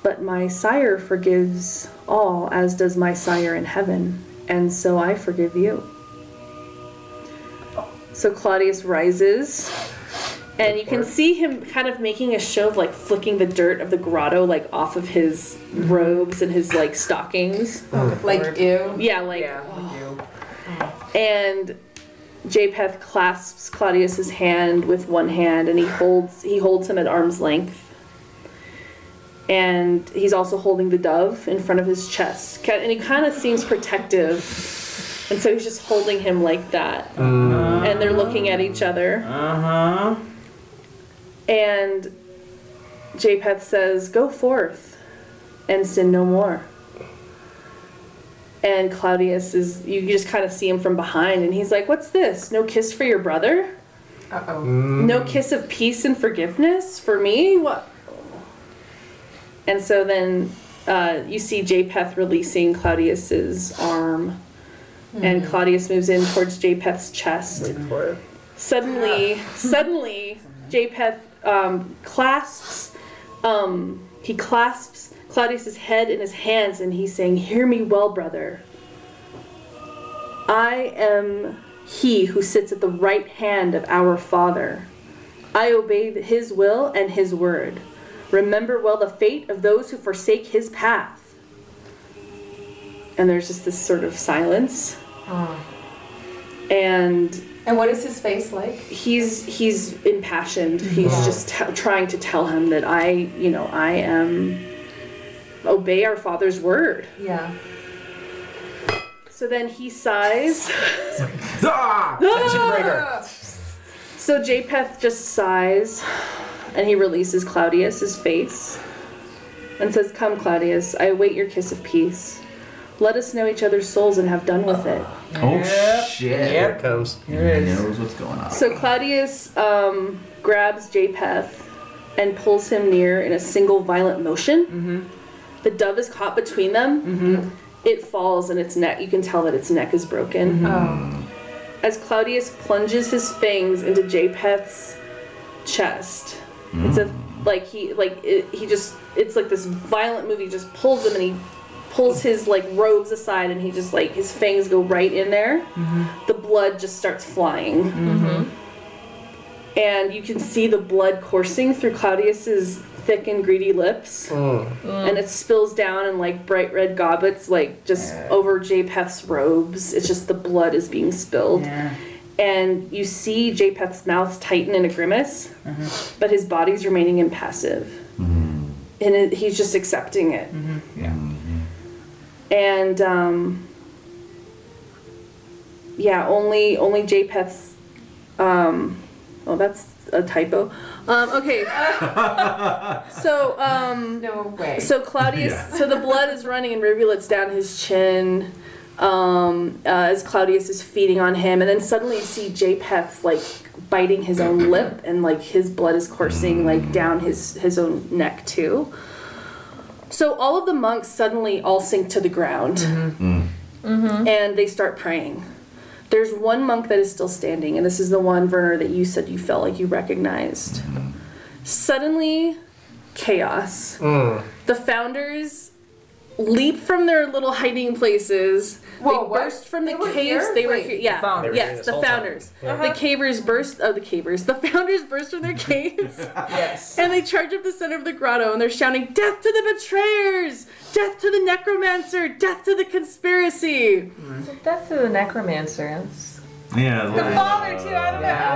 Speaker 6: But my sire forgives all, as does my sire in heaven, and so I forgive you. So Claudius rises, and you can see him kind of making a show of like flicking the dirt of the grotto like off of his robes and his like stockings.
Speaker 15: Like ew.
Speaker 6: Yeah, like oh. and Japheth clasps Claudius's hand with one hand and he holds he holds him at arm's length. And he's also holding the dove in front of his chest. Ki- And he kind of seems protective. And so he's just holding him like that. And they're looking at each other.
Speaker 16: Uh huh.
Speaker 6: And Japheth says, Go forth and sin no more. And Claudius is, you just kind of see him from behind, and he's like, What's this? No kiss for your brother?
Speaker 15: Uh oh.
Speaker 6: No kiss of peace and forgiveness for me? What? And so then uh, you see Japheth releasing Claudius's arm, and Claudius moves in towards Japheth's chest. Ah. Suddenly, suddenly, Japheth um, clasps. Um, he clasps Claudius's head in his hands, and he's saying, "Hear me well, brother. I am he who sits at the right hand of our Father. I obey his will and his word. Remember well the fate of those who forsake his path." And there's just this sort of silence, and
Speaker 15: And what is his face like?
Speaker 6: he's he's impassioned. He's
Speaker 15: Yeah.
Speaker 6: just t- trying to tell him that I, you know, I am obey our father's word.
Speaker 15: Yeah.
Speaker 6: So then he sighs.
Speaker 8: Ah! Tension breaker.
Speaker 6: So Japheth just sighs, and he releases Claudius's face, and says, "Come, Claudius, I await your kiss of peace. Let us know each other's souls and have done with it."
Speaker 5: (laughs) Oh shit!
Speaker 8: Here it comes.
Speaker 5: He knows what's going on.
Speaker 6: So Claudius um, grabs Japheth and pulls him near in a single violent motion. The dove is caught between them. It falls and its neck, you can tell that its neck is broken. As Claudius plunges his fangs into Japheth's chest, it's a like he like it, he just it's like this violent move. He just pulls him and he pulls his like robes aside and he just like his fangs go right in there. The blood just starts flying and you can see the blood coursing through Claudius's thick and greedy lips,
Speaker 8: Mm.
Speaker 6: and it spills down in like bright red goblets, like just over Japheth's robes. It's just the blood is being spilled, and you see Japheth's mouth tighten in a grimace, but his body's remaining impassive, and it, he's just accepting it.
Speaker 16: Yeah.
Speaker 6: And um, yeah, only only Japheth's. Um, oh, that's a typo. Um, okay. so um,
Speaker 15: no way.
Speaker 6: So Claudius.
Speaker 15: Yeah.
Speaker 6: So the blood is running in rivulets down his chin. Um, uh, as Claudius is feeding on him, and then suddenly you see Japheth's like biting his own lip, and like his blood is coursing like down his his own neck too. So all of the monks suddenly all sink to the ground
Speaker 15: Mm-hmm.
Speaker 6: and they start praying. There's one monk that is still standing, and this is the one, Werner, that you said you felt like you recognized. Suddenly, chaos. The founders leap from their little hiding places. they burst from the Uh-huh. caves. They were here. Yeah.
Speaker 8: founders. They were here
Speaker 6: Yes,
Speaker 8: this
Speaker 6: the
Speaker 8: whole time.
Speaker 6: founders.
Speaker 8: Yeah.
Speaker 6: The cavers burst. Oh, the cavers. The founders burst from their caves. yes. And they charge up the center of the grotto, and they're shouting, "Death to the betrayers! Death to the necromancer! Death to the conspiracy!"
Speaker 7: That's the necromancer. That's
Speaker 5: Yeah. The
Speaker 7: father too. I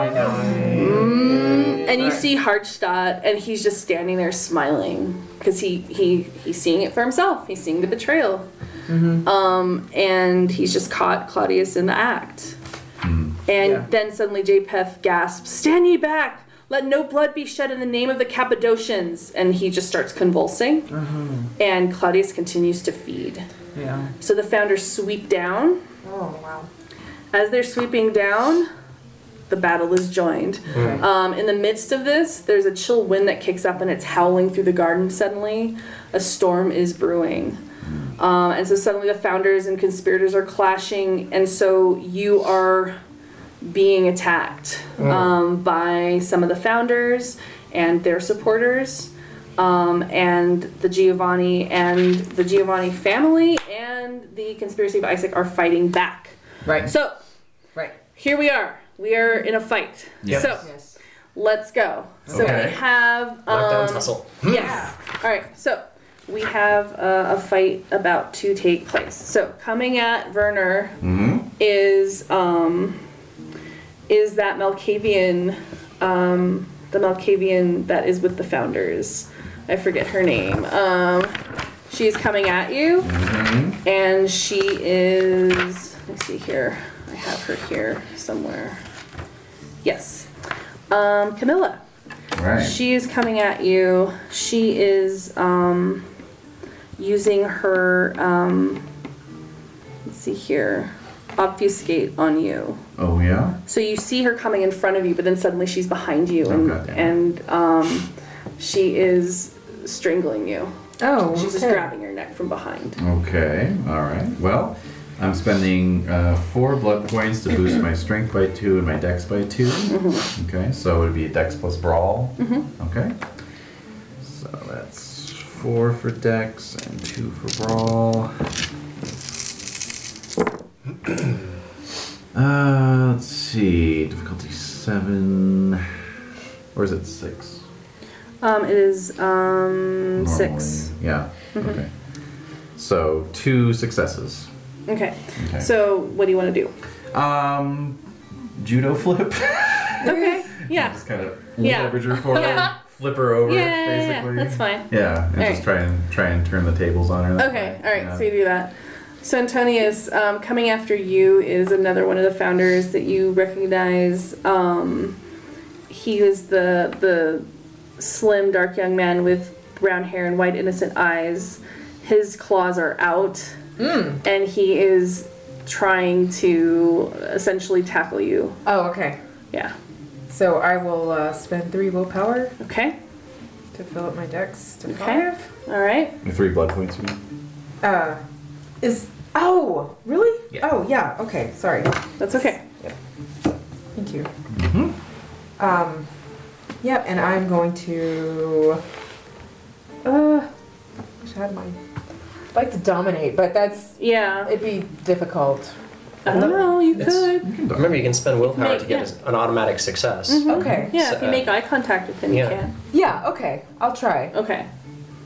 Speaker 7: don't know.
Speaker 6: And you see Hartstadt, and he's just standing there smiling because he he he's seeing it for himself. He's seeing the betrayal,
Speaker 15: Mm-hmm.
Speaker 6: um, and he's just caught Claudius in the act. And then suddenly Japheth gasps, "Stand ye back! Let no blood be shed in the name of the Cappadocians!" And he just starts convulsing,
Speaker 15: Mm-hmm.
Speaker 6: and Claudius continues to feed.
Speaker 16: Yeah.
Speaker 6: So the founders sweep down.
Speaker 15: Oh wow.
Speaker 6: As they're sweeping down, the battle is joined. Um, in the midst of this, there's a chill wind that kicks up and it's howling through the garden suddenly. A storm is brewing. Um, and so suddenly the founders and conspirators are clashing, and so you are being attacked
Speaker 10: Oh.
Speaker 7: Mm.
Speaker 6: um, by some of the founders and their supporters, um, and the Giovanni and the Giovanni family and the conspiracy of Isaac are fighting back.
Speaker 10: Right.
Speaker 6: So,
Speaker 10: right
Speaker 6: here we are. We are in a fight.
Speaker 8: Yes.
Speaker 6: So, let's go. So
Speaker 8: Okay.
Speaker 6: we have
Speaker 8: Lockdown
Speaker 6: um,
Speaker 8: tussle.
Speaker 6: Yes. All right. So we have uh, a fight about to take place. So coming at Werner
Speaker 5: Mm-hmm.
Speaker 6: is um, is that Malkavian, um, the Malkavian that is with the founders. I forget her name. Um, she's coming at you, and she is. Let's see here. I have her here somewhere. Yes, um, Camilla.
Speaker 5: Right.
Speaker 6: She is coming at you. She is um, using her. Um, let's see here. Obfuscate on you.
Speaker 5: Oh yeah.
Speaker 6: So you see her coming in front of you, but then suddenly she's behind you, and
Speaker 5: Okay.
Speaker 6: and um, she is strangling you.
Speaker 2: Oh,
Speaker 6: she's just
Speaker 2: okay.
Speaker 6: grabbing your neck from behind.
Speaker 5: Okay. All right. Well, I'm spending uh, four blood points to boost my strength by two and my dex by 2
Speaker 6: Mhm.
Speaker 5: Okay. So it would be a dex plus brawl.
Speaker 6: Mhm.
Speaker 5: Okay. So that's four for dex and two for brawl. (clears throat) Uh, let's see. Difficulty seven. Or is it six?
Speaker 6: Um, it is um,
Speaker 5: Normally,
Speaker 6: six.
Speaker 5: Yeah.
Speaker 6: Mhm.
Speaker 5: Okay. So two successes.
Speaker 6: Okay.
Speaker 5: Okay.
Speaker 6: So what do you want to do?
Speaker 5: Um, judo flip. (laughs)
Speaker 6: Okay. Yeah.
Speaker 5: just kind of
Speaker 6: Yeah.
Speaker 5: leverage her
Speaker 6: (laughs)
Speaker 5: forward,
Speaker 6: Yeah.
Speaker 5: flip her over,
Speaker 6: Yeah, yeah, yeah, yeah.
Speaker 5: basically.
Speaker 6: That's fine.
Speaker 5: Yeah, and
Speaker 6: All
Speaker 5: just try and try and turn the tables on her. that
Speaker 6: Okay,
Speaker 5: way.
Speaker 6: all right,
Speaker 5: Yeah.
Speaker 6: so you do that. So Antonius, um, coming after you is another one of the founders that you recognize. Um, he was the the slim, dark young man with brown hair and white, innocent eyes. His claws are out, and he is trying to essentially tackle you.
Speaker 2: Oh, okay.
Speaker 6: Yeah.
Speaker 2: So I will uh, spend three willpower.
Speaker 6: Okay.
Speaker 2: To fill up my decks to
Speaker 6: Okay.
Speaker 2: five.
Speaker 6: All right.
Speaker 5: Your three blood points. You mean?
Speaker 2: Uh, is oh really? Oh yeah. Okay. Sorry.
Speaker 6: That's okay.
Speaker 2: Thank you. Mm-hmm. Um, yep. And I'm going to. Uh, wish I had mine. I'd like to dominate, but that's
Speaker 6: yeah.
Speaker 2: It'd be difficult.
Speaker 6: I don't know. You could.
Speaker 8: Remember, you can spend willpower
Speaker 6: Make-
Speaker 8: to get an automatic success.
Speaker 6: Mhm.
Speaker 2: Okay.
Speaker 6: Yeah.
Speaker 8: So,
Speaker 6: if you make eye contact with him,
Speaker 8: yeah.
Speaker 6: you can.
Speaker 2: Yeah. Okay. I'll try.
Speaker 6: Okay.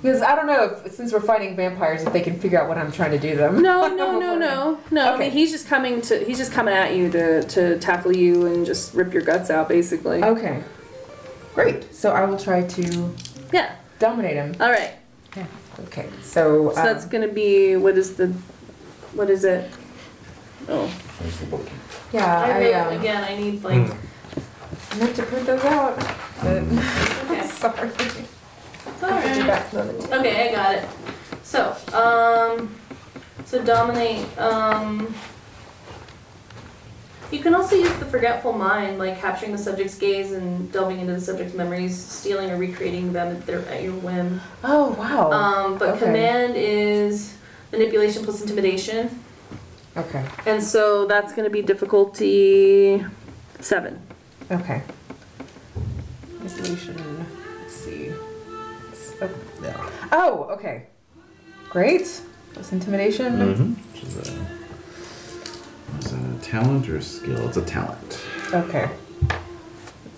Speaker 2: Because I don't know if since we're fighting vampires, if they can figure out what I'm trying to do them.
Speaker 6: No, no, no, no, no. I mean, he's just coming to he's just coming at you to to tackle you and just rip your guts out, basically.
Speaker 7: Oh.
Speaker 2: Okay. Great. So I will try to
Speaker 6: yeah
Speaker 2: dominate him.
Speaker 6: All right.
Speaker 2: Okay. So, uh,
Speaker 6: So
Speaker 7: Um,
Speaker 6: that's gonna be what is the what is it? Oh.
Speaker 2: yeah.
Speaker 7: I
Speaker 2: I,
Speaker 7: really-
Speaker 2: um,
Speaker 7: again, I need like.
Speaker 8: Mm.
Speaker 2: I meant to print those out. But (laughs)
Speaker 7: Okay.
Speaker 2: Sorry.
Speaker 7: Sorry.
Speaker 2: Back to the-
Speaker 7: Okay, I got it. So, um, so dominate. Um, you can also use the forgetful mind, like capturing the subject's gaze and delving into the subject's memories, stealing or recreating them at, their, at your whim.
Speaker 2: Oh wow.
Speaker 7: Um, but
Speaker 2: okay.
Speaker 7: command is manipulation plus intimidation,
Speaker 2: Okay.
Speaker 6: And so that's gonna be difficulty seven.
Speaker 2: Okay. Resolution. Let's see. It's- Oh, oh, okay. Great. That's intimidation.
Speaker 5: Mm-hmm. Which is a, is that a talent or a skill? It's a talent.
Speaker 2: Okay. Let's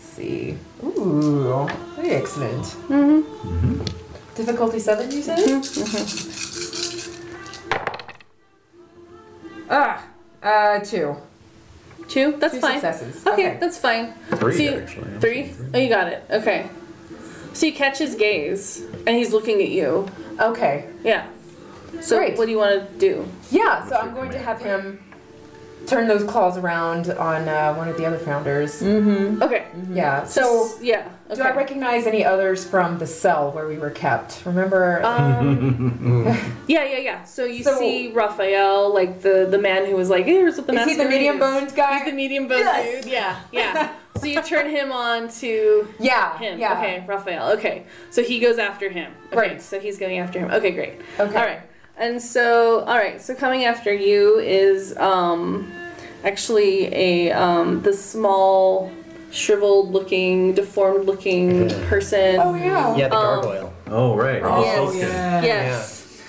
Speaker 2: see. Ooh, very excellent.
Speaker 6: Mm-hmm.
Speaker 2: Difficulty seven, you said? Ah, uh, two.
Speaker 6: Two? That's
Speaker 2: Two
Speaker 6: fine.
Speaker 2: successes.
Speaker 6: Okay,
Speaker 2: Okay.
Speaker 6: that's fine.
Speaker 2: Three,
Speaker 6: So you-
Speaker 2: actually. I'm
Speaker 6: Three? Oh, you got it. Okay. So you catch his gaze, and he's looking at you.
Speaker 2: Okay.
Speaker 6: Yeah. So
Speaker 2: Great.
Speaker 6: what do you want to do?
Speaker 2: Yeah, so I'm going to have him turn those claws around on uh, one of the other founders.
Speaker 6: Mm-hmm. Okay.
Speaker 2: Yeah. So
Speaker 6: yeah.
Speaker 2: Do I recognize any others from the cell where we were kept? Remember?
Speaker 6: Uh, Um, Yeah, yeah, yeah. So you see Raphael, like the the man who was like, "Hey, here's what the
Speaker 2: Is he the
Speaker 6: masquerade
Speaker 2: medium
Speaker 6: is."
Speaker 2: boned guy?
Speaker 6: He's the medium boned
Speaker 2: Yes.
Speaker 6: dude. Yeah,
Speaker 2: (laughs)
Speaker 6: yeah. so you turn him on to
Speaker 2: yeah
Speaker 6: him.
Speaker 2: yeah.
Speaker 6: Okay, Raphael. Okay, so he goes after him. Okay,
Speaker 2: Right.
Speaker 6: So he's going after him. Okay, great.
Speaker 2: Okay.
Speaker 6: All right. And so, all right. So coming after you is um, actually a um, the small, shriveled-looking, deformed-looking person. Oh yeah.
Speaker 8: Yeah, the gargoyle.
Speaker 5: Oh, right.
Speaker 8: Oh,
Speaker 6: yes.
Speaker 8: yeah.
Speaker 6: Yes.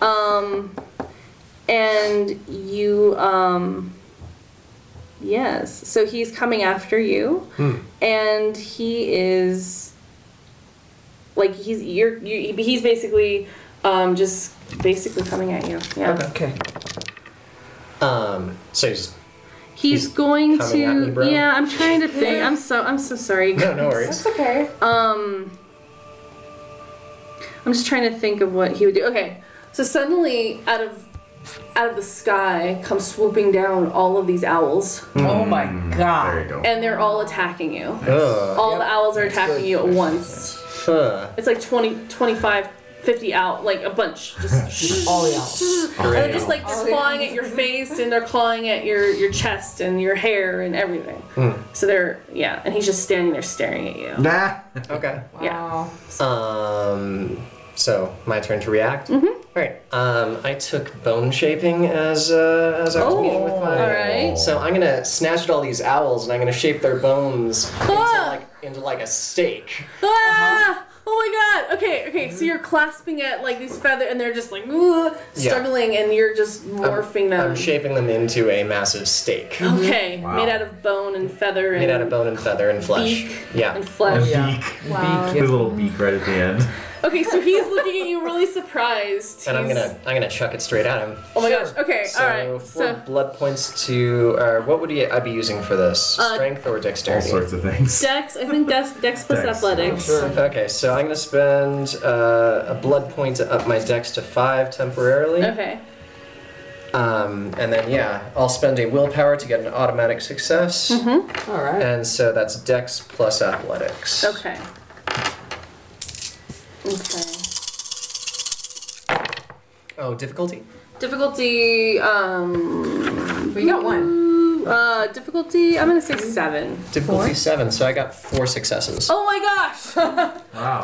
Speaker 6: Um, and you, um, yes. So he's coming after you,
Speaker 8: Hmm.
Speaker 6: and he is like he's you're you, he's basically um, just basically coming at you. Yeah.
Speaker 10: Okay.
Speaker 8: Um, so he's
Speaker 6: He's, going
Speaker 8: coming
Speaker 6: to.
Speaker 8: at me, bro.
Speaker 6: Yeah, I'm trying to think. I'm so I'm so sorry.
Speaker 8: No, no
Speaker 6: guys.
Speaker 8: worries. That's
Speaker 6: okay. Um, I'm just trying to think of what he would do. Okay, so suddenly out of out of the sky come swooping down all of these owls,
Speaker 10: Oh my god.
Speaker 5: Mm, There you go.
Speaker 6: and they're all attacking you.
Speaker 8: Ugh.
Speaker 6: all the owls are attacking you at once.
Speaker 8: Huh.
Speaker 6: It's like 20, 25, 50 out, like a (laughs) bunch, just all the owls. And they're Oh, just like they're clawing at your face and they're clawing at your your chest and your hair and everything. So they're yeah, and he's just standing there staring at you.
Speaker 5: Nah.
Speaker 8: Okay.
Speaker 6: Yeah.
Speaker 8: Um, so my turn to react. Mm-hmm. right. Um, I took bone shaping as uh, as I was meeting with my.
Speaker 6: all right.
Speaker 8: So I'm gonna snatch at all these owls and I'm gonna shape their bones into
Speaker 6: Ah!
Speaker 8: like into like a steak.
Speaker 6: Ah! Oh my god. Okay, okay. So you're clasping at like these feathers and they're just like "Ugh,"
Speaker 8: Yeah.
Speaker 6: struggling and you're just morphing them.
Speaker 8: I'm shaping them into a massive steak.
Speaker 6: Okay, made out of bone and feather and
Speaker 8: Made out of bone and feather and flesh.
Speaker 6: beak
Speaker 8: Yeah.
Speaker 6: and flesh. Wow.
Speaker 5: His little beak right at the end.
Speaker 6: Okay, so he's looking at you really surprised.
Speaker 8: And I'm
Speaker 6: He's-
Speaker 8: gonna I'm gonna chuck it straight at him.
Speaker 6: Oh my gosh. Okay.
Speaker 8: So
Speaker 6: all right.
Speaker 8: four
Speaker 6: So
Speaker 8: blood points to uh, what would he, I be using for this?
Speaker 6: Uh,
Speaker 8: Strength or
Speaker 5: All
Speaker 8: dexterity?
Speaker 5: sorts of things.
Speaker 6: Dex, I think Dex, Dex plus
Speaker 5: Dex,
Speaker 6: athletics.
Speaker 8: Okay, so I'm gonna spend uh, a blood point to up my dex to five temporarily.
Speaker 6: Okay.
Speaker 8: Um, and then yeah, I'll spend a willpower to get an automatic success.
Speaker 6: Mhm.
Speaker 8: All right. And so that's dex plus athletics.
Speaker 6: Okay. Okay.
Speaker 8: Oh, difficulty.
Speaker 6: Difficulty. Um.
Speaker 2: We got
Speaker 6: one. Uh, difficulty. I'm gonna say seven.
Speaker 8: Difficulty seven. So I got four successes.
Speaker 6: Oh my gosh.
Speaker 8: Wow.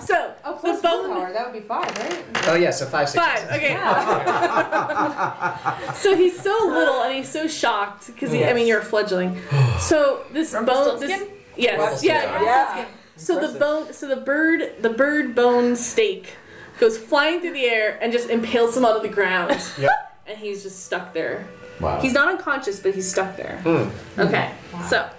Speaker 6: (laughs) okay. So
Speaker 2: Oh, plus willpower. That would be five, right?
Speaker 8: Oh yeah, so five successes.
Speaker 6: Five. Okay.
Speaker 8: (laughs)
Speaker 6: so he's so little and he's so shocked because I mean you're a fledgling. So this bone. This, yes.
Speaker 8: Rumpelstiltskin.
Speaker 6: Yeah. yeah. So the bone. So the bird. The bird bone steak goes flying through the air and just impales him out of the ground.
Speaker 8: Yep.
Speaker 6: And he's just stuck there.
Speaker 8: Wow.
Speaker 6: He's not unconscious, but he's stuck there.
Speaker 8: Hmm.
Speaker 6: Mm-hmm. Okay. So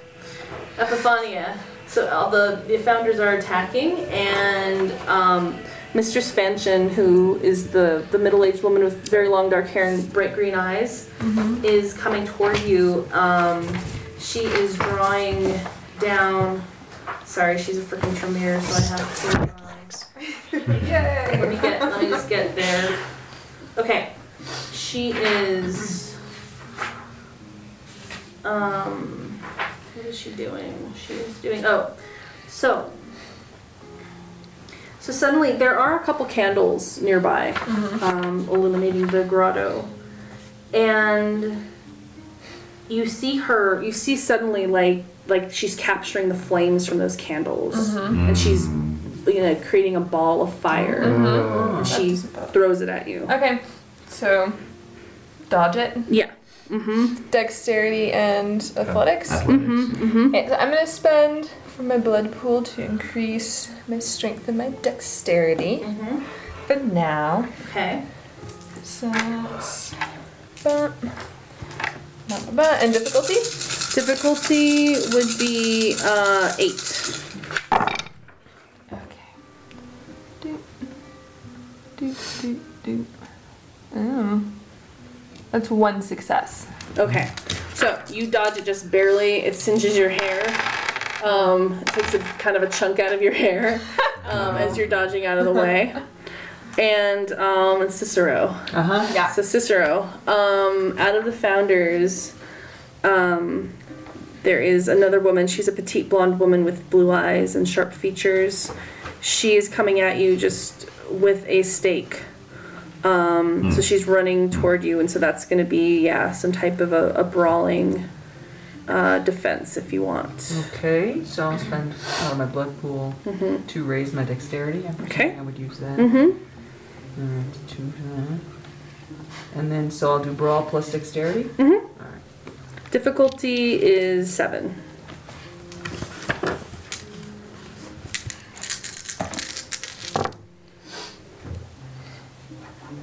Speaker 6: Epiphania. So all the the founders are attacking, and um, Mistress Fanchon, who is the the middle aged woman with very long dark hair and bright green eyes, is coming toward you. Um, she is drawing down. Sorry, she's a freaking Tremere, so I have (laughs) to. Yay! Let me get. Let me just get there. Okay, she is. Um, what is she doing? She is doing. Oh, so. So suddenly there are a couple candles nearby, um, illuminating the grotto, and you see her. You see suddenly like like she's capturing the flames from those candles,
Speaker 7: Mhm.
Speaker 6: and she's you know creating a ball of fire,
Speaker 7: Mhm.
Speaker 6: and she throws it at you.
Speaker 7: Okay, so dodge it.
Speaker 6: Yeah. Mm-hmm.
Speaker 7: Dexterity and athletics.
Speaker 5: athletics.
Speaker 7: Okay, so I'm gonna spend from my blood pool to increase my strength and my dexterity for now.
Speaker 6: Okay.
Speaker 7: So that's bump. Bump, bump, bump. And difficulty?
Speaker 6: Difficulty would be uh, eight.
Speaker 7: Doop, doop, doop. Oh. That's one success.
Speaker 6: Okay. So you dodge it just barely. It singes your hair. Um, it takes a kind of a chunk out of your hair um, as you're dodging out of the way. And um, and Cicero. Uh huh. Yeah. So Cicero, um, out of the founders, um, there is another woman. She's a petite blonde woman with blue eyes and sharp features. She is coming at you just with a stake. Um, So she's running toward you, and so that's going to be yeah some type of a, a brawling uh, defense if you want.
Speaker 10: Okay, so I'll spend out of my blood pool
Speaker 6: Mhm.
Speaker 7: Mm-hmm.
Speaker 10: to raise my dexterity. I
Speaker 6: Okay.
Speaker 10: I would use that.
Speaker 6: Mm-hmm.
Speaker 10: Alright, two, uh, And then, so I'll do brawl plus dexterity?
Speaker 7: Mm-hmm.
Speaker 6: Mhm.
Speaker 10: Alright.
Speaker 6: Difficulty is seven.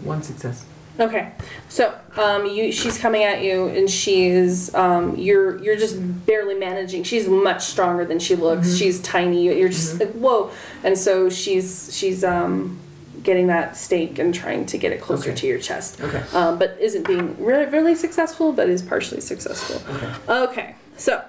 Speaker 10: One success.
Speaker 6: Okay, so um, you she's coming at you, and she's um, you're you're just barely managing. She's much stronger than she
Speaker 10: Mm-hmm.
Speaker 6: looks. She's tiny. You're just like whoa, and so she's she's um, getting that stake and trying to get it closer
Speaker 10: Okay.
Speaker 6: to your chest.
Speaker 10: Okay.
Speaker 6: Um, but isn't being really really successful, but is partially successful.
Speaker 10: Okay.
Speaker 6: Okay, so.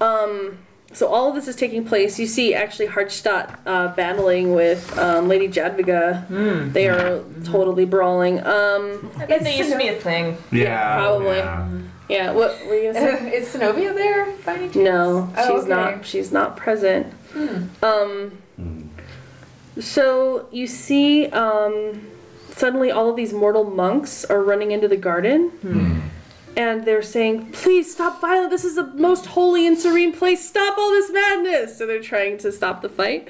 Speaker 6: Um, so all of this is taking place. You see, actually, Hartstadt uh, battling with um, Lady Jadviga.
Speaker 10: Mm.
Speaker 6: They are totally brawling. Um,
Speaker 7: I bet they
Speaker 2: (laughs)
Speaker 7: used to be a thing.
Speaker 6: Yeah, probably.
Speaker 5: yeah.
Speaker 6: Yeah. What were you
Speaker 2: (laughs)
Speaker 6: gonna say?
Speaker 2: Is Zenobia there by any chance?
Speaker 6: no,
Speaker 2: Oh,
Speaker 6: she's
Speaker 2: okay.
Speaker 6: not. She's not present.
Speaker 2: Hmm.
Speaker 6: Um, so you see, um, suddenly all of these mortal monks are running into the garden. And they're saying, please stop violence. This is the most holy and serene place. Stop all this madness. So they're trying to stop the fight.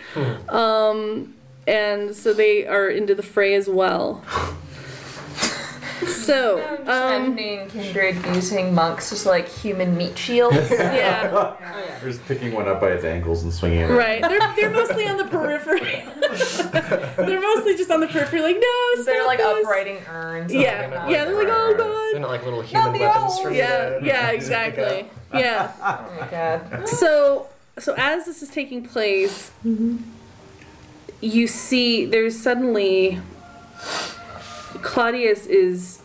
Speaker 6: Um, and so they are into the fray as
Speaker 7: (laughs)
Speaker 6: well. So, um,
Speaker 7: I'm just imagining Kindred using monks as like human meat shields.
Speaker 6: (laughs)
Speaker 7: (laughs)
Speaker 6: yeah.
Speaker 5: Or just picking one up by its ankles and swinging it.
Speaker 6: Right. They're, they're mostly on the periphery. (laughs) they're mostly just on the periphery, like, no, stop
Speaker 7: They're like
Speaker 6: this."
Speaker 7: uprighting urns. and
Speaker 6: Yeah.
Speaker 7: all that.
Speaker 6: yeah, they're like, oh, God.
Speaker 8: They're not like little human weapons from
Speaker 6: Yeah,
Speaker 8: the,
Speaker 6: yeah, exactly. Yeah.
Speaker 7: Oh my god.
Speaker 6: So, so as this is taking place, you see there's suddenly Claudius is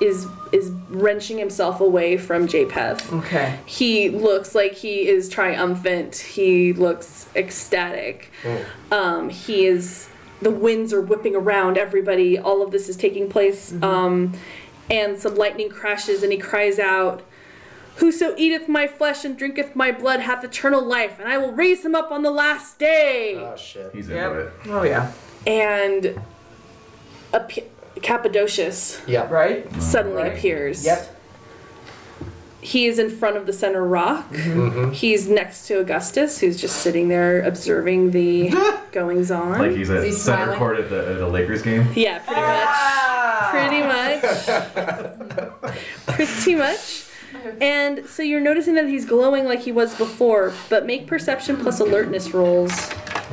Speaker 6: is is wrenching himself away from Japheth.
Speaker 10: Okay.
Speaker 6: He looks like he is triumphant. He looks ecstatic.
Speaker 8: Hmm.
Speaker 6: Um, he is. The winds are whipping around everybody. All of this is taking place.
Speaker 10: Mm-hmm.
Speaker 6: Um, and some lightning crashes, and he cries out, Whoso eateth my flesh and drinketh my blood hath eternal life, and I will raise him up on the last day.
Speaker 10: Uh.
Speaker 8: Oh shit.
Speaker 5: He's
Speaker 10: Yep.
Speaker 5: into it.
Speaker 10: Oh, yeah.
Speaker 6: And a P- Cappadocius
Speaker 8: Yeah.
Speaker 10: Uh, Right?
Speaker 6: suddenly appears.
Speaker 10: Yep.
Speaker 6: He is in front of the center rock.
Speaker 10: Mm-hmm.
Speaker 8: Mhm.
Speaker 6: He's next to Augustus, who's just sitting there observing
Speaker 10: (laughs)
Speaker 6: the goings on.
Speaker 5: Like he's at
Speaker 2: Is he
Speaker 5: center
Speaker 2: smiling?
Speaker 5: court at, the, at a Lakers game.
Speaker 6: yeah, pretty much. Pretty much. pretty much. And so you're noticing that he's glowing like he was before, but make perception plus alertness rolls.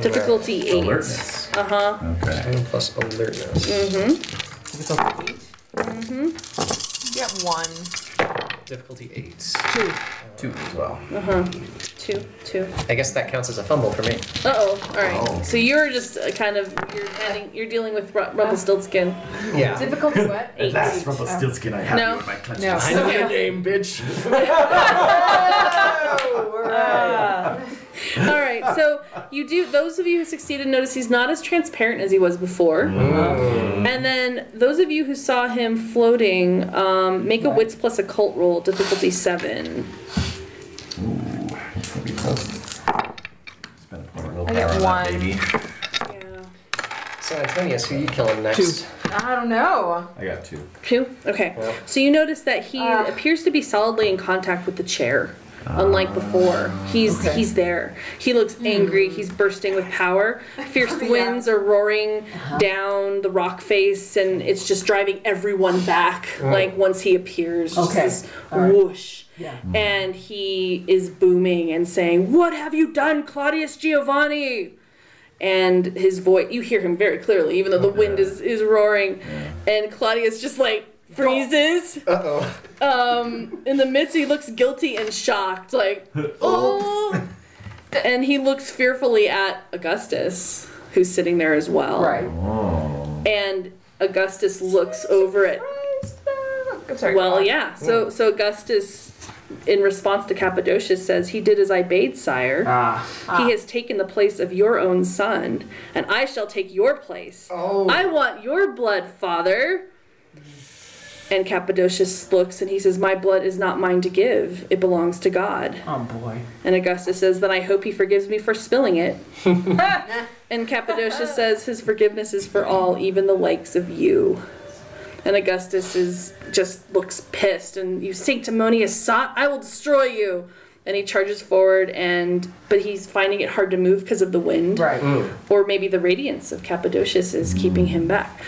Speaker 6: Difficulty eight.
Speaker 5: Alertness.
Speaker 6: Uh huh.
Speaker 5: Okay.
Speaker 8: And plus alertness.
Speaker 6: Mm-hmm.
Speaker 10: It's a eight.
Speaker 6: Mm-hmm.
Speaker 7: Get one.
Speaker 8: Difficulty eight.
Speaker 5: Two as well.
Speaker 6: Uh-huh. Two. Two.
Speaker 8: I guess that counts as a fumble for me.
Speaker 6: Uh oh. All right.
Speaker 5: Oh.
Speaker 6: So you're just uh, kind of you're adding, you're dealing with Ru- Rumpelstiltskin.
Speaker 8: (laughs) Yeah.
Speaker 2: Difficulty what?
Speaker 6: Eight.
Speaker 5: Last Rumpelstiltskin I have
Speaker 6: No.
Speaker 5: you in my clutch.
Speaker 2: No.
Speaker 8: I know your name, bitch.
Speaker 6: Ah. All right. So you do. Those of you who succeeded notice he's not as transparent as he was before. And then those of you who saw him floating, um, make a wits plus occult roll, difficulty seven.
Speaker 5: Spend a point of willpower
Speaker 7: I get
Speaker 5: on that
Speaker 7: one.
Speaker 5: baby.
Speaker 6: Yeah.
Speaker 8: So Antonius, who you killing next?
Speaker 2: I don't know.
Speaker 5: I got two.
Speaker 6: Two. Okay.
Speaker 8: Yeah.
Speaker 6: So you notice that he
Speaker 2: Ah.
Speaker 6: appears to be solidly in contact with the chair, unlike before. He's
Speaker 2: Okay.
Speaker 6: he's there. He looks
Speaker 10: Hmm.
Speaker 6: angry. He's bursting with
Speaker 10: (laughs)
Speaker 6: power. Fierce
Speaker 2: Yeah.
Speaker 6: winds are roaring
Speaker 10: Uh-huh.
Speaker 6: down the rock face, and it's just driving everyone back. Like once he appears, just
Speaker 10: Okay.
Speaker 6: this
Speaker 10: All right.
Speaker 6: whoosh.
Speaker 10: Yeah.
Speaker 6: And he is booming and saying, "What have you done, Claudius Giovanni?" and his voice you hear him very clearly even though the wind is, is roaring and claudius just like freezes
Speaker 8: Uh-oh.
Speaker 6: um, in the midst he looks guilty and shocked like oh and he looks fearfully at augustus who's sitting there as well
Speaker 2: Right.
Speaker 5: Oh.
Speaker 6: and augustus looks over at
Speaker 7: I'm sorry. go
Speaker 6: well
Speaker 7: on.
Speaker 6: yeah so so augustus in response to cappadocius says he did as i bade sire
Speaker 10: Ah.
Speaker 6: he has taken the place of your own son, and I shall take your place.
Speaker 8: Oh.
Speaker 6: I want your blood, father. And Cappadocius looks and he says, My blood is not mine to give, it belongs to God.
Speaker 10: Oh, boy.
Speaker 6: And Augustus says, Then I hope he forgives me for spilling
Speaker 10: (laughs)
Speaker 6: it. and Cappadocius says, His forgiveness is for all, even the likes of you. And Augustus is just looks pissed and you sanctimonious sot, I will destroy you. And he charges forward and but he's finding it hard to move because of the wind.
Speaker 10: Right.
Speaker 6: Or maybe the radiance of Cappadocius is keeping him back.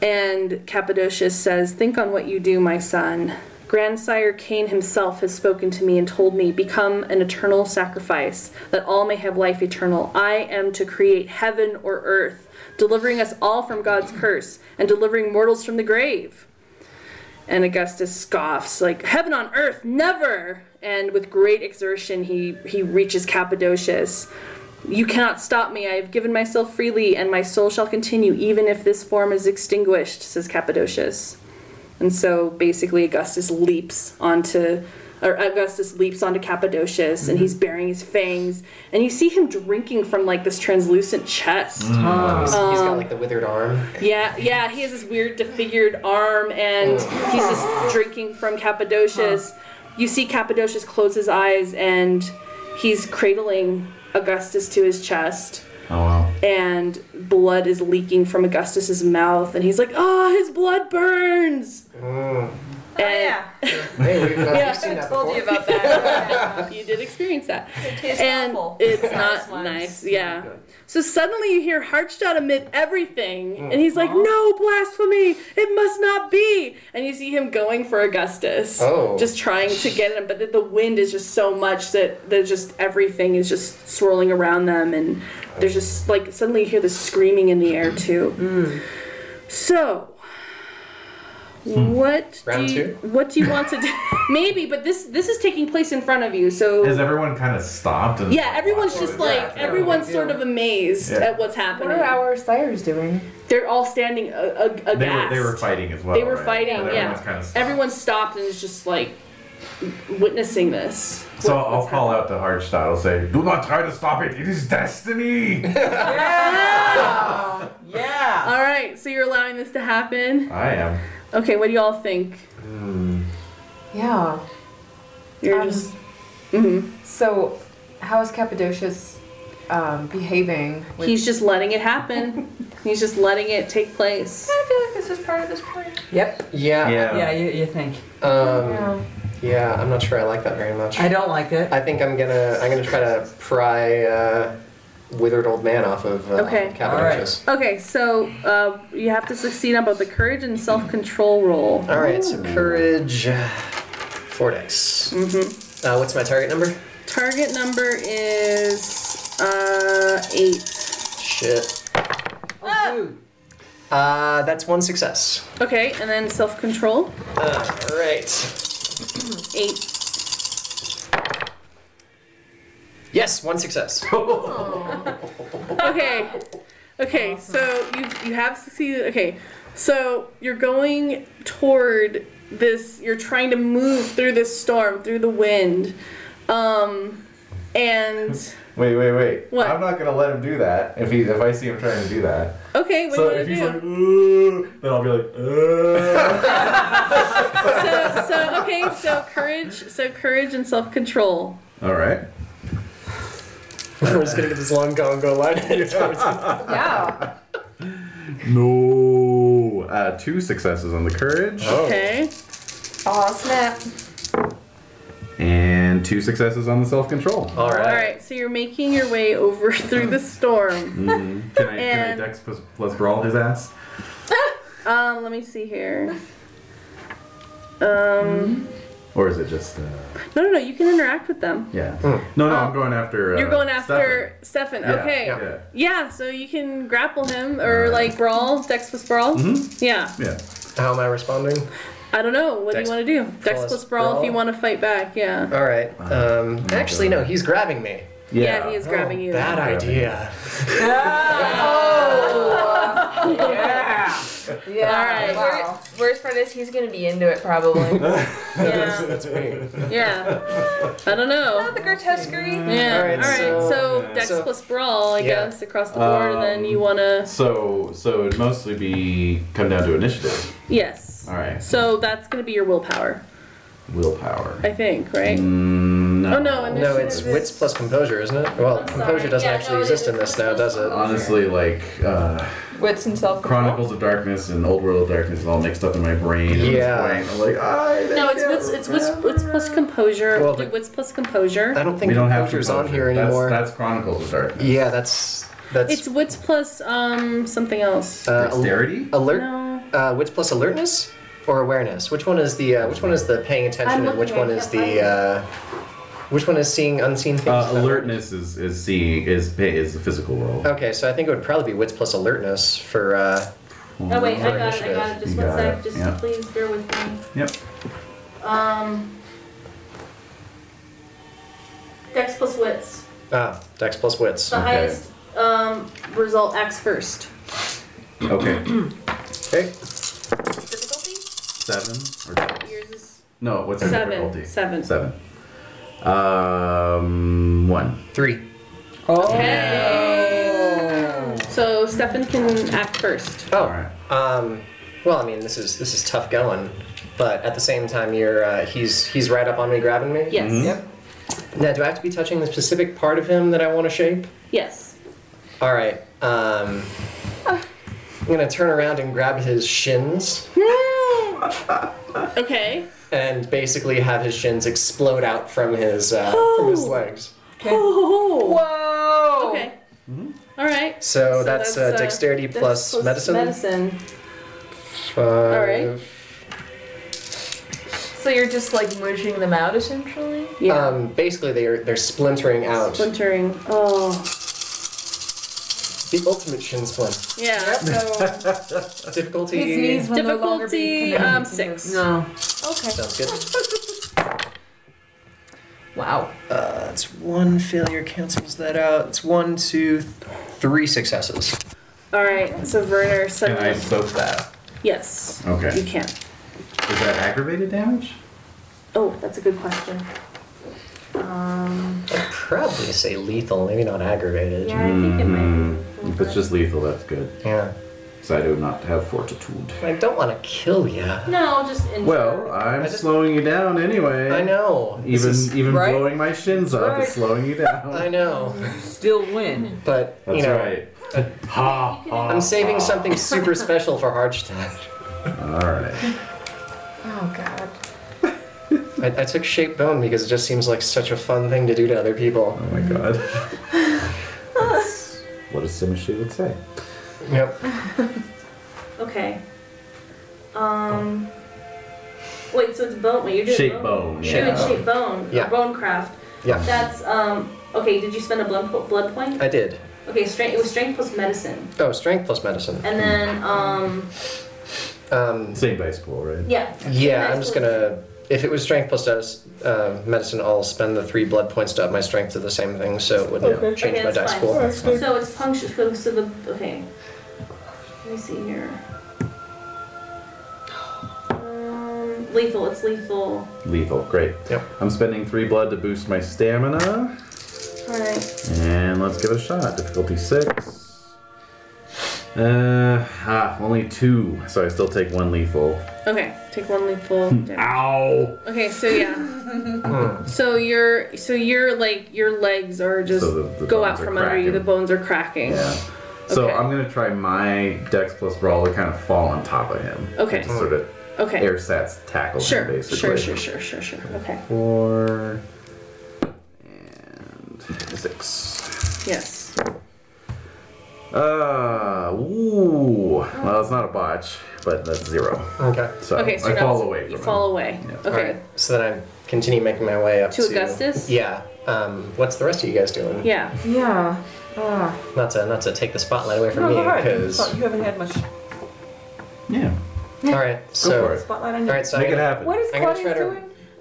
Speaker 6: And Cappadocius says, Think on what you do, my son. Grandsire Cain himself has spoken to me and told me, Become an eternal sacrifice, that all may have life eternal. I am to create heaven or earth, delivering us all from God's curse, and delivering mortals from the grave. And Augustus scoffs, like, Heaven on earth, never! And with great exertion, he, he reaches Cappadocius. You cannot stop me. I have given myself freely, and my soul shall continue, even if this form is extinguished, says Cappadocius. And so basically, Augustus leaps onto. Or Augustus leaps onto Cappadocius and he's baring his fangs. And you see him drinking from like this translucent chest.
Speaker 8: He's- he's got
Speaker 6: Um,
Speaker 8: like the withered arm.
Speaker 6: yeah, yeah, he has this weird disfigured arm and he's just drinking from Cappadocius. You see Cappadocius close his eyes and he's cradling Augustus to his chest
Speaker 5: Oh wow.
Speaker 6: and blood is leaking from Augustus's mouth and he's like, "Oh, his blood burns." And yeah.
Speaker 8: I've seen that
Speaker 6: told you about (laughs)
Speaker 7: Oh,
Speaker 6: that. you did experience that. and it's not nice. Yeah. So suddenly you hear Hartshot amid everything,
Speaker 5: Mm.
Speaker 6: and he's like, "No blasphemy! It must not be!" And you see him going for Augustus,
Speaker 8: Oh.
Speaker 6: just trying to get him. But the- the wind is just so much that there's just everything is just swirling around them, and
Speaker 5: Oh.
Speaker 6: there's just like suddenly you hear the screaming in the air too.
Speaker 5: Mm.
Speaker 6: So, what
Speaker 5: Hmm. Round
Speaker 6: do you,
Speaker 5: two?
Speaker 6: what do you want to do? (laughs) Maybe, but this this is taking place in front of you, so
Speaker 5: Has everyone kind of stopped? And
Speaker 6: yeah, everyone's just like everyone's sort of amazed
Speaker 5: Yeah.
Speaker 6: at what's happening.
Speaker 2: What are our sires doing?
Speaker 6: They're all standing a- a- aghast.
Speaker 5: They were, they were fighting as well.
Speaker 6: They were
Speaker 5: right?
Speaker 6: fighting.
Speaker 5: But
Speaker 6: yeah,
Speaker 5: Everyone's kind of
Speaker 6: everyone stopped and is just like witnessing this.
Speaker 5: So I'll I'll call out to Hardstyle. I'll say, "Do not try to stop it. It is destiny."
Speaker 6: (laughs) Yeah. All right, so you're allowing this to happen.
Speaker 5: I am.
Speaker 6: Okay, what do you all think?
Speaker 2: Yeah.
Speaker 6: You're
Speaker 2: just. So, how is Cappadocius um, behaving? With,
Speaker 6: He's just letting it happen. He's just letting it take place.
Speaker 7: I feel like this is part of this plan.
Speaker 10: Yep.
Speaker 8: Yeah.
Speaker 10: Yeah, you, you think.
Speaker 8: Um,
Speaker 7: Yeah.
Speaker 8: yeah. I'm not sure I like that very much.
Speaker 10: I don't like it.
Speaker 8: I think I'm gonna I'm gonna try to pry uh, withered old man off of uh,
Speaker 6: Okay.
Speaker 8: Cappadocious.
Speaker 6: Okay, so uh, you have to succeed on both the courage and self control roll.
Speaker 8: All right, so courage, uh, four dice. Mm-hmm. Uh, what's my target number?
Speaker 6: Target number is uh, eight.
Speaker 8: Shit.
Speaker 10: Oh,
Speaker 8: Uh, that's one success.
Speaker 6: Okay, and then self control.
Speaker 8: Uh, all right.
Speaker 6: Eight.
Speaker 8: Yes, one success. (laughs)
Speaker 6: Okay. Okay, so you you have succeeded. Okay, so you're going toward this. You're trying to move through this storm, through the wind, um, and
Speaker 5: Wait, wait, wait.
Speaker 6: What?
Speaker 5: I'm not gonna let him do that. If he, if I see him trying to do that,
Speaker 6: okay. What
Speaker 5: so
Speaker 6: do you
Speaker 5: if
Speaker 6: want to
Speaker 5: he's
Speaker 6: do?
Speaker 5: like, "Ooh," then I'll be like, (laughs) "Ooh."
Speaker 6: so, so okay, so courage, so courage and self control.
Speaker 5: All right.
Speaker 8: We're just gonna get this long gongo line. (laughs)
Speaker 2: yeah.
Speaker 5: No. Uh, two successes on the courage.
Speaker 6: Okay.
Speaker 2: Oh snap!
Speaker 5: And two successes on the self control.
Speaker 8: All
Speaker 6: All right, so you're making your way over (laughs) through the storm.
Speaker 5: Mm, can I can
Speaker 6: And-
Speaker 5: I dex plus, plus brawl his ass?
Speaker 6: Um, let me see here. Um,
Speaker 5: Or is it just? Uh,
Speaker 6: no, no, no. You can interact with them.
Speaker 5: yeah. No, no. I'm going after. Uh,
Speaker 6: Hmm. Oh. You're going after Stefan.
Speaker 5: Yeah,
Speaker 6: okay.
Speaker 5: yeah.
Speaker 6: Yeah. so you can grapple him or like brawl, Dex plus brawl.
Speaker 8: Mhm.
Speaker 6: Yeah.
Speaker 5: Yeah.
Speaker 8: How am I responding?
Speaker 6: I don't know. What
Speaker 8: Dex
Speaker 6: do you want to do? Dex
Speaker 8: plus
Speaker 6: plus brawl, if you
Speaker 8: brawl.
Speaker 6: want to fight back. Yeah.
Speaker 8: All right.
Speaker 5: Uh-huh. Oh
Speaker 8: Um, actually, no, he's grabbing me.
Speaker 6: Yeah, he is grabbing you.
Speaker 8: Bad idea.
Speaker 7: Oh. yeah.
Speaker 6: Yeah.
Speaker 7: All right.
Speaker 6: Wow.
Speaker 7: Worst, worst part is he's gonna be into it probably.
Speaker 6: Yeah.
Speaker 5: (laughs)
Speaker 8: That's me.
Speaker 6: yeah. I don't know.
Speaker 7: Not the grotesquerie.
Speaker 6: Yeah. All
Speaker 8: All
Speaker 6: right.
Speaker 8: right,
Speaker 6: So,
Speaker 8: so-
Speaker 6: Dex
Speaker 8: so-
Speaker 6: plus brawl, I
Speaker 8: Yeah. Um,
Speaker 6: guess, across the board. and then you wanna.
Speaker 5: So so it'd mostly be come down to initiative.
Speaker 6: Yes.
Speaker 5: All right.
Speaker 6: So that's gonna be your willpower,
Speaker 5: Willpower.
Speaker 6: I think, right?
Speaker 5: Mm, no.
Speaker 6: Oh no, initiative
Speaker 8: No, it's
Speaker 6: is-
Speaker 8: wits plus composure, isn't it? Well, composure doesn't
Speaker 7: Yeah,
Speaker 8: actually
Speaker 7: no, it
Speaker 8: exist in this now, does it?
Speaker 5: Honestly, like uh,
Speaker 7: Wits and self.
Speaker 5: Chronicles of Darkness and Old World of Darkness is all mixed up in my brain. at this
Speaker 8: Yeah.
Speaker 5: point. I'm like, I
Speaker 6: No, it's wits, it's wits, wits plus composure.
Speaker 8: Well,
Speaker 6: Do
Speaker 8: the-
Speaker 6: wits plus composure.
Speaker 8: I don't think
Speaker 5: we don't have
Speaker 8: composure's on here
Speaker 5: composure. That's-
Speaker 8: anymore.
Speaker 5: That's, Chronicles of Darkness.
Speaker 8: yeah, that's that's
Speaker 6: It's wits plus um something else.
Speaker 8: uh, al-
Speaker 5: Dexterity.
Speaker 8: alert.
Speaker 6: No.
Speaker 8: uh, wits plus alertness or awareness? Which one is the uh, which one is the paying attention, and which one is the uh, which one is seeing unseen things?
Speaker 5: Uh, alertness is, is seeing is is the physical world.
Speaker 8: Okay, so I think it would probably be wits plus alertness for. Uh,
Speaker 6: Oh wait,
Speaker 8: for
Speaker 6: I got it. I
Speaker 8: initiative.
Speaker 6: got it. Just
Speaker 5: You
Speaker 6: one
Speaker 5: got
Speaker 6: sec.
Speaker 5: it,
Speaker 6: Just
Speaker 5: yeah.
Speaker 6: please bear with me.
Speaker 5: Yep.
Speaker 6: Um. Dex plus wits.
Speaker 8: Ah, dex plus wits.
Speaker 6: The highest um, result acts first. (clears throat)
Speaker 5: Okay.
Speaker 8: Okay.
Speaker 5: Seven or no? What's
Speaker 6: Seven.
Speaker 5: the difficulty?
Speaker 6: Seven.
Speaker 5: Seven. Um, one.
Speaker 8: Three.
Speaker 6: So Stefan can act first.
Speaker 8: Oh. Um, well, I mean, this is this is tough going, but at the same time, you're uh, he's he's right up on me, grabbing me.
Speaker 6: Yes.
Speaker 5: Mm-hmm.
Speaker 6: Mhm.
Speaker 8: Yep. Now, do I have to be touching the specific part of him that I want to shape?
Speaker 5: (laughs)
Speaker 6: Yes.
Speaker 8: All right. Um, I'm gonna turn around and grab his shins
Speaker 6: Okay.
Speaker 8: and basically have his shins explode out from his uh, from his legs.
Speaker 6: Oh. Whoa. Okay.
Speaker 5: Mm-hmm.
Speaker 6: All right.
Speaker 8: So, that's, uh, dexterity
Speaker 6: dex
Speaker 8: plus medicine.
Speaker 6: Medicine.
Speaker 8: All
Speaker 6: right.
Speaker 7: So you're just like mushing them out essentially?
Speaker 8: Um, basically, they're they're splintering
Speaker 5: Uh,
Speaker 8: out.
Speaker 6: Splintering. Oh.
Speaker 8: The ultimate shin splint.
Speaker 5: (laughs)
Speaker 6: Yeah.
Speaker 8: Difficulty.
Speaker 6: Difficulty um, six.
Speaker 8: No.
Speaker 6: Okay.
Speaker 8: Sounds good. (laughs)
Speaker 2: Wow.
Speaker 8: Uh, it's one failure cancels that out. It's one, two, th- three successes.
Speaker 6: All right. So Werner
Speaker 5: And
Speaker 6: suddenly.
Speaker 5: I soak that.
Speaker 6: Yes.
Speaker 5: Okay.
Speaker 6: You can.
Speaker 5: Is that aggravated damage?
Speaker 6: Oh, that's a good question. Um,
Speaker 8: I'd probably say lethal, maybe not aggravated.
Speaker 6: Yeah, I think it might
Speaker 5: If it's Hmm, just lethal, that's good.
Speaker 8: Yeah.
Speaker 5: So I do not have fortitude.
Speaker 8: I don't want to kill you.
Speaker 6: no, just in
Speaker 5: Well, I'm slowing you down anyway. I
Speaker 8: know.
Speaker 5: Even (laughs) even
Speaker 10: Right?
Speaker 5: blowing my shins off
Speaker 10: Right.
Speaker 5: is slowing you down.
Speaker 8: I know.
Speaker 10: Still win.
Speaker 8: But,
Speaker 5: That's
Speaker 8: you know,
Speaker 5: right. ha, ha,
Speaker 8: I'm saving
Speaker 5: ha.
Speaker 8: something super special for Hardstaff.
Speaker 5: All right.
Speaker 2: Oh God.
Speaker 8: I, I took shape bone because it just seems like such a fun thing to do to other people.
Speaker 5: Oh my god. what a symmetry would say.
Speaker 8: Yep.
Speaker 6: Okay. Um. Wait, so it's bone. Wait, you're doing
Speaker 5: Shape
Speaker 6: bone.
Speaker 5: bone,
Speaker 6: You're
Speaker 5: yeah.
Speaker 6: doing shape bone.
Speaker 8: Yeah.
Speaker 6: Or bone craft.
Speaker 8: Yeah.
Speaker 6: That's um. Okay. Did you spend a blood po- blood point?
Speaker 8: I did.
Speaker 6: Okay. Strength. It was strength plus medicine,
Speaker 8: Oh, strength plus medicine.
Speaker 6: and then um.
Speaker 8: Um,
Speaker 5: Same base pool, right?
Speaker 6: Yeah.
Speaker 8: Yeah, I'm just gonna. If it was strength plus dice, uh, medicine, I'll spend the three blood points to up my strength to the same thing, so it wouldn't
Speaker 6: Okay.
Speaker 8: change
Speaker 6: Okay,
Speaker 8: my
Speaker 6: that's fine.
Speaker 8: dice pool.
Speaker 6: So it's puncture. So so the okay. Let me see here. Um, lethal. It's lethal.
Speaker 5: Lethal. Great.
Speaker 8: Yep.
Speaker 5: I'm spending three blood to boost my stamina.
Speaker 6: All right.
Speaker 5: And let's give it a shot. Difficulty six. Uh, ah, only two, so I still take one lethal.
Speaker 6: Okay. Take one lethal.
Speaker 5: Hmm.
Speaker 6: damage.
Speaker 5: Ow!
Speaker 6: Okay, so yeah. so your so your like your legs are just
Speaker 5: Hmm. So the- the
Speaker 6: go
Speaker 5: bones
Speaker 6: out
Speaker 5: are
Speaker 6: from under you. The
Speaker 5: cracking.
Speaker 6: bones are cracking.
Speaker 5: Yeah. So
Speaker 6: Okay.
Speaker 5: I'm gonna try my Dex plus Brawl to kind of fall on top of him.
Speaker 6: Okay.
Speaker 5: Just sort of
Speaker 6: Okay.
Speaker 5: Hmm. air sats tackle him
Speaker 6: Sure,
Speaker 5: basically.
Speaker 6: sure, sure, sure, sure, sure. Okay.
Speaker 5: Four and six.
Speaker 6: Yes.
Speaker 5: Uh, ooh. Well, it's not a botch, but that's zero.
Speaker 8: Okay.
Speaker 5: So,
Speaker 6: okay. So
Speaker 5: I
Speaker 6: now
Speaker 5: fall
Speaker 6: it's-
Speaker 5: away from
Speaker 6: You
Speaker 5: him.
Speaker 6: fall away. Okay.
Speaker 8: Alright, so then I continue making my way up to,
Speaker 6: To Augustus?
Speaker 8: Yeah. Um, what's the rest of you guys doing?
Speaker 6: Yeah.
Speaker 2: Yeah. Ah.
Speaker 8: Not to not to take the spotlight away from
Speaker 10: No,
Speaker 8: me
Speaker 10: go ahead.
Speaker 8: because.
Speaker 10: You haven't had much.
Speaker 5: Yeah.
Speaker 8: All right. So.
Speaker 5: for it.
Speaker 10: Spotlight
Speaker 8: All right. So
Speaker 5: Make
Speaker 8: I'm
Speaker 5: it
Speaker 8: gonna,
Speaker 5: happen.
Speaker 8: What is I'm gonna try to.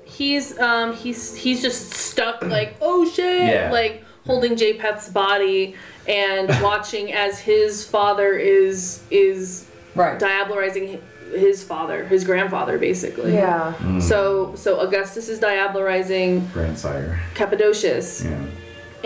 Speaker 6: He's um he's he's just stuck like oh shit
Speaker 5: Yeah.
Speaker 6: like holding J-Peth's body
Speaker 5: (laughs)
Speaker 6: and watching as his father is is
Speaker 10: Right.
Speaker 6: diablerizing hi- his father his grandfather basically
Speaker 2: Yeah.
Speaker 5: Mm.
Speaker 6: so so Augustus is diablerizing
Speaker 5: Grandsire.
Speaker 6: Cappadocius
Speaker 5: Yeah.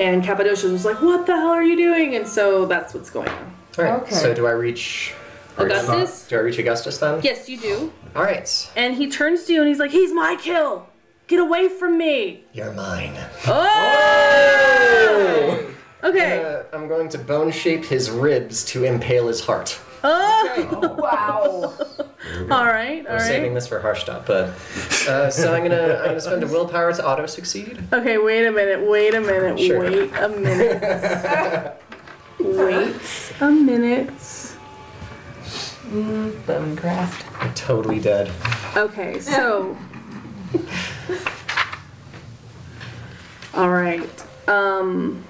Speaker 6: and Cappadocius was like what the hell are you doing and so that's what's going on
Speaker 8: All right.
Speaker 2: Okay.
Speaker 8: So do I reach?
Speaker 6: Augustus?
Speaker 8: Do I reach Augustus then?
Speaker 6: yes you do
Speaker 8: All right.
Speaker 6: and he turns to you and he's like he's my kill get away from me
Speaker 8: You're mine.
Speaker 6: oh, okay
Speaker 8: Uh, I'm going to bone shape his ribs to impale his heart.
Speaker 6: oh.
Speaker 2: Wow.
Speaker 6: All right, all
Speaker 8: I'm saving
Speaker 6: right.
Speaker 8: this for Harshtop, but uh, so I'm gonna I'm gonna spend a willpower to auto succeed.
Speaker 6: Okay, wait a minute, wait a minute,
Speaker 8: Sure.
Speaker 6: wait a
Speaker 8: (laughs)
Speaker 6: minute. wait a minute.
Speaker 10: Mm, Bonecraft.
Speaker 8: I'm totally dead.
Speaker 6: Okay, so. All right. Um.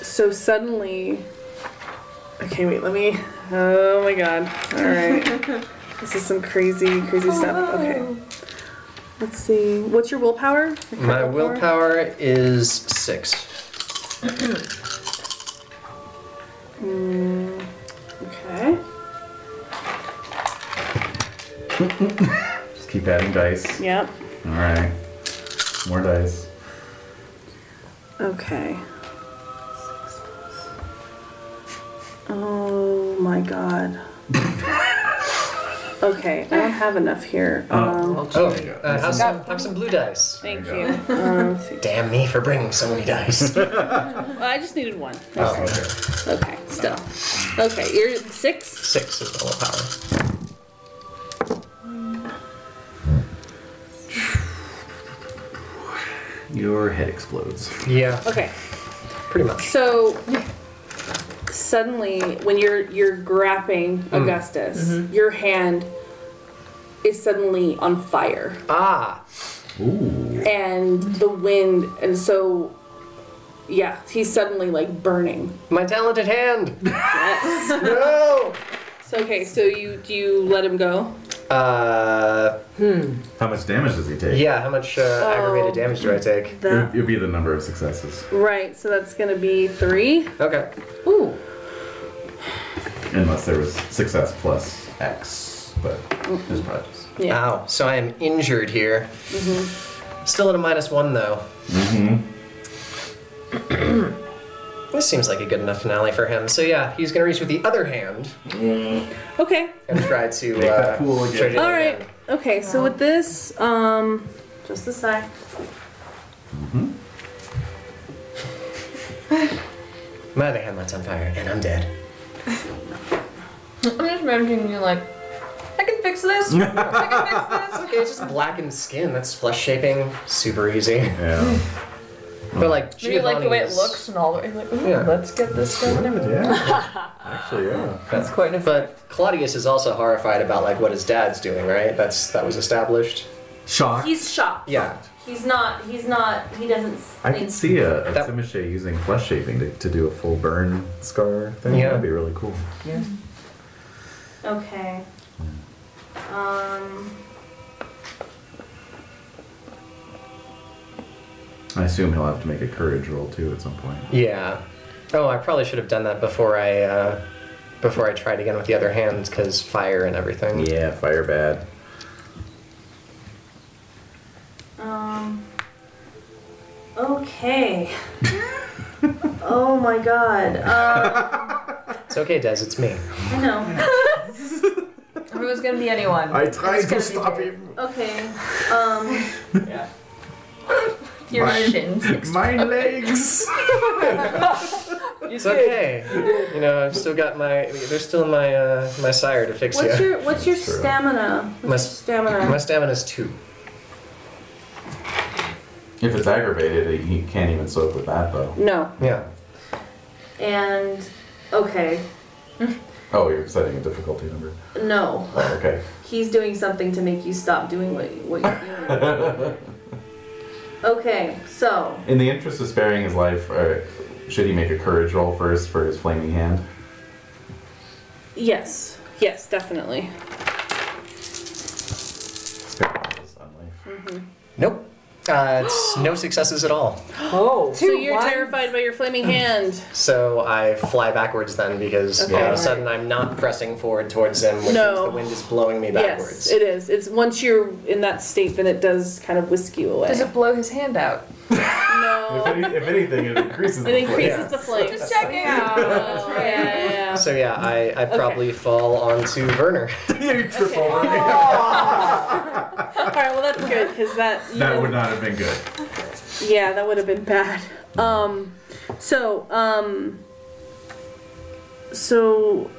Speaker 6: So suddenly. Okay, wait. Let me. Oh my god. All
Speaker 8: (laughs)
Speaker 6: right. this is some crazy, crazy stuff.
Speaker 8: Oh,
Speaker 6: Okay. Let's see. What's your willpower? Your
Speaker 8: My willpower is six.
Speaker 6: Mm, okay.
Speaker 5: Just keep adding dice.
Speaker 6: Yep.
Speaker 5: All right. More dice.
Speaker 6: Okay. Oh my god. okay, I don't have enough here. Um,
Speaker 8: Oh, uh, have, some, have some blue dice.
Speaker 6: Thank
Speaker 8: There
Speaker 6: you.
Speaker 8: go.
Speaker 6: Um,
Speaker 8: Damn me for bringing so many (laughs) dice.
Speaker 6: well, I just needed one.
Speaker 8: Oh, okay.
Speaker 6: Okay, still. Okay, you're at six?
Speaker 8: Six is the willpower.
Speaker 5: Your head explodes.
Speaker 8: Yeah.
Speaker 6: Okay.
Speaker 8: Pretty much.
Speaker 6: So suddenly when you're you're grappling
Speaker 8: Mm.
Speaker 6: Augustus,
Speaker 8: Mhm.
Speaker 6: your hand is suddenly on fire.
Speaker 8: Ah.
Speaker 5: Ooh.
Speaker 6: And the wind and so yeah, he's suddenly like burning.
Speaker 8: My talented hand.
Speaker 6: Yes.
Speaker 8: no.
Speaker 6: So okay, so you do you let him go?
Speaker 8: Uh,
Speaker 5: How much damage does he take?
Speaker 8: Yeah, how much uh, aggravated damage do I take?
Speaker 5: It would- it would be the number of successes.
Speaker 6: Right, so that's gonna be three.
Speaker 8: Okay.
Speaker 6: Ooh.
Speaker 5: Unless there was success plus X, but there's probably just.
Speaker 6: Yeah.
Speaker 8: Ow. So I am injured here.
Speaker 7: Mm-hmm.
Speaker 8: Still at a minus one though.
Speaker 5: Mm-hmm.
Speaker 8: (clears throat) This seems like a good enough finale for him. So yeah, he's gonna reach with the other hand
Speaker 6: Okay.
Speaker 8: and
Speaker 5: (laughs)
Speaker 8: try to
Speaker 5: Make that
Speaker 8: uh,
Speaker 5: pool again.
Speaker 8: trade it
Speaker 6: All
Speaker 8: in.
Speaker 6: right. Okay. So with this, um, just a sec.
Speaker 8: My other hand lights on fire and I'm dead.
Speaker 7: I'm just imagining you like, I can fix this. I can fix this.
Speaker 8: Okay, it's just blackened skin. That's flesh shaping. Super easy.
Speaker 5: Yeah.
Speaker 8: but like,
Speaker 7: Maybe like the way it
Speaker 8: Giovanni's-
Speaker 7: looks and all the way. Like, ooh,
Speaker 8: Yeah.
Speaker 7: let's get this done.
Speaker 5: (laughs) Actually, yeah.
Speaker 8: That's quite an But Claudius is also horrified about like what his dad's doing, right? That's that was established.
Speaker 5: Shock.
Speaker 17: He's shocked.
Speaker 8: Yeah.
Speaker 17: He's not. He's not. He doesn't.
Speaker 5: I could see a, a Simiche using flesh shaving to, to do a full burn scar thing.
Speaker 8: Yeah.
Speaker 5: That'd be really cool.
Speaker 18: Yeah.
Speaker 17: Okay. Um.
Speaker 5: I assume he'll have to make a courage roll too at some point.
Speaker 8: Yeah. Oh, I probably should have done that before I uh, before I tried again with the other hand because fire and everything.
Speaker 5: Yeah, fire bad.
Speaker 17: Um.
Speaker 6: (laughs)
Speaker 17: Okay. oh my god. Uh,
Speaker 8: It's okay, Des. It's me.
Speaker 17: I
Speaker 6: (laughs)
Speaker 17: know. if it was gonna be anyone.
Speaker 5: I tried
Speaker 17: it's
Speaker 5: to
Speaker 17: gonna be
Speaker 5: stop
Speaker 17: you.
Speaker 5: him.
Speaker 17: Okay. Um. Your shins.
Speaker 5: My legs.
Speaker 8: It's okay. You know, I've still got my. They're still in my uh, my sire to fix
Speaker 17: What's
Speaker 8: you.
Speaker 17: your What's your
Speaker 8: True.
Speaker 17: stamina?
Speaker 8: my
Speaker 17: stamina?
Speaker 6: uh,
Speaker 8: My stamina's two.
Speaker 5: If it's aggravated, he can't even soak with that though.
Speaker 17: No.
Speaker 8: Yeah.
Speaker 17: And okay.
Speaker 5: Oh, you're setting a difficulty number.
Speaker 17: No.
Speaker 5: Oh, okay.
Speaker 17: He's doing something to make you stop doing what, what you're doing. Okay, so
Speaker 5: In the interest of sparing his life, uh, should he make a courage roll first for his flaming hand?
Speaker 6: Yes. Yes, definitely.
Speaker 8: Nope. Uh, it's no successes at all.
Speaker 10: Oh.
Speaker 6: so you're terrified by your flaming hand.
Speaker 8: So I fly backwards then because
Speaker 6: Okay.
Speaker 8: all of a sudden I'm not pressing forward towards him, which
Speaker 6: No.
Speaker 8: means the wind is blowing me backwards.
Speaker 6: Yes, it is. It's once you're in that state, then it does kind of whisk you away.
Speaker 7: does it blow his hand out?
Speaker 6: no.
Speaker 5: if anything, it increases
Speaker 6: It increases the flame. Just
Speaker 7: checking.
Speaker 6: Oh, yeah, yeah.
Speaker 8: So yeah, I, I probably fall onto Werner. (laughs)
Speaker 5: you trip (laughs) over me.
Speaker 6: All right. Well, that's good because that. you
Speaker 5: That
Speaker 6: know-
Speaker 5: would not have been good.
Speaker 6: Yeah, that would have been bad. Um, so, um, so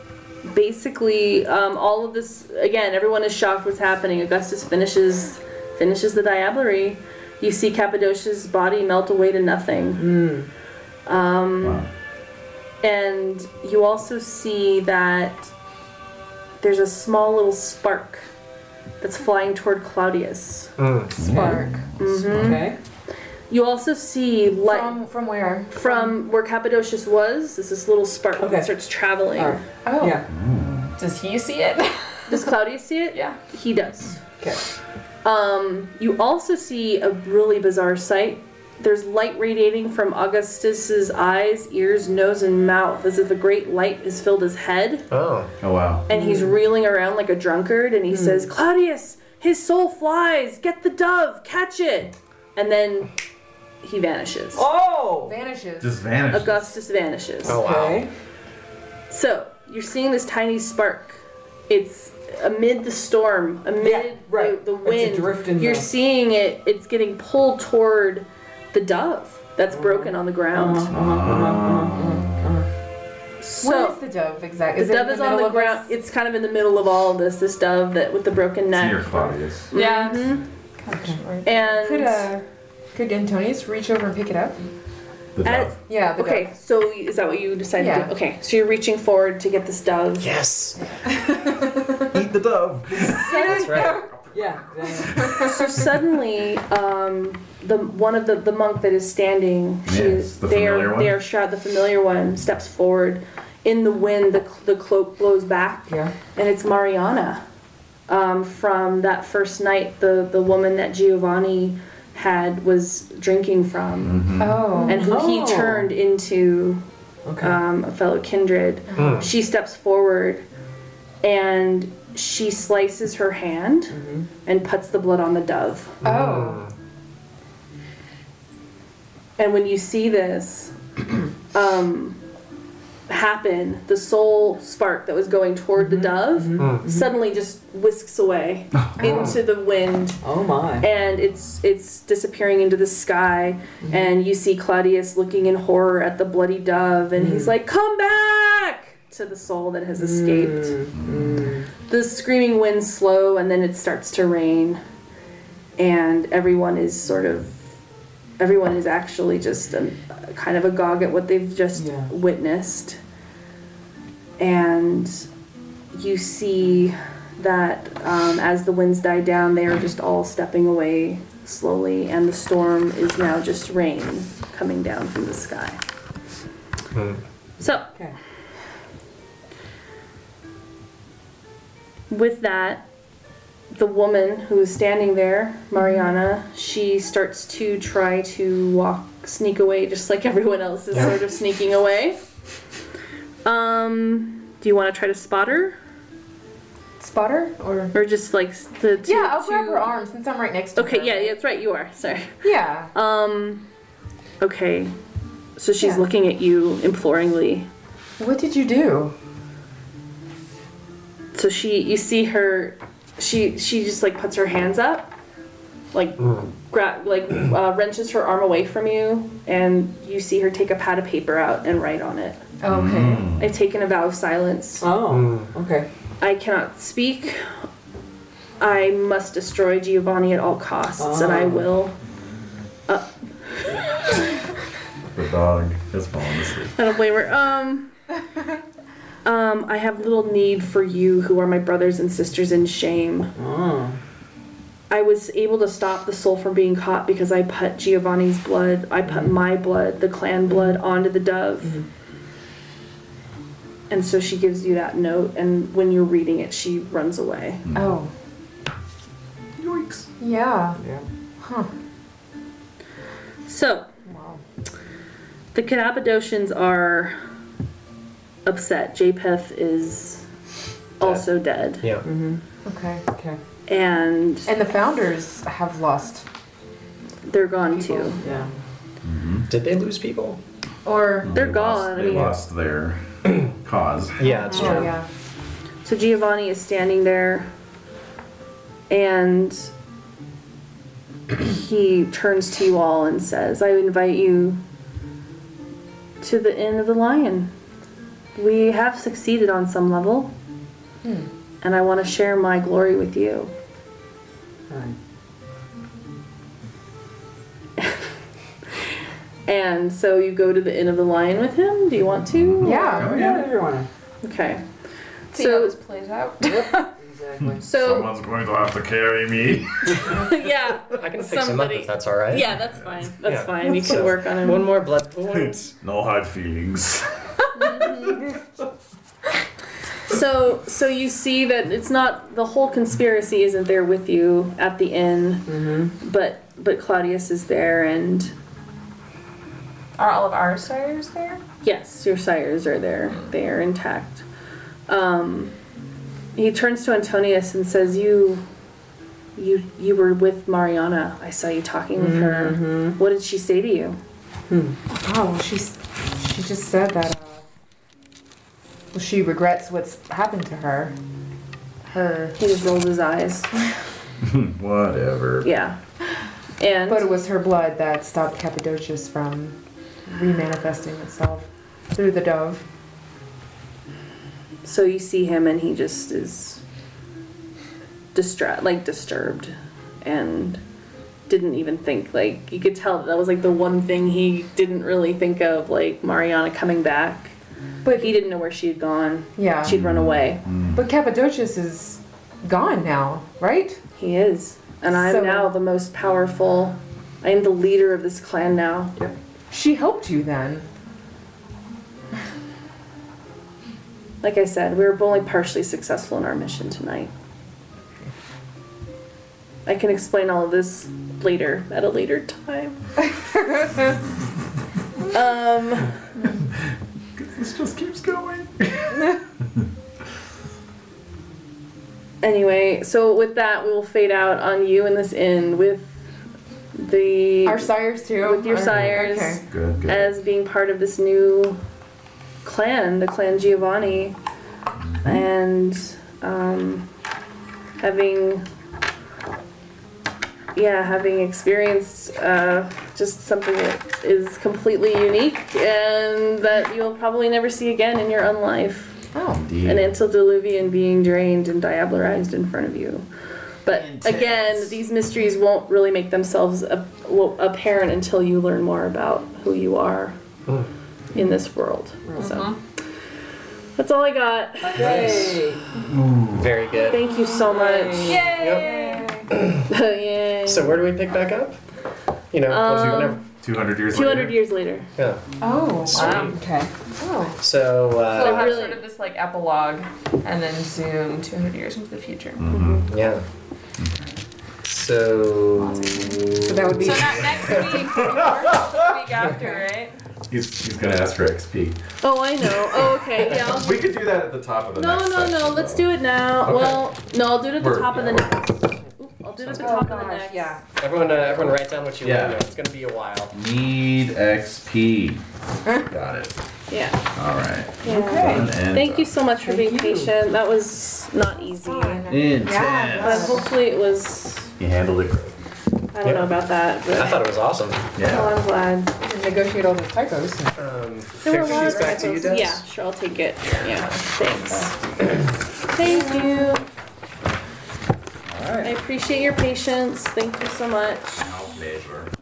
Speaker 6: basically, um, all of this again, everyone is shocked what's happening. Augustus finishes finishes the diablerie. You see Cappadocia's body melt away to nothing. Um,
Speaker 5: Wow.
Speaker 6: And you also see that there's a small little spark that's flying toward Claudius.
Speaker 2: Spark.
Speaker 6: Mhm.
Speaker 2: Okay.
Speaker 6: You also see light
Speaker 2: From from where?
Speaker 6: from where Cappadocius was. It's this little spark
Speaker 2: Okay.
Speaker 6: that starts traveling.
Speaker 2: Alright.
Speaker 19: Oh.
Speaker 10: Yeah.
Speaker 19: Does he see it?
Speaker 6: Does Claudius see it?
Speaker 19: Yeah.
Speaker 6: He does.
Speaker 10: Okay.
Speaker 6: Um, you also see a really bizarre sight. There's light radiating from Augustus's eyes, ears, nose, and mouth, as if a great light has filled his head.
Speaker 8: Oh.
Speaker 5: Oh wow.
Speaker 6: And he's
Speaker 2: Hmm.
Speaker 6: reeling around like a drunkard, and he says, "Claudius, his soul flies. Get the dove, catch it." And then he vanishes.
Speaker 2: Oh! Vanishes.
Speaker 5: Just vanishes.
Speaker 6: Augustus vanishes.
Speaker 5: Oh, wow.
Speaker 2: Okay.
Speaker 6: So you're seeing this tiny spark. It's amid the storm, amid the, the wind.
Speaker 10: adrift in
Speaker 6: you're
Speaker 10: the-
Speaker 6: seeing it. It's getting pulled toward the dove that's broken on the ground. So
Speaker 2: Where is the dove exactly?
Speaker 6: the dove is on the ground. It's kind of in the middle of all of this. This dove that with the broken neck.
Speaker 5: Near Claudius.
Speaker 6: Yeah. And
Speaker 2: Could uh, could Antonius reach over and pick it up?
Speaker 5: The
Speaker 6: At-
Speaker 5: dove.
Speaker 2: Yeah. The
Speaker 6: okay, so is that what you decided to
Speaker 2: Yeah.
Speaker 6: do? Okay, so you're reaching forward to get this dove.
Speaker 8: Yes.
Speaker 5: Eat the dove.
Speaker 8: That's right.
Speaker 10: Yeah.
Speaker 6: so suddenly, um, the one of the, the monk that is standing, she
Speaker 5: Yes, the
Speaker 6: they
Speaker 5: familiar
Speaker 6: are
Speaker 5: one.
Speaker 6: they are shroud. The familiar one steps forward. In the wind, the cl- the cloak blows back,
Speaker 10: Yeah.
Speaker 6: and it's Mariana um, from that first night. The the woman that Giovanni had was drinking from,
Speaker 2: Oh.
Speaker 5: Mm-hmm.
Speaker 6: and who
Speaker 10: Oh.
Speaker 6: he turned into
Speaker 10: Okay.
Speaker 6: um, a fellow kindred.
Speaker 5: Hmm.
Speaker 6: She steps forward and she slices her hand
Speaker 10: Mm-hmm.
Speaker 6: and puts the blood on the dove.
Speaker 2: Oh.
Speaker 6: And when you see this um, happen, the soul spark that was going toward the dove suddenly just whisks away into the wind
Speaker 10: Oh my.
Speaker 6: and it's it's disappearing into the sky and you see claudius looking in horror at the bloody dove and he's like come back to the soul that has escaped the screaming wind slow and then it starts to rain and everyone is sort of everyone is actually just um kind of agog at what they've just
Speaker 10: Yeah.
Speaker 6: witnessed and you see that um, as the winds die down, they are just all stepping away slowly, and the storm is now just rain coming down from the sky. So,
Speaker 10: Okay.
Speaker 6: with that, the woman who is standing there, Mariana, she starts to try to walk, sneak away, just like everyone else is sort of sneaking away. Um, do you want to try to spot her?
Speaker 2: Spotter or?
Speaker 6: Or just like s- the two.
Speaker 2: yeah, I'll grab
Speaker 6: two-
Speaker 2: her arm since I'm right next to
Speaker 6: Okay,
Speaker 2: her.
Speaker 6: yeah, yeah, that's right. You are. Sorry.
Speaker 2: Yeah.
Speaker 6: Um. Okay. So she's
Speaker 2: Yeah.
Speaker 6: looking at you imploringly.
Speaker 2: What did you do?
Speaker 6: So she, you see her, she she just like puts her hands up, like grab, like uh, wrenches her arm away from you, and you see her take a pad of paper out and write on it.
Speaker 2: Oh, Okay.
Speaker 6: I've taken a vow of silence.
Speaker 10: Oh. Okay.
Speaker 6: I cannot speak. I must destroy Giovanni at all costs, and I
Speaker 10: Oh.
Speaker 6: will.
Speaker 5: The dog has fallen asleep.
Speaker 6: I don't blame her. Um, um, I have little need for you, who are my brothers and sisters in shame.
Speaker 10: Oh.
Speaker 6: I was able to stop the soul from being caught because I put Giovanni's blood, I put my blood, the clan blood, onto the dove. And so she gives you that note, and when you're reading it, she runs away.
Speaker 2: Oh.
Speaker 5: Yoinks.
Speaker 2: Yeah.
Speaker 10: Yeah.
Speaker 2: Huh.
Speaker 6: So,
Speaker 2: Wow.
Speaker 6: The Cappadocians are upset. Japheth is also dead.
Speaker 8: Yeah.
Speaker 2: Okay.
Speaker 10: Okay.
Speaker 6: And
Speaker 2: And the founders have lost,
Speaker 6: they're gone too.
Speaker 10: Yeah.
Speaker 8: Did they lose people?
Speaker 2: or
Speaker 6: They're
Speaker 5: Mm. They
Speaker 6: gone.
Speaker 5: Lost,
Speaker 6: I
Speaker 5: they
Speaker 6: mean-
Speaker 5: lost (clears throat) their cause.
Speaker 8: Yeah, it's
Speaker 2: oh
Speaker 8: true.
Speaker 2: yeah.
Speaker 6: So Giovanni is standing there and he turns to you all and says, I invite you to the Inn of the Lion. We have succeeded on some level, and I want to share my glory with you.
Speaker 10: Alright.
Speaker 6: (laughs) And so you go to the Inn of the Lion with him? Do you want to?
Speaker 2: Yeah.
Speaker 5: Oh
Speaker 10: Yeah,
Speaker 5: yeah.
Speaker 10: everyone.
Speaker 6: Okay.
Speaker 7: See so, how this plays out.
Speaker 2: exactly.
Speaker 20: So
Speaker 21: Someone's going to have to carry me.
Speaker 20: yeah,
Speaker 8: I can fix him up if that's all right.
Speaker 20: yeah, that's fine. That's
Speaker 8: Yeah.
Speaker 20: fine. You can
Speaker 8: So,
Speaker 20: work on him.
Speaker 8: One more blood point.
Speaker 21: no hard feelings.
Speaker 6: So, so you see that it's not the whole conspiracy isn't there with you at the inn, but but Claudius is there, and
Speaker 7: Are all of our sires there?
Speaker 6: yes, your sires are there. They are intact. Um, he turns to Antonius and says, "You, you, you were with Mariana. I saw you talking with her. What did she say to you?"
Speaker 2: Oh, well, she's she just said that. Uh, well, she regrets what's happened to her. Her.
Speaker 6: He just rolled his eyes.
Speaker 5: (laughs) Whatever.
Speaker 6: Yeah. And
Speaker 2: but it was her blood that stopped Cappadocius from remanifesting itself through the dove.
Speaker 6: So you see him, and he just is distraught, like disturbed, and didn't even think. Like you could tell that, that was like the one thing he didn't really think of, like Mariana coming back.
Speaker 2: But
Speaker 6: he didn't know where she had gone.
Speaker 2: Yeah.
Speaker 6: she'd run away.
Speaker 2: But Cappadocius is gone now, right?
Speaker 6: He is, and I'm
Speaker 2: So-
Speaker 6: now the most powerful. I am the leader of this clan now.
Speaker 2: She helped you then.
Speaker 6: Like I said, we were only partially successful in our mission tonight. I can explain all of this later at a later time. um,
Speaker 21: this just keeps going.
Speaker 6: anyway, so with that, we will fade out on you in this inn with the
Speaker 2: Our sires too.
Speaker 6: with your
Speaker 2: Our-
Speaker 6: sires
Speaker 2: Okay.
Speaker 5: Good, good.
Speaker 6: as being part of this new clan, the clan Giovanni, and um, having yeah having experienced uh, just something that is completely unique and that you'll probably never see again in your own life.
Speaker 2: Oh,
Speaker 6: an antediluvian being drained and diablerized in front of you. But again, these mysteries won't really make themselves ap- well, apparent until you learn more about who you are
Speaker 8: Hmm.
Speaker 6: in this world.
Speaker 2: Uh-huh.
Speaker 6: So that's all I got.
Speaker 8: Very good.
Speaker 6: Thank you so much.
Speaker 8: Yay!
Speaker 6: (laughs) Yay.
Speaker 8: So where do we pick back up? You know, once we-
Speaker 6: Um,
Speaker 8: whenever-
Speaker 5: 200 years
Speaker 6: 200 years later.
Speaker 8: Yeah.
Speaker 2: Oh,
Speaker 8: Sweet.
Speaker 22: Okay.
Speaker 2: Oh.
Speaker 8: So,
Speaker 7: So we'll
Speaker 8: uh,
Speaker 7: have sort of this like epilogue and then zoom 200 years into the future.
Speaker 8: yeah. So.
Speaker 2: So that would be. Oh,
Speaker 7: So not next week, or the week after, right?
Speaker 5: He's, he's gonna ask for XP.
Speaker 6: Oh, I know. Oh,
Speaker 8: (laughs)
Speaker 6: okay. Yeah. I'll-
Speaker 5: We could do that at the top of the
Speaker 6: No,
Speaker 5: next
Speaker 6: no, no. Let's do it now.
Speaker 8: Okay.
Speaker 6: Well, no, I'll do it at the
Speaker 8: We're-
Speaker 6: top of the next. Oop, I'll do it at the top of the next.
Speaker 2: Oh, Yeah.
Speaker 8: Everyone, uh, everyone, write down what you
Speaker 5: Yeah.
Speaker 8: learned. It's gonna be a while.
Speaker 5: Need XP. Got it.
Speaker 6: Yeah.
Speaker 5: All right.
Speaker 6: Yeah.
Speaker 5: Done and
Speaker 6: Thank you so much for being
Speaker 2: Thank you.
Speaker 6: patient. That was not easy.
Speaker 5: done. Intense.
Speaker 6: But hopefully it was.
Speaker 5: You handled it great.
Speaker 6: I don't know about that, but
Speaker 8: I thought it was awesome.
Speaker 5: Yeah.
Speaker 6: oh, I'm glad.
Speaker 2: We can negotiate all those typos.
Speaker 8: Um,
Speaker 6: There were a
Speaker 8: picture
Speaker 6: lot
Speaker 8: these
Speaker 6: of
Speaker 8: back to you,
Speaker 6: typos.
Speaker 8: Des?
Speaker 6: Yeah, sure, I'll take it. Yeah, thanks. Thank you. I appreciate your patience. Thank you so much.
Speaker 5: Pleasure.